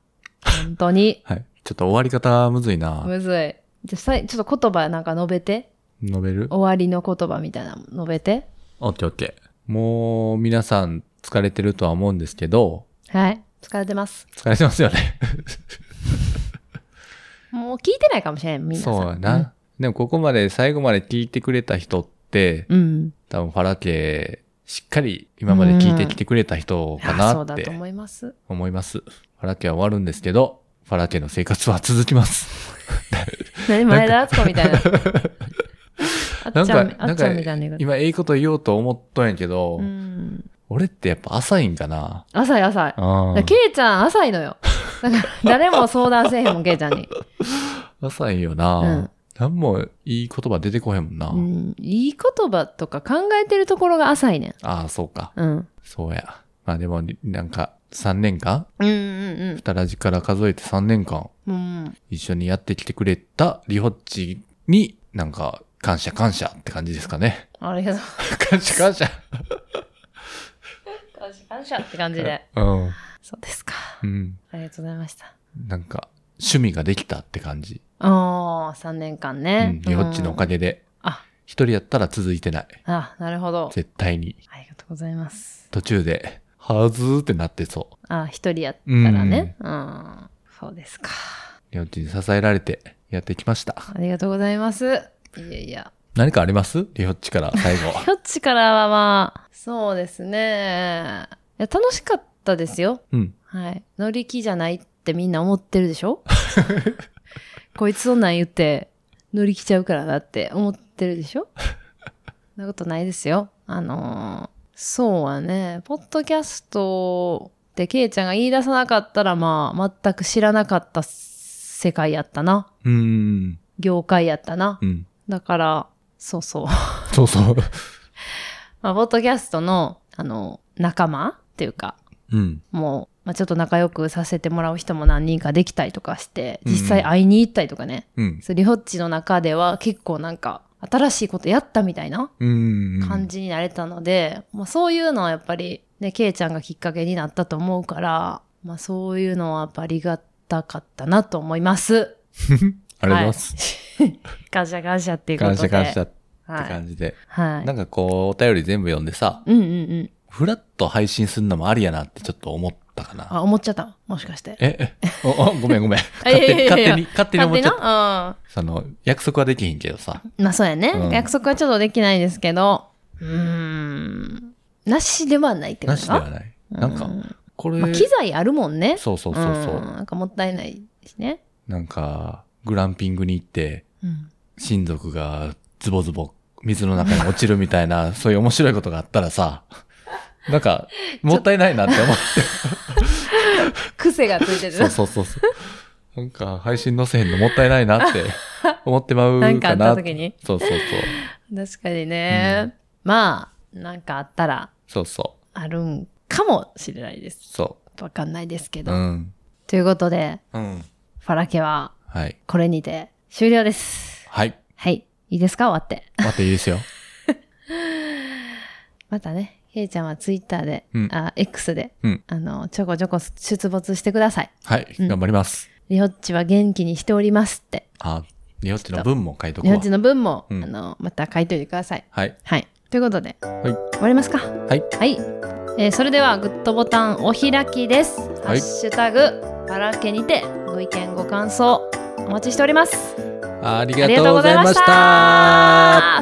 [SPEAKER 1] 本当に。
[SPEAKER 2] はい。ちょっと終わり方むずいな。
[SPEAKER 1] むずい。じゃあさい、ちょっと言葉なんか述べて。
[SPEAKER 2] ノベル
[SPEAKER 1] 終わりの言葉みたいなの述べて。
[SPEAKER 2] オッケーオッケー。もう皆さん疲れてるとは思うんですけど、
[SPEAKER 1] はい。疲れてます。
[SPEAKER 2] 疲れてます よね。
[SPEAKER 1] もう聞いてないかもしれん、みんなさん。
[SPEAKER 2] そうやな。でもここまで最後まで聞いてくれた人って、
[SPEAKER 1] うん。うん。
[SPEAKER 2] 多分ファラ家しっかり今まで聞いてきてくれた人か
[SPEAKER 1] あそう
[SPEAKER 2] なっ
[SPEAKER 1] だと
[SPEAKER 2] て
[SPEAKER 1] 思います。
[SPEAKER 2] 思います。ファラ家は終わるんですけど、ファラ家の生活は続き ます。
[SPEAKER 1] 何前田敦子み たいな。あ
[SPEAKER 2] な
[SPEAKER 1] っ
[SPEAKER 2] ん
[SPEAKER 1] ちゃ
[SPEAKER 2] か
[SPEAKER 1] ん、、あ
[SPEAKER 2] な
[SPEAKER 1] っ
[SPEAKER 2] ん
[SPEAKER 1] ちゃ
[SPEAKER 2] か
[SPEAKER 1] んみたいな言い方。
[SPEAKER 2] 今ええこと言おうと思っとんやけど、
[SPEAKER 1] うん。
[SPEAKER 2] 俺ってやっぱ浅いんかな。
[SPEAKER 1] 浅い浅い。だか
[SPEAKER 2] あ
[SPEAKER 1] らケイちゃん浅いのよ。だから誰も相談せえへんもん、ケイちゃんに。
[SPEAKER 2] 浅いよ
[SPEAKER 1] うん
[SPEAKER 2] な。なんもいい言葉出てこへんもんな。
[SPEAKER 1] うん。いい言葉とか考えてるところが浅いねん。
[SPEAKER 2] ああ、そうか。
[SPEAKER 1] うん。
[SPEAKER 2] そうや。まあでも、なんか、 3年間
[SPEAKER 1] うんうん
[SPEAKER 2] 二ラジから数えて3年間
[SPEAKER 1] うん。うん。
[SPEAKER 2] 一緒にやってきてくれたリホッチになんか感謝感謝って感じですかね。
[SPEAKER 1] ありがとう。
[SPEAKER 2] 感謝感謝。
[SPEAKER 1] 感謝感謝って感じで。
[SPEAKER 2] うん。
[SPEAKER 1] そうですか。
[SPEAKER 2] うん。
[SPEAKER 1] ありがとうございました。
[SPEAKER 2] なんか趣味ができたって感じ。
[SPEAKER 1] ああ、3年間
[SPEAKER 2] う
[SPEAKER 1] ね
[SPEAKER 2] ん。。リホッチのおか
[SPEAKER 1] げ。
[SPEAKER 2] げで。
[SPEAKER 1] あ、
[SPEAKER 2] 一人やったら続いてない。
[SPEAKER 1] あ、なるほど。
[SPEAKER 2] 絶対に。
[SPEAKER 1] ありがとうございます。
[SPEAKER 2] 途中で、はずーってなってそ
[SPEAKER 1] あ、一人やったらね。うん。そうですか。
[SPEAKER 2] う。リホッチに支えられてやってきました。
[SPEAKER 1] ありがとうございます。いやいや。
[SPEAKER 2] 何かありますリホッチから最 後。
[SPEAKER 1] ひょっちからはまあ、そうですね。いや、楽しかったですよ。
[SPEAKER 2] うん。
[SPEAKER 1] はい。乗り気じゃないってみんな思ってるでしょ こいつそんなん言って乗り気ちゃうからだって思ってるでしょそんなことないですよ。あのーそうはね、ポッドキャストってケイちゃんが言い出さなかったらまあ、全く知らなかった世界やったな。
[SPEAKER 2] うーん。
[SPEAKER 1] 業界やったな。
[SPEAKER 2] うん。
[SPEAKER 1] だから、そうそう。
[SPEAKER 2] そうそう。
[SPEAKER 1] まあ、ポッドキャストの、あの、仲間っていうか、
[SPEAKER 2] うん。
[SPEAKER 1] もう、まあ、ちょっと仲良くさせてもらう人も何人かできたりとかして、
[SPEAKER 2] うん
[SPEAKER 1] 実際会いに行ったりとかね、
[SPEAKER 2] うん。
[SPEAKER 1] そうリホッチの中では結構なんか、新しいことやったみたいな
[SPEAKER 2] うん。
[SPEAKER 1] 感。じになれたので、まあ、そういうのはやっぱり、ね、ケイちゃんがきっかけになったと思うから、まあ、そういうのはやっぱありがたかったなと思います。
[SPEAKER 2] ありがとうございます。
[SPEAKER 1] はい。 感謝感謝っていうことで。
[SPEAKER 2] 感謝感謝って
[SPEAKER 1] はい。
[SPEAKER 2] 感じで。
[SPEAKER 1] はい。
[SPEAKER 2] なんかこう、お便り全部読んでさ、
[SPEAKER 1] うんうんうん。
[SPEAKER 2] ふらっと配信するのもありやなってちょっと思ったかな。
[SPEAKER 1] あ、思っちゃった。もしかして。
[SPEAKER 2] え、えおおごめんごめん。
[SPEAKER 1] あ
[SPEAKER 2] 勝 手
[SPEAKER 1] いやい
[SPEAKER 2] に、
[SPEAKER 1] や
[SPEAKER 2] 勝
[SPEAKER 1] いや
[SPEAKER 2] 手に、勝手に思っちゃった。
[SPEAKER 1] た。
[SPEAKER 2] その、約束はできへんけどさ。
[SPEAKER 1] うん。まあそうやね、
[SPEAKER 2] うん
[SPEAKER 1] 約束はちょっとできないですけど、うーん。なしではないってこ
[SPEAKER 2] な
[SPEAKER 1] と
[SPEAKER 2] し
[SPEAKER 1] か
[SPEAKER 2] ではない。なんか
[SPEAKER 1] う、
[SPEAKER 2] これ、
[SPEAKER 1] まあ、機材あるもんね。
[SPEAKER 2] そうそうそうそ
[SPEAKER 1] ん
[SPEAKER 2] う。
[SPEAKER 1] なんかもったいないしね。
[SPEAKER 2] なんか、グランピングに行って、
[SPEAKER 1] うん。
[SPEAKER 2] 親族がズボズボ水の中に落ちるみたいな、 そういう面白いことがあったらさ、な んか、もったいないなって思って。
[SPEAKER 1] 癖がついてる
[SPEAKER 2] そうそうそうそう。なんか、配信載せへんのもったいないなって 思ってまうかな。
[SPEAKER 1] なんかあった時に
[SPEAKER 2] そうそうそう。
[SPEAKER 1] 確かにね、まあ、なんかあったら
[SPEAKER 2] そうそう。
[SPEAKER 1] あるんかもしれないです。
[SPEAKER 2] そ
[SPEAKER 1] わかんないですけ
[SPEAKER 2] う。
[SPEAKER 1] ど。
[SPEAKER 2] うん。
[SPEAKER 1] ということで、
[SPEAKER 2] うん。
[SPEAKER 1] ファラケは
[SPEAKER 2] はい。
[SPEAKER 1] これにて終了です。
[SPEAKER 2] はい。
[SPEAKER 1] はい。いいですか終わって。
[SPEAKER 2] 待っていいですよ。
[SPEAKER 1] またね、けいちゃんはツイッターで、
[SPEAKER 2] うん
[SPEAKER 1] あ、X で、
[SPEAKER 2] うん
[SPEAKER 1] あの、ちょこちょこ出没してください。
[SPEAKER 2] はい。
[SPEAKER 1] うん
[SPEAKER 2] 頑張ります。
[SPEAKER 1] リホッチは元気にしておりますって。
[SPEAKER 2] あ、日本っちの文も書いとこ
[SPEAKER 1] リ
[SPEAKER 2] う
[SPEAKER 1] ホ
[SPEAKER 2] わ
[SPEAKER 1] ッチ。の分も、
[SPEAKER 2] うん
[SPEAKER 1] あの、また書いといてください。
[SPEAKER 2] はい。
[SPEAKER 1] はい。ということで、
[SPEAKER 2] い。
[SPEAKER 1] 終わりますか。はいはい。えーそれでは、グッドボタンお開きです。ハッシュタグ、バラケにて、ご意見、ご感想、お待ちしております。
[SPEAKER 2] あり
[SPEAKER 1] あ
[SPEAKER 2] が
[SPEAKER 1] りがと
[SPEAKER 2] とう
[SPEAKER 1] う
[SPEAKER 2] ご
[SPEAKER 1] ご
[SPEAKER 2] ざ
[SPEAKER 1] ざ
[SPEAKER 2] い
[SPEAKER 1] い
[SPEAKER 2] ま
[SPEAKER 1] ま
[SPEAKER 2] し。
[SPEAKER 1] したた。